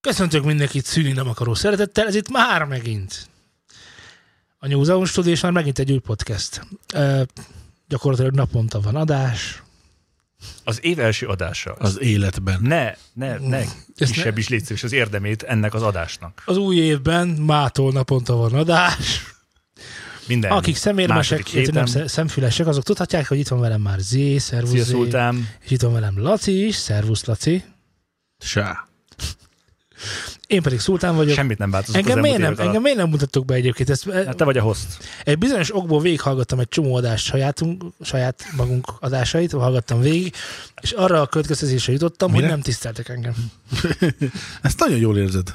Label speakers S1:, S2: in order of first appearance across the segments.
S1: Köszöntök mindenkit szűni nem akaró szeretettel, ez itt már megint a Nyúzeum Stúdió, és már megint egy új podcast. Ö, gyakorlatilag naponta van adás.
S2: Az év első adása. Az
S3: az életben.
S2: ne, ne, ne
S1: Ezt
S2: kisebb is légy szíves az érdemét ennek az adásnak.
S1: Az új évben mától naponta van adás.
S2: Minden.
S1: Akik szemérmesek,
S2: Második
S1: illetve nem
S2: héten.
S1: szem- szemfülesek, azok tudhatják, hogy itt van velem már Z,
S2: Szia,
S1: szervusz Z,
S2: Szultán.
S1: és itt van velem Laci is, szervusz Laci.
S3: Sá.
S1: Én pedig Szultán vagyok.
S2: Semmit nem változott
S1: Engem
S2: az
S1: miért,
S2: elmúlt
S1: nem,
S2: évek
S1: engem
S2: alatt.
S1: miért nem mutattok be egyébként? Ezt,
S2: Hát te vagy a host.
S1: Egy bizonyos okból végighallgattam egy csomó adást sajátunk, saját magunk adásait, hallgattam végig, és arra a következtetésre jutottam,
S3: Mire?
S1: hogy nem tiszteltek engem.
S3: Ezt nagyon jól érzed.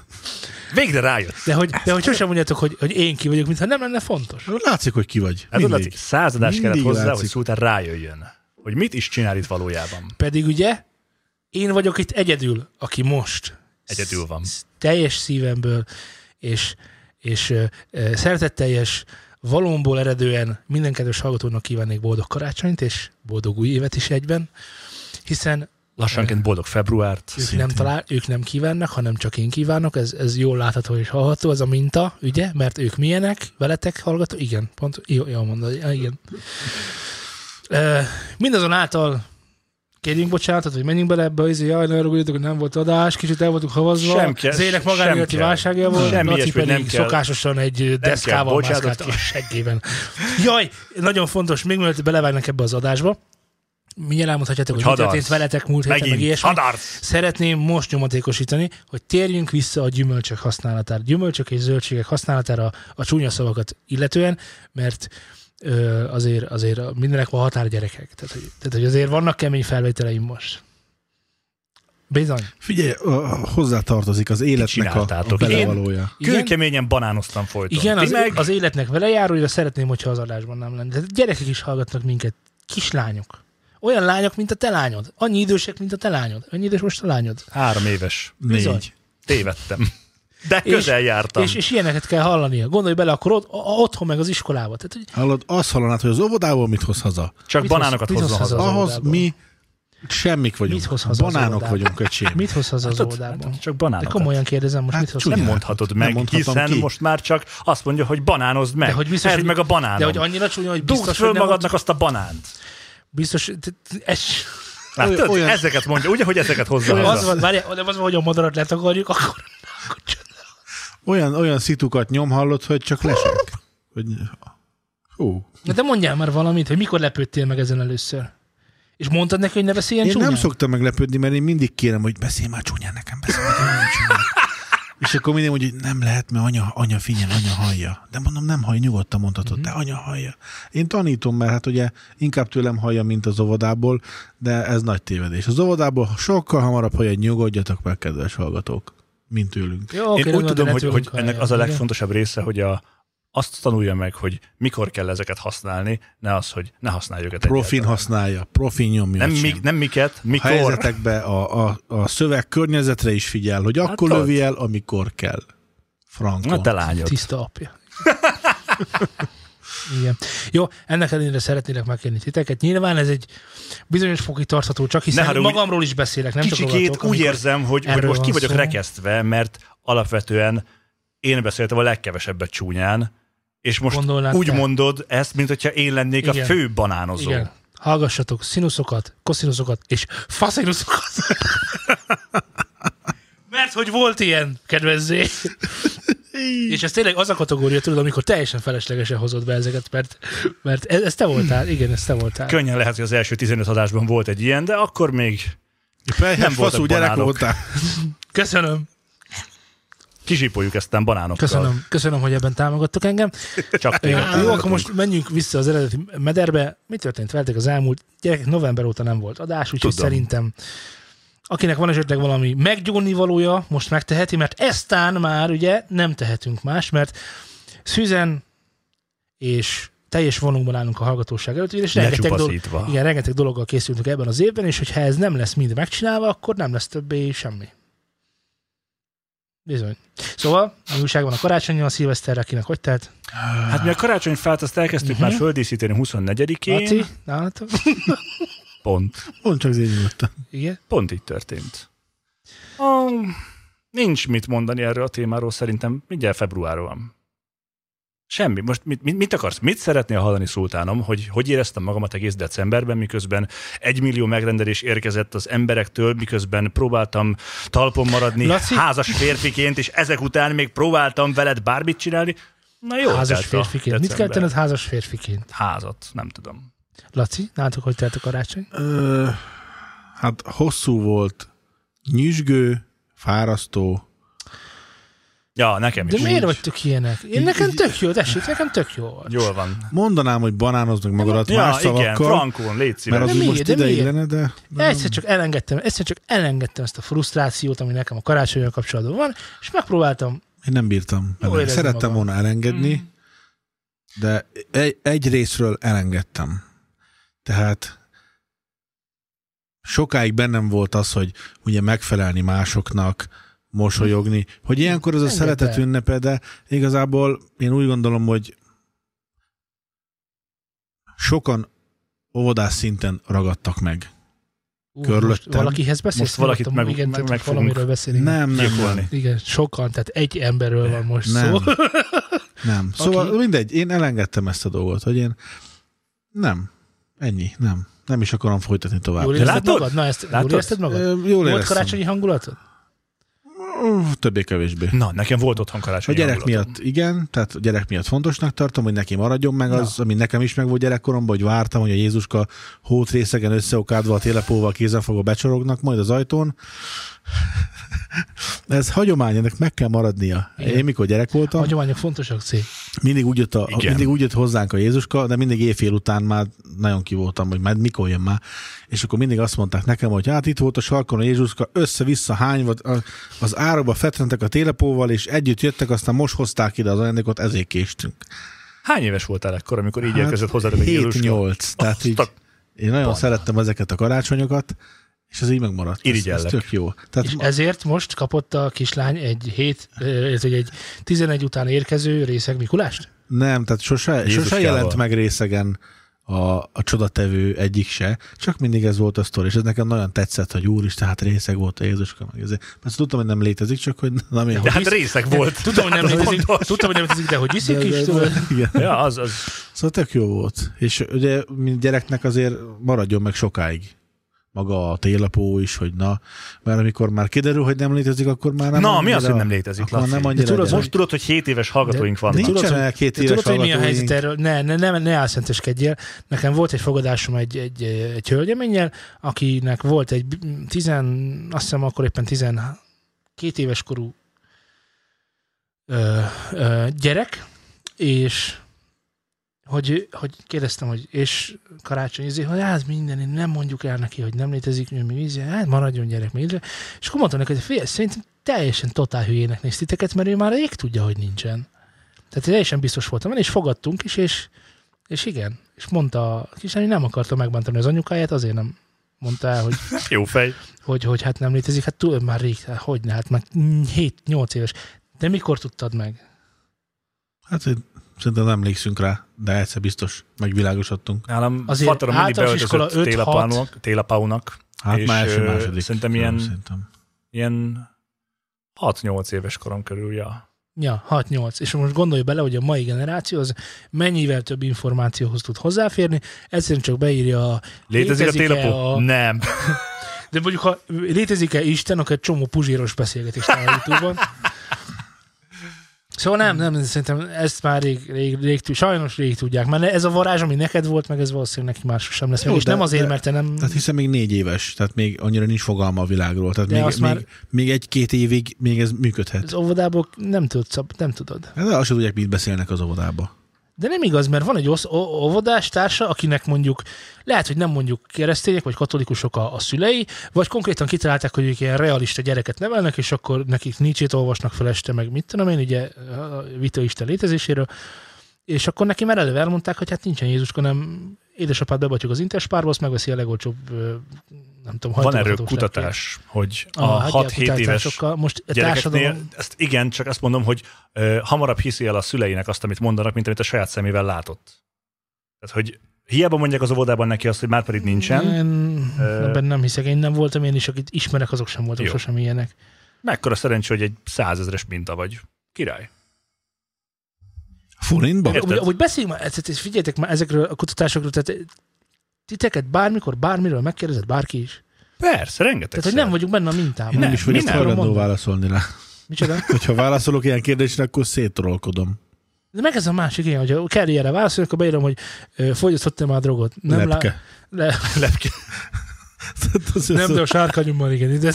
S2: Végre rájött.
S1: De hogy, de hogy sosem mondjátok, hogy, hogy én ki vagyok, mintha nem lenne fontos.
S3: Látszik, hogy ki vagy.
S2: Hát
S3: Mindig.
S2: tudod, Laci, száz adás
S3: Mindig
S2: kellett hozzá,
S3: látszik.
S2: hogy Szultán rájöjjön, hogy mit is csinál itt valójában.
S1: Pedig ugye én vagyok itt egyedül, aki most
S2: Egyedül van.
S1: sz- teljes szívemből és, és ö, ö, szeretetteljes valomból eredően minden kedves hallgatónak kívánnék boldog karácsonyt és boldog új évet is egyben, hiszen
S2: Lassanként boldog februárt.
S1: ők nem, talál, ők nem kívánnak, hanem csak én kívánok, ez, ez jól látható és hallható, ez a minta, ugye? Mert ők milyenek, veletek hallgató? Igen, pont, jó, jól mondod, ja, igen. Ö, Mindazonáltal kérjünk bocsánatot, hogy menjünk bele ebbe, izé, jaj, ne ruguljatok, hogy nem volt adás, kicsit el voltunk havazva.
S2: Sem kell,
S1: az ének magánéleti
S2: sem kell.
S1: válságja volt,
S2: Semmi
S1: Laci
S2: ilyesmi
S1: pedig
S2: nem kell.
S1: szokásosan egy deszkával
S2: bocsánatot
S1: mászkált a seggében. Jaj, nagyon fontos, még mielőtt belevágnak ebbe az adásba, mindjárt elmondhatjátok, hogy, hogy mi
S2: hadarsz.
S1: történt veletek múlt héten, meg
S2: Megint.
S1: ilyesmi.
S2: Hadarc.
S1: Szeretném most nyomatékosítani, hogy térjünk vissza a gyümölcsök használatára, gyümölcsök és zöldségek használatára a csúnya szavakat illetően, mert ö, azért, azért a- mindenek van határ gyerekek. Tehát hogy, tehát, hogy azért vannak kemény felvételeim most. Bizony.
S3: Figyelj, a- hozzátartozik az életnek a, a
S2: csináltátok?
S3: belevalója.
S1: Igen,
S2: Kőkeményen banánoztam folyton.
S1: igen
S2: Ti
S1: az,
S2: meg?
S1: az életnek vele járója szeretném, hogyha az adásban nem lenne. Tehát gyerekek is hallgatnak minket. Kislányok. Olyan lányok, mint a te lányod. Annyi idősek, mint a te lányod. Annyi idős most a lányod.
S2: Három éves.
S1: Bizony.
S3: Négy.
S2: Tévedtem. De közel jártam.
S1: És, és ilyeneket kell hallania. Gondolj bele, akkor ott, a, a, otthon meg az iskolába. Tehát, hogy
S3: Hallod, azt hallanád, hogy az óvodából mit hoz haza?
S2: Csak
S1: Mit
S2: banánokat
S1: hoz- mit
S2: hozzon
S1: hoz
S2: haza.
S1: haza?
S3: Ahhoz
S1: óvodából.
S3: mi semmik vagyunk.
S1: Mit hoz haza az
S3: Banánok
S1: óvodából?
S3: vagyunk, öcsém.
S1: Mit hoz haza az
S2: Tudod,
S1: oldalban?
S2: hát Csak
S1: De
S2: banánokat.
S1: komolyan kérdezem, most
S3: Hát
S1: mit hoz
S3: csúnya.
S2: Nem
S1: haza?
S2: mondhatod
S3: Nem
S2: meg,
S3: mondhatom
S2: hiszen
S3: ki.
S2: most már csak azt mondja, hogy banánozd meg.
S1: De hogy biztos,
S2: Edd
S1: hogy-
S2: meg a banánon.
S1: De hogy annyira csúnya, hogy
S2: Dugd
S1: biztos,
S2: föl
S1: hogy nem
S2: magadnak
S1: magadnak.
S2: azt a banánt.
S1: Biztos, te- te- ez,
S2: Látod?
S3: olyan-
S2: Ezeket mondja, ugye, hogy ezeket hozzá
S1: az,
S2: haza.
S1: van, várjál, nem az van, hogy a madarat letakarjuk, akkor, akkor csönd.
S3: Olyan, olyan szitukat nyom hallod, hogy csak lesek. Hogy... Hú.
S1: Na, De mondjál már valamit, hogy mikor lepődtél meg ezen először? És mondtad neki, hogy ne beszéljen
S3: Én
S1: csúnyán?
S3: nem szoktam meglepődni, mert én mindig kérem, hogy beszélj már csúnyán nekem, beszélj már csúnyán. És akkor mindig mondja, hogy nem lehet, mert anya, anya figyel, anya hallja. De mondom, nem hallja, nyugodtan mondhatod,
S2: Mhm.
S3: de anya hallja. Én tanítom, mert hát ugye inkább tőlem hallja, mint az óvodából, de ez nagy tévedés. Az óvodából sokkal hamarabb hallja, nyugodjatok meg, kedves hallgatók, mint tőlünk.
S1: Jó, oké,
S2: Én
S1: rendben,
S2: úgy
S1: de
S2: tudom,
S1: ne
S2: hogy,
S1: tőlünk
S2: hogy ennek az a
S1: halljál,
S2: legfontosabb része, hogy a, azt tanulja meg, hogy mikor kell ezeket használni, ne az, hogy ne használj őket
S3: Profin
S2: egyáltalán.
S3: használja, profin nyomja.
S2: nem,
S3: öcsém.
S2: mi, nem miket,
S3: a
S2: mikor.
S3: helyzetekbe a, a, a szöveg környezetre is figyel, hogy akkor
S2: Látod?
S3: lövi el, amikor kell. Franko.
S2: Hát Na te lányod.
S1: Tiszta apja. Igen. Jó, ennek ellenére szeretnélek megkérni titeket. Nyilván ez egy bizonyos fokig tartható, csak
S2: Ne
S1: hiszen
S2: haragudj.
S1: magamról is beszélek, nem csak
S2: Kicsikét
S1: rólatok,
S2: úgy
S1: amikor-
S2: érzem, hogy, hogy
S1: erről
S2: most ki
S1: van
S2: vagyok
S1: szó.
S2: rekesztve, mert alapvetően én beszéltem a legkevesebbet csúnyán, és most
S1: Gondolnád
S2: úgy
S1: te.
S2: mondod ezt, mint hogyha én lennék
S1: Igen.
S2: a fő banánozó.
S1: Igen. Hallgassatok színuszokat, koszínuszokat és faszínuszokat. Mert hogy volt ilyen, kedvezzé. És ez tényleg az a kategória, tudod, amikor teljesen feleslegesen hozod be ezeket, mert, mert ez, ez te voltál, igen, ez te voltál.
S2: Könnyen lehet, hogy az első 15 adásban volt egy ilyen, de akkor még
S3: Pejhes
S2: Nem voltak
S3: faszú gyerek
S2: banánok.
S3: voltál.
S1: Köszönöm,
S2: kizsipoljuk ezt nem banánokkal.
S1: köszönöm, köszönöm, hogy ebben támogattok engem.
S2: Csak téged.
S1: Jó, akkor most menjünk vissza az eredeti mederbe. Mi történt veletek az elmúlt? Gyerekek, november óta nem volt adás, úgyhogy
S2: Tudom.
S1: szerintem akinek van esetleg valami meggyónni valója, most megteheti, mert eztán már ugye nem tehetünk más, mert Szüzen és teljes vonunkban állunk a hallgatóság előtt, és rengeteg, dolog,
S2: Lecsupaszítva.
S1: igen, rengeteg dologgal készültünk ebben az évben, és hogyha ez nem lesz mind megcsinálva, akkor nem lesz többé semmi. Bizony. Szóval, mi újság van a karácsonyon, a szilveszterre, akinek hogy telt?
S2: Hát mi a karácsonyfát azt elkezdtük uh-huh. már földíszíteni 24-én.
S1: Mhm. Laci, nálatok?
S2: Pont.
S3: Mondd csak zény
S1: Igen.
S2: Pont így történt. A Nincs mit mondani erről a témáról, szerintem mindjárt február van. Semmi. Most mit, mit, mit akarsz? Mit szeretnél hallani, szultánom, hogy hogy éreztem magamat egész decemberben, miközben egy millió megrendelés érkezett az emberektől, miközben próbáltam talpon maradni
S1: Laci?
S2: házas férfiként, és ezek után még próbáltam veled bármit csinálni. Na jó,
S1: házas
S2: telt a
S1: férfiként. Mit kell
S2: december.
S1: tenned házas férfiként?
S2: Házat, nem tudom.
S1: Laci, nálatok hogy telt a karácsony?
S3: Ö, hát hosszú volt, nyüzsgő, fárasztó.
S2: Ja, nekem is.
S1: De miért vagytok ilyenek? Én nekem tök jó, tessék, nekem tök jó volt.
S2: Jól van.
S3: Mondanám, hogy banánozd meg magadat
S2: Ja,
S3: más
S2: igen,
S3: szavakkal,
S2: frankon, légy szíves.
S3: mert az
S1: De
S3: úgy
S1: miért?
S3: most
S1: De miért?
S3: ideig lenne, de...
S1: De Egyszer csak elengedtem, egyszer csak elengedtem ezt a frusztrációt, ami nekem a karácsonyjal kapcsolatban van, és megpróbáltam.
S3: Én nem bírtam.
S1: Jól
S3: Elengedni.
S1: érezni
S3: Szerettem
S1: magam.
S3: volna elengedni,
S1: Mm.
S3: de egy, egy részről elengedtem. Tehát sokáig bennem volt az, hogy ugye megfelelni másoknak, mosolyogni, hogy ilyenkor ez a
S1: Engedd
S3: szeretet
S1: el.
S3: ünnepe, de igazából én úgy gondolom, hogy sokan óvodás szinten ragadtak meg.
S1: Ú,
S3: Körülöttem.
S1: most valakihez beszélsz?
S2: Most valakit
S1: Hallottam,
S2: meg-
S1: igen,
S2: meg-
S1: csak
S2: meg fogunk
S1: valamiről beszélünk.
S3: Nem, nem, nem.
S2: Gyilkolni.
S1: Igen, sokan, tehát egy emberről van most
S3: Nem.
S1: szó.
S3: Nem. Szóval
S1: Aki-
S3: mindegy, én elengedtem ezt a dolgot, hogy én nem, ennyi, nem. Nem is akarom folytatni tovább.
S1: Jól
S2: De
S1: érzed
S2: látod?
S1: magad? Na, ezt
S2: Látod?
S1: jól érzed magad?
S3: Ö, Jól
S1: Volt
S3: éreztem.
S1: karácsonyi hangulatod?
S3: Ö, Többé-kevésbé.
S2: Na, nekem volt otthon
S3: A
S2: karácsony.
S3: gyerek miatt igen, tehát a gyerek miatt fontosnak tartom, hogy neki maradjon meg az, ami nekem is meg volt gyerekkoromban, hogy vártam, hogy a Jézuska hótrészegen összeokádva a télepóval kézenfogva becsorognak majd az ajtón. Ez hagyomány, ennek meg kell maradnia.
S1: Igen.
S3: Én mikor gyerek voltam,
S1: Hagyományok fontosak cég.
S3: mindig úgy, jött a,
S2: Igen.
S3: mindig úgy jött hozzánk a Jézuska, de mindig éjfél után már nagyon ki voltam, hogy már mikor jön már. És akkor mindig azt mondták nekem, hogy hát itt volt a sarkon a Jézuska, össze-vissza hány volt, a- az árokba fetrentek a télepóval, és együtt jöttek, aztán most hozták ide az ajándékot, ezért késtünk.
S2: Hány éves voltál ekkor, amikor így
S3: Hát,
S2: érkezett hozzá a Jézuska?
S3: 7-8, tehát
S2: Azt
S3: így,
S2: a-
S3: én nagyon
S2: Bajna.
S3: szerettem ezeket a karácsonyokat, és ez így megmaradt. Ez, ez
S2: Irigyellek.
S3: tök jó. Tehát
S1: És ezért most kapott a kislány egy hét, ö, ez egy, egy 11 után érkező részeg Mikulást?
S3: Nem, tehát sose, sose
S2: Jézuskával.
S3: jelent meg részegen a, a csodatevő egyik se, csak mindig ez volt a sztori, és ez nekem nagyon tetszett, hogy úristen, hát részeg volt a Jézuska, meg ezért. Persze tudtam, hogy nem létezik, csak hogy nem én
S2: De hát részeg volt.
S1: Tudom, hogy nem
S2: Hát az
S1: létezik,
S2: fontos.
S1: tudtam, hogy nem létezik, de hogy viszik is, tudod?
S3: Igen.
S2: Ja, az, az.
S3: Szóval tök jó volt. És ugye, mint gyereknek azért maradjon meg sokáig maga a télapó is, hogy na, mert amikor már kiderül, hogy nem létezik, akkor már nem
S2: Na, mi az,
S3: annyira-
S2: hogy nem létezik,
S3: Akkor
S2: Laci?
S3: nem annyira
S1: tudod,
S3: gyerek.
S2: Most tudod, hogy 7 éves hallgatóink vannak.
S3: Nincs-
S1: Tudod,
S3: Nincsen
S1: hogy-
S3: el két
S1: de
S3: éves
S1: Tudod, hogy mi a
S3: hallgatóink.
S1: helyzet erről? Ne, ne, ne, ne álszenteskedjél. Nekem volt egy fogadásom egy, egy, egy hölgyeménnyel, akinek volt egy b- tizen, azt hiszem akkor éppen 12 éves korú ö, ö, gyerek, és hogy, hogy kérdeztem, hogy és karácsony, ezért, hogy hát minden, én nem mondjuk el neki, hogy nem létezik, mi mi vízi, hát maradjon gyerek még, ide. és akkor mondtam neki, hogy fél, szerintem teljesen totál hülyének néztiteket, mert ő már rég tudja, hogy nincsen. Tehát teljesen biztos voltam, benne, és fogadtunk is, és, és igen. És mondta a kislány, hogy nem akarta megbántani az anyukáját, azért nem mondta el, hogy,
S2: Jó fej.
S1: hogy, hogy hát nem létezik, hát túl már rég, hát hogy ne, hát már 7-8 éves. De mikor tudtad meg?
S3: Hát én szerintem nem emlékszünk rá, de egyszer biztos megvilágosodtunk.
S2: Nálam
S1: Azért
S2: fatarom mindig
S1: általános iskola
S2: beöltözött
S1: öt,
S2: télapának, télapáunak,
S3: Hát
S2: És,
S3: és, már első,
S2: ö,
S3: második.
S2: szerintem ilyen-
S3: Szerintem.
S2: ilyen 6-8 éves korom körül, ja.
S1: Ja, 6-8. És most gondolj bele, hogy a mai generáció az mennyivel több információhoz tud hozzáférni, egyszerűen csak beírja a
S2: Létezik,
S1: Létezik-e
S2: a télapó?
S1: a-
S2: Nem.
S1: De mondjuk, ha létezik-e Isten, akkor egy csomó puzsíros beszélgetést áll a YouTube-on. Szóval nem, nem, szerintem ezt már rég, rég, rég, tud- sajnos rég tudják, mert ez a varázs, ami neked volt, meg ez valószínűleg neki más sem lesz. Jó,
S3: Jó,
S1: és
S3: de-
S1: nem azért,
S3: de-
S1: mert te nem...
S3: Tehát hiszen még négy éves, tehát még annyira nincs fogalma a világról. Tehát
S1: De
S3: még,
S1: azt
S3: még,
S1: már-
S3: már... még, egy-két évig még ez működhet.
S1: Az óvodából nem tudsz, nem tudod.
S3: De azt sem tudják, mit beszélnek az óvodába.
S1: De nem igaz, mert van egy osz, ó- óvodás társa, akinek mondjuk, lehet, hogy nem mondjuk keresztények vagy katolikusok a, a szülei, vagy konkrétan kitalálták, hogy ők ilyen realista gyereket nevelnek, és akkor nekik nincsét olvasnak fel este, meg mit tudom én, ugye a vita Isten létezéséről, és akkor neki már előbb elmondták, hogy hát nincsen Jézuska, nem édesapád bebatyog az interspárba, azt megveszi a legolcsóbb, ö, nem tudom,
S2: Van erről
S1: hajtogatós
S2: kutatás, hogy
S1: lelkét. Ah,
S2: a
S1: hagyják
S2: 6-7 éves
S1: utánzásokkal. most a
S2: gyerekeknél,
S1: társadalom,
S2: ezt igen, csak azt mondom, hogy ö, hamarabb hiszi el a szüleinek azt, amit mondanak, mint amit a saját szemével látott. Tehát, hogy hiába mondják az óvodában neki azt, hogy már pedig nincsen,
S1: Én,
S2: Ö-
S1: ebben nem hiszek, én nem voltam én is, akit ismerek, azok sem voltak
S2: Jó.
S1: sosem ilyenek.
S2: Mekkora szerencsé, hogy egy százezres minta vagy. Király.
S3: Forintban?
S2: Érted?
S1: Amúgy, amúgy beszéljünk már, tehát figyeljetek már ezekről a kutatásokról, tehát titeket bármikor, bármiről megkérdezett bárki is.
S2: Persze, rengeteg.
S1: Tehát, hogy nem vagyunk benne a mintában.
S3: Én nem,
S2: Nem,
S3: is vagyok
S2: mi nem?
S3: hajlandó
S1: Mondom.
S3: válaszolni rá.
S1: Micsoda?
S3: Hogyha válaszolok ilyen kérdésre, akkor szétrolkodom.
S1: De meg ez a másik ilyen, hogy kell ilyenre válaszolni, akkor beírom, hogy ö, fogyasztottam már drogot. Nem
S3: Lepke.
S1: lá- Le- lepke.
S3: Tehát az-
S1: nem,
S3: az-
S1: de a sárkányomban igen. De...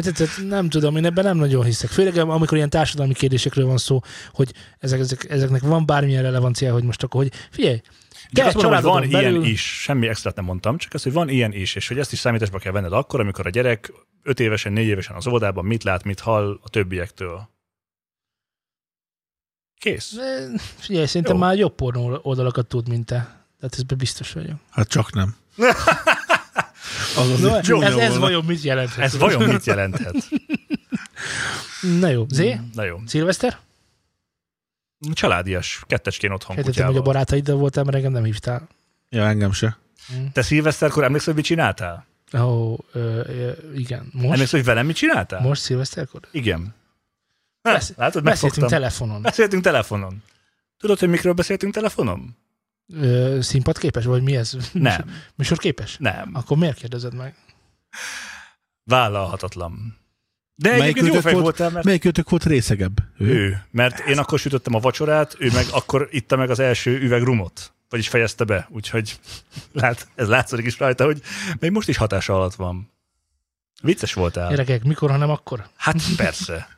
S1: Tehát, tehát nem tudom, én ebben nem nagyon hiszek. Főleg amikor ilyen társadalmi kérdésekről van szó, hogy ezek, ezek, ezeknek van bármilyen relevancia, hogy most akkor, hogy figyelj,
S2: Csak azt mondom, hogy van
S1: családodon
S2: ilyen
S1: belül-
S2: is, semmi extrát nem mondtam, csak az, hogy van ilyen is, és hogy ezt is számításba kell venned akkor, amikor a gyerek öt évesen, négy évesen az óvodában mit lát, mit hall a többiektől. Kész.
S1: Eh, Figyelj, szerintem
S2: Jó.
S1: már jobb pornó oldalakat tud, mint te. Tehát ezben biztos vagyok.
S3: Hát csak nem. Az az
S1: Na,
S3: egy csúnya
S1: ez, ez
S3: volna.
S1: vajon mit jelent?
S2: Ez vajon mit jelenthet?
S1: Na jó, Zé?
S2: Na jó.
S1: Szilveszter?
S2: Családias, kettecskén otthon
S1: Sejtettem, hogy a
S2: kutyával.
S1: barátaiddal voltál, mert engem nem hívtál. Mm.
S3: Ja, engem se.
S2: Te szilveszterkor emlékszel, hogy mit csináltál?
S1: Ó, ö, ö, igen. Most?
S2: Emlékszel, hogy velem mit csináltál?
S1: Most szilveszterkor?
S2: Igen. Hát,
S1: Besz-
S2: Látod,
S1: Beszéltünk
S2: megfogtam.
S1: telefonon.
S2: Beszéltünk telefonon. Tudod, hogy mikről beszéltünk telefonon?
S1: Ö, színpadképes? Vagy mi ez?
S2: Nem,
S1: Műsorképes?
S2: nem.
S1: Akkor miért kérdezed meg?
S2: Vállalhatatlan. De
S3: Melyik
S2: egyébként jó
S3: ütött
S2: fej
S3: volt?
S2: voltál, mert
S3: Melyikőtök volt részegebb?
S2: ő. Mert én akkor sütöttem a vacsorát, ő meg akkor itta meg az első üveg rumot. Vagyis fejezte be, úgyhogy lát, ez látszik is rajta, hogy még most is hatása alatt van. Vicces voltál.
S1: Gyerekek, mikor, hanem akkor?
S2: Hát persze.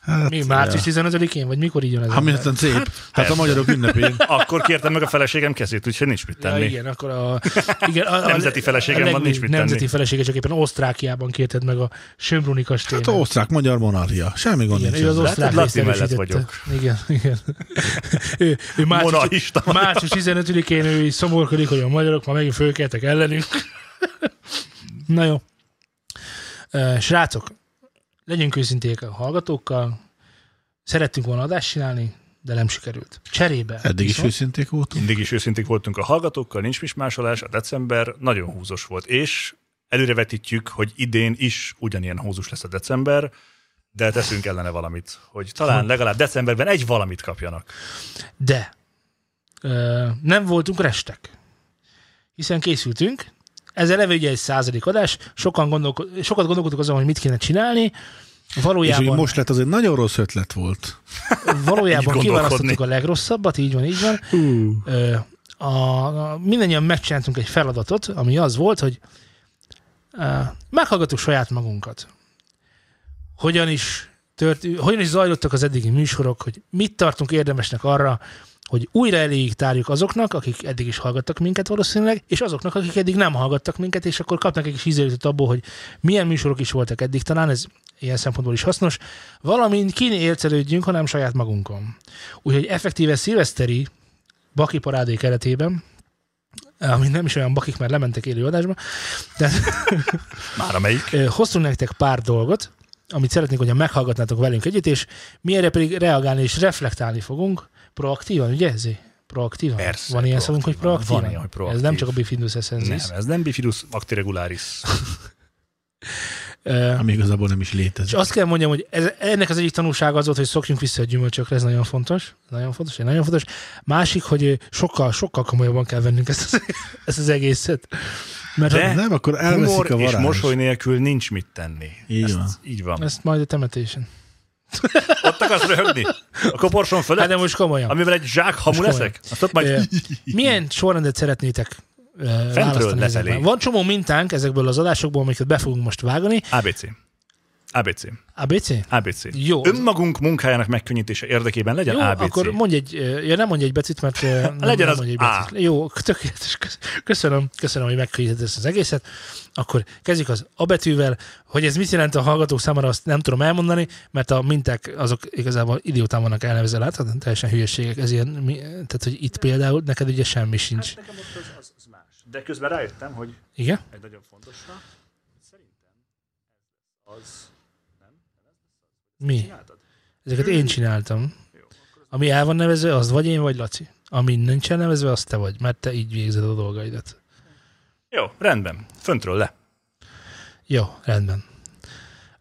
S3: Hát,
S1: Mi, március 15-én? Vagy mikor így jön ez?
S3: Ha miután szép. Hát, hát a
S2: persze.
S3: magyarok ünnepén.
S2: Akkor kértem meg a feleségem kezét, úgyhogy nincs mit
S1: Ja,
S2: tenni.
S1: igen, akkor a, igen, a, a
S2: Nemzeti feleségem
S1: a
S2: van, nincs mit
S1: Nemzeti
S2: tenni.
S1: felesége csak éppen Osztrákiában kérted meg a Sömbruni kastélyt.
S3: Hát a osztrák-magyar monarchia. Semmi gond
S1: igen,
S3: nincs.
S1: ő az
S3: ezzel.
S2: osz-
S1: osztrák
S2: Látod,
S1: részt
S2: Laci Hát mellett
S1: erősítette. Igen, igen. ő, ő március,
S2: Monarista.
S1: március 15-én ő így szomorkodik, hogy a magyarok ma megint fölkeltek ellenünk. Na jó. Ö, Srácok, legyünk őszinték a hallgatókkal. Szerettünk volna adást csinálni, de nem sikerült. Cserébe.
S3: Eddig is
S1: viszont-
S3: őszinték voltunk.
S2: Mindig is őszinték voltunk a hallgatókkal, nincs is másolás, a december nagyon húzos volt, és előrevetítjük, hogy idén is ugyanilyen húzus lesz a december, de teszünk ellene valamit, hogy talán legalább decemberben egy valamit kapjanak.
S1: De ö, nem voltunk restek, hiszen készültünk. Ez eleve ugye egy századik adás, sokan gondolko- sokat gondolkodtuk azon, hogy mit kéne csinálni.
S3: És
S1: Valójában,
S3: hogy most lett, az egy nagyon rossz ötlet volt.
S2: így
S1: valójában
S2: gondolkodni.
S1: kiválasztottuk a legrosszabbat, így van, így van.
S3: Hú.
S1: Ö, a, a, mindannyian megcsináltunk egy feladatot, ami az volt, hogy ö, meghallgattuk saját magunkat. Hogyan is, tört, hogyan is zajlottak az eddigi műsorok, hogy mit tartunk érdemesnek arra, hogy újra eléig tárjuk azoknak, akik eddig is hallgattak minket valószínűleg, és azoknak, akik eddig nem hallgattak minket, és akkor kapnak egy kis ízelőtöt abból, hogy milyen műsorok is voltak eddig, talán ez ilyen szempontból is hasznos, valamint kinélcelődjünk, hanem saját magunkon. Úgyhogy effektíve szilveszteri baki parádé keretében, ami nem is olyan bakik, mert lementek élő adásba, de
S2: Már amelyik.
S1: ö, hoztunk nektek pár dolgot, amit szeretnénk, hogyha meghallgatnátok velünk együtt, és mi erre pedig reagálni és reflektálni fogunk proaktívan, ugye ez? Proaktívan?
S2: Persze,
S1: Van ilyen szavunk, hogy proaktívan?
S2: proaktívan. Van ilyen, hogy proaktív.
S1: Ez nem csak a Bifidus
S2: Nem,
S1: essensis.
S2: ez nem bifidus actiregularis.
S1: Ö,
S3: Ami igazából nem is
S1: És
S3: létezik.
S1: azt kell mondjam, hogy ez, ennek az egyik tanulsága az volt, hogy szokjunk vissza a gyümölcsökre, ez nagyon fontos. Nagyon fontos, egy nagyon fontos. Másik, hogy ö, sokkal, sokkal komolyabban kell vennünk ezt az, ezt az egészet. Mert
S2: De-
S1: ha-
S3: Nem, akkor elveszik
S2: Humor
S3: a
S2: és
S3: varázs.
S2: mosoly nélkül nincs mit tenni.
S3: Így
S2: Ezt-
S3: van.
S2: Így van.
S1: ezt majd a temetésen.
S2: Ott akarsz röhögni? A koporson fölött?
S1: Hát de most komolyan.
S2: Amivel egy zsák hamu
S1: Most
S2: leszek? Azt ott majd...
S1: Ö, Milyen sorrendet szeretnétek ö, választani
S2: lefelé.
S1: ezekben? Van csomó mintánk ezekből az adásokból, amiket be fogunk most vágani.
S2: ABC. ABC.
S1: ABC?
S2: ABC.
S1: Jó.
S2: Önmagunk munkájának megkönnyítése érdekében legyen
S1: Jó,
S2: ABC.
S1: akkor mondj egy, ö, ja, nem mondj egy becit, mert ö, nem,
S2: Legyen
S1: nem
S2: az
S1: mondj egy
S2: A.
S1: becit. Jó, tökéletes. Kösz- Köszönöm, köszönöm, hogy megkönnyítetted ezt az egészet. Akkor kezdjük az A betűvel, hogy ez mit jelent a hallgatók számára, azt nem tudom elmondani, mert a minták azok igazából idiótán vannak elnevezve, látod? Teljesen hülyeségek. Ez ilyen, mi, tehát, hogy itt például neked ugye semmi sincs.
S2: Nekem ott az, az, az más. De közben rájöttem, hogy
S1: Igen?
S2: egy nagyon fontosra, szerintem az
S1: Mi?
S2: csináltad.
S1: Ezeket én csináltam. Ami el van nevezve, az vagy én, vagy Laci. Ami nincs nevezve, az te vagy, mert te így végzed a dolgaidat.
S2: Jó, rendben. Föntről le.
S1: Jó, rendben.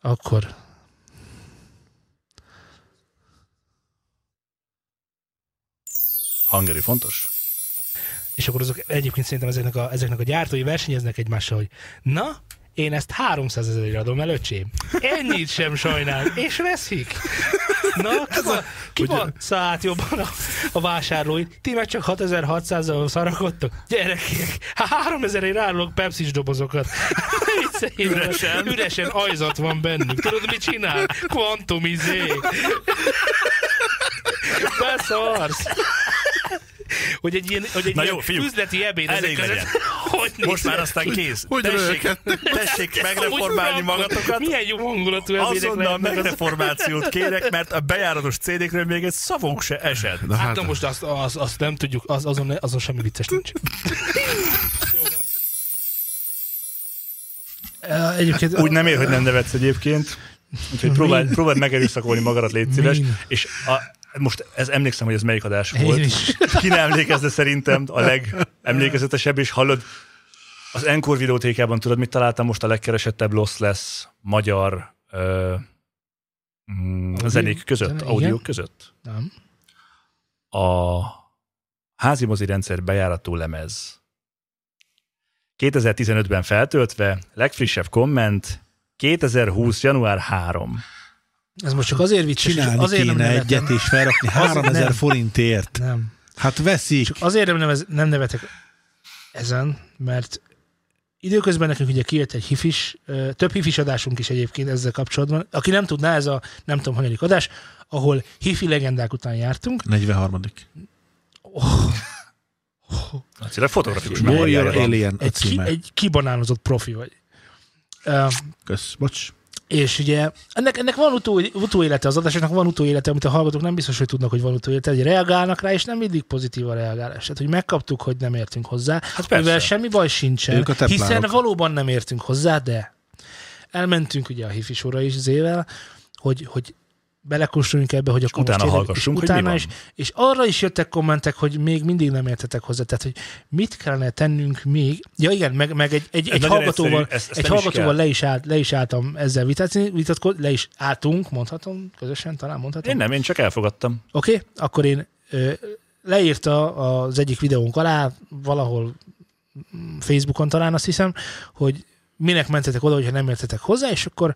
S1: Akkor
S2: Hangeri fontos?
S1: És akkor azok egyébként szerintem ezeknek a, ezeknek a gyártói versenyeznek egymással, hogy na, én ezt 300 ezerre adom el, öcsém. Ennyit sem sajnál. És veszik. Na, ki, ba, ki bassza át jobban a, a vásárlóit? Ti meg csak 6600-zal szarakodtok? Gyerekek, ha 3000 ért árulok pepsis dobozokat. Ne viccelj vele.
S2: Üresen.
S1: Üresen ajzat van bennük. Tudod, mit csinál? izé. Kvantumizé. Beszarsz. Hogy egy ilyen, hogy egy
S2: Na
S1: ilyen
S2: jó, fiúk,
S1: üzleti ebéd ezek
S2: elég
S1: között.
S2: legyen.
S1: Hogy
S2: Most már aztán kész. Hogy tessék, tessék megreformálni magatokat.
S1: Milyen jó hangulatú ebédek
S2: Azonnal
S1: lehetnek az
S2: megreformációt kérek, mert a bejáratos CD-kről még egy szavunk se esett.
S3: Na
S1: Hát,
S3: hát,
S1: na most azt, azt, azt nem tudjuk, az, azon, azon semmi vicces nincs. Egyébként
S2: Úgy nem ér, hogy nem nevetsz egyébként. Úgyhogy próbáld, próbáld megerőszakolni magadat, légy szíves.
S1: Min?
S2: És a, most ez emlékszem, hogy ez melyik adás
S1: Én
S2: volt.
S1: is.
S2: Ki nem emlékezne szerintem a legemlékezetesebb, és hallod, az Encore videótékában tudod, mit találtam most a legkeresettebb Loss lesz magyar ö, mm,
S1: Audio?
S2: zenék között,
S1: Zene,
S2: audiók
S1: igen.
S2: között.
S1: Nem.
S2: a házimozi rendszer bejáratú lemez. 2015-ben feltöltve, legfrissebb komment, 2020. január 3.
S1: Ez most csak azért vicces, és
S3: csinálni
S1: azért
S3: kéne
S1: nem nevetem.
S3: egyet és felrakni 3000
S1: nem.
S3: forintért.
S1: Nem.
S3: Hát veszik.
S1: Csak azért nem, nevez, nem nevetek ezen, mert időközben nekünk ugye kijött egy hifis, ö, több hifis adásunk is egyébként ezzel kapcsolatban. Aki nem tudná, ez a nem tudom hanyadik adás, ahol hifi legendák után jártunk.
S3: 43. Oh,
S2: Lacilag fotografikus
S3: Warrior
S2: megoldás.
S3: Alien a
S1: Egy, ki,
S3: címe.
S1: egy kibanánozott profi vagy. Ö,
S3: Kösz, bocs.
S1: És ugye ennek, ennek van utó, utóélete, az adásoknak van utóélete, amit a hallgatók nem biztos, hogy tudnak, hogy van utóélete, hogy reagálnak rá, és nem mindig pozitív a reagálás. Tehát, hogy megkaptuk, hogy nem értünk hozzá, hát
S2: persze.
S1: mivel semmi baj sincsen,
S3: Ők a teplárok.
S1: hiszen valóban nem értünk hozzá, de elmentünk ugye a hifi sorra is zével, hogy, hogy belekóstoljunk ebbe, hogy akkor
S2: utána
S1: most tényleg-
S2: hallgassunk,
S1: és
S2: hogy mi
S1: utána
S2: van.
S1: is, és arra is jöttek kommentek, hogy még mindig nem értetek hozzá, tehát hogy mit kellene tennünk még, ja igen, meg, meg egy, egy, egy
S2: nagyon
S1: hallgatóval,
S2: egyszerű, ezt- ezt
S1: egy
S2: nem is
S1: hallgatóval
S2: kell.
S1: le is, állt, le is álltam ezzel vitatni, vitatkozni, le is álltunk, mondhatom, közösen talán mondhatom.
S2: Én nem, én csak elfogadtam.
S1: Oké, okay, akkor én ö, leírta az egyik videónk alá, valahol mm, Facebookon talán azt hiszem, hogy minek mentetek oda, hogyha nem értetek hozzá, és akkor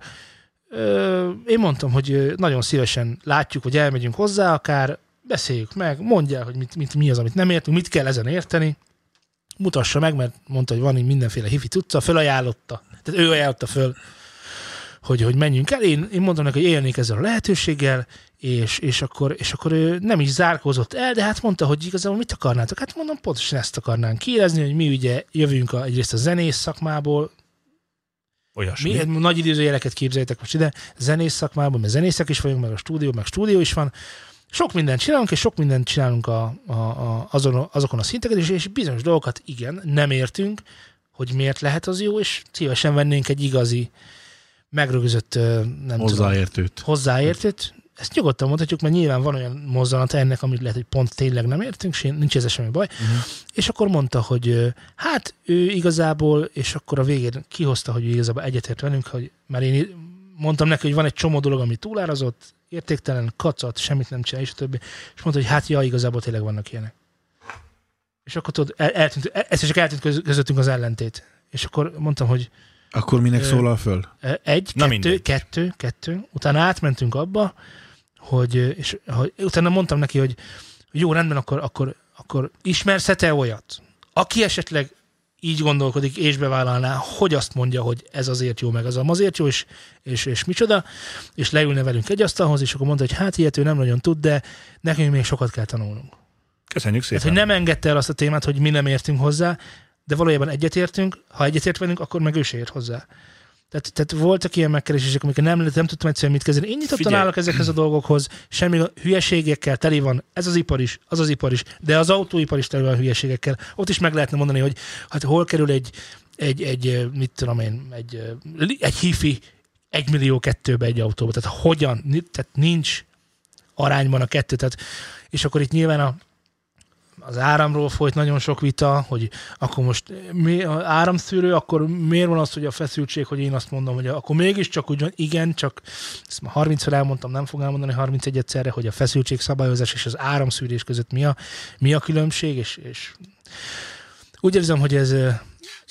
S1: ö, én mondtam, hogy ö, nagyon szívesen látjuk, hogy elmegyünk hozzá, akár beszéljük meg, mondjál, hogy mit, mit, mi az, amit nem értünk, mit kell ezen érteni, mutassa meg, mert mondta, hogy van így mindenféle hifi tudca, fölajánlotta, tehát ő ajánlotta föl, hogy, hogy menjünk el. Én, én mondtam neki, hogy élnék ezzel a lehetőséggel, és, és, akkor, és akkor ő nem is zárkózott el, de hát mondta, hogy igazából mit akarnátok. Hát mondom, pontosan ezt akarnánk kiélezni, hogy mi ugye jövünk a, egyrészt a zenész szakmából,
S2: Olyasmi.
S1: mi, egy nagy idézőjeleket képzeljétek most ide, zenész szakmából, mert zenészek is vagyunk, meg a stúdió, meg stúdió is van, sok mindent csinálunk, és sok mindent csinálunk a, a, a, azon, azokon a szinteken, és, és bizonyos dolgokat igen, nem értünk, hogy miért lehet az jó, és szívesen vennénk egy igazi, megrögzött, ö, nem tudom,
S3: Hozzáértőt.
S1: hozzáértőt, ezt nyugodtan mondhatjuk, mert nyilván van olyan mozzanata ennek, amit lehet, hogy pont tényleg nem értünk, és nincs ezzel semmi baj. Uh-huh. És akkor mondta, hogy ö, hát ő igazából, és akkor a végén kihozta, hogy ő igazából egyetért velünk, hogy, mert én í- mondtam neki, hogy van egy csomó dolog, ami túlárazott, értéktelen, kacat, semmit nem csinál, és a többi. És mondta, hogy hát ja, igazából tényleg vannak ilyenek. És akkor tudod, el, eltűnt, el, egyszer csak eltűnt köz- közöttünk az ellentét. És akkor mondtam, hogy
S3: Akkor minek
S1: Ö,
S3: szólal föl?
S1: egy,
S2: Na
S1: Na kettő,
S2: mindegy.
S1: kettő, kettő. Utána átmentünk abba, hogy, és hogy, utána mondtam neki, hogy jó, rendben, akkor, akkor, akkor ismersz te olyat? Aki esetleg így gondolkodik és bevállalná, hogy azt mondja, hogy ez azért jó, meg az am azért jó, és, és, és micsoda, és leülne velünk egy asztalhoz, és akkor mondta, hogy hát ilyet ő nem nagyon tud, de nekünk még sokat kell tanulnunk.
S2: Köszönjük szépen.
S1: Tehát, hogy nem engedte el azt a témát, hogy mi nem értünk hozzá, de valójában egyetértünk, ha egyetért velünk, akkor meg ő se ért hozzá. Tehát, tehát voltak ilyen megkeresések, amiket nem, nem tudtam egyszerűen mit kezdeni. Én nyitottan
S2: Figyelj.
S1: állok ezekhez a dolgokhoz, semmi hülyeségekkel teli van, ez az ipar is, az az ipar is, de az autóipar is teli van hülyeségekkel. Ott is meg lehetne mondani, hogy hát hol kerül egy, egy, egy ö, mit tudom én, egy, ö, li- egy hifi egy millió kettőbe egy autóba. Tehát hogyan? Ni- Tehát nincs arányban a kettő. Tehát, és akkor itt nyilván a az áramról folyt nagyon sok vita, hogy akkor most mi a áramszűrő, akkor miért van az, hogy a feszültség, hogy én azt mondom, hogy akkor mégiscsak úgy van, igen, csak ezt már 30 szor elmondtam, nem fogom elmondani 31 egyszerre, hogy a feszültség szabályozás és az áramszűrés között mi a, mi a különbség, és, és úgy érzem, hogy ez, ezzel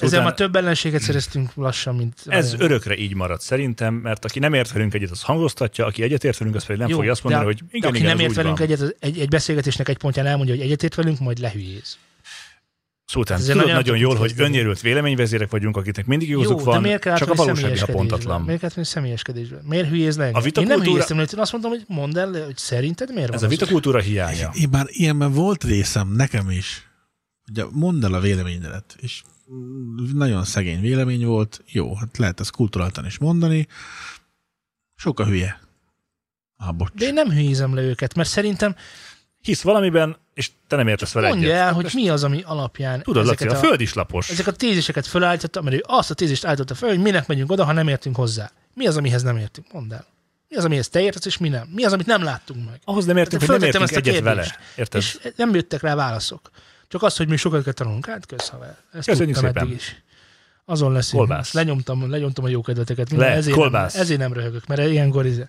S4: Szóval utána-
S1: már több ellenséget szereztünk lassan, mint...
S4: Ez örökre így marad szerintem, mert aki nem ért velünk egyet, az hangoztatja, aki egyet ért velünk, az pedig nem Jó, fogja azt mondani,
S1: de,
S4: hogy
S1: de
S4: igen,
S1: aki
S4: igen,
S1: nem
S4: ez
S1: ért
S4: úgy
S1: velünk
S4: van.
S1: egyet, az egy, egy beszélgetésnek egy pontján elmondja, hogy egyetért velünk, majd lehülyéz.
S4: Szóval
S1: Ezzel nagyon
S4: tudod nagyon,
S1: nem tudunk
S4: jól, hogy
S1: kezdeni.
S4: önjelölt véleményvezérek vagyunk, akiknek mindig józuk
S1: de
S4: van,
S1: miért kell
S4: csak a
S1: átmenni
S4: valóság néha
S1: személyeskedésbe?
S4: pontatlan.
S1: Miért kell átmenni személyeskedésbe? Miért hülyéz le engem?
S4: A vita
S1: Én nem
S4: kultúra-
S1: hülyéztem, le, én azt mondtam, hogy mondd el, hogy szerinted miért
S4: Ez a
S1: van az?
S4: vitakultúra hiánya.
S5: Én bár ilyenben volt részem, nekem is. Ugye mondd el a véleményedet, és mm, nagyon szegény vélemény volt, jó, hát lehet ezt kulturáltan is mondani. Sok a hülye. Ah, bocs.
S1: De én nem hülyézem le őket, mert szerintem
S4: Hisz valamiben, és te nem értesz vele
S1: mondja
S4: egyet.
S1: el, hogy mi az, ami alapján
S4: Tudod, Laci,
S1: ezeket
S4: a föld is lapos.
S1: ezek a téziseket fölállította, mert ő azt a tézist állította fel, hogy minek megyünk oda, ha nem értünk hozzá. Mi az, amihez nem értünk? Mondd el. Mi az, amihez te értesz, és mi nem? Mi az, amit nem láttunk meg?
S4: Ahhoz nem értünk,
S1: Hát
S4: hogy nem
S1: föltettem ezt
S4: értünk
S1: a
S4: egyet vele.
S1: kérdést.
S4: Érted?
S1: És nem jöttek rá válaszok. Csak az, hogy mi sokat kell tanulnunk. Hát kösz, haver. Ezt
S4: Köszönjük
S1: tudtam
S4: szépen.
S1: eddig is. Azon lesz.
S4: Kolbász.
S1: Lenyomtam, lenyomtam a jó kedveteket.
S4: Le,
S1: ezért,
S4: kolbász.
S1: Nem, ezért nem röhögök, mert ilyenkor izé.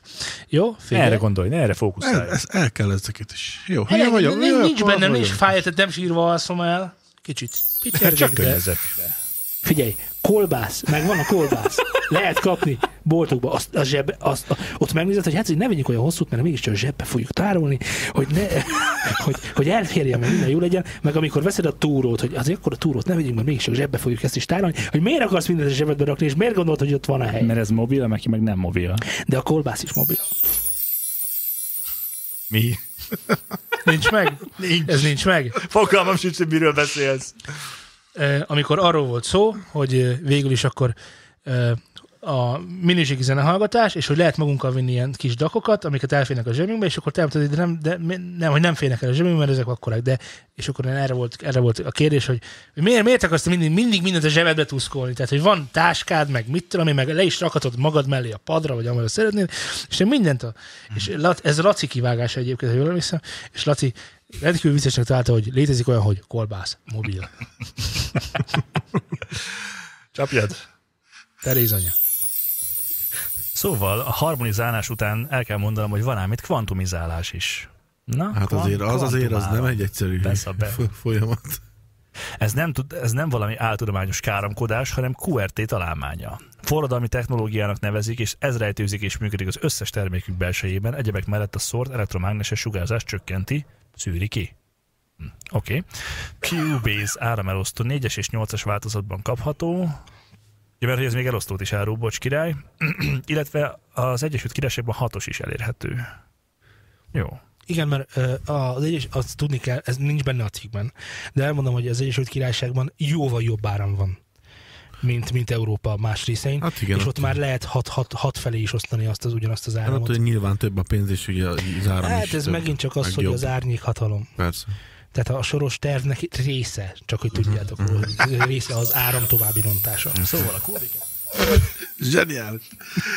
S1: Jó?
S4: Ne
S1: Figyelj.
S4: erre gondolj, ne erre
S5: El,
S4: fókuszálj.
S5: ez, el kell ezeket is. Jó,
S1: Elég-
S5: hülye vagyok.
S1: nincs-
S5: jó,
S1: Nincs
S5: akkor az
S1: bennem, nincs
S5: vagyok.
S1: fáj, tehát nem sírva alszom el. Kicsit.
S4: Hát Csak
S1: Pityergek, de-
S4: környezet.
S6: Figyelj, kolbász, meg van a kolbász. Lehet kapni boltokba, azt, a zsebbe, azt, a, ott megnézed, hogy hát hogy ne vegyünk olyan hosszút, mert mégiscsak a zsebbe fogjuk tárolni, hogy, ne, hogy, hogy elférjen, meg minden jó legyen, meg amikor veszed a túrót, hogy azért akkor a túrót ne vegyünk, mert mégiscsak a zsebbe fogjuk ezt is tárolni, hogy miért akarsz mindent a zsebedbe rakni, és miért gondolod, hogy ott van a hely.
S4: ez mobil, neki meg nem mobil.
S6: De a kolbász is mobil.
S4: Mi?
S1: Nincs meg?
S4: Nincs.
S1: Ez nincs meg?
S4: Fogalmam sincs, hogy miről beszélsz.
S1: Eh, amikor arról volt szó, hogy eh, végül is akkor eh, a minőségi zenehallgatás, és hogy lehet magunkkal vinni ilyen kis dakokat, amiket elférnek a zsebünkbe, és akkor te tudod, de nem, de, mi- nem, hogy nem férnek el a zsebünkbe, mert ezek akkorák, de és akkor én erre volt, erre volt a kérdés, hogy, hogy miért, miért akarsz te mindig, mindig mindent a zsebedbe tuszkolni? Tehát, hogy van táskád, meg mit tudom én, meg le is rakhatod magad mellé a padra, vagy amerre szeretnél, és én mindent a... És Lat- ez Laci kivágása egyébként, ha jól emlékszem, és Laci rendkívül viccesnek találta, hogy létezik olyan, hogy kolbász, mobil.
S4: Csapjad.
S1: Teréz anya.
S2: Szóval a harmonizálás után el kell mondanom, hogy van ám itt kvantumizálás is. Na,
S5: Hát
S2: kvan-
S5: azért az azért az nem
S2: kvantumára.
S5: egy egyszerű
S2: Persze, be-
S5: fo- folyamat.
S2: Ez nem, tud, ez nem valami áltudományos káromkodás, hanem QRT találmánya. Forradalmi technológiának nevezik, és ez rejtőzik és működik az összes termékük belsejében, egyebek mellett a szort elektromágneses sugárzás csökkenti, szűri ki. Hm, Oké. Okay. Cubase áramelosztó 4-es és 8-as változatban kapható. Ja, mert hogy ez még elosztót is árul, bocs király. Illetve az Egyesült Királyságban 6-os is elérhető. Jó.
S6: Igen, mert ö, az egyes, azt tudni kell, ez nincs benne a cikkben, de elmondom, hogy az Egyesült Királyságban jóval jobb áram van, mint, mint Európa más részein,
S5: Hát igen,
S6: és ott
S5: ott-
S6: már lehet hat, hat, hat felé is osztani azt az ugyanazt az
S5: Hát
S6: áramot.
S5: ott, hogy nyilván több a pénz, és ugye az áram
S6: Hát
S5: is
S6: ez
S5: több,
S6: megint csak az,
S5: meg
S6: hogy
S5: jobb.
S6: az árnyék hatalom.
S5: Persze.
S6: Tehát a soros tervnek része, csak hogy tudjátok,
S5: Mhm,
S6: hogy része az áram további rontása.
S2: Szóval a QRT
S5: Zseniális.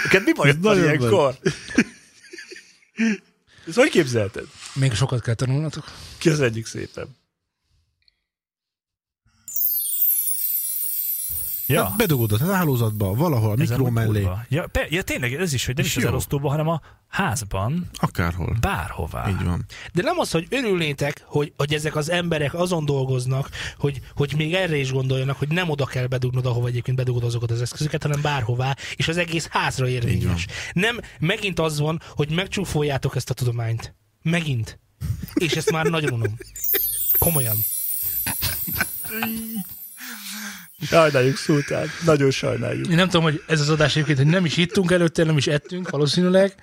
S4: Neked mi bajod van
S5: nagyon
S4: ilyenkor? Ezt hogy képzelted?
S1: Még sokat kell tanulnatok.
S4: Köszönjük szépen.
S2: Ja.
S5: Hát bedugod a hálózatba, valahol a
S2: Ez
S5: mikró
S2: amúgy
S5: mellé,
S2: kurva. Ja, pe, ja, tényleg ez is, hogy nem
S5: És
S2: is az
S5: jó.
S2: elosztóban, hanem a házban,
S5: akárhol.
S2: bárhová.
S5: Így van.
S6: De nem az, hogy örülnétek, hogy, hogy ezek az emberek azon dolgoznak, hogy, hogy még erre is gondoljanak, hogy nem oda kell bedugnod, ahova egyébként bedugod azokat az eszközöket, hanem bárhová, és az egész házra érvényes. Nem, megint az van, hogy megcsúfoljátok ezt a tudományt. Megint. És ezt már nagyon unom. Komolyan.
S4: Sajnáljuk Szultán, nagyon sajnáljuk.
S1: Én nem tudom, hogy ez az adás egyébként, hogy nem is ittunk előtte, nem is ettünk valószínűleg,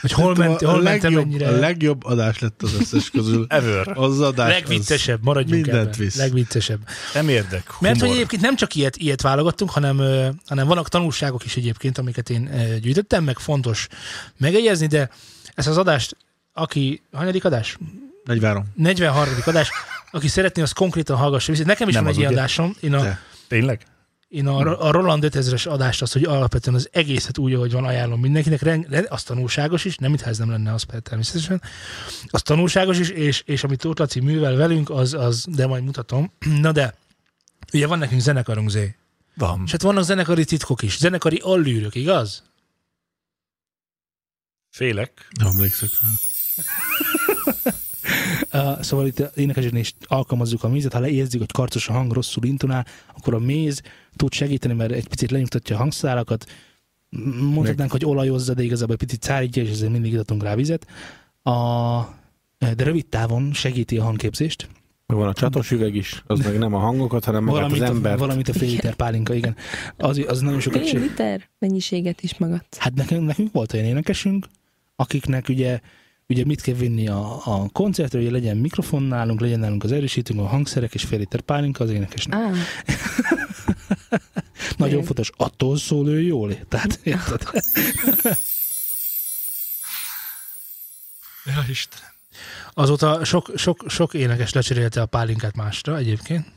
S1: hogy hol, ment,
S5: a,
S1: hol mentem
S5: legjobb,
S1: ennyire.
S5: a legjobb adás lett az összes közül.
S4: Ever.
S5: Az adás
S1: legviccesebb, maradjunk
S5: mindent
S1: ebben.
S5: visz.
S1: Legviccesebb.
S4: Nem érdek. Humor.
S1: Mert hogy egyébként nem csak ilyet, ilyet válogattunk, hanem, ö, hanem vannak tanulságok is egyébként, amiket én ö, gyűjtöttem, meg fontos megjegyezni, de ezt az adást, aki, hanyadik adás?
S5: Az 43.
S1: 43. adás, aki szeretné, az konkrétan hallgassa vissza. Nekem is
S4: Nem
S1: van
S4: az,
S1: egy ilyen
S4: ugye? Hm.
S1: adásom, én a,
S5: Te.
S4: Tényleg?
S1: Én a, a Roland 5000-es adást azt, hogy alapvetően az egészet úgy, ahogy van, ajánlom mindenkinek, ren- ren- az tanulságos is, nem mintha ez nem lenne az például természetesen, az tanulságos is, és, és amit Tóth Laci művel velünk, az, az, de majd mutatom. Na de, ugye van nekünk zenekarunk zé.
S4: Van.
S1: És hát vannak zenekari titkok is, zenekari allűrök, igaz?
S4: Félek.
S5: Nem emlékszek.
S6: Uh, szóval itt énekesen is alkalmazzuk a mézet, ha leérzik, hogy karcos a hang, rosszul intonál, akkor a méz tud segíteni, mert egy picit lenyugtatja a hangszálakat, M- mondhatnánk, hogy olajozza, de igazából egy picit szárítja, és ezért mindig adatunk rá vizet. A, de rövid távon segíti a hangképzést,
S7: Meg Van a csatos üveg is, az meg nem a hangokat, hanem magát
S6: valamint,
S7: az
S6: a,
S7: embert.
S6: valamint a fél liter pálinka, igen. Az, az nagyon sokat
S8: Fél
S6: segít.
S8: liter mennyiséget is magad.
S6: Hát nekünk, nekünk volt olyan énekesünk, akiknek ugye, ugye mit kell vinni a, a koncertre, hogy legyen mikrofon nálunk, legyen nálunk az erősítünk, a hangszerek és fél liter pálinka az énekesnek.
S8: Á,
S6: Nagyon
S8: Tényleg.
S6: fontos, attól szól ő jól. Tehát, érted?
S4: Ja, Istenem.
S1: Azóta sok, sok, sok énekes lecserélte a pálinkát másra egyébként.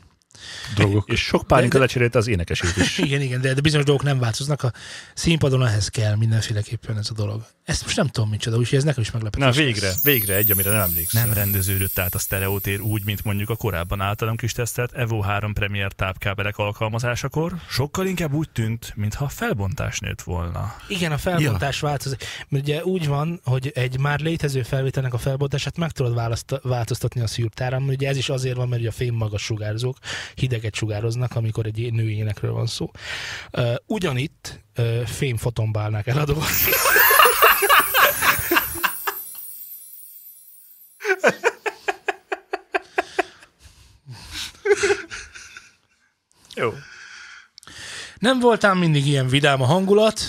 S5: Drogok.
S4: És sok pálinka lecserélte az énekesét is.
S1: Igen, igen, de, de bizonyos dolgok nem változnak. A színpadon ehhez kell mindenféleképpen ez a dolog. Ezt most nem tudom micsoda, úgyhogy ez nekem is meglepetés.
S4: Na végre, végre egy, amire nem emlékszem.
S2: Nem rendeződött át a sztereotér úgy, mint mondjuk a korábban általunk is tesztelt Evo 3 Premier tápkábelek alkalmazásakor, sokkal inkább úgy tűnt, mintha felbontás nőtt volna.
S1: Igen, a felbontás ja. változik. Mert ugye úgy van, hogy egy már létező felvételnek a felbontását meg tudod választ- változtatni a szűrtáram, ugye ez is azért van, mert ugye a fém magas sugárzók hideget sugároznak, amikor egy é- női énekről van szó. Uh, ugyanitt uh, fém fotombálnák eladó.
S4: Jó.
S1: Nem voltál mindig ilyen vidám a hangulat.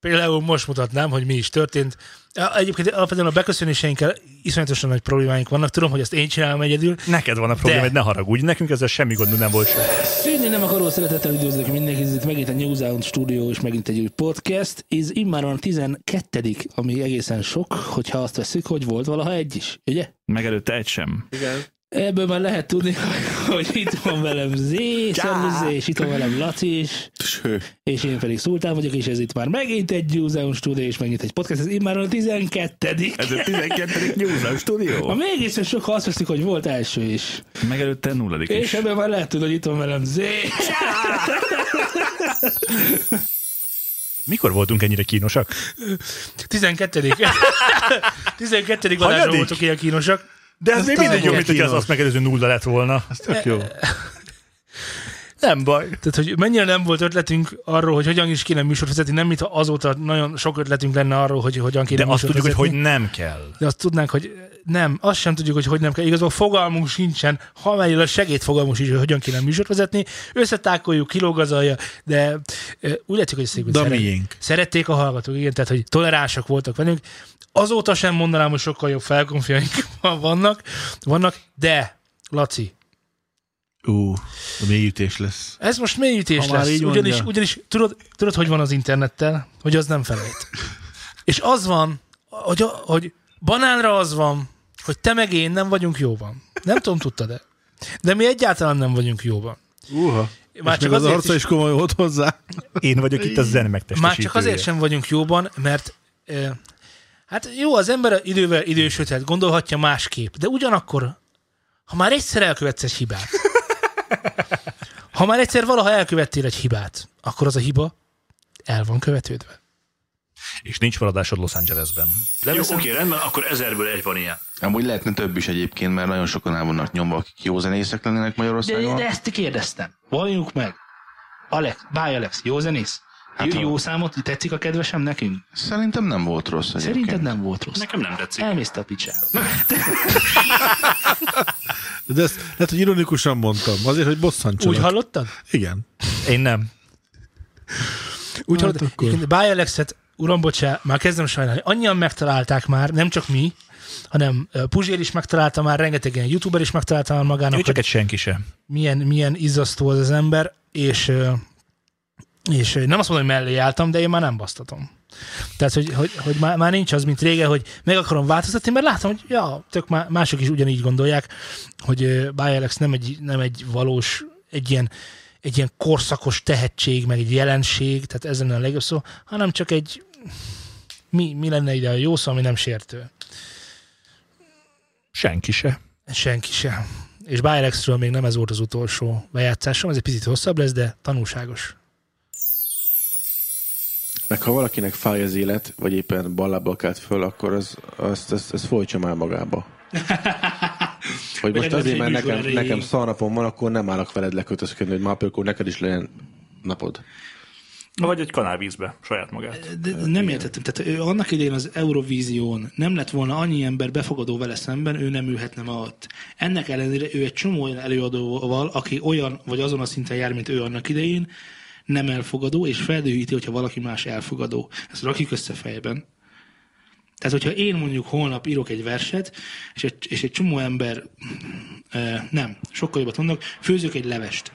S1: Például most mutatnám, hogy mi is történt. Ja, Egyébként alapvetően a beköszönéseinkkel iszonyatosan nagy problémáink vannak. Tudom, hogy ezt én csinálom egyedül.
S4: Neked van a probléma,
S1: De.
S4: hogy ne haragudj, nekünk ezzel semmi gondunk nem volt.
S6: Szűnni nem akaró szeretettel üdvözlök mindenkit, ez itt megint a New Zealand Studio és megint egy új podcast. Ez immáron a 12 ami egészen sok, hogyha azt veszük, hogy volt valaha egy is, ugye?
S2: Megelőtte egy sem.
S6: Ebből már lehet tudni, hogy itt van velem Zé, szervusz Zé, és itt van velem Laci is,
S7: Ső.
S6: és én pedig Szultán vagyok, és ez itt már megint egy New Zealand Studio és megint egy podcast, ez immáron a 12
S2: Ez a 12. New Zealand
S6: a
S2: Studio.
S6: még egészen sok, ha azt veszik, hogy volt első is.
S2: Megelőtte nulladik
S6: És
S2: is.
S6: ebben már lehet tudni, hogy itt van velem Zé.
S4: Mikor voltunk ennyire kínosak?
S1: 12. 12. adásban
S4: Hanyadik?
S1: voltok ilyen kínosak.
S4: De ez még
S1: talán
S4: mindig jó,
S1: volt
S4: mint hogy az
S1: kínos.
S4: azt megelőző nulla lett volna.
S5: Tök jó.
S4: Nem baj.
S1: Tehát, hogy mennyire nem volt ötletünk arról, hogy hogyan is kéne műsort vezetni, nem mintha azóta nagyon sok ötletünk lenne arról, hogy hogyan kéne
S4: De azt
S1: műsort
S4: tudjuk, hogy
S1: vezetni.
S4: hogy nem kell.
S1: De azt tudnánk, hogy nem, azt sem tudjuk, hogy hogy nem kell. Igazából fogalmunk sincsen, ha mellől a segédfogalmunk sincs, hogy hogyan kéne műsort vezetni. Összetákoljuk, kilógazalja, de ö, úgy látszik, hogy szép,
S5: De a miénk.
S1: szerették a hallgatók, igen, tehát, hogy toleránsak voltak velünk. Azóta sem mondanám, hogy sokkal jobb felkonfiaink vannak, vannak, de Laci,
S5: Ú, a mélyütés lesz.
S1: ez most mélyütés
S5: Ha már
S1: lesz,
S5: így
S1: ugyanis,
S5: mondja.
S1: ugyanis tudod, tudod, hogy van az internettel, hogy az nem felejt. És az van, hogy, hogy banánra az van, hogy te meg én nem vagyunk jóban. Nem tudom, tudtad-e? De mi egyáltalán nem vagyunk jóban.
S5: Uha.
S1: Már
S5: és
S1: csak
S5: még az
S1: azért
S5: arca
S1: is-
S5: is komoly volt hozzá.
S4: Én vagyok itt a zen
S1: Már
S4: megtestesítője.
S1: csak azért sem vagyunk jóban, mert e, hát jó, az ember idővel idősödhet, gondolhatja másképp, de ugyanakkor, ha már egyszer elkövetsz egy hibát, ha már egyszer valaha elkövettél egy hibát, akkor az a hiba el van követődve.
S4: És nincs maradásod Los Angelesben.
S9: Jó, oké, rendben, akkor ezerből egy van ilyen.
S10: Amúgy lehetne több is egyébként, mert nagyon sokan el vannak nyomva, akik jó zenészek lennének Magyarországon.
S6: ezt te kérdeztem. Valljuk meg. Alex, báj Alex, jó zenész?
S10: Hát, ha-
S6: számot, tetszik a kedvesem nekünk?
S10: Szerintem nem volt rossz egyébként.
S6: Szerinted nem volt rossz.
S9: Nekem nem tetszik.
S6: Elmész te a picsába.
S5: De ezt lehet, hogy ironikusan mondtam. Azért, hogy bosszantsanak.
S1: Úgy hallottad?
S5: Igen.
S4: Én nem.
S1: Úgy
S5: Hát
S1: hát hallottad?
S5: akkor.
S1: Egyébként Báj Alexet, hát, uram, bocsá, már kezdem sajnálni, annyian megtalálták már, nem csak mi, hanem ö, Puzsér is megtalálta már, rengetegen youtuber is megtalálta már magának,
S4: Ő
S1: hogy
S4: csak egy senki sem.
S1: milyen, milyen izzasztó az az ember, és, ö, és ö, nem azt mondom, hogy mellé álltam, de én már nem basztatom. Tehát, hogy, hogy, hogy már, már nincs az, mint régen, hogy meg akarom változtatni, mert látom, hogy ja, tök má- mások is ugyanígy gondolják, hogy ö, Báj Alex nem egy, nem egy valós, egy ilyen egy ilyen korszakos tehetség, meg egy jelenség, tehát ez lenne a legjobb szó, hanem csak egy mi, mi lenne ide a jó szó, ami nem sértő.
S6: Senki se.
S1: Senki sem. És Byrexről még nem ez volt az utolsó bejátszásom, ez egy picit hosszabb lesz, de tanulságos.
S10: Meg ha valakinek fáj az élet, vagy éppen ballábbal kelt föl, akkor az, azt, ezt, ezt folytsa már magába. Hogy most
S11: Legyen az
S10: azért, mert
S11: egy
S10: nekem,
S11: műsor
S10: nekem
S11: elejéig.
S10: szarnapom van, akkor nem állok veled lekötözködni, hogy ma akkor neked is legyen napod.
S2: Vagy egy kanálvízbe, saját magát.
S11: De nem értettem. Tehát ő annak idején az Eurovízión nem lett volna annyi ember befogadó vele szemben, ő nem ülhetne ma ott. Ennek ellenére ő egy csomó olyan előadóval, aki olyan vagy azon a szinten jár, mint ő annak idején, nem elfogadó, és feldőhíti, hogyha valaki más elfogadó. Ezt rakjuk össze fejben. Tehát, hogyha én mondjuk holnap írok egy verset, és egy, és egy csomó ember, ö, nem, sokkal jobbat mondok, főzök egy levest.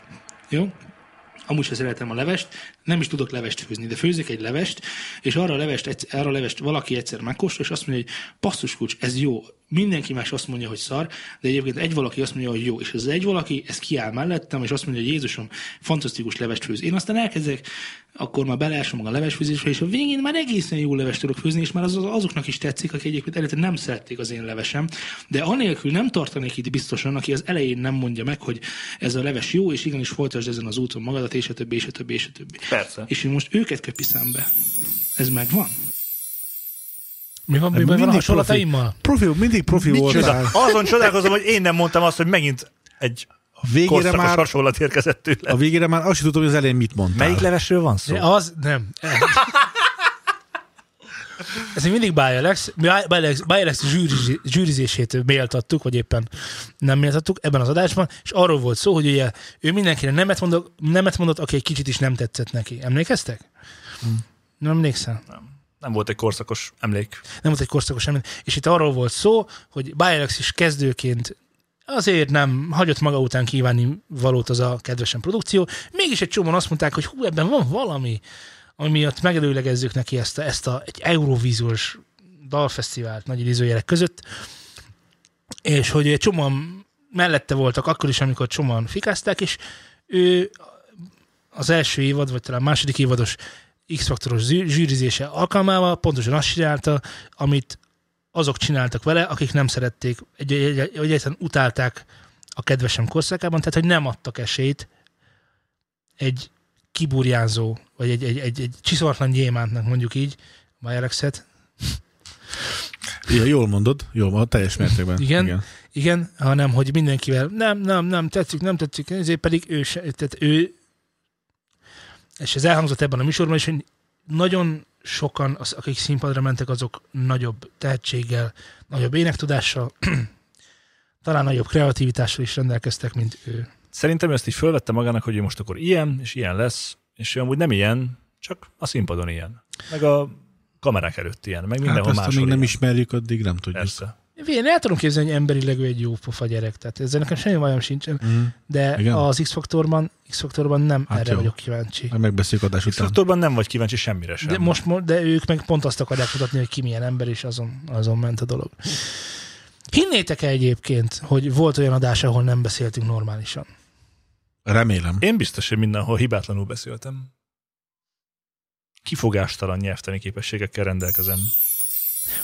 S11: Jó? amúgy sem szeretem a levest, nem is tudok levest főzni, de főzök egy levest, és arra a levest, egyszer- arra a levest valaki egyszer megkóstol, és azt mondja, hogy passzus kulcs, ez jó. Mindenki más azt mondja, hogy szar, de egyébként egy valaki azt mondja, hogy jó, és az egy valaki, ez kiáll mellettem, és azt mondja, hogy Jézusom, fantasztikus levest főz. Én aztán elkezdek, akkor már beleásom maga a levesfőzésbe, és a végén már egészen jó levest tudok főzni, és már az, az azoknak is tetszik, akik egyébként eredetileg nem szerették az én levesem, de anélkül nem tartanék itt biztosan, aki az elején nem mondja meg, hogy ez a leves jó, és igenis folytasd ezen az úton magadat, és a többi, és a többi, és a többi.
S2: Persze.
S11: És én most őket köpi szembe. Ez megvan.
S1: Mi van, mi
S3: Hát Mindig
S1: van a
S3: profi.
S1: hasonlataimmal?
S3: Profi, mindig profi voltál.
S2: Csoda. Azon csodálkozom, hogy én nem mondtam azt, hogy megint egy
S3: A végére,
S2: korszakos már...
S3: már,
S2: hasonlat érkezett tőle.
S3: a végére már azt sem tudom, hogy az elején mit mondtál.
S2: Melyik levesről van szó?
S1: De az nem. Ez még mindig Bajelex. Mi Bajelex zsűrizi- zsűrizését méltattuk, vagy éppen nem méltattuk ebben az adásban, és arról volt szó, hogy ugye ő mindenkire nemet mondott, nemet mondott aki egy kicsit is nem tetszett neki. Emlékeztek? Nem emlékszem.
S2: Nem volt egy korszakos emlék.
S1: nem volt egy korszakos emlék. És itt arról volt szó, hogy Bajelex is kezdőként azért nem hagyott maga után kívánni valót az a kedvesen produkció, mégis egy csomóan azt mondták, hogy hú, ebben van valami, ami miatt megelőlegezzük neki ezt a, ezt a egy eurovíziós dalfesztivált nagy idézőjelek között, és hogy egy csomóan mellette voltak akkor is, amikor csomóan fikázták, és ő az első évad, vagy talán második évados X-faktoros zű- zsűrizése alkalmával pontosan azt csinálta, amit azok csináltak vele, akik nem szerették, egy, egy, egy, egyáltalán utálták a kedvesem korszakában, tehát hogy nem adtak esélyt egy kiburjánzó, vagy egy, egy, egy, egy csiszolatlan gyémántnak mondjuk így, Bajerexet,
S3: Ja, jól mondod, jól mondod, teljes mértékben.
S1: Igen. igen, hanem hogy mindenkivel nem, nem, nem, tetszik, nem tetszik, ezért pedig ő, se, tehát ő és ez elhangzott ebben a műsorban is, hogy nagyon sokan, az, akik színpadra mentek, azok nagyobb tehetséggel, nagyobb énektudással, talán nagyobb kreativitással is rendelkeztek, mint ő.
S2: Szerintem ő ezt így fölvette magának, hogy ő most akkor ilyen, és ilyen lesz, és ő amúgy nem ilyen, csak a színpadon ilyen. Meg a kamerák előtt ilyen, meg
S3: Hát
S2: mindenhol hát
S3: ezt,
S2: máshol
S3: amíg
S2: ilyen.
S3: nem ismerjük, addig nem tudjuk.
S2: Persze.
S1: Én el tudom képzelni, hogy emberileg ő egy jó pofa gyerek, tehát ezzel nekem semmi bajom sincsen,
S3: Mm.
S1: de
S3: Igen.
S1: Igen. az X-faktorban, X-faktorban nem hát
S3: Hát
S1: erre
S3: jó.
S1: jó. vagyok kíváncsi.
S3: Majd megbeszéljük adás után.
S2: Szoktorban Szóval nem vagy kíváncsi semmire sem.
S1: De, most, mo- de ők meg pont azt akarják mutatni, hogy ki milyen ember, és azon, azon ment a dolog. hinnétek -e egyébként, hogy volt olyan adás, ahol nem beszéltünk normálisan?
S3: Remélem.
S2: Én biztos, hogy mindenhol hibátlanul beszéltem. Kifogástalan nyelvtani képességekkel rendelkezem.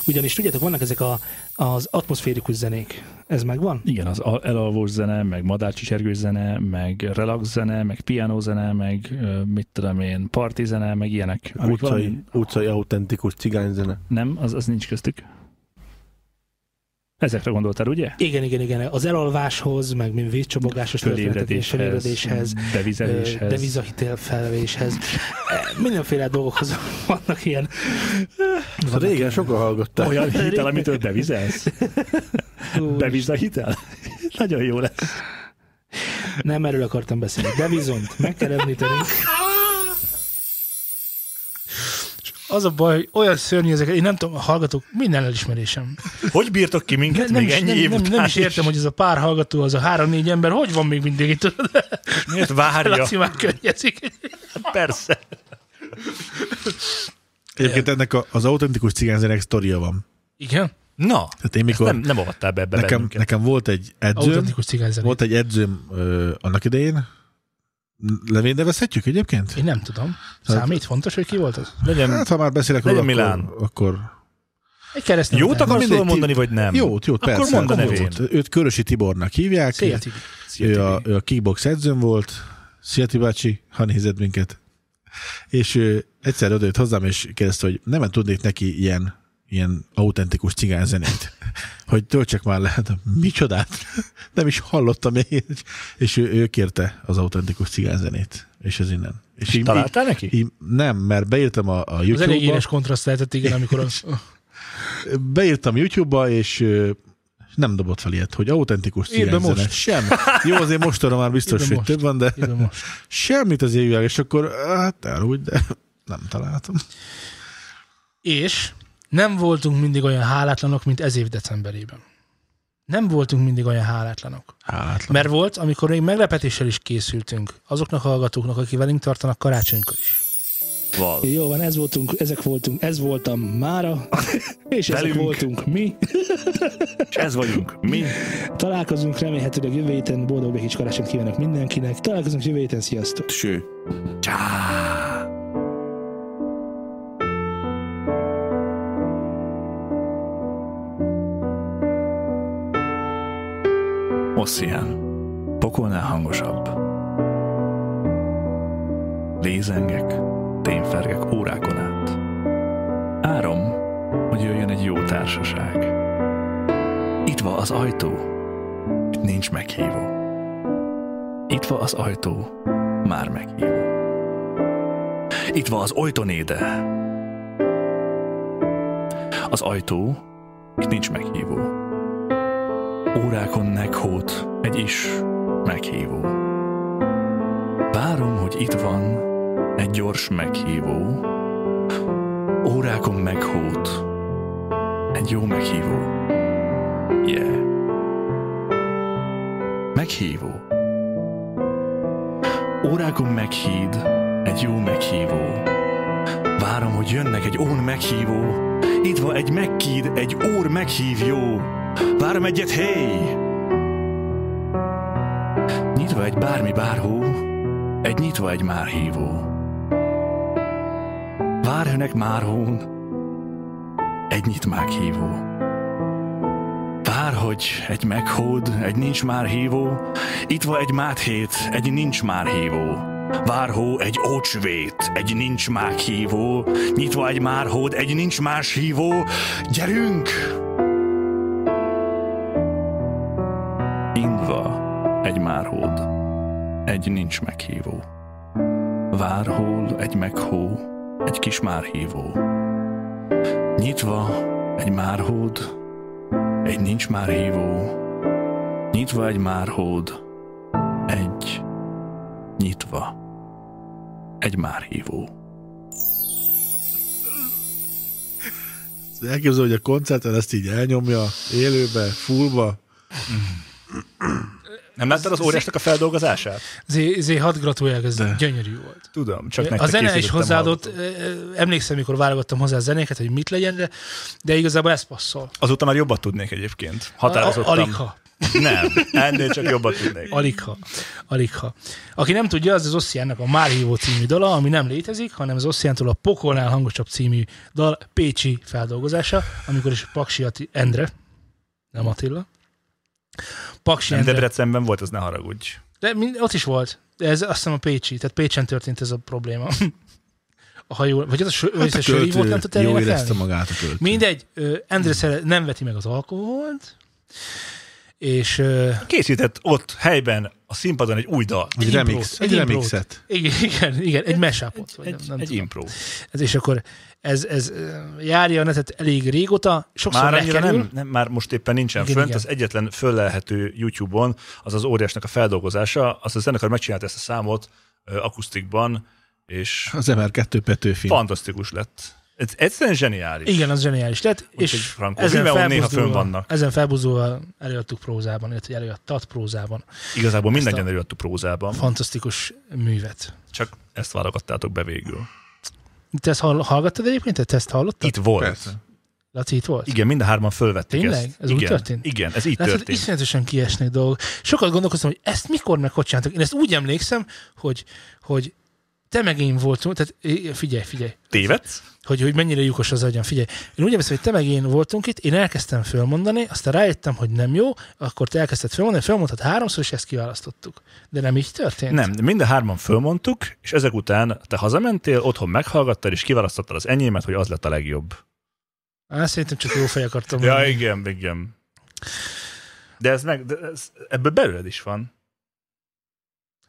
S11: Ugyanis tudjátok, vannak ezek a, az atmoszférikus zenék. Ez megvan?
S6: Igen, az al- elalvós zene, meg madácsi sergős zene, meg relax zene, meg piano zene, meg ö, mit tudom én, parti zene, meg ilyenek. Amik valami-
S10: Utcai, utcai autentikus cigányzene.
S3: Hát
S6: Nem, az, az nincs köztük. Ezekre gondoltál, ugye?
S11: Igen, igen, igen. Az elalváshoz, meg mi vízcsobogáshoz,
S6: Fölébredéshez,
S11: fölébredéshez,
S6: bevizeléshez.
S11: Ö, devizahitel felvéshez. Mindenféle dolgokhoz vannak ilyen.
S10: Szóval régen sokan hallgatták.
S6: Olyan hitel, amitől bevizelsz? Beviz a hitel? Nagyon jó lesz.
S11: Nem erről akartam beszélni. Devizont meg kell említeni.
S1: Az a baj, hogy olyan szörnyű ezeket, én nem tudom, a hallgatók, minden elismerésem.
S2: Hogy bírtok ki minket
S1: nem,
S2: még
S1: is,
S2: ennyi
S1: nem,
S2: év
S1: nem,
S2: után
S1: nem is értem, hogy ez a pár hallgató, az a három-négy ember, hogy van még mindig itt?
S2: Miért várja?
S1: Laci már könnyezik.
S2: Persze.
S3: Egyébként ennek a, az autentikus cigányzenek sztoria van.
S1: Igen?
S2: Na,
S3: Tehát én mikor...
S2: nem, nem avattál be ebbe
S3: nekem,
S2: bennünket.
S3: nekem volt egy edzőm,
S1: Autentikus cigányzenék.
S3: volt egy edzőm ö, annak idején, Levénde veszhetjük egyébként?
S1: Én nem tudom. Számít fontos, hogy ki volt az?
S12: Legyen
S3: Hát, ha már beszélek róla,
S12: Legyen
S3: akkor,
S12: Milán.
S3: akkor
S1: Egy keresztény.
S12: jót akarsz
S3: mindegy,
S12: róla
S3: ti-
S12: mondani, vagy nem?
S3: Jót, jót,
S12: Akkor
S3: persze.
S12: mondd a nevén.
S3: Jót. Őt Körösi Tibornak hívják.
S1: Szia, Tibi.
S3: ő, a, ő a kickbox edzőm volt. Szia Tibácsi, ha nézed minket. És ő egyszer odajött hozzám, és kérdezte, hogy nem tudnék neki ilyen, ilyen autentikus cigány zenét. Hogy töltsek már le, de micsodát? Nem is hallottam én. És ő, ő kérte az autentikus cigány zenét. És ez innen. És így,
S12: Találtál neki?
S3: így, nem, mert beírtam a, a
S1: Az elég
S3: YouTube-ba.
S1: éles kontraszt lehetett, igen, amikor az...
S3: beírtam YouTube-ba, és ö, nem dobott fel ilyet, hogy autentikus
S1: Írd be
S3: cigányzene.
S1: most.
S3: Sem. Jó, azért mostanra már biztos,
S1: Írd be
S3: hogy
S1: most.
S3: több van, de
S1: Írd be most.
S3: semmit az évvel, és akkor hát elúgy, de nem találtam.
S1: És nem voltunk mindig olyan hálátlanok, mint ez év decemberében. Nem voltunk mindig olyan hálátlanok.
S3: Hálátlan.
S1: Mert volt, amikor még meglepetéssel is készültünk. Azoknak a hallgatóknak, akik velünk tartanak karácsonykor is.
S12: Val.
S13: Jó van, ez voltunk, ezek voltunk, ez voltam mára, és ezek
S12: Velünk.
S13: voltunk mi.
S12: És ez vagyunk. Mi?
S13: Találkozunk remélhetőleg jövő héten, boldog békés karácsonyt kívánok mindenkinek. Találkozunk jövő héten, sziasztok!
S14: Ső.
S2: Osszián. Pokolnál hangosabb. Lézengek, tényfergek órákon át. Árom, hogy jöjjön egy jó társaság. Itt van az ajtó. Itt nincs meghívó. Itt van az ajtó. Már meghívó. Itt van az ojtonéde. Az ajtó. Itt nincs meghívó. Órákon nekhót, egy is meghívó. Várom, hogy itt van egy gyors meghívó. Órákon meghót, egy jó meghívó. Yeah. Meghívó. Órákon meghíd, egy jó meghívó. Várom, hogy jönnek egy ón meghívó. Itt van egy megkíd, egy ór meghívjó. Várom egyet, hey! Nyitva egy bármi bárhó, egy nyitva egy már hívó. Várhőnek már hón, egy nyit már hívó. Vár, hogy egy meghód, egy nincs már hívó, itt van egy máthét, egy nincs már hívó. Várhó, egy ócsvét, egy nincs már hívó, nyitva egy márhód, egy nincs más hívó, gyerünk! Indva egy márhód, egy nincs meghívó. Várhol egy meghó, egy kis márhívó. Nyitva egy márhód, egy nincs már hívó. Nyitva egy márhód, egy nyitva, egy márhívó.
S3: Elképzelő, hogy a koncerten ezt így elnyomja, élőbe, fullba.
S12: Nem láttad az óriásnak a feldolgozását?
S1: Zé, zé hadd gratuláljak, ez De. gyönyörű volt.
S12: Tudom, csak
S1: A
S12: nektek
S1: zene is
S12: készítettem
S1: hozzáadott,
S12: hallgatók.
S1: ö, emlékszem, mikor válogattam hozzá a zenéket, hogy mit legyen, de, de igazából ez passzol.
S12: Azóta már jobbat tudnék egyébként.
S1: A-
S12: Határozottan.
S1: Aligha,
S12: Nem, ennél csak jobbat tudnék.
S1: aligha, aligha. Aki nem tudja, az az Ossziánnak a Már hívó című dala, ami nem létezik, hanem az Ossziántól a Pokolnál hangosabb című dal Pécsi feldolgozása, amikor is Paksi Ati- Endre, nem Attila, Paksi
S12: Nem,
S1: Endre,
S12: Debrecenben volt, az ne haragudj.
S1: de mind, ott is volt, de ez azt hiszem a Pécsi, tehát Pécsen történt ez a probléma. A hajó, vagy az a, sö, hát a, a söri volt, nem tudta
S3: jó
S1: elénekelni?
S3: érezte magát a költő.
S1: Mindegy, ö, Endre szere- nem veti meg az alkoholt, és ö,
S12: Készített ott helyben a színpadon egy új dal.
S3: Egy
S1: imprót,
S3: remix, egy
S1: egy imprót.
S3: remixet.
S1: igen, igen, igen egy mesapot. Vagy nem,
S12: Egy,
S1: nem
S12: egy
S1: tudom.
S12: impro.
S1: Ez, és akkor ez, ez ö, járja a netet elég régóta, sokszor
S12: Már annyira
S1: lekerül.
S12: nem, nem, már most éppen nincsen
S1: Igen,
S12: igen, fönt,
S1: igen.
S12: az egyetlen föllelhető YouTube-on, az az óriásnak a feldolgozása, azt a zenekar megcsinálta ezt a számot ö, akusztikban, és
S3: Az MR2 Petőfi.
S12: fantasztikus lett. Ez egyszerűen zseniális.
S1: Igen, az zseniális lett, és
S12: Frankó,
S1: ezen
S12: Vimeon néha
S1: felbuzdulva-
S12: fönn vannak.
S1: Ezen felbuzulva előadtuk prózában, illetve előadtad prózában.
S12: Igazából minden
S1: Ezt a-
S12: előadtuk prózában,
S1: Fantasztikus művet.
S12: csak ezt válogattátok be végül.
S1: Te ezt hall- hallgattad egyébként? Te ezt hallottad?
S12: Itt volt.
S3: Persze.
S4: Laci itt volt?
S15: Igen, mind a hárman fölvették
S4: Tényleg?
S15: ezt.
S4: Ez
S15: igen,
S4: úgy történt?
S15: Igen, ez így
S4: Látod,
S15: történt.
S4: iszonyatosan kiesnek dolgok. Sokat gondolkoztam, hogy ezt mikor meg hogy csináltak. Én ezt úgy emlékszem, hogy, hogy te meg én voltunk, tehát é, figyelj, figyelj,
S15: Tévedsz?
S4: hogy, hogy mennyire lyukos az agyam, figyelj. Én úgy emlékszem, hogy te meg én voltunk itt, én elkezdtem fölmondani, aztán rájöttem, hogy nem jó, akkor te elkezdted fölmondani, fölmondtad háromszor, és ezt kiválasztottuk. De nem így történt?
S15: Nem, mind a hárman fölmondtuk, és ezek után te hazamentél, otthon meghallgattad, és kiválasztottad az enyémet, hogy az lett a legjobb.
S4: Á, szerintem csak jó fej akartam
S15: Ja,
S4: mondani.
S15: igen, igen. De ez meg, de ez, ebből belőled is van.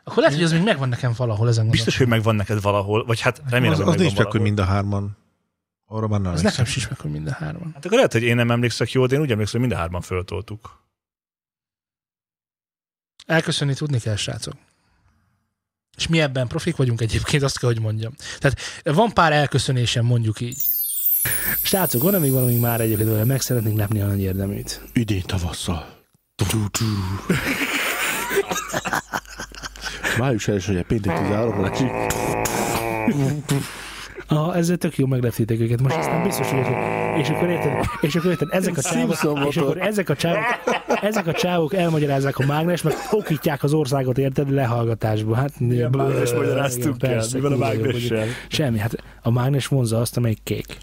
S4: Akkor lehet, hogy ez még megvan nekem valahol ezen
S15: Biztos, hogy megvan neked valahol, vagy hát remélem,
S16: az,
S15: hogy
S16: az
S15: megvan
S16: nincs meg, hogy
S15: valahol.
S16: mind a hárman. Arra már nem
S4: Ez nekem sincs meg, hogy mind a hárman.
S15: Hát akkor lehet, hogy én nem emlékszek jól, de én úgy emlékszem, hogy mind a hárman föltoltuk.
S4: Elköszönni tudni kell, srácok. És mi ebben profik vagyunk egyébként, azt kell, hogy mondjam. Tehát van pár elköszönésem, mondjuk így.
S1: Srácok, van még valami már egyébként, amivel meg szeretnénk lepni a nagy érdeműt?
S3: Idén tavasszal. Tu-tu-tu. Május elsője, péntek 13 esik.
S1: Ah, ezzel tök jó megleptétek őket, most aztán biztos, hogy... És akkor érted, és akkor érted, ezek a csávok,
S3: Simpson
S1: és akkor
S3: motor.
S1: ezek a csávok, ezek a csávok elmagyarázzák a mágnes, mert okítják az országot, érted, lehallgatásba. Hát,
S15: Ilyen mágnes
S1: Igen,
S15: magyaráztunk el,
S1: persze,
S15: mivel a
S1: kurva jó, hogy-
S15: mágnessel.
S1: Semmi, hát a mágnes vonza azt, amelyik kék.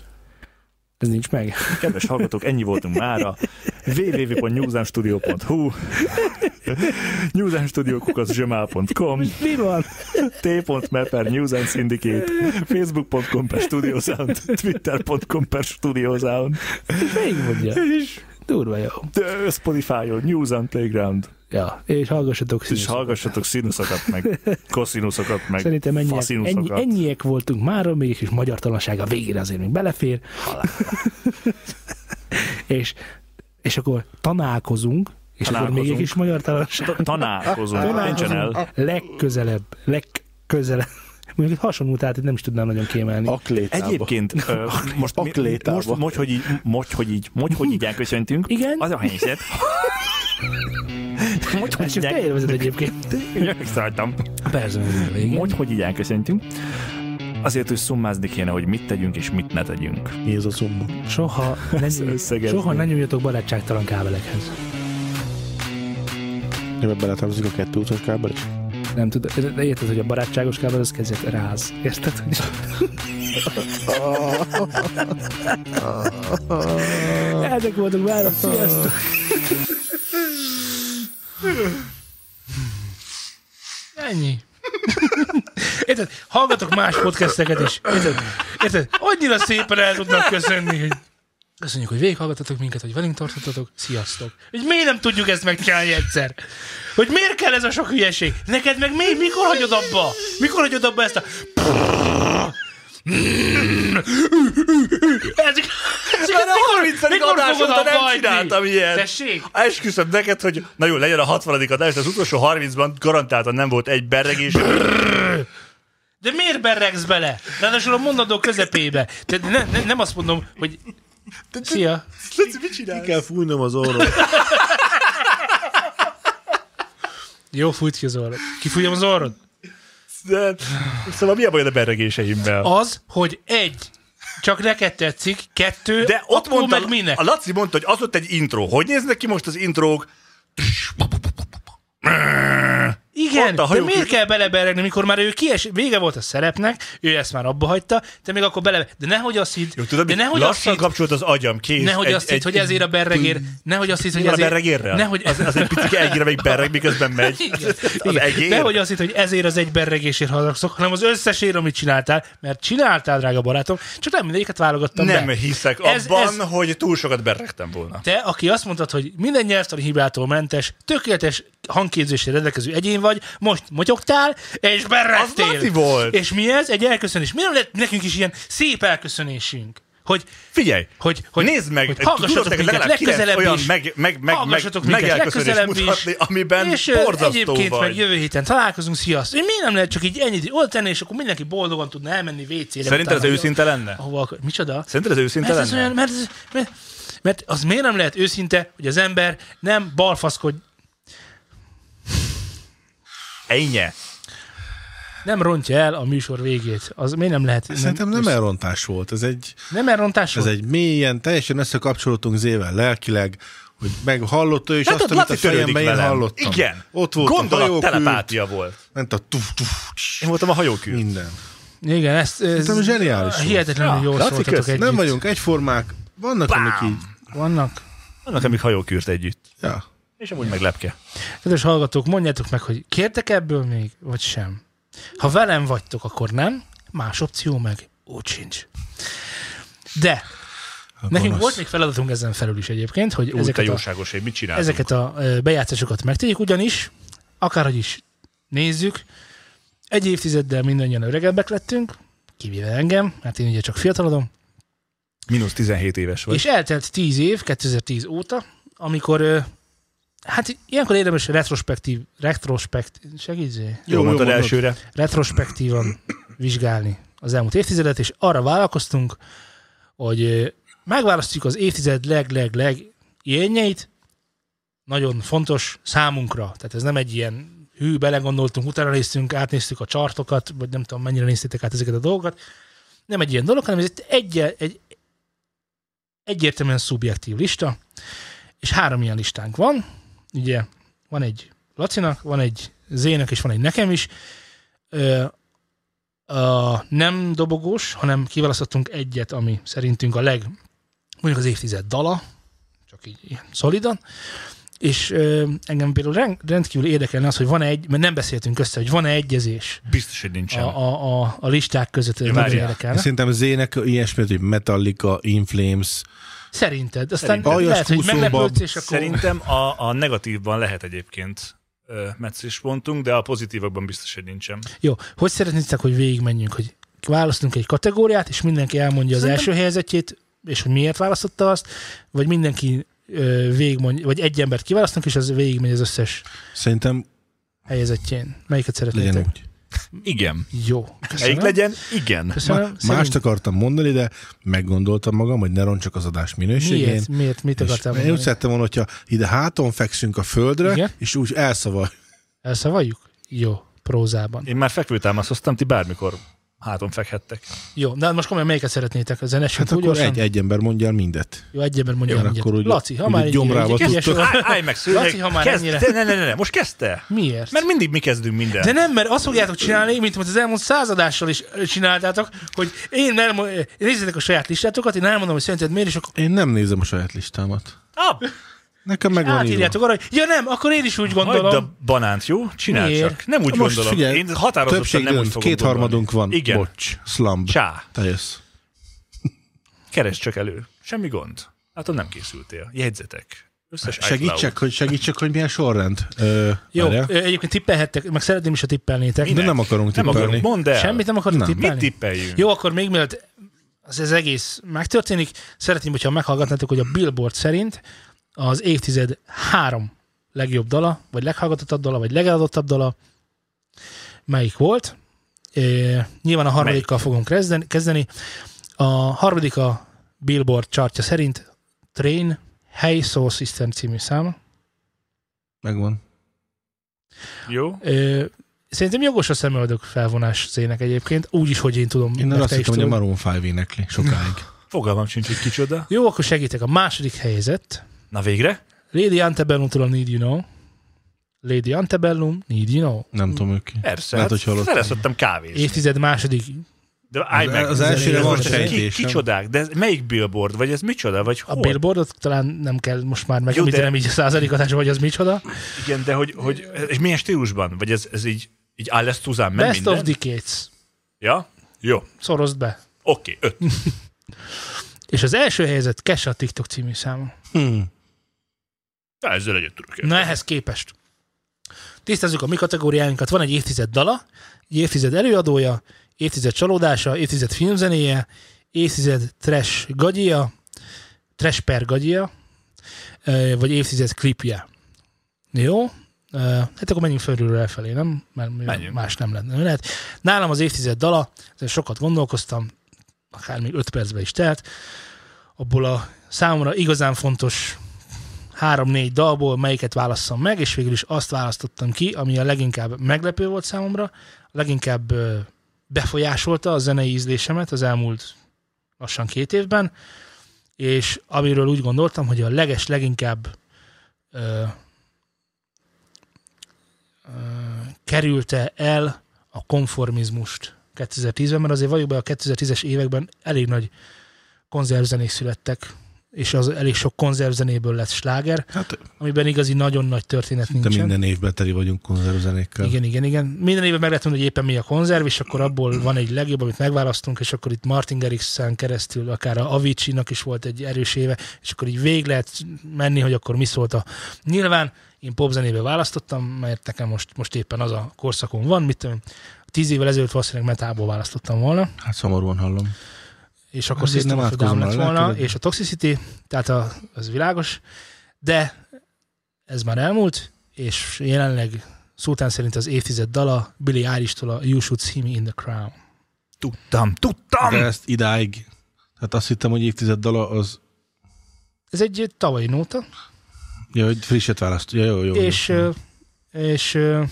S1: Ez nincs meg.
S2: Kedves hallgatók, ennyi voltunk mára. www.newsamstudio.hu newsamstudio.com
S1: Mi van?
S2: t.me per News and Syndicate facebook.com per Studio Sound twitter.com per Studio Sound
S1: Még mondja. Durva jó.
S2: de Spotify-on News and Playground
S1: Ja, és hallgassatok
S2: és hallgassatok színuszokat meg koszínuszokat meg
S1: Szerintem ennyiek, ennyi,
S2: faszínuszokat
S1: ennyiek voltunk mára, mégis magyar talanság a végére azért még belefér. és, és akkor tanálkozunk, és
S2: Tanálkozunk.
S1: akkor még egy kis magyar talanság.
S2: tanálkozunk nincsen el
S1: Tanálkozunk. Legközelebb, legközelebb. Mondjuk egy hasonló, tehát itt nem is tudnám nagyon kémelni.
S3: Aklétába.
S2: Egyébként ö, most, mi-
S3: Aklétába.
S2: most, most, hogy így, most, hogy így, most, hogy így elköszöntünk,
S1: Igen.
S2: az a helyzet. most, hogy
S1: Ezt
S2: így
S1: csak te
S2: el-
S1: élvezed egyébként.
S2: Én megszálltam.
S1: Persze, hogy végén.
S2: Most, hogy így elköszöntünk, azért, hogy szummázni kéne, hogy mit tegyünk és mit ne tegyünk.
S3: Mi ez a szomba?
S1: Soha ne, nyúl,
S2: összegezni.
S1: soha ne nyúljatok barátságtalan kábelekhez.
S3: Ebben beletartozik a kettő utas kábel is?
S1: Nem tudod, de érted, hogy a barátságos kábel az kezdett ráz. Érted? Hogy... Ezek voltunk már, sziasztok!
S4: Ennyi. Érted? Hallgatok más podcasteket is. Érted? Érted? Annyira szépen el tudnak köszönni, hogy köszönjük, hogy végighallgatatok minket, hogy velünk tartottatok. Sziasztok. Hogy miért nem tudjuk ezt megcsinálni egyszer? Hogy miért kell ez a sok hülyeség? Neked meg mi, mikor hagyod abba? Mikor hagyod abba ezt a... Ezek... Ezek... Mikor, mikor fogod abba hagyni?
S15: ilyen.
S4: Tessék?
S15: Esküszöm neked, hogy na jó, legyen a 60. adás, de az utolsó 30-ban garantáltan nem volt egy berregés.
S4: De miért berregsz bele? Ráadásul a mondandó közepébe. De ne, ne, nem azt mondom, hogy... Szia!
S16: Ki kell fújnom az orrom.
S4: Jó, fújt ki az orrod. Kifújjam az orrod?
S15: De, szóval mi a baj a berregéseimmel?
S4: Az, hogy egy, csak neked tetszik, kettő,
S15: De ott
S4: attól
S15: mondta,
S4: meg minek?
S15: a Laci mondta, hogy az ott egy intro. Hogy néznek ki most az intrók?
S4: Igen,
S15: Ott a
S4: de
S15: hajók-
S4: miért kell beleberregni, mikor már ő kies, vége volt a szerepnek, ő ezt már abba hagyta, te még akkor bele... De nehogy azt hidd,
S15: Jó, tudom,
S4: de
S15: de
S4: nehogy azt
S15: lassan
S4: hidd,
S15: kapcsolt az agyam, kész.
S4: nehogy
S15: egy,
S4: azt hidd, hogy ezért a berregér, nehogy azt hidd, hogy
S15: Van a
S4: ezért...
S15: berregérrel?
S4: Nehogy...
S15: Az, az egy picike egyre még berreg, miközben megy.
S4: Igen.
S15: Az
S4: Igen.
S15: egér?
S4: Nehogy azt hitt, hogy ezért az egy berregésért haragszok, hanem az összesért, amit csináltál, mert csináltál, drága barátom, csak nem mindegyiket válogattam
S15: Nem
S4: be.
S15: hiszek
S4: Ez-
S15: abban,
S4: ez-
S15: hogy túl sokat berregtem volna.
S4: Te, aki azt mondtad, hogy minden nyelvtani hibától mentes, tökéletes hangképzésre rendelkező egyén vagy, most motyogtál, és
S15: Az Laci
S4: berregtél.
S15: volt.
S4: És mi ez? Egy elköszönés. Miért nem lett nekünk is ilyen szép elköszönésünk? Hogy,
S15: Figyelj,
S4: hogy, hogy
S15: nézd meg,
S4: hogy
S15: tudod,
S4: hallgassatok
S15: neked
S4: minket,
S15: legalább kilenc
S4: legközelebb
S15: olyan
S4: is.
S15: meg, meg, meg, meg,
S4: Hallgassatok
S15: meg
S4: minket
S15: elköszönést
S4: legközelebb is.
S15: mutatni, amiben
S4: és ö,
S15: borzasztó
S4: egyébként meg
S15: vagy.
S4: jövő héten találkozunk, sziasztok! Én miért nem lehet csak így ennyit ott tenni, és akkor mindenki boldogan tudna elmenni WC-re.
S15: Szerinted ez
S4: utána,
S15: őszinte lenne?
S4: Ahova akar. Micsoda?
S15: Szerinted ez őszinte
S4: Mert, ez
S15: lenne?
S4: olyan, mert, ez- mert, mert az miért nem lehet őszinte, hogy az ember nem balfaszkod...
S15: Ennyi.
S1: nem rontja el a műsor végét. Az miért nem lehet?
S3: Szerintem nem elrontás volt, ez egy,
S1: nem elrontás
S3: ez
S1: volt?
S3: egy mélyen, teljesen összekapcsolódtunk Zével lelkileg, hogy meghallott
S4: Hát
S3: ő is azt, amit a fejemben én hallottam.
S4: Igen.
S3: Ott volt a
S4: Gondolat,
S3: hajókült,
S4: telepátia volt.
S3: ment a tuf, tuf, tss,
S4: Én voltam a hajókül.
S3: minden.
S1: Igen, ezt... Ez,
S3: Szerintem zseniális volt.
S1: Hihetetlenül jól
S4: Laci,
S1: szóltatok
S4: kösz.
S1: együtt.
S3: Nem vagyunk egyformák, vannak amik így.
S1: Vannak.
S4: Annak, amik hajókürt együtt.
S3: Ja.
S4: És amúgy meg lepke.
S1: Kedves hallgatók, mondjátok meg, hogy kértek ebből még, vagy sem. Ha velem vagytok, akkor nem. Más opció meg úgy sincs. De nekünk
S3: Hát gonosz.
S1: volt még feladatunk ezen felül is egyébként, hogy
S4: Jó, te
S1: ezeket a,
S4: jóságos, hogy mit csinálunk?
S1: ezeket a ö, bejátszásokat megtegyük, ugyanis akárhogy is nézzük, egy évtizeddel mindannyian öregebbek lettünk, kivéve engem, mert én ugye csak fiatalodom,
S4: Minusz 17 éves vagy.
S1: És eltelt 10 év, 2010 óta, amikor ö, Hát ilyenkor érdemes retrospektív, retrospektív, segítsé,
S4: Jó, mondtad elsőre.
S1: retrospektívan vizsgálni az elmúlt évtizedet, és arra vállalkoztunk, hogy ö, megválasztjuk az évtized leg-leg-leg ilyenjeit, nagyon fontos számunkra. Tehát ez nem egy ilyen hű, belegondoltunk, utána néztünk, átnéztük a csartokat, vagy nem tudom, mennyire néztétek át ezeket a dolgokat. Nem egy ilyen dolog, hanem ez egy, egy, egyértelműen szubjektív lista, és három ilyen listánk van. Ugye van egy Lacinak, van egy Zének, és van egy nekem is. Ö, a nem dobogós, hanem kiválasztottunk egyet, ami szerintünk a leg, mondjuk az évtized dala, csak így ilyen szolidan, és ö, engem például ren- rendkívül érdekelne az, hogy van egy, mert nem beszéltünk össze, hogy van-e egyezés
S4: Biztos, hogy
S1: a,
S4: nincsen.
S1: a, a, a listák között, ez
S4: Ja,
S1: nagyon
S4: várjál.
S1: érdekelne.
S3: Ezt Hát Szerintem Zének ilyesmit, hogy Metallica, Inflames,
S1: Szerinted? Aztán
S4: Szerinted.
S1: Szerinted. lehet, hogy
S3: Aljas kúszóbab.
S1: meglepődsz, és akkor...
S4: Szerintem a, a negatívban lehet egyébként ö, meccés pontunk, de a pozitívakban biztos, hogy nincsen.
S1: Jó, hogy szeretnétek, hogy végigmenjünk, hogy választunk egy kategóriát, és mindenki elmondja az első helyzetjét, és hogy miért választotta azt, vagy mindenki ö, végigmondja, vagy egy embert kiválasztunk, és az végigmegy az összes
S3: szerintem
S1: helyezetjén. Melyiket
S3: legyen
S1: szeretnétek?
S3: úgy.
S4: Igen.
S1: Jó.
S4: Egyik
S1: Köszönöm.
S4: legyen? Igen.
S1: Köszönöm.
S3: Mást
S1: Szerint-
S3: akartam mondani, de meggondoltam magam, hogy ne roncsak az adás minőségén.
S1: Miért? Miért? Mit
S3: És
S1: akartál
S3: Én úgy
S1: mondani?
S3: szerettem volna, hogyha ide háton fekszünk a földre,
S1: Igen?
S3: és úgy elszaval.
S1: Elszavaljuk? Jó, prózában.
S4: Én már fekvőtámaszt hoztam, ti bármikor háton fekhettek.
S1: Jó, de most komolyan melyiket szeretnétek? Ezen esünk
S3: Hát
S1: hát úgy
S3: akkor
S1: gyorsan.
S3: egy, egy ember mondja el mindet.
S1: Jó, egy ember mondja
S3: Jó,
S1: el mindjárt.
S3: akkor úgy-
S1: Laci, ha
S3: úgy
S1: már ennyire
S3: gyomrába
S1: ügyes
S3: tudtok.
S1: vagy-
S4: Állj, állj meg, szülj!
S1: Laci, ha már
S4: kezd,
S1: ennyire-
S4: Ne, ne, ne, ne, most kezdte!
S1: Miért?
S4: Mert mindig mi kezdünk mindent.
S1: De nem, mert azt fogjátok csinálni, mint amit az elmúlt századással is csináltátok, hogy én nem, nézzétek a saját listátokat, én elmondom, hogy szerinted miért, és akkor
S3: Én nem nézem a saját listámat.
S4: Ah,
S3: Nekem meg
S4: Hát
S3: van írva.
S1: átírjátok arra, hogy ja nem, akkor én is úgy
S4: hagyd
S1: gondolom.
S4: a banánt, jó? Csinál
S1: Miért?
S4: csak. Nem úgy
S3: Most
S4: gondolom.
S3: figyelj,
S4: Én határozottan
S3: Többség
S4: nem úgy
S3: dönt,
S4: fogom
S3: kétharmadunk van.
S4: gondolni. Igen.
S3: Bocs, slumb.
S4: Csá.
S3: Te jössz.
S4: Keresd csak elő. Semmi gond. Hát nem készültél. Jegyzetek. Összes
S3: Hát
S4: iCloud.
S3: Segítsek, hogy, segítsek, hogy milyen sorrend. Ö,
S1: Jó,
S3: várjál.
S1: ö, egyébként tippelhettek, meg szeretném is, ha tippelnétek.
S3: De nem akarunk
S4: Nem akarunk,
S3: tippelni.
S4: mondd el.
S1: Semmit nem akarok
S3: Nem.
S4: Mit
S1: tippelni?
S4: tippeljünk?
S1: Jó, akkor még mielőtt az, ez egész megtörténik, szeretném, hogyha meghallgatnátok, hogy a Billboard szerint az évtized három legjobb dala, vagy leghallgatottabb dala, vagy legeladottabb dala, melyik volt. E, nyilván a harmadikkal fogunk kezdeni- kezdeni. A harmadik a Billboard chartja szerint Train Hey Soul System című száma.
S3: Megvan.
S4: Jó?
S1: Ö, Szerintem jogos a szemöldök felvonás szének egyébként, úgy is, hogy én tudom.
S3: Én
S1: meg
S3: azt
S1: te is
S3: hittem, hogy a
S1: tudod.
S3: Maroon 5 énekli sokáig.
S4: Fogalmam sincs, hogy kicsoda.
S1: Jó, akkor segítek. A második helyzet.
S4: Na végre?
S1: Lady Antebellum-tól a Need You Know. Lady Antebellum, Need You Know.
S3: Nem tudom ők ki.
S4: Persze.
S3: Lehet, hogy
S4: hát
S3: hallottam.
S4: Szerezhettem kávét.
S1: Évtized második.
S4: De állj
S3: Az-
S4: meg.
S3: az elsőre
S4: Ez
S1: van
S4: most ki,
S3: sejtésem.
S4: Kicsodák? De ez melyik billboard? Vagy ez micsoda? Vagy
S1: A
S4: hol?
S1: Billboardot talán nem kell most már
S4: Jó,
S1: megemlítenem
S4: de- Hát
S1: így a századik adás, vagy az micsoda.
S4: Igen, de hogy, hogy és milyen stílusban? Vagy ez, ez így, így áll lesz tuzán, nem
S1: Best
S4: minden?
S1: of Decades.
S4: Ja? Jó.
S1: Szorozd be.
S4: Oké, öt.
S1: És az első helyzet Kesha a TikTok című száma.
S3: Hm.
S4: Na, ezzel egyet tudok érteni.
S1: Na ehhez képest. Tisztázzuk a mi kategóriáinkat. Van egy évtized dala, egy évtized előadója, évtized csalódása, évtized filmzenéje, évtized trash gagyia, trash per gagyia, ö, vagy évtized klipje. Jó? Ö, Hát akkor menjünk fölülről elfelé, nem? Mert mi-
S4: Menjünk.
S1: más nem lenne. Nem Lehet. Nálam az évtized dala, ezen sokat gondolkoztam, akár még 5 percbe is telt, abból a számomra igazán fontos három-négy dalból melyiket válasszam meg, és végül is azt választottam ki, ami a leginkább meglepő volt számomra, a leginkább ö, befolyásolta a zenei ízlésemet az elmúlt lassan két évben, és amiről úgy gondoltam, hogy a leges leginkább ö, ö, kerülte el a konformizmust 2010-ben, mert azért valljuk be a 2010-es években elég nagy konzervzenék születtek, és az elég sok konzervzenéből lett sláger,
S3: Hát
S1: amiben igazi nagyon nagy történet
S3: de
S1: nincsen.
S3: minden évben teli vagyunk konzervzenékkel.
S1: Igen, igen, igen. Minden évben meg lehet mondani, hogy éppen mi a konzerv, és akkor abból van egy legjobb, amit megválasztunk, és akkor itt Martin Garrixen keresztül, akár a Avicii-nak is volt egy erős éve, és akkor így végig lehet menni, hogy akkor mi szólt a... Nyilván én popzenébe választottam, mert nekem most, most éppen az a korszakon van, mit tudom, én, tíz évvel ezelőtt valószínűleg metából választottam volna,
S17: Hát szomorúan hallom.
S1: és akkor
S3: Azért
S1: System
S3: nem
S1: of a Down
S3: átkozom
S1: lett
S3: el,
S1: volna,
S3: látod?
S1: és a Toxicity, tehát a, az világos, de ez már elmúlt, és jelenleg Szultán szerint az évtized dala Billy Eilish-tól a You Should See Me in the Crown.
S4: Tudtam, tudtam!
S3: De ezt idáig. Hát azt hittem, hogy évtized dala az,
S1: Ez egy tavalyi nóta,
S3: ja, hogy frisset választ. Ja, jó, jó, jó.
S1: és, ö, és ö,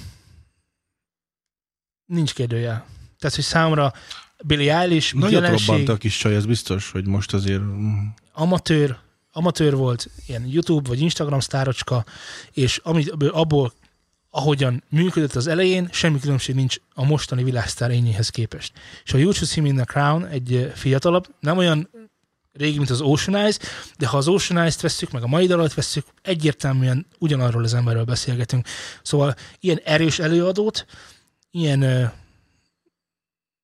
S1: nincs kérdőjel. Tehát, hogy számomra Billy Eilish, mint
S3: Nagyot robbant
S1: jelenség,
S3: a kis csaj, ez biztos, hogy most azért... mm,
S1: amatőr, amatőr volt, ilyen YouTube vagy Instagram sztárocska, és amit, abból, ahogyan működött az elején, semmi különbség nincs a mostani világsztár ényéhez képest. És a You Should See Me in the Crown egy ö, fiatalabb, nem olyan régi, mint az Ocean Eyes, de ha az Ocean Eyes-t vesszük, meg a mai dalat vesszük, egyértelműen ugyanarról az emberről beszélgetünk. Szóval ilyen erős előadót, ilyen eh, ö,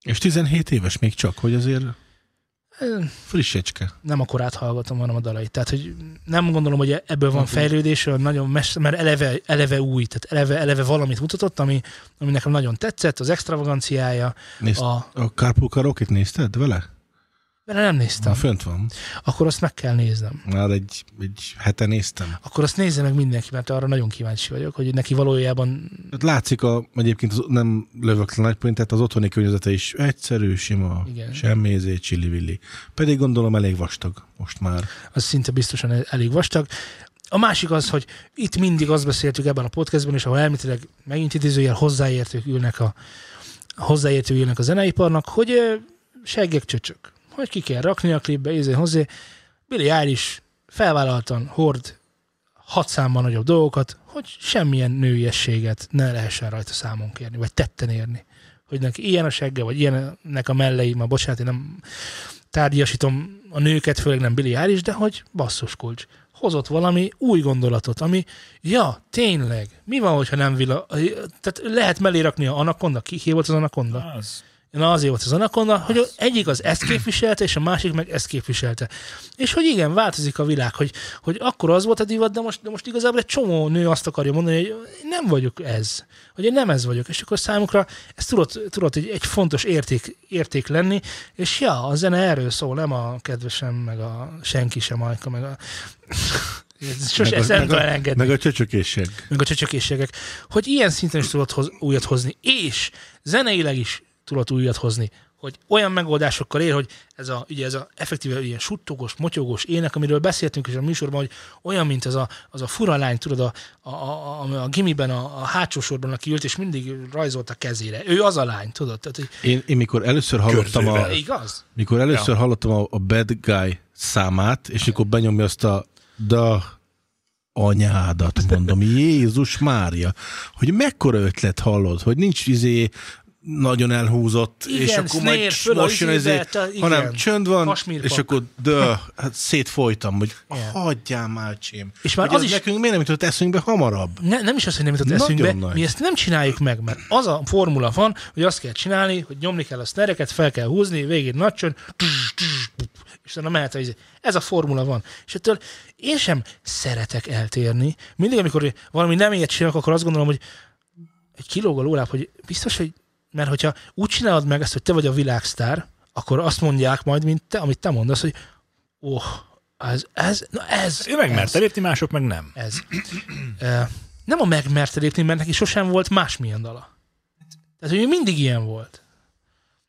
S3: És 17 éves még csak, hogy azért
S1: ö,
S3: frissecske.
S1: nem a korát hallgatom, hanem a dalait. Tehát, hogy nem gondolom, hogy ebből van fejlődés, olyan nagyon mes- mert eleve, eleve új, tehát eleve, eleve valamit mutatott, ami, ami nekem nagyon tetszett, az extravaganciája,
S3: Nézd,
S1: a...
S3: a Carpool Karaoke-t nézted vele?
S1: Mert nem
S3: Na,
S1: néztem.
S3: fönt van.
S1: Akkor azt meg kell néznem.
S3: Már egy, egy hete néztem.
S1: Akkor azt nézze meg mindenki, mert arra nagyon kíváncsi vagyok, hogy neki valójában
S3: Hát látszik, a, egyébként az, nem lövök le nagy pointet, az otthoni környezete is egyszerű, sima,
S1: Igen.
S3: semmézé, csillivilli. Pedig gondolom elég vastag most már.
S1: az szinte biztosan e- elég vastag. A másik az, hogy itt mindig azt beszéltük ebben a podcastben, és ahol elméletileg megint idézőjel hozzáértők ülnek a hozzáértő ülnek a zeneiparnak, hogy ö, seggek csöcsök, hogy ki kell rakni a klipbe, ízé hozzá. Billy Eilish felvállaltan hord hat számban nagyobb dolgokat, hogy semmilyen nőiességet ne lehessen rajta számon kérni, vagy tetten érni. Hogy neki ilyen a segge, vagy ilyenek a mellei, ma bocsánat, én nem tárgyasítom a nőket, főleg nem Billy Eilish, de hogy basszus kulcs. Hozott valami új gondolatot, ami, ja, tényleg, mi van, hogyha nem vila... Tehát lehet mellé rakni a Anaconda, ki, ki volt az Anaconda?
S4: Az.
S1: Na azért volt az Anaconda, hogy egyik az ezt képviselte, és a másik meg ezt képviselte. És hogy igen, változik a világ, hogy, hogy akkor az volt a divat, de most, de most igazából egy csomó nő azt akarja mondani, hogy én nem vagyok ez, hogy én nem ez vagyok. És akkor számukra ez tudott, tudott egy, egy fontos érték, érték lenni, és ja, a zene erről szól, nem a kedvesem, meg a senki sem ajka, meg a... Sose ezt nem
S3: meg,
S1: tudom
S3: a,
S1: elengedni
S3: meg a csöcsökésség.
S1: meg a csöcsökészségek, hogy ilyen szinten is tudod hoz, újat hozni, és zeneileg is tudod újat hozni, hogy olyan megoldásokkal ér, hogy ez a, ugye ez a effektíve ilyen suttogos, motyogós ének, amiről beszéltünk is a műsorban, hogy olyan, mint az a, az a fura lány, tudod, a, a, a, a, a gimiben, a, a hátsó sorban, aki ült, és mindig rajzolt a kezére. Ő az a lány, tudod? Tehát, hogy,
S3: Én, én mikor először hallottam a,
S1: igaz?
S3: mikor először hallottam a, a Bad Guy számát, és mikor benyomja azt a da anyádat, mondom, Jézus Mária, hogy mekkora ötlet hallod, hogy nincs izé nagyon elhúzott,
S1: Igen,
S3: és akkor
S1: snare,
S3: majd
S1: föl a
S3: most jön
S1: izébe,
S3: izé,
S1: te- igen.
S3: hanem csönd van,
S1: Kasmírpak.
S3: és akkor dö, hát szétfolytam, hogy
S1: Igen.
S3: hagyjál már, csém.
S1: És már
S3: Hogy
S1: az
S3: ez
S1: is-
S3: nekünk miért nem jutott eszünkbe hamarabb?
S1: ne, nem is az, hogy nem jutott
S3: Nagyon
S1: eszünkbe,
S3: nagy.
S1: mi ezt nem csináljuk meg, mert az a formula van, hogy azt kell csinálni, hogy nyomni kell a sznereket, fel kell húzni, végén nagy csönd, tss, tss, pup, és utána mehet a izé. Ez a formula van. És ettől én sem szeretek eltérni. Mindig, amikor valami nem ilyet csinálok, akkor azt gondolom, hogy egy kilóg a lóláb, hogy biztos, hogy mert hogyha úgy csinálod meg ezt, hogy te vagy a világsztár, akkor azt mondják majd, mint te, amit te mondasz, hogy oh, ez, ez, na ez.
S4: Ő meg
S1: ez
S4: merte lépni, mások meg nem.
S1: ez. Ö, nem a megmerte lépni, mert neki sosem volt másmilyen dala. Tehát, hogy ő mindig ilyen volt.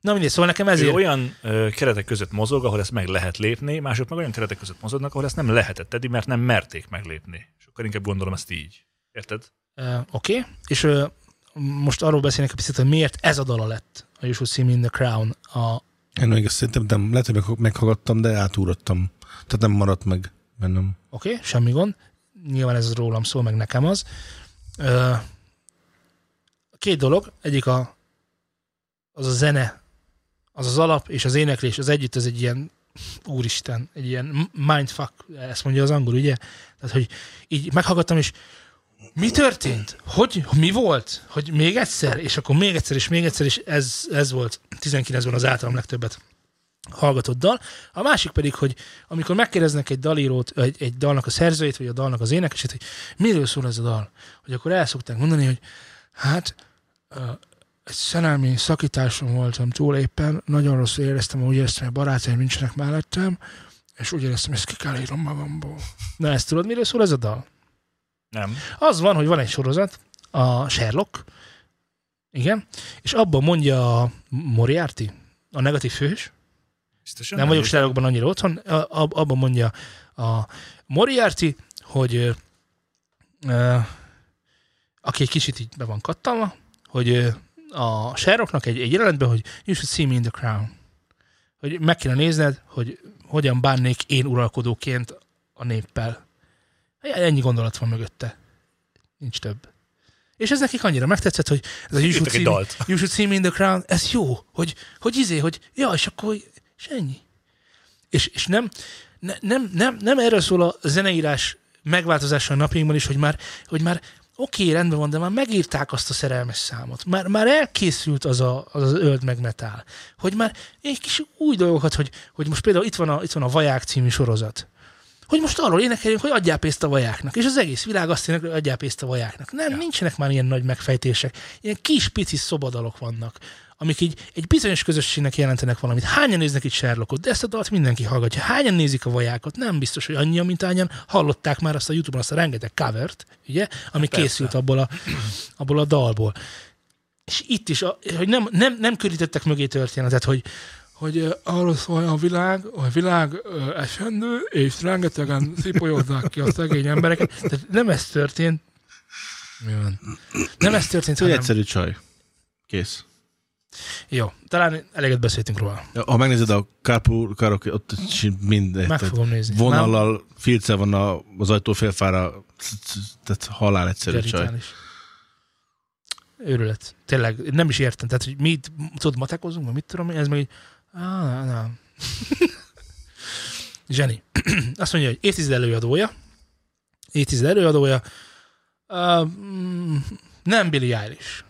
S1: Na mindegy, szóval nekem
S4: Ezért.
S1: ezért...
S4: Ő olyan ö, keretek között mozog, ahol ezt meg lehet lépni, mások meg olyan keretek között mozognak, ahol ezt nem lehetett eddig, mert nem merték meglépni. És akkor inkább gondolom ezt így. Érted?
S1: Ö, Oké, okay. és ö, most arról beszélnek egy picit, hogy miért ez a dala lett a You Should See Me in the Crown. A,
S5: Én még ezt szerintem nem, lehet, hogy meg- meghallgattam, de átúrottam. Tehát nem maradt meg bennem.
S1: Oké, okay, semmi gond. Nyilván ez rólam szól, meg nekem az. Ö, Két dolog. Egyik a, az a zene, az az alap és az éneklés. Az együtt az egy ilyen, úristen, egy ilyen mindfuck, ezt mondja az angol, ugye? Tehát, hogy így meghallgattam, és mi történt? Hogy, mi volt? Hogy még egyszer? És akkor még egyszer, és még egyszer, és ez, ez volt 19-ben az általam legtöbbet hallgatott dal. A másik pedig, hogy amikor megkérdeznek egy dalírót, egy, egy dalnak a szerzőjét, vagy a dalnak az énekesét, hogy miről szól ez a dal, hogy akkor el szokták mondani, hogy hát ö, egy szerelmi szakításon voltam túl éppen, nagyon rosszul éreztem, úgy éreztem, hogy a barátaim nincsenek mellettem, és úgy éreztem, hogy ezt ki kell írnom magamból. Na ezt tudod, miről szól ez a dal?
S4: Nem.
S1: Az van, hogy van egy sorozat, a Sherlock, igen, és abban mondja a Moriarty, a negatív főhős,
S4: Biztosan
S1: nem vagyok Sherlockban annyira otthon, a- ab- abban mondja a Moriarty, hogy ö, ö, aki egy kicsit így be van kattalva, hogy ö, a Sherlocknak egy, egy jelenetben, hogy you should see me in the crown. Hogy meg kéne nézned, hogy hogyan bánnék én uralkodóként a néppel. Ennyi gondolat van mögötte. Nincs több. És ez nekik annyira megtetszett, hogy ez a you should,
S4: Írtak egy
S1: see me,
S4: dalt.
S1: you should see me in the crown, ez jó, hogy, hogy izé, hogy ja, és akkor és ennyi. És, és nem, ne, nem, nem, nem erről szól a zeneírás megváltozása a napjainkban is, hogy már, hogy már oké, okay, rendben van, de már megírták azt a szerelmes számot. Már, már elkészült az a, az, az öld meg metál. Hogy már egy kis új dolgokat, hogy, hogy most például itt van, a, itt van a Vaják című sorozat. Hogy most arról énekeljünk, hogy adjál pénzt a vajáknak. És az egész világ azt énekel, hogy adjál pénzt a vajáknak. Nem, ja. nincsenek már ilyen nagy megfejtések. Ilyen kis pici szobadalok vannak, amik így egy bizonyos közösségnek jelentenek valamit. Hányan néznek itt Sherlockot? De ezt a dalt mindenki hallgatja. Hányan nézik a vajákot? Nem biztos, hogy annyian, mint hányan hallották már azt a YouTube-on azt a rengeteg covert, ugye, ami készült abból a, abból a dalból. És itt is, a, hogy nem, nem, nem körítettek mögé történetet, hogy hogy ö, arról szól a világ, a világ ö, esendő, és rengetegen szipolyozzák ki a szegény embereket. Tehát nem ez történt. Mi van? Nem ez történt,
S5: Ez egy
S1: hanem...
S5: egyszerű csaj. Kész.
S1: Jó, talán eleget beszéltünk róla.
S5: Ja, Ha megnézed a Carpool Karaoke, ott sin- minden.
S1: Meg
S5: tehát
S1: fogom nézni.
S5: Vonallal, filce van a, az ajtó félfára, c- c- tehát halál egyszerű
S1: Már
S5: csaj.
S1: genitális. Őrület. Tényleg, nem is értem. Tehát, hogy mi itt, tudod, matekozunk, vagy mit tudom én, ez meg így, ah, nem. Zseni. Azt mondja, hogy évtized előadója. Évtized előadója. Uh, mm, nem Billy Eilish.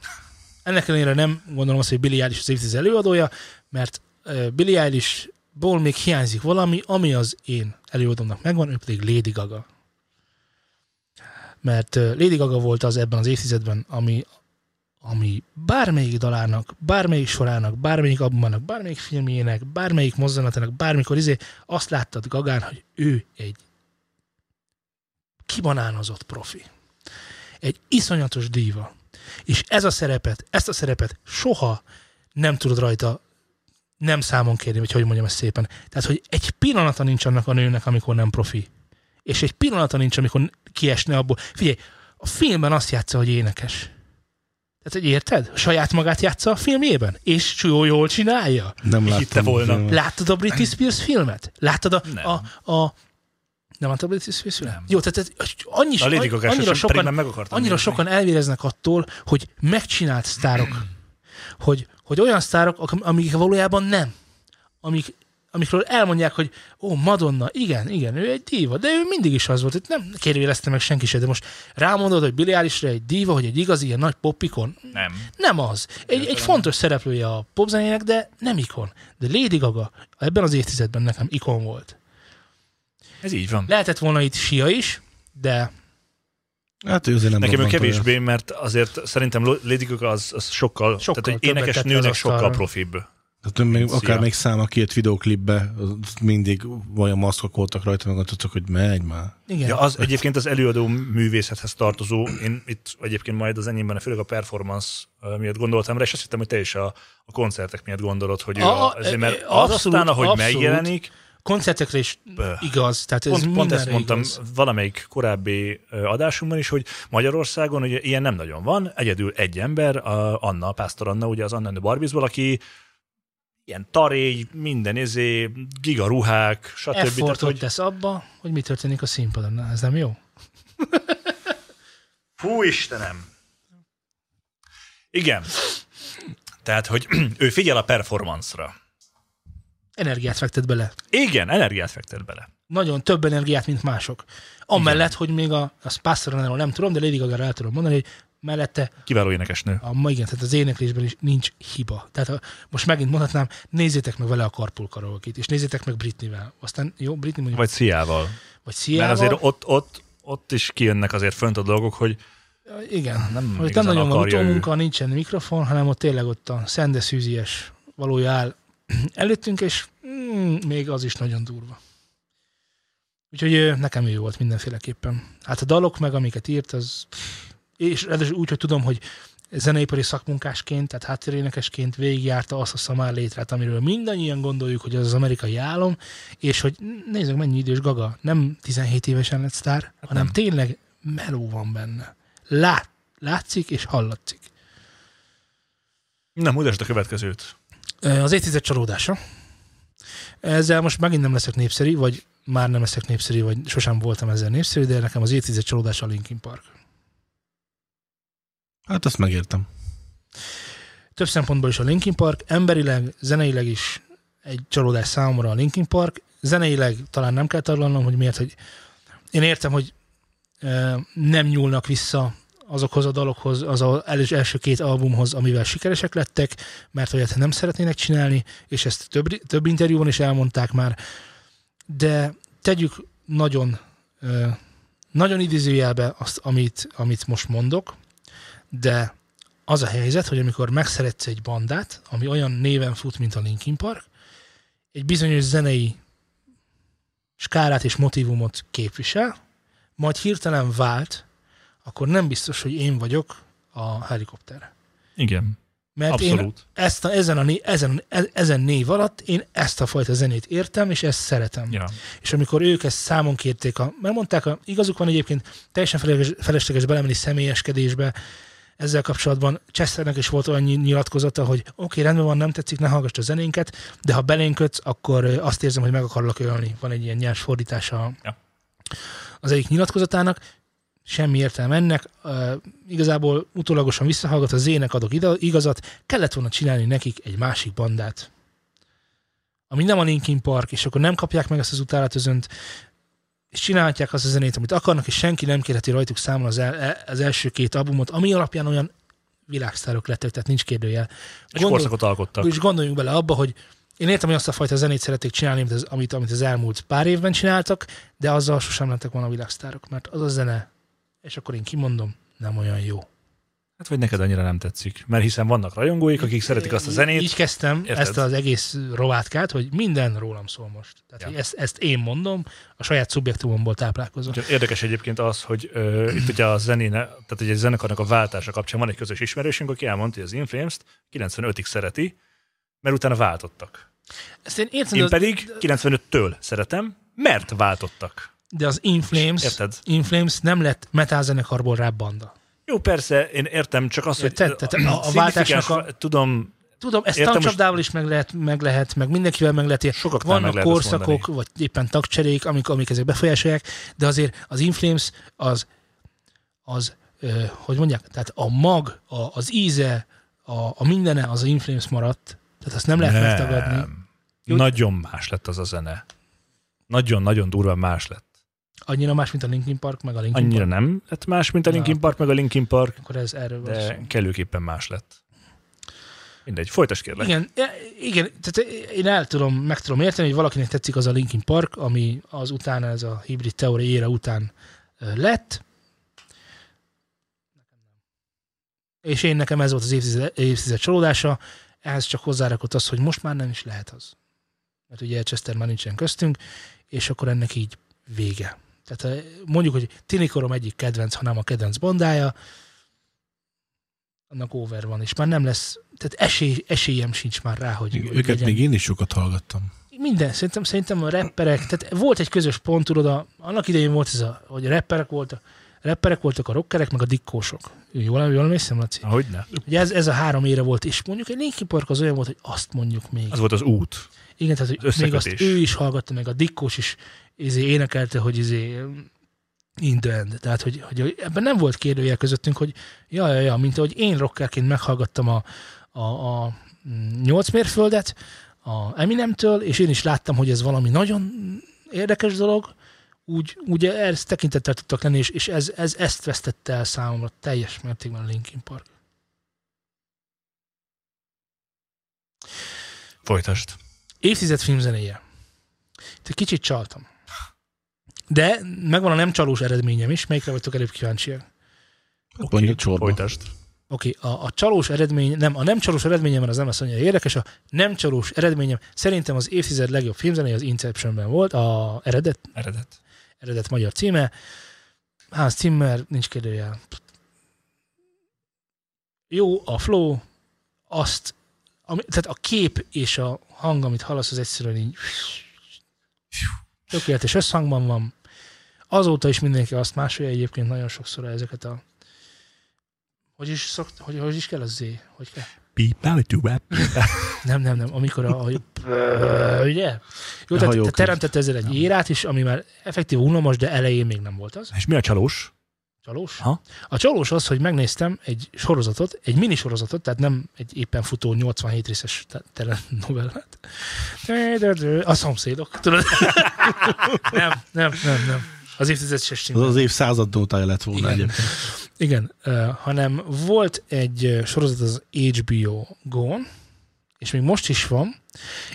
S1: Ennek ellenére nem gondolom azt, hogy Billy Eilish az évtized előadója, mert uh, Billy Eilishból még hiányzik valami, ami az én előadómnak megvan, ő pedig Lady Gaga mert ö, Lady Gaga volt az ebben az évtizedben, ami, ami bármelyik dalának, bármelyik sorának, bármelyik abbanak, bármelyik filmjének, bármelyik mozzanatának, bármikor izé, azt láttad Gagán, hogy ő egy kibanánozott profi. Egy iszonyatos díva. És ez a szerepet, ezt a szerepet soha nem tudod rajta nem számon kérni, vagy hogy mondjam ezt szépen. Tehát, hogy egy pillanata nincs annak a nőnek, amikor nem profi és egy pillanata nincs, amikor kiesne abból. Figyelj, a filmben azt játsza, hogy énekes. Tehát, hogy érted? Saját magát játsza a filmjében, és csúlyó jól csinálja.
S5: Nem láttam.
S4: hitte volna.
S5: Filmet.
S1: Láttad a Britney Spears filmet? Láttad a...
S4: Nem.
S1: a, a nem láttad a Britney Spears filmet? Jó, tehát tehát annyi,
S4: A Lady Gaga
S1: annyira
S4: annyira
S1: sokan,
S4: meg akartam
S1: annyira
S4: nézni.
S1: sokan elvéreznek attól, hogy megcsinált sztárok, hogy, hogy olyan sztárok, ak- amik valójában nem. Amik, amikről elmondják, hogy ó, Madonna, igen, igen, ő egy díva, de ő mindig is az volt, itt nem kérdőjelezte meg senki se, de most rámondod, hogy Billie Eilishre egy díva, hogy egy igazi ilyen nagy popikon,
S4: Nem.
S1: nem az. Egy, egy fontos szereplője a popzenének, de nem ikon. De Lady Gaga ebben az évtizedben nekem ikon volt.
S4: Ez így van.
S1: Lehetett volna itt Sia is, de
S5: Hát ő azért nem
S4: Nekem ő
S5: robbant olyan.
S4: kevésbé, mert azért szerintem Lady Gaga az, az
S1: Sokkal
S4: sokkal, sokkal, tehát egy
S1: többet
S4: énekes
S1: tett le
S4: nőnek
S1: az asztalra.
S4: sokkal profibb.
S5: Tehát ő még,
S4: Szia.
S5: akár még száma két videoklipbe, az mindig olyan maszkok voltak rajta, meg tudtuk, hogy megy már.
S1: igen.
S4: Ja, az egyébként az előadó művészethez tartozó, én itt egyébként majd az enyémben, főleg a performance ö, miatt gondoltam rá, és azt hittem, hogy te is a, a koncertek miatt gondolod, hogy ő
S1: A-
S4: a, azért, mert
S1: a- abszolút,
S4: aztán, ahogy
S1: abszolút.
S4: megjelenik,
S1: koncertekre is
S4: Bö.
S1: igaz. Tehát Hát ez
S4: pont, pont ezt
S1: mindenre
S4: mondtam
S1: igaz.
S4: valamelyik korábbi ö, adásunkban is, hogy Magyarországon ugye ilyen nem nagyon van, egyedül egy ember, a Anna, Pásztor Anna, ugye az Anna and the Barbiesból, aki ilyen taréj, minden izé, gigaruhák, stb. Tehát,
S1: Effortot
S4: hogy-
S1: tesz abba, hogy mi történik a színpadon. Na, ez nem jó?
S4: Hú, Istenem! Igen. Tehát, hogy ő figyel a performance-ra.
S1: Energiát fektet bele.
S4: Igen, energiát fektet bele.
S1: Nagyon több energiát, mint mások. Amellett, hogy még a, a Pásztornáról nem tudom, de Lady gaga el tudom mondani, hogy mellette
S4: Kiváló énekesnő.
S1: A, ma igen, tehát az éneklésben is nincs hiba. Tehát a, most megint mondhatnám, nézzétek meg vele a Carpool karaoke és nézzétek meg Britney-vel. Aztán jó, Britney mondjuk,
S4: Vagy Sziával.
S1: vagy
S4: Mert
S1: Sziával.
S4: azért ott, ott, ott is kijönnek azért fönt a dolgok, hogy
S1: Igen,
S4: nem
S1: nem, hogy nem
S4: igazán
S1: nagyon van
S4: akarja ő.
S1: utómunka, nincsen mikrofon, hanem ott tényleg ott a szendeszűzies valója áll előttünk, és mm, még az is nagyon durva. Úgyhogy ö, nekem jó volt mindenféleképpen. Hát a dalok meg, amiket írt, az... És ráadásul úgy, hogy tudom, hogy zeneipari szakmunkásként, tehát háttérénekesként végigjárta azt a szamár létrát, amiről mindannyian gondoljuk, hogy az az amerikai álom, és hogy nézzük, mennyi idős Gaga. Nem 17 évesen lett sztár, hát hanem nem. tényleg meló van benne. Lát, látszik és hallatszik.
S4: nem, mutasd a következőt.
S1: Ö, Az évtized csalódása. Ezzel most megint nem leszek népszerű, vagy már nem leszek népszerű, vagy sosem voltam ezzel népszerű, de nekem az évtized csalódása a Linkin Park.
S5: Hát azt megértem.
S1: Több szempontból is a Linkin Park, emberileg, zeneileg is egy csalódás számomra a Linkin Park. Zeneileg talán nem kell taglalnom, hogy miért, hogy én értem, hogy ö, nem nyúlnak vissza azokhoz a dalokhoz, az a elő- első két albumhoz, amivel sikeresek lettek, mert olyat nem szeretnének csinálni, és ezt több, több interjúban is elmondták már, de tegyük nagyon ö, nagyon idézőjelbe azt, amit, amit most mondok, de az a helyzet, hogy amikor megszeretsz egy bandát, ami olyan néven fut, mint a Linkin Park, egy bizonyos zenei skálát és motivumot képvisel, majd hirtelen vált, akkor nem biztos, hogy én vagyok a helikopter.
S4: Igen,
S1: Mert Hát én
S4: abszolút.
S1: ezt a, ezen, a, né- ezen, e- ezen név alatt én ezt a fajta zenét értem, és ezt szeretem.
S4: Ja.
S1: És amikor ők ezt számon kérték, a, mert mondták, a, igazuk van egyébként, teljesen felesleges- felesleges belemenni személyeskedésbe, ezzel kapcsolatban Chesternek is volt olyan nyi- nyilatkozata, hogy oké, okay, rendben van, nem tetszik, ne hallgass a zenénket, de ha belénkötsz, akkor ö, azt érzem, hogy meg akarlak ölni. Van egy ilyen nyers fordítása a-
S4: Ja.
S1: az egyik nyilatkozatának, semmi értelme ennek, ö, igazából utólagosan visszahallgat, az ének adok ide- igazat, kellett volna csinálni nekik egy másik bandát ami nem a Linkin Park, és akkor nem kapják meg azt az utálatözönt, és csinálhatják azt a zenét, amit akarnak, és senki nem kérheti rajtuk számon az, el, el- az első két albumot, ami alapján olyan világsztárok lettek, tehát nincs kérdőjel.
S4: Egy
S1: Gondol-
S4: korszakot alkottak.
S1: és gondoljunk bele abba, hogy én értem, hogy azt a fajta zenét szerették csinálni, amit az, amit, amit az elmúlt pár évben csináltak, de azzal sosem lettek volna világsztárok, mert az a zene, és akkor én kimondom, nem olyan jó.
S4: Hát vagy neked annyira nem tetszik, mert hiszen vannak rajongóik, akik szeretik azt a zenét.
S1: Így kezdtem
S4: Érted?
S1: Érted? ezt az egész rovátkát, hogy minden rólam szól most. Tehát, ja.
S4: Ja.
S1: hogy ezt, ezt én mondom, a saját szubjektumomból táplálkozom.
S4: Úgyhogy Érdekes egyébként az, hogy ö, itt ugye a zenéne, tehát ugye a zenekarnak a váltása kapcsán van egy közös ismerősünk, aki elmondta, hogy az Inflames-t 95-ig szereti, mert utána váltottak.
S1: Ezt én értem, de
S4: Én
S1: Hát az,
S4: pedig 95-től szeretem, mert váltottak.
S1: de az Inflames,
S4: Érted?
S1: Inflames nem lett metálzenekarból rap banda.
S4: Jó, persze, én értem, csak azt, hogy
S1: Érted? Tehát a- a váltásnak a-
S4: szignifikáns- Tudom,
S1: Tudom, ezt
S4: Értem,
S1: tagcsapdával is meg lehet, meg lehet, meg mindenkivel meg lehet.
S4: Sokaknál
S1: Vannak
S4: meg lehet ezt
S1: korszakok,
S4: mondani.
S1: vagy éppen tagcserék, amik, amik ezek befolyásolják, de azért az Inflames az, az ö, hogy mondják, tehát a mag, a, az íze, a, a mindene az Inflames maradt, tehát azt nem lehet
S4: Nem.
S1: megtagadni. Jó.
S4: nagyon más lett az a zene. Nagyon-nagyon durva más lett.
S1: annyira más, mint a Linkin Park, meg a Linkin
S4: Annyira
S1: Park.
S4: nem lett más, mint a
S1: Na.
S4: Linkin Park, meg a Linkin Park,
S1: Akkor ez erről van szó.
S4: de kellőképpen más lett. Mindegy, folytas kérlek.
S1: Igen, e- igen, tehát e, én el tudom, meg tudom érteni, hogy valakinek tetszik az a Linkin Park, ami az utána, ez a hibrid teória ére után ö, lett. És én nekem ez volt az évtized, évtized csalódása, ehhez csak hozzárakott az, hogy most már nem is lehet az. Mert ugye Chester már nincsen köztünk, és akkor ennek így vége. Tehát ö, mondjuk, hogy Tinikorom egyik kedvenc, ha nem a kedvenc bandája, annak over van, és már nem lesz, tehát esély, esélyem sincs már rá, hogy
S5: Őket
S1: legyen.
S5: még én is sokat hallgattam. Hát,
S1: minden, szerintem, szerintem a rapperek, tehát volt egy közös pont, tudod, a, annak idején volt ez a, hogy rapperek voltak, rapperek voltak a rockerek, meg a dikkósok. Jól, jól emlékszem, Laci?
S4: Hogyne.
S1: Ugye ez, ez a három ére volt, és mondjuk egy Linkin Park az olyan volt, hogy azt mondjuk még.
S4: Az volt az út.
S1: Igen, tehát hogy
S4: Az
S1: még azt
S4: összekötés.
S1: ő is hallgatta, meg a Dikkós is izé, énekelte, hogy izé, in the end. Tehát, hogy, hogy ebben nem volt kérdőjel közöttünk, hogy ja, ja, ja, mint ahogy én rockerként meghallgattam a, a, a mm, nyolc mérföldet a Eminemtől, és én is láttam, hogy ez valami nagyon érdekes dolog, úgy, úgy ezt tekintettel tudtak lenni, és, és ez, ez, ezt vesztette el számomra teljes mértékben a Linkin Park.
S4: Folytasd.
S1: Évtized filmzenéje. Itt egy kicsit csaltam. De megvan a nem csalós eredményem is, melyikre vagytok előbb kíváncsiak.
S5: Okay. Mondjuk csorba.
S4: Folytasd.
S1: Oké, okay, a, a csalós eredmény, nem, a nem csalós eredményem, mert az nem lesz annyira érdekes, a nem csalós eredményem szerintem az évtized legjobb filmzenéje az Inceptionben volt, a eredet,
S4: Eredet.
S1: eredet magyar címe. Hans Zimmer, nincs kérdőjel. Jó, a flow, azt, ami, tehát a kép és a hang, amit hallasz, az egyszerűen így tökéletes összhangban van. Azóta is mindenki azt másolja egyébként nagyon sokszor ezeket a hogy is, szokt, hogy, hogy is kell az Z? Hogy kell? Nem, nem, nem. Amikor a... a ugye? Jó, tehát te
S5: hajókönyv.
S1: teremtett ezzel egy érát is, ami már effektív unalmas, de elején még nem volt az.
S4: És mi a csalós?
S1: Csalós?
S4: Ha?
S1: A csalós az, hogy megnéztem egy sorozatot, egy mini sorozatot, tehát nem egy éppen futó 87 részes te- tele novellát. A szomszédok, tudod? nem, nem, nem, nem. Az évtized se
S5: Az
S1: stimmel.
S5: az év századótája lett volna
S1: Igen.
S5: egyébként.
S1: Igen, ö, hanem volt egy ö, sorozat az HBO Go-n, és még most is van,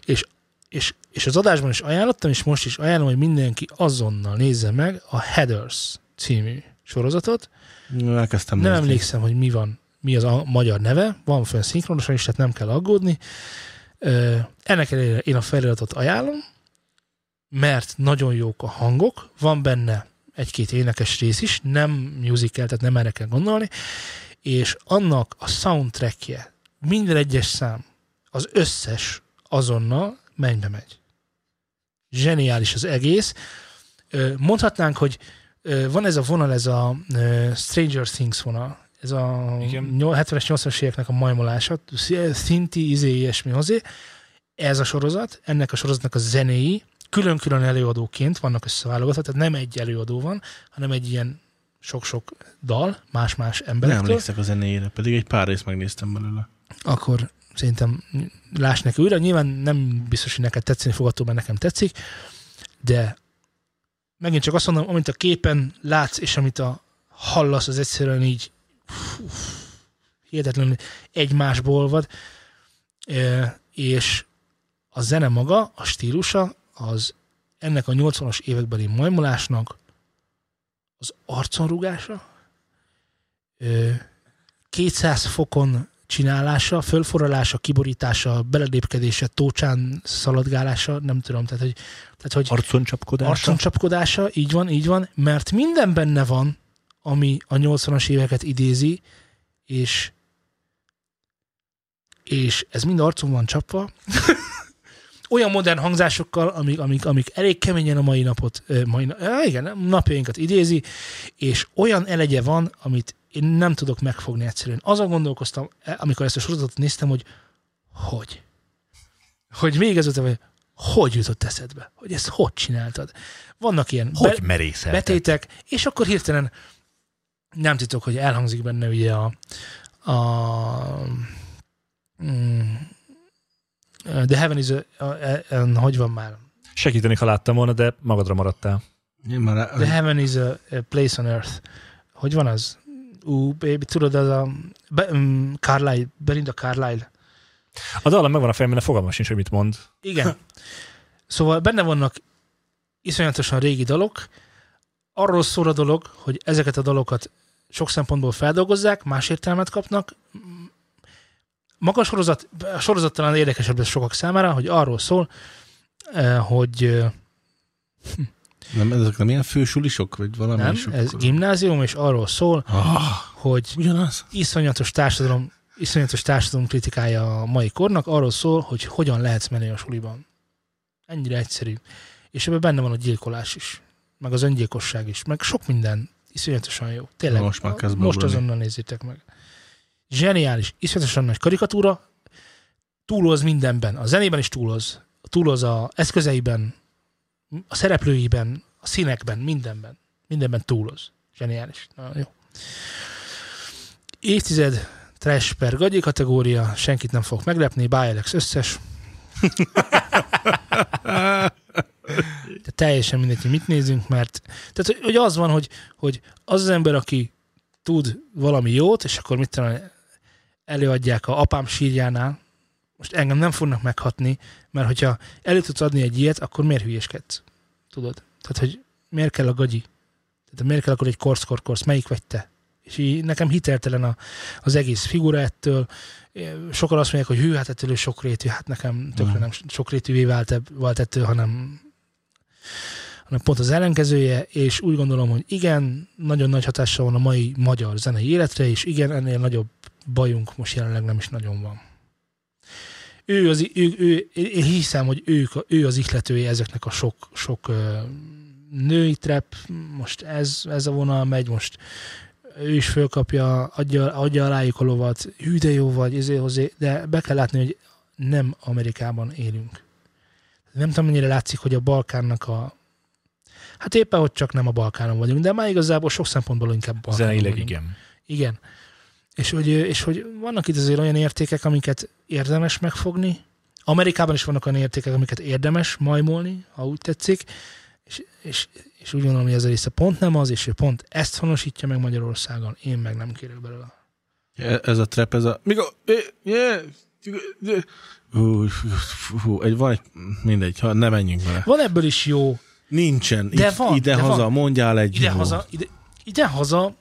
S1: és, és, és az adásban is ajánlottam, és most is ajánlom, hogy mindenki azonnal nézze meg a Headers című sorozatot,
S5: Elkezdtem
S1: nem
S5: nézni.
S1: emlékszem, hogy mi van, mi az a magyar neve, van fönn szinkronosan is, tehát nem kell aggódni. Ö, ennek ellenére én a feliratot ajánlom, mert nagyon jók a hangok, van benne egy-két énekes rész is, nem musical, tehát nem erre kell gondolni, és annak a soundtrackje, minden egyes szám, az összes azonnal mennybe megy. Zseniális az egész. Ö, Mondhatnánk, hogy ö, van ez a vonal, ez a ö, Stranger Things vonal, ez a
S4: Igen.
S1: nyol- 70-es, 80-as éveknek a majmolása, szinti, izé, ilyesmi hozzá. Ez a sorozat, ennek a sorozatnak a zenéi, külön-külön előadóként vannak összeválogatva, tehát nem egy előadó van, hanem egy ilyen sok-sok dal, más-más
S5: Nem
S1: emberektől
S5: emlékszek a zenéjére, pedig egy pár részt megnéztem belőle.
S1: akkor szerintem láss neki újra. Nyilván nem biztos, hogy neked tetszeni fog, attól, mert nekem tetszik, de megint csak azt mondom, amit a képen látsz, és amit a hallasz, az egyszerűen így hú, hihetetlenül egymásba olvad, Ö, és a zene maga, a stílusa, az ennek a 80-as évekbeli majmolásnak az arconrugása, ö, 200 fokon csinálása, fölforralása, kiborítása, beledépkedése, tócsán szaladgálása, nem tudom, tehát hogy, tehát, hogy
S4: Arcon csapkodása.
S1: arcon csapkodása, így van, így van, mert minden benne van, ami a 80-as éveket idézi, és és ez mind arcon van csapva, olyan modern hangzásokkal, amik, amik, amik elég keményen a mai napot, ö, mai, na- á, igen, napjainkat idézi, és olyan elegye van, amit én nem tudok megfogni egyszerűen. Azon gondolkoztam, eh, amikor ezt a sorozatot néztem, hogy hogy? Hogy még ezután, hogy hogy jutott eszedbe? Hogy ezt hogy csináltad? Vannak ilyen
S2: Hogy
S1: be-
S2: merészel?
S1: betétek, és akkor hirtelen nem titok, hogy elhangzik benne ugye a, a mm, The Heaven is a, a, a, a, hogy van már?
S4: Segíteni, ha láttam volna, de magadra maradtál.
S5: Én már rá-
S1: The Heaven is a, a place on earth. Hogy van az? Ú, baby, tudod, az a Be, um, Carlyle, Belinda Carlyle.
S4: A dallam megvan a fejemben, de fogalmam sincs, hogy mit mond.
S1: Igen. Szóval benne vannak iszonyatosan régi dalok. Arról szól a dolog, hogy ezeket a dalokat sok szempontból feldolgozzák, más értelmet kapnak. Maga a sorozat, a sorozat talán érdekesebb lesz sokak számára, hogy arról szól, eh, hogy eh,
S5: nem, ezek nem ilyen fősulisok, vagy valami
S1: nem,
S5: sok-
S1: ez gimnázium, és arról szól,
S5: ah,
S1: hogy
S5: ugyanaz?
S1: iszonyatos társadalom, iszonyatos társadalom kritikája a mai kornak arról szól, hogy hogyan lehetsz menő a suliban. Ennyire egyszerű. És ebben benne van a gyilkolás is, meg az öngyilkosság is, meg sok minden iszonyatosan jó. Tényleg.
S3: Most már kezd
S1: Most
S3: borulni.
S1: azonnal nézzétek meg. Zseniális, iszonyatosan nagy karikatúra, túloz mindenben. A zenében is túloz. Túloz a eszközeiben, a szereplőiben, a színekben, mindenben. Mindenben túloz. Zseniális. Nagyon jó. Évtized trash per gagyi kategória, senkit nem fog meglepni, Bájelex összes. De teljesen mindegy, hogy mit nézünk, mert tehát, hogy, hogy az van, hogy, hogy az az ember, aki tud valami jót, és akkor mit tudom, előadják a apám sírjánál, most engem nem fognak meghatni, mert hogyha elő tudsz adni egy ilyet, akkor miért hülyéskedsz? Tudod? Tehát, hogy miért kell a gagyi? Tehát miért kell akkor egy korsz, korsz, korsz? Melyik vagy te? És így nekem hiteltelen a, az egész figura ettől. Sokan azt mondják, hogy hű, hát ettől ő sokrétű. Hát nekem tökre nem sokrétűvé vált, ebb- vált ettől, hanem, hanem pont az ellenkezője, és úgy gondolom, hogy igen, nagyon nagy hatással van a mai magyar zenei életre, és igen, ennél nagyobb bajunk most jelenleg nem is nagyon van. Ő, az, ő, ő én hiszem, hogy ők, a- ő az ihletője ezeknek a sok, sok ö, női trap, most ez, ez a vonal megy, most ő is fölkapja, adja, adja alájuk a lovat, hű de jó vagy, izé hozzé, de be kell látni, hogy nem Amerikában élünk. Nem tudom, mennyire látszik, hogy a Balkánnak a... Hát éppen, hogy csak nem a Balkánon vagyunk, de már igazából sok szempontból inkább Balkánon
S4: Zeneileg
S1: vagyunk.
S4: igen.
S1: Igen. És hogy, és hogy vannak itt azért olyan értékek, amiket érdemes megfogni. Amerikában is vannak olyan értékek, amiket érdemes majmolni, ha úgy tetszik. És, és, és úgy gondolom, hogy ez a része pont nem az, és ő pont ezt honosítja meg Magyarországon. Én meg nem kérek belőle.
S3: E, Ez a trap, ez a... Mikor... Hú, fú, fú, egy, van egy, mindegy, ha ne menjünk vele.
S1: Van ebből is jó.
S3: Nincsen.
S1: De
S3: Itt-
S1: van, de
S3: Ide-haza,
S1: van.
S3: mondjál egy jót.
S1: Ide-haza, ide, ide-haza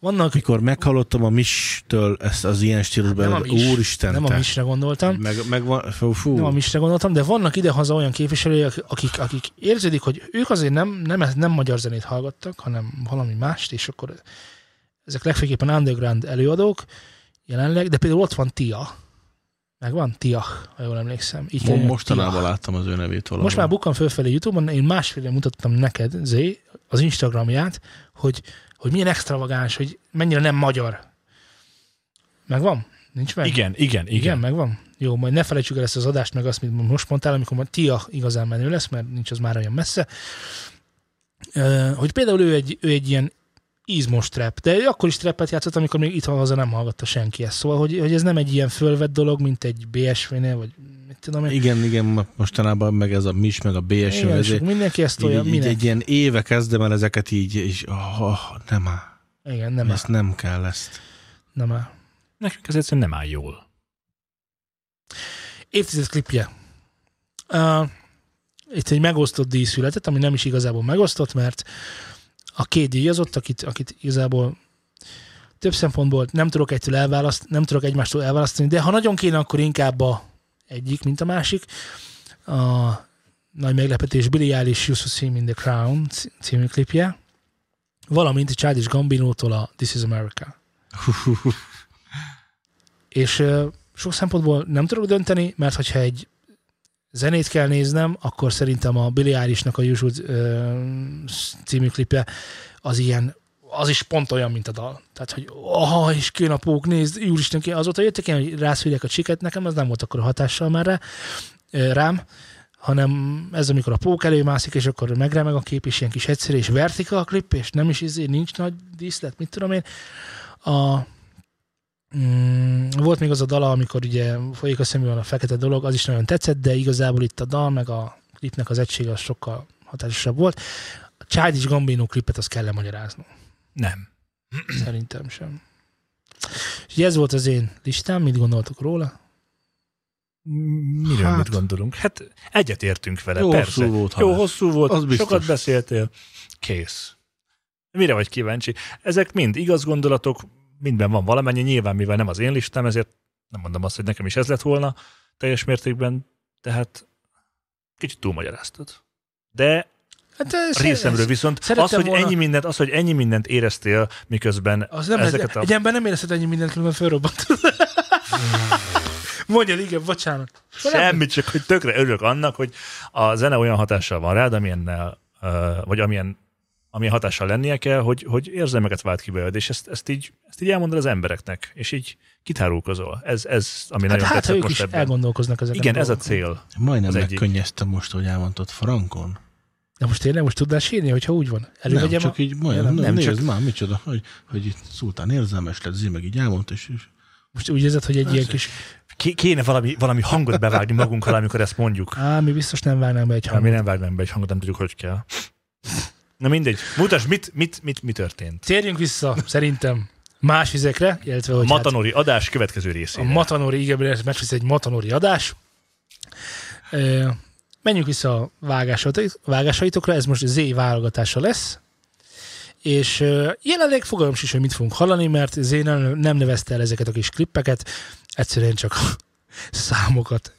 S1: vannak...
S3: Mikor meghallottam a Mistől ezt az ilyen
S1: Nem a
S3: stílusban,
S1: mis,
S3: úristen,
S1: nem a
S3: te.
S1: misre gondoltam.
S3: Meg, meg van, fú, fú.
S1: Nem a misre gondoltam, de vannak idehaza olyan képviselői, ak- akik, akik érződik, hogy ők azért nem, nem, nem magyar zenét hallgattak, hanem valami mást, és akkor ezek legfőképpen underground előadók jelenleg, de például ott van Tia. Megvan? Tia, ha jól emlékszem. Így kell
S3: Mo-
S1: jönni,
S3: mostanában
S1: Tia.
S3: láttam az ő nevét valahol.
S1: Most már bukkan fölfelé Youtube-on, én másféle mutattam neked, Zé, az Instagramját, hogy, hogy milyen extravagáns, hogy mennyire nem magyar. Megvan? Nincs meg?
S4: Igen, igen,
S1: Igen,
S4: igen.
S1: megvan. Jó, majd ne felejtsük el ezt az adást, meg azt, amit most mondtál, amikor majd Tia igazán menő lesz, mert nincs az már olyan messze. Ö, Hogy például ő egy, ő egy ilyen izmos trap, de ő akkor is trappet játszott, amikor még itthon haza nem hallgatta senki ezt. Szóval, hogy, hogy ez nem egy ilyen fölvett dolog, mint egy BSV-nél, vagy mit tudom én.
S3: Igen, igen, ma- mostanában meg ez a Mis, meg a BS,
S1: Igen,
S3: meg
S1: sok
S3: ezért.
S1: mindenki ezt
S3: Így,
S1: olyan,
S3: így, így
S1: minek?
S3: egy ilyen éve kezdem el ezeket így, és oh, oh, nem áll.
S1: Igen, nem
S3: Nem
S1: ezt,
S3: ezt nem kell ezt.
S1: nem áll.
S4: Nekünk ez egyszerűen nem áll jól.
S1: Évtized klipje. Uh, itt egy megosztott díj született, ami nem is igazából megosztott, mert a két díjazott, akit, akit igazából több szempontból nem tudok, egytől elválaszt, nem tudok egymástól elválasztani, de ha nagyon kéne, akkor inkább a egyik, mint a másik. A nagy meglepetés Billy Eilish You Should See Me in the Crown c- című klipje, valamint Childish Gambino-tól a This is America. És ö, sok szempontból nem tudok dönteni, mert hogyha egy zenét kell néznem, akkor szerintem a Billy Eilishnak a Usual ö, című klipje az ilyen, az is pont olyan, mint a dal. Tehát, hogy aha, és kén a pók, nézd, úristen, ki azóta jöttek én, hogy rászüljek a csiket, nekem ez nem volt akkor hatással már rá, ö, rám, hanem ez, amikor a pók előmászik, és akkor megremeg a kép, és ilyen kis egyszerű, és vertika a klip, és nem is izé, nincs nagy díszlet, mit tudom én. A, Mm, volt még az a dala, amikor ugye folyik a szemben a fekete dolog, az is nagyon tetszett, de igazából itt a dal, meg a klipnek az egysége az sokkal hatásosabb volt. A Childish Gambino klipet azt kell lemagyarázni.
S4: Nem.
S1: Szerintem sem. És ugye ez volt az én listám, mit gondoltok róla?
S4: Miről
S3: Hát.
S4: hát. mit gondolunk? Hát egyetértünk vele,
S3: Jó
S4: persze.
S3: hosszú volt,
S4: Jó
S3: Hannes.
S4: hosszú volt,
S3: Az biztos.
S4: sokat beszéltél. Kész. Mire vagy kíváncsi? Ezek mind igaz gondolatok, mindben van valamennyi, nyilván mivel nem az én listám, ezért nem mondom azt, hogy nekem is ez lett volna teljes mértékben, tehát kicsit túlmagyaráztad. De
S1: Hát ez,
S4: részemről viszont
S1: szerettem
S4: az, hogy,
S1: volna-
S4: ennyi mindent, az, hogy ennyi mindent éreztél, miközben
S1: Az nem, ez,
S4: ezeket
S1: a...
S4: a...
S1: Egy ember nem érezhet ennyi mindent, különben fölrobbant. Mondja, igen, bocsánat. Szóval
S4: Semmi, csak hogy tökre örülök annak, hogy a zene olyan hatással van rád, amilyennel, ö, vagy amilyen, amilyen hatással lennie kell, hogy, hogy érzelmeket vált ki belőled, és ezt, ezt, így, ezt így elmondod az embereknek, és így kitárulkozol. Ez, ez ami
S1: Hát,
S4: nagyon
S1: hát ha
S4: tetszett
S1: ők
S4: most
S1: is
S4: ebben.
S1: elgondolkoznak ezeken.
S4: Igen, ez a
S1: dolgokon.
S4: cél.
S3: Majdnem
S4: Az egyik.
S3: megkönnyeztem most, hogy elmondtad Frankon.
S1: De most tényleg most tudnál sírni, hogyha úgy van?
S3: Nem,
S1: Elővegyem
S3: csak
S1: a...
S3: így majdnem,
S1: nem,
S3: nem,
S1: nem,
S3: nézd
S1: csak-
S3: már, micsoda, hogy, hogy itt szultán érzelmes lett, Zi meg így elmondta, és, és
S1: Most úgy érzed, hogy egy ilyen kis...
S4: Ké- Kéne valami, valami hangot bevágni magunkkal, amikor ezt mondjuk.
S1: Á, mi biztos nem vágnánk be egy
S4: Ja, Hát mi
S1: hangot.
S4: nem vágnánk be egy hangot, nem tudjuk, hogy kell. Na mindegy, mutasd, mit, mit, mit, mi történt.
S1: Térjünk vissza, szerintem, más vizekre, illetve hogy hát-
S4: Matanori adás következő
S1: A
S4: részére.
S1: Matanori, igen, mert meccs lesz egy Matanori adás. Ö, Menjünk vissza a vágásait- vágásaitokra, ez most Z válogatása lesz. És ö, jelenleg fogalmam sincs, hogy mit fogunk hallani, mert Z nem, nem nevezte el ezeket a kis klippeket, egyszerűen csak számokat,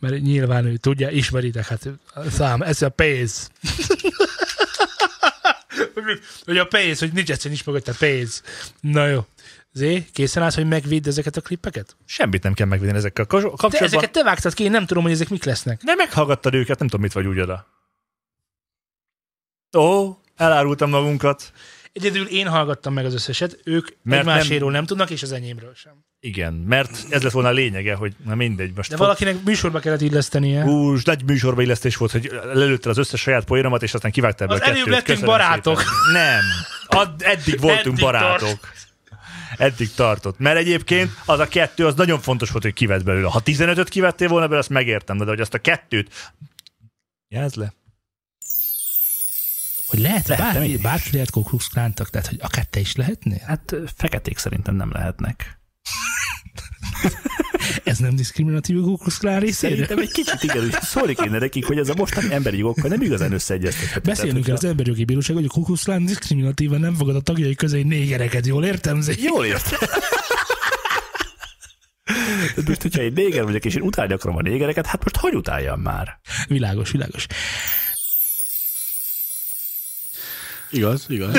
S1: mert nyilván ő tudja, ismeritek, hát a szám, ez a pénz. hogy a pénz, hogy nincs egyszerűen is mögötte pénz. Na jó. Z, készen állsz, hogy megvédd ezekkel a klippeket?
S4: Semmit nem kell megvédeni ezekkel a kas-
S1: Te
S4: kapcsolatban.
S1: ezeket te vágtad ki, én nem tudom, hogy ezek mik lesznek.
S4: De meghallgattad őket, nem tudom, mit vagy úgy oda. Ó, elárultam magunkat.
S1: Egyedül én hallgattam meg az összeset, ők
S4: Mert
S1: Mert egymáséról nem... nem tudnak, és az enyémről sem.
S4: Igen, mert ez lett volna a lényege, hogy na mindegy, most
S1: De valakinek műsorba kellett illesztenie.
S4: Hús, nagy műsorba illesztés volt, hogy lelőtted az összes saját poénomat, és aztán kivágtál ebből
S1: Az előbb
S4: kettőt.
S1: lettünk
S4: Köszönöm
S1: barátok.
S4: szépen. Nem. Ad, eddig voltunk eddig
S1: Eddig tart.
S4: barátok. Eddig tartott. Mert egyébként az a kettő, az nagyon fontos volt, hogy kivett belőle. Ha 15-öt kivettél volna belőle, azt megértem, de hogy azt a kettőt... Jelzd le.
S2: Hogy lehet,
S4: Lehetne
S2: bárki,
S4: én is.
S2: bárki lehet kukrántak, tehát hogy akár te is lehetnél?
S4: Hát feketék szerintem nem lehetnek.
S2: Ez nem diszkriminatív a kukránk részére?
S4: Szerintem egy kicsit igen, úgy szólni kéne nekik, hogy ez a mostani emberi jogokkal nem igazán összeegyeztethető.
S2: Beszélnünk kell
S4: Tehát,
S2: az emberjogi bíróság, hogy a kukuszlán diszkriminatívan nem fogad a tagjai közé négereket, jól értem? Zé?
S4: hogyha- Jól ért. Most, hogyha én néger vagyok, és én utálni akarom a négereket, hát most hogy utáljam már?
S2: Világos, világos.
S3: igaz, igaz.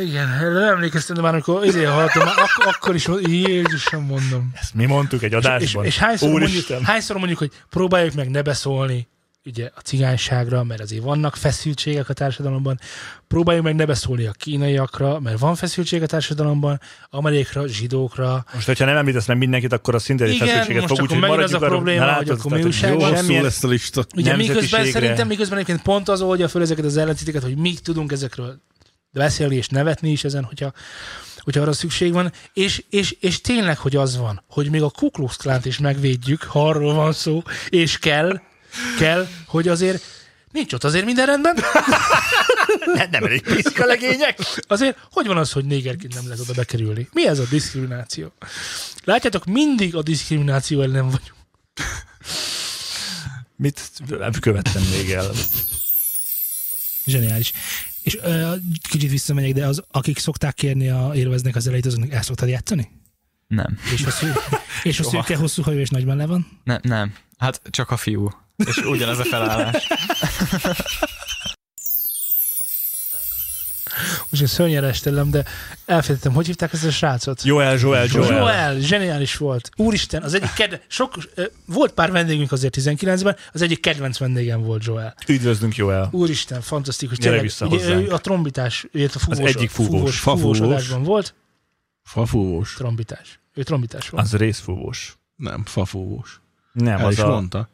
S1: Igen, nem emlékeztem, de már amikor izé hallottam, már ak- akkor is, Jézusom mondom.
S4: Ezt mi mondtuk egy
S1: És,
S4: adásban.
S1: és hányszor, mondjuk,
S4: Úristen.
S1: hányszor mondjuk, hogy próbáljuk meg ne beszólni ugye a cigányságra, mert azért vannak feszültségek a társadalomban, próbáljuk meg ne beszólni a kínaiakra, mert van feszültség a társadalomban, amerikra, zsidókra,
S4: Most, hogyha nem említesz meg mindenkit, akkor a szintén
S1: Igen,
S4: feszültséget
S1: most
S4: fog,
S1: akkor
S4: úgyhogy
S1: megint az
S4: maradjuk
S1: a
S4: arra-
S1: probléma,
S4: Na,
S1: hogy
S4: látod,
S1: akkor
S4: tehát,
S1: mi
S4: hogy
S1: újság van?
S4: jó,
S18: Hosszú
S4: semmilyen-
S18: lesz a lista.
S1: Ugye miközben
S4: nemzetiségre.
S1: szerintem, miközben egyébként pont az oldja föl ezeket az ellentéteket, hogy mi tudunk ezekről beszélni és nevetni is ezen, hogyha, hogyha arra szükség van. És, és, és tényleg, hogy az van, hogy még a kukluxklánt is megvédjük, ha arról van szó, és kell, kell, hogy azért nincs ott azért minden rendben.
S4: Ne- nem elég piszka legények.
S1: Azért, hogy van az, hogy négerként nem lehet oda bekerülni? Mi ez a diszkrimináció? Látjátok, mindig a diszkrimináció ellen vagyunk.
S4: Mit nem követtem még el?
S2: Zseniális. És ö, kicsit visszamegyek, de az, akik szokták kérni a élveznek az elejét, azoknak el szoktad játszani?
S19: Nem,
S2: És a, szű, és a
S19: Soha.
S2: szürke hosszú hajú és nagyban le van?
S19: nem, nem. Hát csak a fiú. És ugyanez a felállás.
S1: Most én szörnyen estellem, de elfelejtettem, hogy hívták ezt a srácot?
S4: Joel, Joel, Joel.
S1: Joel. Joel, zseniális volt. Úristen, az egyik kedvenc, sok, ö, volt pár vendégünk azért 19-ben, az egyik kedvenc vendégem volt Joel.
S4: Üdvözlünk Joel.
S1: Úristen, fantasztikus.
S4: Gyere
S1: tényleg.
S4: vissza
S1: Ugye
S4: hozzánk.
S1: ő a trombitás, illetve a fúvós,
S4: egyik fúvós.
S1: fúvós, fúvós
S3: Fafúvós.
S1: adásban volt.
S3: Fafúvós.
S1: Trombitás. Ő trombitás volt.
S4: Az részfúvós.
S3: Nem, fafúvós.
S4: Nem,
S3: El
S4: az
S3: is
S4: a...
S3: mondta.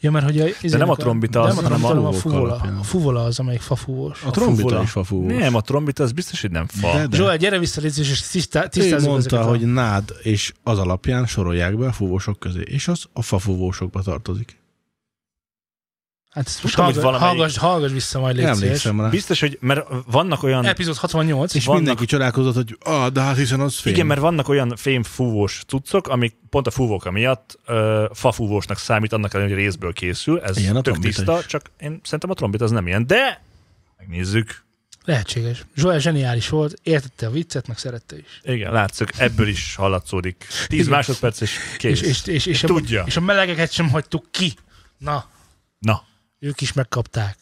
S1: Ja, mert hogy a, izének
S4: nem a trombita,
S1: nem
S4: az,
S1: a
S4: hanem
S1: trombita,
S3: a
S1: hanem a
S3: lóvók
S1: fuvola.
S3: alapján.
S1: A fuvola az, amelyik fafúvós.
S3: A trombita
S4: fufula.
S3: is fafúvós.
S4: Nem, a trombita az biztos, hogy nem fa.
S3: de, de.
S1: Joel, gyere vissza, légy szíves, és tisztá-
S3: Ő
S1: tisztázzuk
S3: mondta,
S1: ezeket.
S3: hogy nád, és az alapján sorolják be a fúvósok közé, és az a fafúvósokba tartozik.
S1: Hát ezt most
S4: Tudtam, hogy
S1: hallgass,
S4: valamelyik-
S1: hallgass, hallgass vissza majd, légy szíves.
S3: Emlékszem rá.
S4: Biztos, hogy mert vannak olyan...
S1: Epizód 68.
S3: És
S4: vannak-
S3: mindenki csodálkozott, hogy ah, de hát hiszen az fém.
S4: Igen, mert vannak olyan fémfúvós cuccok, amik pont a fúvóka miatt ö, fafúvósnak számít, annak ellenére, hogy részből készül. Ez
S3: Ilyen a
S4: tök
S3: trombita
S4: tiszta,
S3: is.
S4: csak én szerintem a trombita az nem ilyen. De megnézzük.
S1: Lehetséges. Joel zseniális volt, értette a viccet, meg szerette is.
S4: Igen, látszik, ebből is hallatszódik. 10
S1: Igen.
S4: másodperc és kész.
S1: És, és, és, és, a,
S4: Tudja.
S1: és a melegeket sem hagytuk ki. Na,
S4: Na,
S1: ők is megkapták.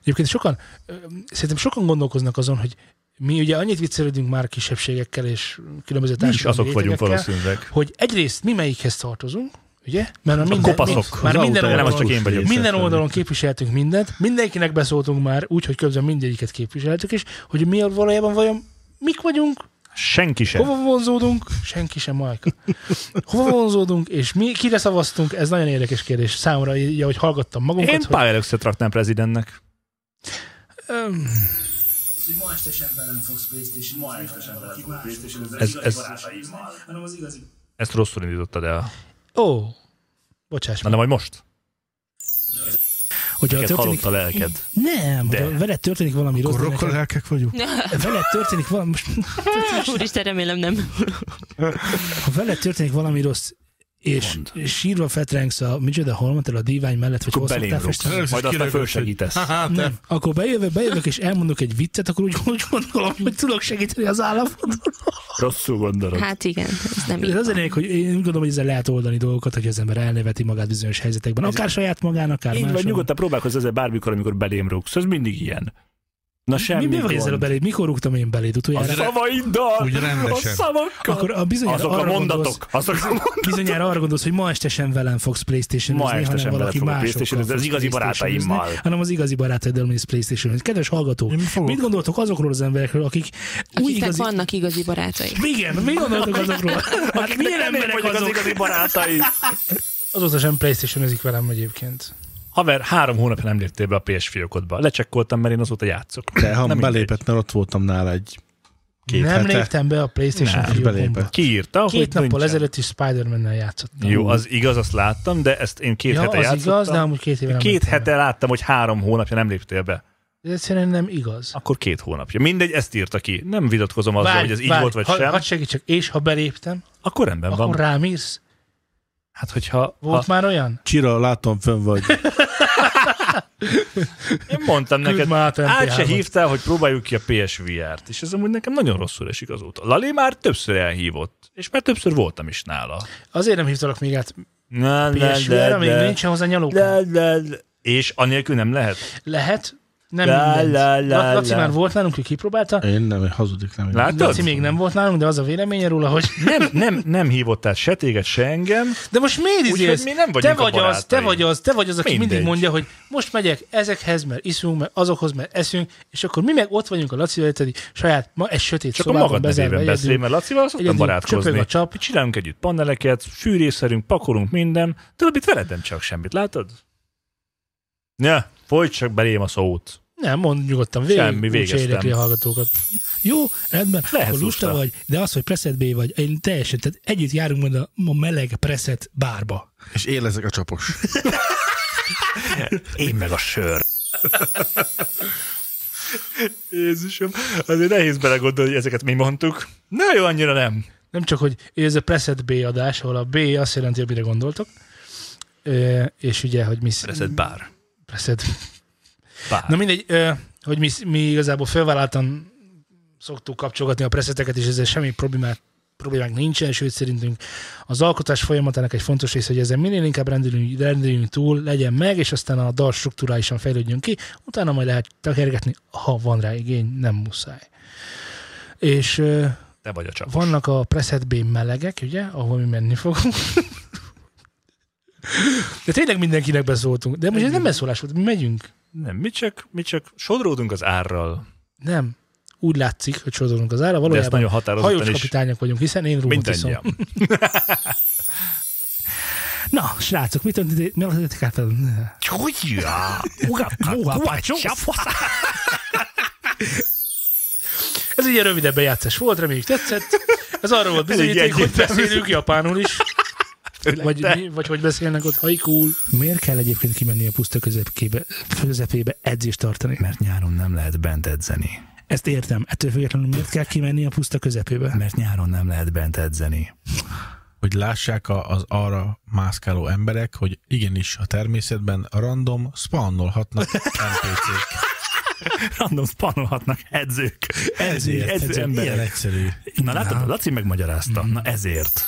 S1: Egyébként sokan, ö, szerintem sokan gondolkoznak azon, hogy mi ugye annyit viccelődünk már kisebbségekkel és különböző
S4: Mi is
S1: társadalmi
S4: azok vagyunk
S1: rétegekkel,
S4: valószínűleg.
S1: Hogy egyrészt mi melyikhez tartozunk, ugye? Mert
S4: A
S1: minden,
S4: kopaszok.
S1: mind- már
S4: Az
S1: minden
S4: autója,
S1: oldalon,
S4: nem az csak én vagyok.
S1: minden
S4: Részletlenül.
S1: oldalon képviseltünk mindent, mindenkinek beszóltunk már úgy, hogy közben mindegyiket képviseltük, és hogy mi valójában vajon mik vagyunk,
S4: Senki sem.
S1: hova vonzódunk, senki sem Majka. Hova vonzódunk, és mi, kire szavaztunk, ez nagyon érdekes kérdés számomra, így, ahogy hallgattam magunkat.
S4: Én
S1: hogy-
S4: Pavel Ökszöt raknám prezidentnek.
S1: Öm,
S20: Ma este sem velem fogsz playstation Ma este sem velem fogsz playstation
S4: Ez- ez-
S20: Hanem az igazi...
S4: Ezt rosszul indítottad el.
S1: Ó, bocsáss
S4: Na, de majd most.
S6: Hogyha
S4: Neked
S6: történik-
S4: halott a lelked.
S6: Nem,
S4: De.
S6: de. veled történik valami rossz.
S5: Akkor
S6: nekem-
S5: rokkol vagyunk.
S6: Veled történik valami... Most,
S8: Úristen, remélem nem.
S6: ha veled történik valami rossz, és és sírva fetrengsz a micsoda holmatel a dívány mellett, hogy hol szoktál festeni.
S4: Majd aztán fölsegítesz.
S3: Hát,
S6: Nem. Akkor bejövök, bejövök, és elmondok egy viccet, akkor úgy, úgy gondolom, hogy tudok segíteni az állapotot.
S4: Rosszul gondolod.
S8: Hát igen, ez nem így.
S6: Ez az a lényeg, hogy én úgy gondolom, hogy ezzel lehet oldani dolgokat, hogy az ember elneveti magát bizonyos helyzetekben. Akár saját magának, akár
S4: Így vagy
S6: másoknak.
S4: nyugodtan próbálkozz ezzel bármikor, amikor belém rúgsz. Ez mindig ilyen. Na semmi
S6: Mi, mi vagy ezzel a
S4: gond.
S6: beléd? Mikor rúgtam én beléd
S4: A
S6: utoljára?
S4: szavaiddal!
S5: Úgy rendesen.
S4: A szavakkal!
S6: Akkor a bizonyára
S4: azok a
S6: arra
S4: mondatok, azok a mondatok.
S6: Bizonyára arra gondolsz, hogy ma este sem velem fogsz playstation
S4: Ma este sem
S6: hanem valaki
S4: velem fogok
S6: másokkal
S4: PlayStation-özni, az
S6: fogsz
S4: igazi
S6: PlayStation-özni,
S4: barátaimmal.
S6: Hanem az igazi barátaiddal mész playstation Kedves hallgatók, mit gondoltok azokról az emberekről, akik új
S8: Akiknek
S6: igazi...
S8: vannak igazi barátai.
S6: Igen, mit gondoltok azokról? Hát milyen
S4: nem én
S6: emberek
S4: vagyok az
S6: azok?
S4: igazi barátai.
S1: Azóta sem playstation velem egyébként.
S4: Haver, három hónapja nem léptél be a PS fiókodba. Lecsekkoltam, mert én azóta játszok.
S3: De ha
S4: Nem
S3: belépett, mert ott voltam nála egy két
S1: nem
S3: hete.
S1: léptem be a PlayStation
S3: Nem,
S1: fiókomba.
S3: belépett.
S4: Kiírta, hogy
S1: Két nappal
S4: nincsen.
S1: ezelőtt is Spider-Man-nel játszottam.
S4: Jó, az igaz, azt láttam, de ezt én két
S1: Ja,
S4: hete
S1: az
S4: játszottam.
S1: igaz, de amúgy két éve nem
S4: Két
S1: léptem
S4: hete láttam, hogy három hónapja nem léptél be.
S1: Ez egyszerűen nem igaz.
S4: Akkor két hónapja. Mindegy, ezt írta ki. Nem vitatkozom azzal, hogy ez így volt, vagy
S1: ha,
S4: sem.
S1: Hadd segítsek, és ha beléptem,
S4: Akkor rendben
S1: akkor
S4: van.
S1: rám írsz?
S4: Hát, hogyha...
S1: Volt
S4: ha,
S1: már olyan?
S3: Csira, látom, fönn vagy.
S4: én mondtam neked,
S1: már át
S4: át se
S1: MP3-ot.
S4: hívtál, hogy próbáljuk ki a PSVR-t, és ez amúgy nekem nagyon rosszul esik azóta. Lali már többször elhívott, és már többször voltam is nála.
S1: Azért nem hívtalak még át
S4: Na,
S1: PSVR-re, még nincsen hozzá nyalókám.
S4: Le, le, le. És anélkül nem lehet?
S1: Lehet, nem
S4: Lá,
S1: mindent.
S4: lá, lá,
S1: Laci
S4: lá.
S1: már volt nálunk, ő kipróbálta.
S3: Én nem, én hazudik nem.
S4: Látod?
S1: Laci még nem volt nálunk, de az a véleménye róla, hogy
S4: Nem, nem, nem hívott át se téged, se engem.
S1: De most miért
S4: Úgyhogy
S1: izélsz?
S4: mi nem
S1: te
S4: vagyunk a
S1: vagy az, te
S4: barátaid.
S1: vagy az, te vagy az, aki
S4: Mindegy.
S1: Mindegy. mindig mondja, hogy most megyek ezekhez, mert iszunk, mert azokhoz, mert eszünk, és akkor mi meg ott vagyunk a Laci Vejtedi saját, ma egy sötét
S4: Csak a
S1: szobában
S4: magad nevében
S1: bezárva
S4: beszélj,
S1: egyedül.
S4: mert Lacival szoktam
S1: egyedül
S4: barátkozni.
S1: csöpög a csap.
S4: Mi csinálunk együtt paneleket, fűrészerünk, pakolunk minden. Tudod, itt veled nem csak semmit, látod? Ne, folyt csak belém a szót.
S1: Nem, mond nyugodtan végig,
S4: Semmi,
S1: Semmi,
S4: végeztem.
S1: érdekli a hallgatókat.
S6: Jó, rendben,
S4: Lehet
S6: Lehet akkor lusta
S4: lusta.
S6: vagy, de az, hogy preset B vagy, én teljesen, tehát együtt járunk majd a, a meleg preset bárba.
S3: És én leszek a csapos.
S4: Én meg a sör. Jézusom, azért nehéz belegondolni, hogy ezeket mi mondtuk. Na jó, annyira nem.
S1: Nem csak, hogy ez a Preset B adás, ahol a B azt jelenti, amire gondoltok, Ö, és ugye, hogy mi...
S4: Reszed bár.
S1: Preset.
S4: Bár.
S1: Na mindegy, ö, hogy mi, mi igazából felvállaltan szoktuk kapcsolgatni a preszeteket, és ezzel semmi problémát problémánk nincsen, sőt szerintünk az alkotás folyamatának egy fontos része, hogy ezen minél inkább rendelünk, rendelünk túl, legyen meg, és aztán a dal struktúrálisan fejlődjön ki, utána majd lehet tekergetni, ha van rá igény, nem muszáj. És ö,
S4: Te vagy a csapos.
S1: vannak a preset B melegek, ugye, ahol mi menni fogunk. De tényleg mindenkinek beszóltunk. De most ez nem beszólás volt, mi megyünk.
S4: Nem, mi csak, mi csak sodródunk az árral.
S1: Nem. Úgy látszik, hogy sodorunk az ára.
S4: De ezt
S1: Valójában
S4: nagyon határozottan
S1: hajós
S4: is.
S1: kapitányok vagyunk, hiszen én rúgom iszom.
S4: Mindannyian.
S6: Na, srácok, mit történt? Mi történt? Hát,
S1: Ez egy ilyen rövidebb bejátszás volt, reméljük tetszett. Ez arra volt bizonyíték, hogy
S4: egyértelmű.
S1: beszélünk japánul is. Vagy, mi, vagy hogy beszélnek ott haikul.
S6: Miért kell egyébként kimenni a puszta közepébe, közepébe edzést tartani?
S2: Mert nyáron nem lehet bent edzeni.
S6: Ezt értem. Ettől függetlenül miért kell kimenni a puszta közepébe?
S2: Mert nyáron nem lehet bent edzeni.
S5: hogy lássák a- az arra mászkáló emberek, hogy igenis a természetben random spawnolhatnak NPC-k.
S2: Random spanolhatnak edzők.
S5: Ezért,
S2: Edző
S5: ezért
S2: emberek.
S5: ilyen egyszerű.
S2: Na látod, Laci megmagyarázta. Na ezért.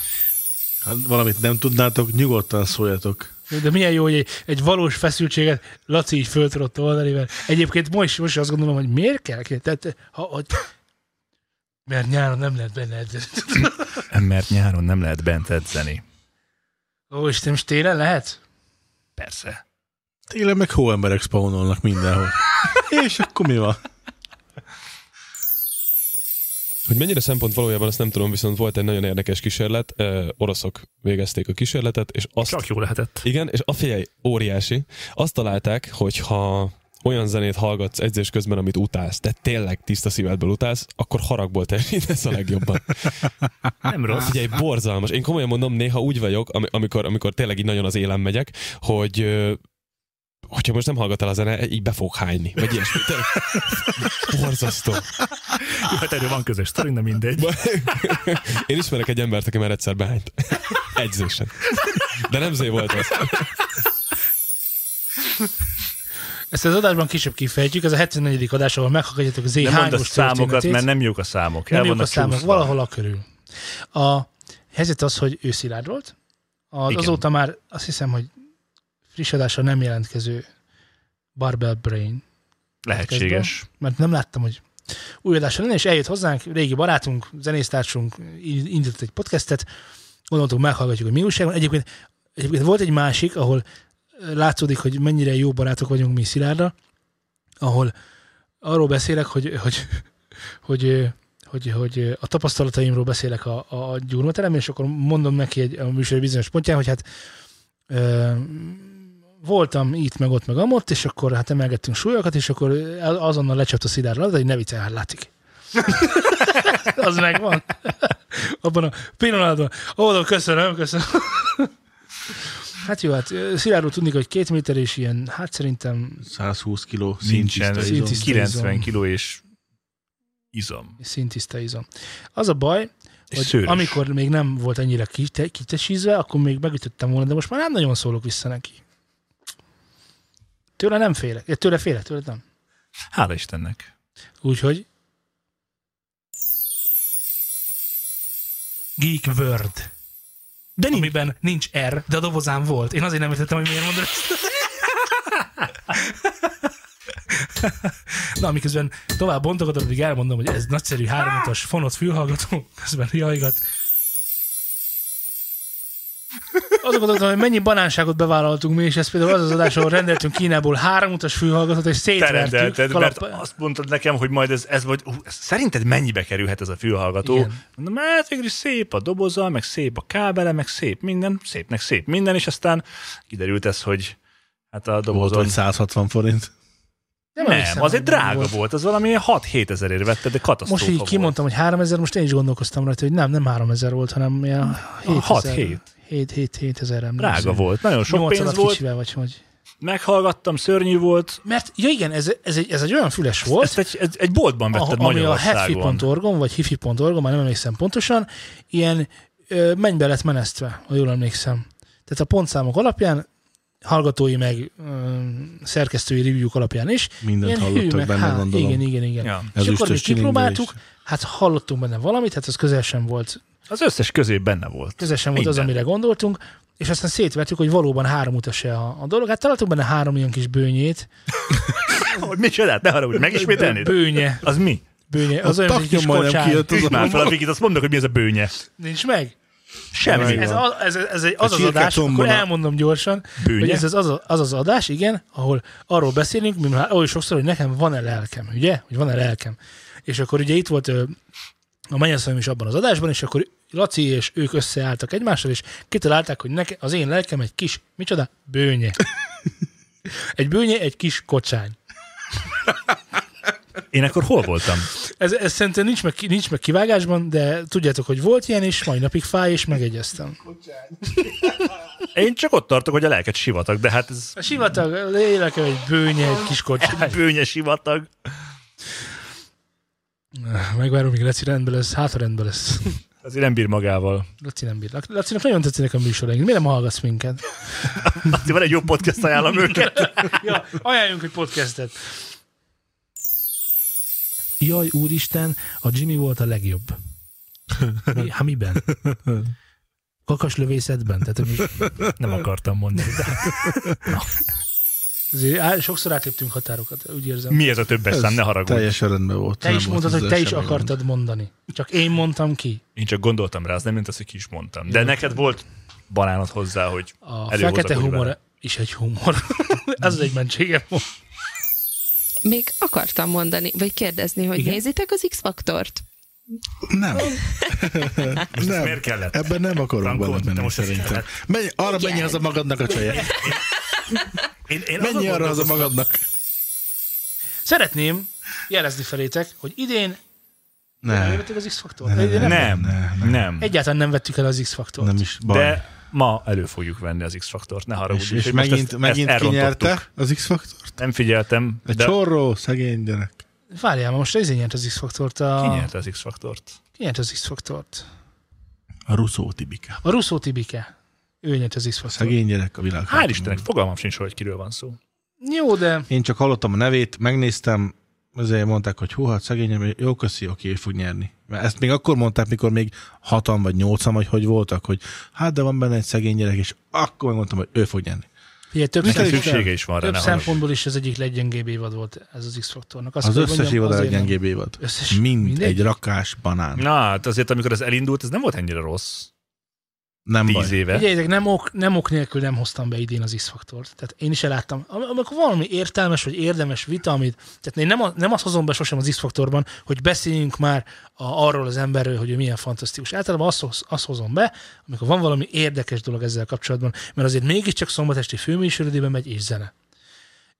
S3: Hát valamit nem tudnátok, nyugodtan szóljatok.
S1: De milyen jó, hogy egy, egy valós feszültséget Laci így föl tudott oldani, mert egyébként most, most azt gondolom, hogy miért kell ki. Tehát, ha, hogy Mert nyáron nem lehet benne edzeni.
S4: Mert nyáron nem lehet bent edzeni.
S1: Ó, Isten, most télen lehet?
S4: Persze.
S3: Télen meg hóemberek spawnolnak mindenhol. És akkor mi van?
S21: Hogy mennyire szempont valójában, azt nem tudom, viszont volt egy nagyon érdekes kísérlet, ö, oroszok végezték a kísérletet, és azt...
S2: Csak jó lehetett.
S21: Igen, és a figyelj, óriási. Azt találták, hogy ha olyan zenét hallgatsz edzés közben, amit utálsz, de tényleg tiszta szívedből utálsz, akkor haragból teljesítesz a legjobban.
S2: Nem rossz.
S21: Figyelj, borzalmas. Én komolyan mondom, néha úgy vagyok, ami- amikor, amikor tényleg így nagyon az élen megyek, hogy ö, hogyha most nem hallgatál a zene, így be fog hányni, vagy ilyesmi. Tényleg. Borzasztó.
S2: Jó, hát erről van közös sztori, de mindegy.
S21: Én ismerek egy embert, aki már egyszer behányt. Egyzésen. De nem zé volt az.
S1: Ezt az adásban később kifejtjük, ez a 74. adás, ahol meghallgatjátok az E
S4: Nem mondd a
S1: éhányos
S4: számokat, mert nem jók a számok. El
S1: Nem jók a
S4: vannak
S1: számok,
S4: csúszva.
S1: valahol a körül. A helyzet az, hogy ő szilárd volt, az
S4: Igen.
S1: azóta már azt hiszem, hogy friss adásra nem jelentkező Barbell Brain.
S4: Lehetséges.
S1: podcastban, Mert nem láttam, hogy új adásra lenne, és eljött hozzánk, régi barátunk, zenésztársunk, í- indított egy podcastet, gondoltuk, meghallgatjuk, hogy mi újság van. Egyébként, egyébként volt egy másik, ahol látszódik, hogy mennyire jó barátok vagyunk mi Szilárdra, ahol arról beszélek, hogy, hogy, hogy, hogy, hogy a tapasztalataimról beszélek a, a, a gyúrmateremben, és akkor mondom neki egy, a műsor bizonyos pontján, hogy hát ö, voltam itt, meg ott, meg amott, és akkor hát emelgettünk súlyokat, és akkor el- azonnal lecsapta a szidárra, labda, hogy ne viccelj, hát látszik. az megvan. Abban a pillanatban. Ó, köszönöm, köszönöm. Hát jó, hát ö, Szilárd úr tudni, hogy két méter és ilyen, hát szerintem
S3: 120 kiló
S4: Nincsen.
S3: szintiszta izom.
S4: 90 kiló és izom.
S1: szintiszta izom. Az a baj,
S4: És
S1: hogy
S4: szőrös.
S1: amikor még nem volt ennyire kite- kitesízve, akkor még megütöttem volna, de most már nem nagyon szólok vissza neki. Tőle nem félek. Ja, Tőle félek, tőle nem.
S4: Hála Istennek.
S1: Úgyhogy
S6: Geek World. De nincs. Amiben nincs R, de a dobozán volt. Én azért nem értettem, hogy miért mondod ezt. Na, miközben tovább bontogatom, addig elmondom, hogy ez nagyszerű háromhatos fonott fülhallgató, közben jajgat.
S1: Azon gondoltam, hogy mennyi banánságot bevállaltunk mi, és ez például az az adás, ahol rendeltünk Kínából három utas fülhallgatót, és
S4: Te
S1: szétvertük.
S4: rendelted, mert
S1: kalap-
S4: azt mondtad nekem, hogy majd ez, ez vagy, ú, ez, szerinted mennyibe kerülhet ez a fülhallgató?
S1: Igen.
S4: Mondom, hát végül is szép a doboza, meg szép a kábele, meg szép minden, szépnek szép minden, és aztán kiderült ez, hogy hát a
S3: Volt
S4: dobozon...
S3: vagy 160 forint.
S1: Nem,
S4: nem,
S1: hiszem,
S4: az egy
S1: hogy
S4: drága
S1: volt.
S4: volt. az valami 6-7 ezerért vetted, de katasztrófa
S1: Most így
S4: volt.
S1: kimondtam, hogy 3000, most én is gondolkoztam rajta, hogy nem, nem 3000 volt, hanem ilyen 7000.
S4: 6-7.
S1: 7 7 7 ezer ember.
S4: Drága volt, nagyon sok pénz volt.
S1: Kicsivel, vagy hogy.
S4: Meghallgattam, szörnyű volt.
S1: Mert, ja igen, ez, ez, egy, ez egy olyan füles volt,
S4: Ezt egy, egy, egy boltban vetted
S1: ami a
S4: Magyarországon.
S1: hefi.org-on, vagy hifi.org-on, már nem emlékszem pontosan, ilyen ö, mennybe lett menesztve, ha jól emlékszem. Tehát a pontszámok alapján, hallgatói meg ö, szerkesztői review alapján is.
S3: Mindent
S1: ilyen hű,
S3: hallottak
S1: meg
S3: benne,
S1: há-
S3: gondolom.
S1: Igen, igen, igen.
S4: Ja.
S1: És
S3: Ez
S1: akkor mi
S3: üstös csilingbe
S1: kipróbáltuk, hát hallottunk benne valamit, hát ez közel sem volt
S4: Az összes közé benne volt.
S1: közösen volt az,
S4: Minden.
S1: amire gondoltunk, és aztán szétvertük, hogy valóban három utas-e a, a dolog. Hát találtuk benne három ilyen kis bőnyét.
S4: Hogy micsodát, ne haragudj, megismételni?
S1: Bőnye.
S4: Az mi?
S1: Bőnye.
S4: Az
S1: Az olyan, mint egy kis kocsár.
S4: Tűz már fel a Vikit, azt mondok, hogy mi ez a bőnye.
S1: Nincs meg?
S4: Semmi.
S1: Ez, az, ez, ez egy, az,
S4: A
S1: az adás,
S4: csirke
S1: akkor
S4: tombol a-
S1: elmondom gyorsan,
S4: Bőnye?
S1: hogy ez az az, az az adás, igen, ahol arról beszélünk, mi már oly sokszor, hogy nekem van-e lelkem, ugye? Hogy van-e lelkem. És akkor ugye itt volt ö, a mennyasszonyom is abban az adásban, és akkor Laci és ők összeálltak egymással, és kitalálták, hogy neke, az én lelkem egy kis, micsoda? Bőnye. Egy bőnye, egy kis kocsány.
S4: Én akkor hol voltam?
S1: Ez, ez szerintem nincs meg, nincs meg kivágásban, de tudjátok, hogy volt ilyen, és mai napig fáj, és megegyeztem.
S4: Én csak ott tartok, hogy a lelket sivatag, de hát ez
S1: A sivatag, a lélek egy bőnye, egy kis kocsány.
S4: bőnye sivatag.
S1: Megvárom, míg Laci rendben lesz, hát ha rendben lesz.
S4: Azért nem bír magával.
S1: Laci nem bír. Lacinak nagyon tetszenek a műsoraink. Miért nem hallgatsz minket?
S4: Azért van egy jó podcast, ajánlom őket.
S1: ja, ajánljunk egy podcastet.
S6: Jaj, úristen, a Jimmy volt a legjobb.
S1: Hát
S6: Mi, há, miben? Kakas lövészetben. Tehát, ami...
S2: Nem akartam mondani. De...
S1: Azért á- Sokszor átléptünk határokat, úgy érzem.
S4: Mi ez a többes
S1: Ez
S4: szám? Ne haragudj.
S3: Teljesen rendben volt.
S1: Te is mondtad, hogy te is akartad mondani. Csak én mondtam ki.
S4: Én csak gondoltam rá, az nem mint az, hogy ki is mondtam. De neked volt banánod hozzá, hogy
S1: A
S4: előhozakodj
S1: fekete
S4: vele.
S1: humor is egy humor. Ez az egy mentségem most.
S8: Még akartam mondani, vagy kérdezni, hogy
S1: Igen?
S8: nézitek az X-faktort?
S3: Nem.
S2: Most ez miért kellett?
S3: Ebben nem akarok
S2: Frankó, te
S3: belemenni
S2: most ezt
S3: szerintem.
S2: kellett.
S3: Menj, arra menj haza magadnak a csaját.
S2: Én, én azon
S3: Menj arra haza
S2: gondolkoztam-
S3: magadnak.
S1: Szeretném jelezni felétek, hogy idén
S3: Ne.
S1: elvették az X-faktort.
S3: Ne, ne, ne,
S1: Idén
S4: Nem, nem. nem.
S1: Egyáltalán nem vettük el az X-faktort.
S3: Nem is baj.
S4: De ma elő fogjuk venni az X-faktort, ne haragudj.
S3: és,
S4: úgyhogy
S3: és
S4: most
S3: megint,
S4: ezt- ezt
S3: megint
S4: elrontottuk.
S3: kinyerte az X-faktort?
S4: Nem figyeltem.
S3: Egy
S4: de
S3: csorró, szegény gyerek.
S1: Várjál, ma most ez nyert az X-faktort. A...
S4: Ki nyerte az X-faktort?
S1: Ki nyert az X-faktort?
S3: A ruszó tibika.
S1: A Russo Tibike. Ő nyert az X-faktort.
S3: Szegény gyerek a világ.
S4: Hál' Istennek, fogalmam sincs, hogy kiről van szó.
S1: Jó, de
S3: Én csak hallottam a nevét, megnéztem, azért mondták, hogy hú, hát szegényem, jó, köszi, oké, ő fog nyerni. Mert ezt még akkor mondták, mikor még hatan vagy nyolcan, vagy hogy voltak, hogy hát de van benne egy szegény gyerek, és akkor megmondtam, hogy ő fog nyerni.
S1: Figyelj, több,
S3: Mit
S1: szempont-
S3: szüksége
S4: is van rá,
S1: több
S4: ne haragudj.
S1: szempontból is az egyik leggyengébb évad volt ez az X-faktornak.
S3: Az,
S1: kell, hogy
S3: összes
S1: mondjam,
S3: évad a
S1: azért nem.
S3: leggyengébb évad.
S1: Összes-
S3: Mind
S1: mindegy?
S3: egy rakás banán.
S4: Na, hát azért, amikor ez elindult, ez nem volt ennyire rossz.
S3: Nem
S4: Tíz
S3: baj.
S4: éve.
S1: Figyeljétek, nem ok, nem ok nélkül nem hoztam be idén az X-faktort. Tehát én is eláttam. Am- Amikor valami értelmes vagy érdemes vita, amit... Tehát én nem, a- nem azt hozom be sosem az X-faktorban, hogy beszéljünk már a, arról az emberről, hogy ő milyen fantasztikus. Általában azt, hoz- azt hozom be, amikor van valami érdekes dolog ezzel kapcsolatban, mert azért mégiscsak szombatesti főműsorodében megy és zene.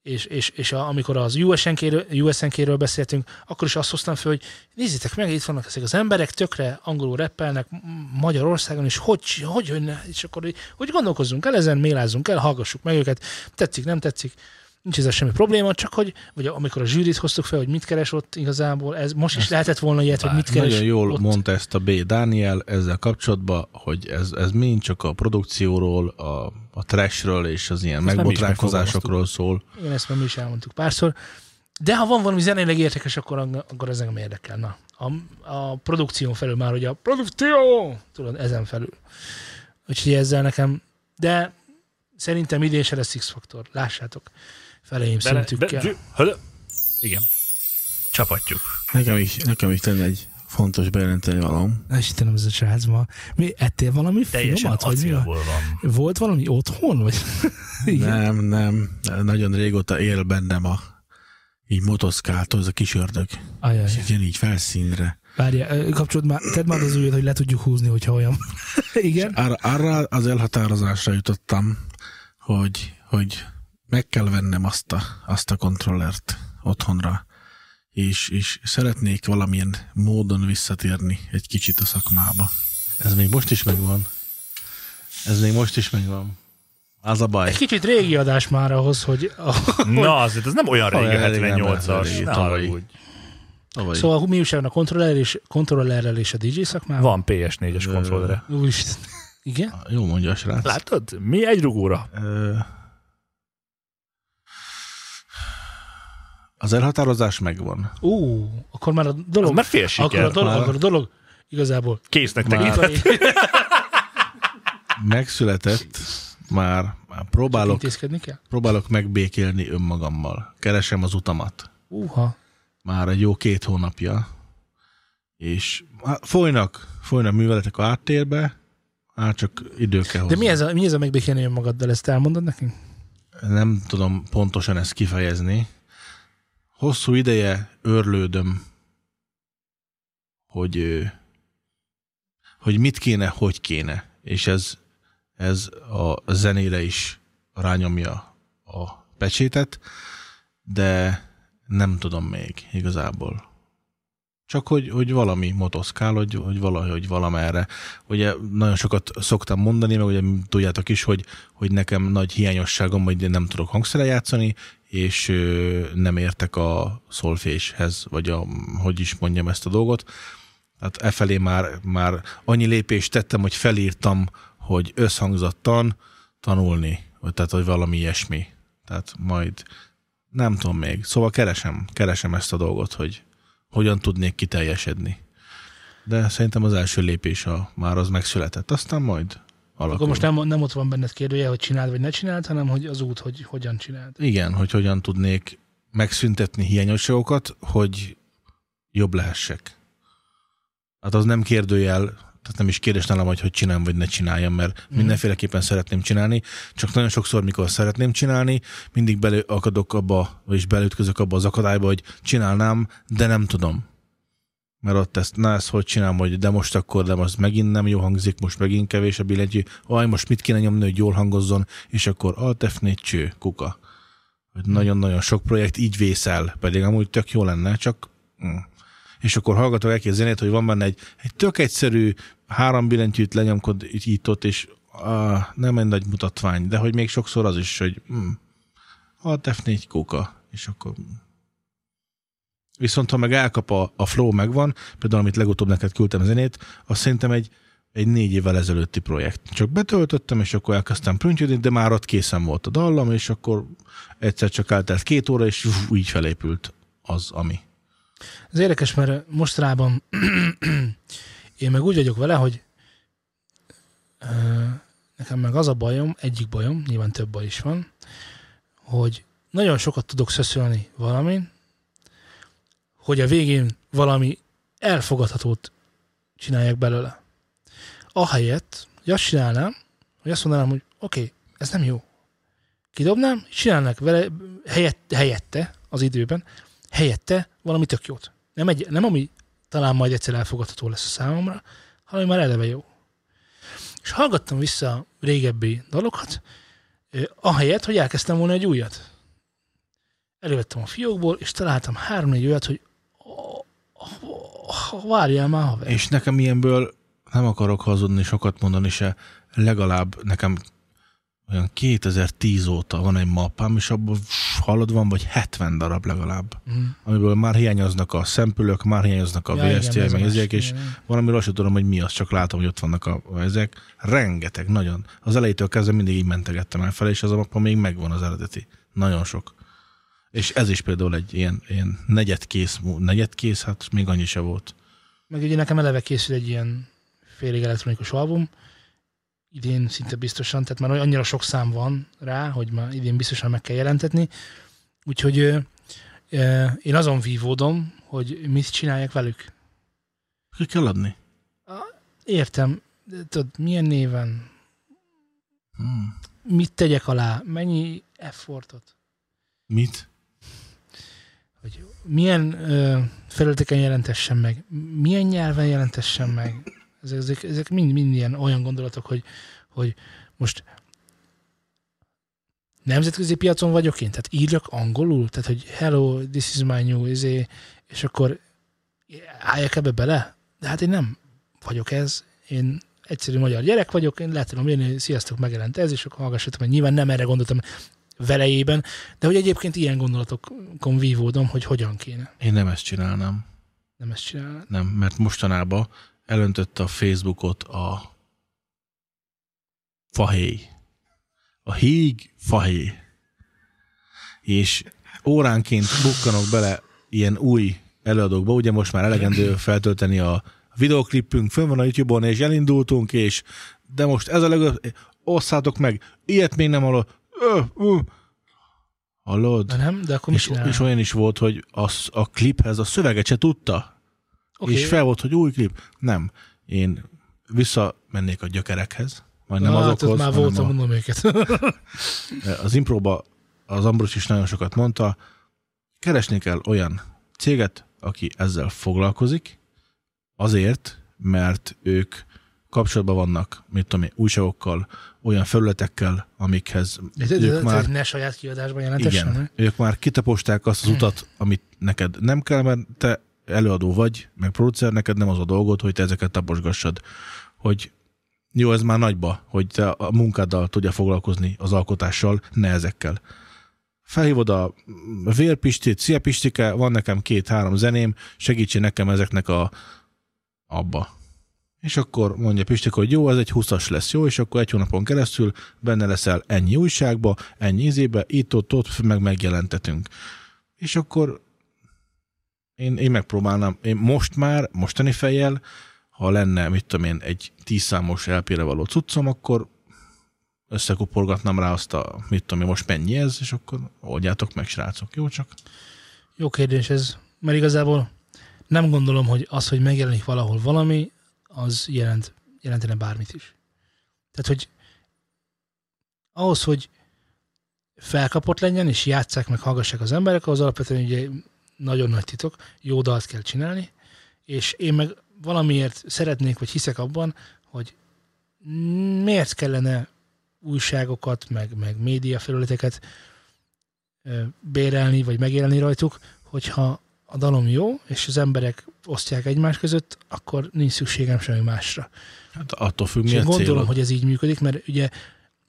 S1: És, és, és a, amikor az USNK-ről, USNK-ről beszéltünk, akkor is azt hoztam fel, hogy nézzétek meg, itt vannak ezek az emberek, tökre angolul reppelnek M- Magyarországon, és hogy, hogy jönne, és akkor így- hogy gondolkozzunk el ezen, mélázzunk el, hallgassuk meg őket, tetszik, nem tetszik, nincs ezzel semmi probléma, csak hogy, vagy amikor a zsűrit hoztuk fel, hogy mit keres ott igazából, ez most is lehetett volna ilyet, hogy mit keres
S3: Hát Nagyon jól
S1: ott.
S3: mondta ezt a B. Dániel ezzel kapcsolatban, hogy ez, ez mind csak a produkcióról, a, a trashről és az ilyen
S1: mi is
S3: megbotránkozásokról szól.
S1: Igen, ezt már mi is elmondtuk párszor. De ha van valami zeneileg érdekes, akkor, akkor ez engem érdekel. Na, a, a produkción felül már, hogy a produkció, tudod, ezen felül. Úgyhogy ezzel nekem, de szerintem idén se lesz X-faktor. Lássátok, feleim
S4: Bele-
S1: szintükkel.
S4: be- Hölö? Igen. Csapatjuk.
S7: Nekem is, nekem is lenne egy fontos bejelenteni valam.
S6: Na, Istenem, ez a srác ma. Mi, ettél valami
S7: Teljesen
S6: finomat? Vagy mi
S7: acélból
S6: van. Volt valami otthon? Vagy? Igen.
S5: Nem, nem. Nagyon régóta él bennem a így motoszkáltó, ez a kis ördög.
S6: Ajaj.
S5: És igen, így felszínre.
S6: Várjál, ö, kapcsolod már, tedd már az ujjad, hogy le tudjuk húzni, hogyha olyan. Igen?
S5: Arra, arra az elhatározásra jutottam, hogy, hogy meg kell vennem azt a, azt a kontrollert otthonra, és, és szeretnék valamilyen módon visszatérni egy kicsit a szakmába.
S3: Ez még most is megvan. Ez még most is megvan. Az a baj.
S1: Egy kicsit régi adás már ahhoz, hogy...
S4: Na, azért ez nem olyan régi,
S3: Olyan régen,
S4: 78-as.
S3: régi,
S4: Ne
S3: tavalyi.
S4: haragudj.
S3: Tavaly.
S1: Szóval mi újság van a kontroller és, kontrollerrel és a DJ szakmában?
S4: Van PS4-es kontrollere.
S1: Úristen. Igen?
S3: Jó mondja a srác.
S4: Látod? Mi egy rugóra.
S3: Ö, Az elhatározás megvan.
S1: Ú, akkor már a dolog...
S4: Az már fél siker.
S1: Akkor a dolog,
S3: Már-
S1: akkor a dolog igazából...
S4: Késznek
S3: Már-
S4: tekintett.
S3: Megszületett, már, már próbálok,
S1: Intézkedni kell?
S3: próbálok megbékélni önmagammal. Keresem az utamat.
S1: Uha.
S3: Már egy jó két hónapja. És hát folynak, folynak műveletek a áttérbe, már csak idő kell hozzá.
S1: De mi ez a, mi ez a megbékélni önmagaddal? Ezt elmondod nekünk?
S3: nem tudom pontosan ezt kifejezni. Hosszú ideje örlődöm, hogy, ö, hogy mit kéne, hogy kéne. És ez, ez a zenére is rányomja a pecsétet, de nem tudom még igazából. Csak hogy, hogy valami motoszkál, hogy, hogy valahogy valamerre. Ugye nagyon sokat szoktam mondani, meg ugye tudjátok is, hogy, hogy nekem nagy hiányosságom, hogy én nem tudok hangszere játszani, és ö, nem értek a szolféshez, vagy a, hogy is mondjam ezt a dolgot. Tehát e felé már, már annyi lépést tettem, hogy felírtam, hogy összhangzattan tanulni, vagy tehát, hogy valami ilyesmi. Tehát majd nem tudom még. Szóval keresem, keresem ezt a dolgot, hogy hogyan tudnék kiteljesedni. De szerintem az első lépés a, már az megszületett. Aztán majd, alakul.
S1: Akkor most nem, nem ott van benned kérdője, hogy csináld vagy ne csináld, hanem hogy az út, hogy hogyan csináld.
S3: Igen, hogy hogyan tudnék megszüntetni hiányosságokat, hogy jobb lehessek. Hát az nem kérdőjel, tehát nem is kérdés nálam, hogy hogy csináljam, vagy ne csináljam, mert
S1: Mhm.
S3: mindenféleképpen szeretném csinálni, csak nagyon sokszor, mikor szeretném csinálni, mindig bele akadok abba, vagyis beleütközök abba az akadályba, hogy csinálnám, de nem tudom. Mert ott ezt, na ezt hogy csinálom, hogy de most akkor, de most megint nem jó hangzik, most megint kevés a billentyű, aj, most mit kéne nyomni, hogy jól hangozzon, és akkor alt F4 cső, kuka. Hogy nagyon-nagyon sok projekt így vészel, pedig amúgy tök jó lenne, csak mm. és akkor hallgatok egy zenét, hogy van benne egy, egy tök egyszerű, három billentyűt lenyomkod itt, itt ott, és ah, nem egy nagy mutatvány, de hogy még sokszor az is, hogy mm, alt F4 kuka, és akkor mm. Viszont ha meg elkap a, a flow megvan, például amit legutóbb neked küldtem zenét, az szerintem egy, egy négy évvel ezelőtti projekt. Csak betöltöttem, és akkor elkezdtem prüntjödni, de már ott készen volt a dallam, és akkor egyszer csak eltelt két óra, és uf, így felépült az, ami.
S1: Ez érdekes, mert mostrában én meg úgy vagyok vele, hogy ö, nekem meg az a bajom, egyik bajom, nyilván több baj is van, hogy nagyon sokat tudok szöszölni valamin, hogy a végén valami elfogadhatót csinálják belőle. Ahelyett, hogy azt csinálnám, hogy azt mondanám, hogy oké, okay, ez nem jó. Kidobnám, csinálnak vele helyett, helyette az időben, helyette valami tök jót. Nem, egy, nem ami talán majd egyszer elfogadható lesz a számomra, hanem ami már eleve jó. És hallgattam vissza a régebbi dalokat, ö, ahelyett, hogy elkezdtem volna egy újat. Elővettem a fiókból, és találtam három-négy olyat, hogy ha várjál már, haver.
S3: És nekem ilyenből nem akarok hazudni, sokat mondani se, legalább nekem olyan 2010 óta van egy mappám, és abban hallod, van vagy 70 darab legalább,
S1: Mm.
S3: amiből már hiányoznak a szempülök, már hiányoznak a
S1: Ja, igen,
S3: VST,
S1: ez a
S3: meg ezek,
S1: másik,
S3: és
S1: igen.
S3: valamiről azt sem tudom, hogy mi az, csak látom, hogy ott vannak a, a ezek. Rengeteg, nagyon. Az elejétől kezdve mindig így mentegettem el fel, és az a mappa még megvan az eredeti. Nagyon sok. És ez is például egy ilyen, ilyen negyedkész, mú- negyedkész, hát még annyi se volt.
S1: Meg ugye nekem eleve készül egy ilyen félig elektronikus album, idén szinte biztosan, tehát már annyira sok szám van rá, hogy már idén biztosan meg kell jelentetni. Úgyhogy ö, ö, én azon vívódom, hogy mit csinálják velük.
S3: Ki kell adni?
S1: Értem, de tudod, milyen néven,
S3: Hmm.
S1: mit tegyek alá, mennyi effortot,
S3: Mit?
S1: milyen ö, felületeken jelentessen meg, milyen nyelven jelentessen meg. Ezek, ezek, ezek mind, mind ilyen olyan gondolatok, hogy, hogy most nemzetközi piacon vagyok én, tehát írjak angolul, tehát hogy hello, this is my new, izé, és akkor álljak ebbe bele? De hát én nem vagyok ez, én egyszerű magyar gyerek vagyok, én le tudom írni, hogy sziasztok, megjelent ez, és akkor hallgassatok, mert nyilván nem erre gondoltam velejében, de hogy egyébként ilyen gondolatokon vívódom, hogy hogyan kéne.
S3: Én nem ezt csinálnám.
S1: Nem ezt csinálni.
S3: Nem, mert mostanában elöntötte a Facebookot a fahéj. A híg fahéj. És óránként bukkanok bele ilyen új előadókba, ugye most már elegendő feltölteni a videoklipünk, fönn van a YouTube-on, és elindultunk, és de most ez a legjobb, osszátok meg, ilyet még nem hallott, ö, ö. hallod?
S1: De nem, de akkor mi
S3: és,
S1: csinálnám?
S3: és olyan is volt, hogy az, a kliphez a szöveget se tudta.
S1: Oké.
S3: Okay. És fel volt, hogy új klip. Nem. Én visszamennék a gyökerekhez, majd nem
S1: Na, hát
S3: azokhoz,
S1: ott már
S3: hanem
S1: voltam,
S3: a,
S1: mondom őket.
S3: az impróba az Ambros is nagyon sokat mondta, keresni kell olyan céget, aki ezzel foglalkozik, azért, mert ők kapcsolatban vannak, mit tudom én, újságokkal, olyan felületekkel, amikhez
S1: De, de, de,
S3: ők
S1: de,
S3: már
S1: ne saját kiadásban jelentessen,
S3: igen,
S1: ne?
S3: ők már kitaposták azt az utat, amit neked nem kell, mert te előadó vagy, meg producer, neked nem az a dolgod, hogy te ezeket taposgassad. Hogy jó, ez már nagyba, hogy te a munkáddal tudja foglalkozni az alkotással, ne ezekkel. Felhívod a Vérpistét, Szia Pistike, van nekem két-három zeném, segítsen nekem ezeknek a abba. És akkor mondja Pistik, hogy jó, ez egy 20-as lesz, jó, és akkor egy hónapon keresztül benne leszel ennyi újságba, ennyi izébe, itt, ott, ott, meg megjelentetünk. És akkor én, én megpróbálnám, én most már, mostani fejjel, ha lenne, mit tudom én, egy tíz számos LP-re való cuccom, akkor összekuporgatnám rá azt a, mit tudom én, most mennyi ez, és akkor oldjátok meg, srácok, jó csak?
S1: Jó kérdés ez, mert igazából nem gondolom, hogy az, hogy megjelenik valahol valami, az jelent, jelentene bármit is. Tehát, hogy ahhoz, hogy felkapott legyen, és játsszák meg, hallgassák az emberek, az alapvetően ugye nagyon nagy titok, jó dalt kell csinálni, és én meg valamiért szeretnék, vagy hiszek abban, hogy miért kellene újságokat, meg, meg média felületeket ö, bérelni, vagy megélni rajtuk, hogyha a dalom jó, és az emberek osztják egymás között, akkor nincs szükségem semmi másra.
S3: Hát attól függ,
S1: És
S3: mi
S1: én
S3: a
S1: gondolom,
S3: célod.
S1: hogy ez így működik, mert ugye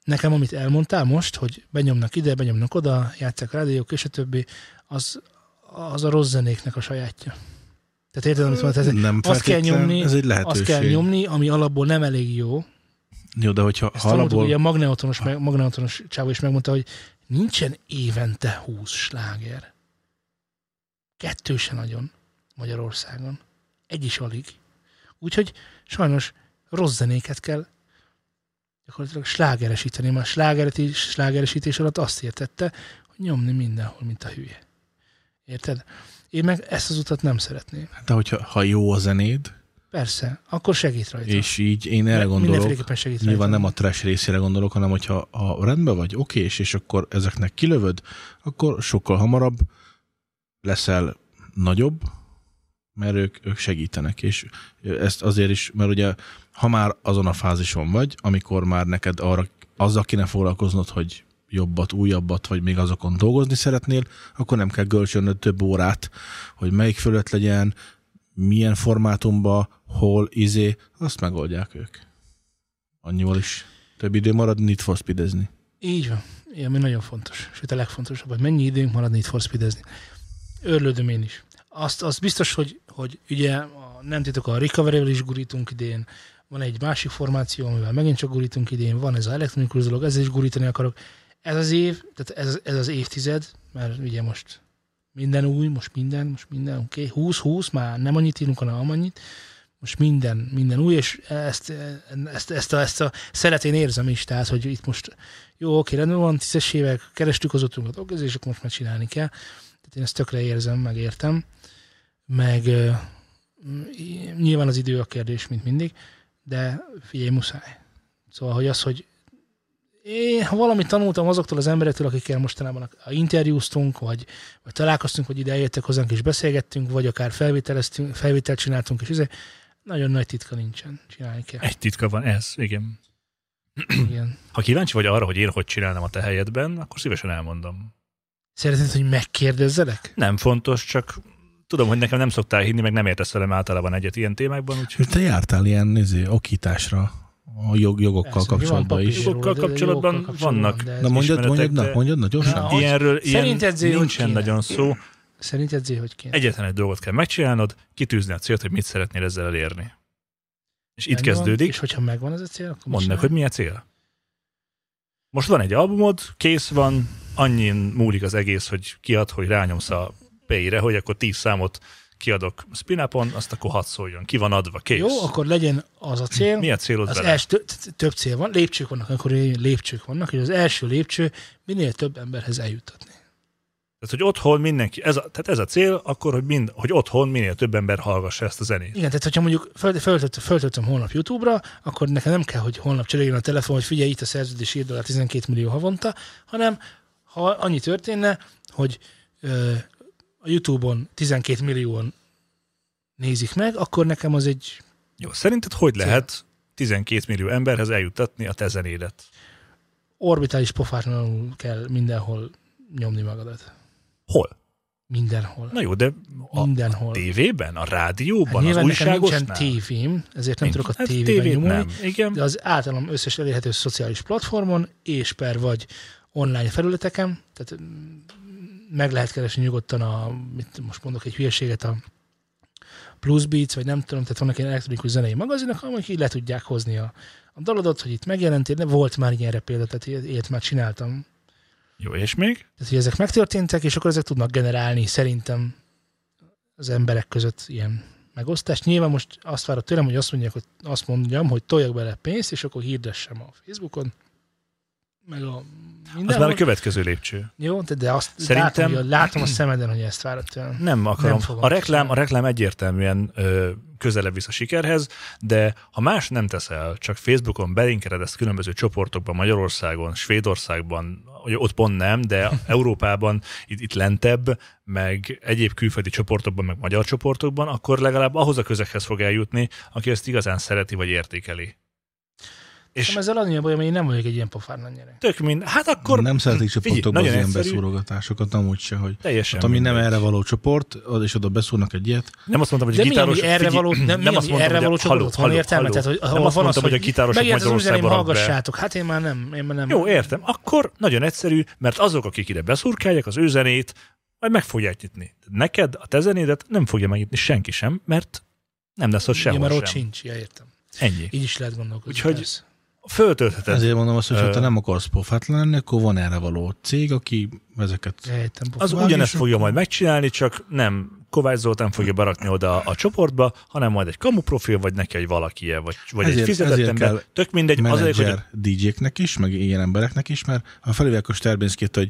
S1: nekem, amit elmondtál most, hogy benyomnak ide, benyomnak oda, játszák a rádiók, és a többi, az, az a rossz zenéknek a sajátja. Tehát érted, amit mondtál? Tehát
S3: Nem
S1: azt kell
S3: feltétlen,
S1: nyomni,
S3: ez egy
S1: azt
S3: lehetőség.
S1: kell nyomni, ami alapból nem elég jó.
S3: Jó, de hogyha
S1: Ezt
S3: ha
S1: tanultuk, ugye a
S3: alapból...
S1: magnetonos, magnetonos csávó is megmondta, hogy nincsen évente 20 sláger. Kettő se nagyon Magyarországon. Egy is alig. Úgyhogy sajnos rossz zenéket kell gyakorlatilag slágeresíteni. Már slágereti- slágeresítés alatt azt értette, hogy nyomni mindenhol, mint a hülye. Érted? Én meg ezt az utat nem szeretném.
S3: De hogyha ha jó a zenéd,
S1: Persze, akkor segít rajta.
S3: és így én erre
S1: De
S3: gondolok,
S1: mindenféleképpen segít
S3: nyilván
S1: rajta.
S3: nem a trash részére gondolok, hanem hogyha ha rendben vagy, oké, és, és akkor ezeknek kilövöd, akkor sokkal hamarabb leszel nagyobb, mert ők, ők segítenek, és ezt azért is, mert ugye ha már azon a fázison vagy, amikor már neked arra, azzal kéne foglalkoznod, hogy jobbat, újabbat, vagy még azokon dolgozni szeretnél, akkor nem kell görcsölnöd több órát, hogy melyik fölött legyen, milyen formátumba, hol, izé, azt megoldják ők. Annyival is több idő marad Need for speedezni.
S1: Így van. Ilyen, ami nagyon fontos. Sőt, a legfontosabb, hogy mennyi időnk marad itt for speedezni. Örlődöm én is. Azt, azt biztos, hogy, hogy ugye a, nem titok, a recovery is gurítunk idén, van egy másik formáció, amivel megint csak gurítunk idén, van ez a elektronikus dolog, ezzel is gurítani akarok. Ez az év, tehát ez, ez az évtized, mert ugye most minden új, most minden, most minden, oké, okay. 20-20, már nem annyit írunk, hanem amennyit, most minden, minden új, és ezt, ezt, ezt, a, ezt a szeretén érzem is, tehát, hogy itt most jó, oké, rendben van, tízes évek, kerestük az ottunkat, oké, és akkor most már csinálni kell. Tehát én ezt tökre érzem, megértem. Meg ö, m- nyilván az idő a kérdés, mint mindig, de figyelj, muszáj. Szóval, hogy az, hogy én ha valamit tanultam azoktól az emberektől, akikkel mostanában a- a interjúztunk, vagy, vagy találkoztunk, vagy ide eljöttek hozzánk és beszélgettünk, vagy akár felvételeztünk, felvételt csináltunk, és izé, nagyon nagy titka nincsen, csinálni kell.
S4: Egy titka van ez, igen.
S1: Igen.
S4: Ha kíváncsi vagy arra, hogy én hogy csinálnám a te helyedben, akkor szívesen elmondom.
S1: Szeretnéd, hogy megkérdezzelek?
S4: Nem fontos, csak tudom, hogy nekem nem szoktál hinni, meg nem értesz velem általában egyet ilyen témákban, úgyhogy
S3: És te jártál ilyen izé, okításra a jog, jogokkal
S1: Persze,
S3: kapcsolatban
S1: mi van
S3: is.
S1: papír?
S4: jogokkal
S1: de- de
S4: kapcsolatban
S1: jogokkal kapcsolatban,
S4: vannak
S1: de ez
S3: Na mondjad,
S4: ismeretek,
S3: mondjad, na,
S4: de
S3: mondjad, na gyorsan.
S1: Na,
S4: Ilyenről ilyen
S1: Szerinted Zé, hogy
S4: nincsen
S1: kéne?
S4: nagyon szó.
S1: Szerinted Zé, hogy kéne?
S4: Egyetlen egy dolgot kell megcsinálnod, kitűzni a célt, hogy mit szeretnél ezzel elérni. És itt
S1: Rendben van,
S4: kezdődik,
S1: És hogyha megvan ez a cél, akkor mit
S4: mondd meg,
S1: csinálj?
S4: hogy mi a cél. Most van egy albumod, kész van, annyin múlik az egész, hogy kiad, hogy rányomsz a play-re, hogy akkor tíz számot kiadok spin azt akkor hat szóljon. Ki van adva, kész.
S1: Jó, akkor legyen az a cél.
S4: Mi a célod
S1: az
S4: vele?
S1: els, tö- t- több cél van, lépcsők vannak, akkor lépcsők vannak, és az első lépcső minél több emberhez eljutatni.
S4: Tehát, hogy otthon mindenki, ez a, tehát ez a cél, akkor, hogy, mind, hogy otthon minél több ember hallgassa ezt a zenét.
S1: Igen, tehát hogyha mondjuk föl- föltölt- föltöltöm holnap YouTube-ra, akkor nekem nem kell, hogy holnap cseréljen a telefon, hogy figyelj, itt a szerződés írd alá 12 millió havonta, hanem ha annyi történne, hogy ö, a YouTube-on 12 millióan nézik meg, akkor nekem az egy
S4: Jó, szerinted hogy lehet 12 millió emberhez eljuttatni a te zenédet?
S1: orbitális pofátlanul kell mindenhol nyomni magadat.
S4: Hol?
S1: Mindenhol.
S4: Na jó, de a,
S1: Mindenhol.
S4: a tévében, a rádióban, hát az
S1: Nyilván nekem
S4: újságosnál?
S1: nincsen tévém, ezért nem
S4: Nincs.
S1: tudok a
S4: Hát
S1: tévében
S4: tévét
S1: nyomulni,
S4: nem. Igen.
S1: de az általam összes elérhető szociális platformon és per vagy online felületeken, tehát mm, meg lehet keresni nyugodtan a, mit most mondok egy hülyeséget, a Plus Beats, vagy nem tudom, tehát vannak ilyen elektronikus zenei magazinok, amik így le tudják hozni a, a dalodat, hogy itt megjelentél, de volt már ilyenre példa, tehát ilyet- ilyet már csináltam.
S4: Jó, és még?
S1: Tehát, hogy ezek megtörténtek, és akkor ezek tudnak generálni szerintem az emberek között ilyen megosztást. Nyilván most azt várod tőlem, hogy azt, mondják, hogy azt mondjam, hogy toljak bele pénzt, és akkor hirdessem a Facebookon, meg a
S4: Az már a
S1: mindenhol.
S4: következő lépcső.
S1: Jó, de, de azt
S4: Szerintem-
S1: látom, hogy- látom a szemeden, hogy ezt várod tőlem.
S4: Nem akarom.
S1: Nem fogom.
S4: a, reklám, a reklám egyértelműen ö, közelebb visz a sikerhez, de ha más nem teszel, csak Facebookon belinkered ezt különböző csoportokban, Magyarországon, Svédországban, ugye ott pont nem, de Európában, itt, itt lentebb, meg egyéb külföldi csoportokban, meg magyar csoportokban, akkor legalább ahhoz a közeghez fog eljutni, aki ezt igazán szereti vagy értékeli.
S1: És... Ezzel annyi a bajom, hogy én nem vagyok egy ilyen pofárlan gyerek.
S4: Tök mind. Hát akkor...
S3: Nem szeretik csoportokba az
S4: nagyon
S3: ilyen
S4: egyszerű.
S3: beszúrogatásokat, amúgy se, hogy
S4: Teljesen
S3: ott, ami nem
S4: mindegy.
S3: erre való csoport, az- és oda beszúrnak egy ilyet.
S4: Nem azt mondtam, hogy
S1: De
S4: a
S1: mi,
S4: gitáros...
S1: ami erre való- nem, mi, ami erre való csoportot van értelme? Tehát, hogy
S4: nem
S1: ahol
S4: azt
S1: van
S4: mondtam,
S1: az,
S4: hogy a
S1: hogy
S4: gitárosok
S1: megjelent az új zeném,
S4: Magyarországon rakd be.
S1: hallgassátok. Hát én már nem, én már nem.
S4: Jó, értem. Akkor nagyon egyszerű, mert azok, akik ide beszurkálják az ő zenét, majd meg fogják nyitni. Neked a te zenédet nem fogja megnyitni senki sem, mert nem lesz ott
S1: Ja,
S4: sehol
S1: mert
S4: sem.
S1: ott sincs, ja, értem.
S4: Ennyi.
S1: Így is lehet gondolkozni.
S4: Úgyhogy
S1: persze.
S4: Föltöltheted.
S3: Ezért mondom azt, hogy ha
S4: Ö,
S3: te nem akarsz pofátlan lenni, akkor van erre való cég, aki ezeket...
S1: Értem,
S4: Az
S3: pofázni,
S4: ugyanezt
S3: és
S4: fogja majd megcsinálni, csak nem Kovács Zoltán fogja berakni oda a csoportba, hanem majd egy kamu profil, vagy neki egy valaki vagy, vagy egy fizetett ember. Tök mindegy, azért, hogy
S3: menedzser DJ-knek is, meg ilyen embereknek is, mert ha felhívják a Sterbinskit, hogy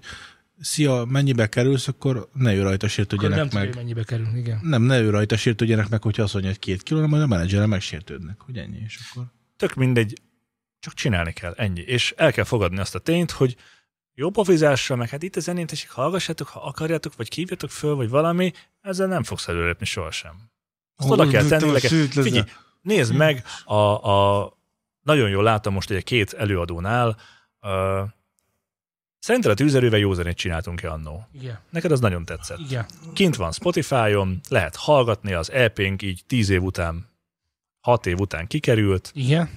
S3: szia, mennyibe kerülsz, akkor ne ő rajta
S1: Akkor nem
S3: sértődjenek
S1: tudja, hogy
S3: meg.
S1: mennyibe kerül, igen.
S3: Nem, ne ő rajta sértődjenek meg, hogyha azt mondja, hogy két kiló, hanem majd a menedzsere megsértődnek, hogy ennyi, és akkor...
S4: tök mindegy, csak csinálni kell, ennyi. És el kell fogadni azt a tényt, hogy jó pofizással, meg hát itt a zenén tessék, hallgassátok, ha akarjátok, vagy kívjatok föl, vagy valami, ezzel nem fogsz előlépni sohasem. Azt
S3: Ó,
S4: oda kell
S3: de
S4: tenni,
S3: te
S4: le kell.
S3: szűt leszel.
S4: Figyelj,
S3: Hm.
S4: nézd meg, a, a, nagyon jól láttam most ugye két előadónál, ö, Szerinted a tűzerővel jó zenét csináltunk-e annó?
S1: Igen.
S4: Neked az nagyon tetszett.
S1: Igen.
S4: Kint van Spotify-on, lehet hallgatni, az EP-nk így tíz év után, hat év után kikerült,
S1: Igen.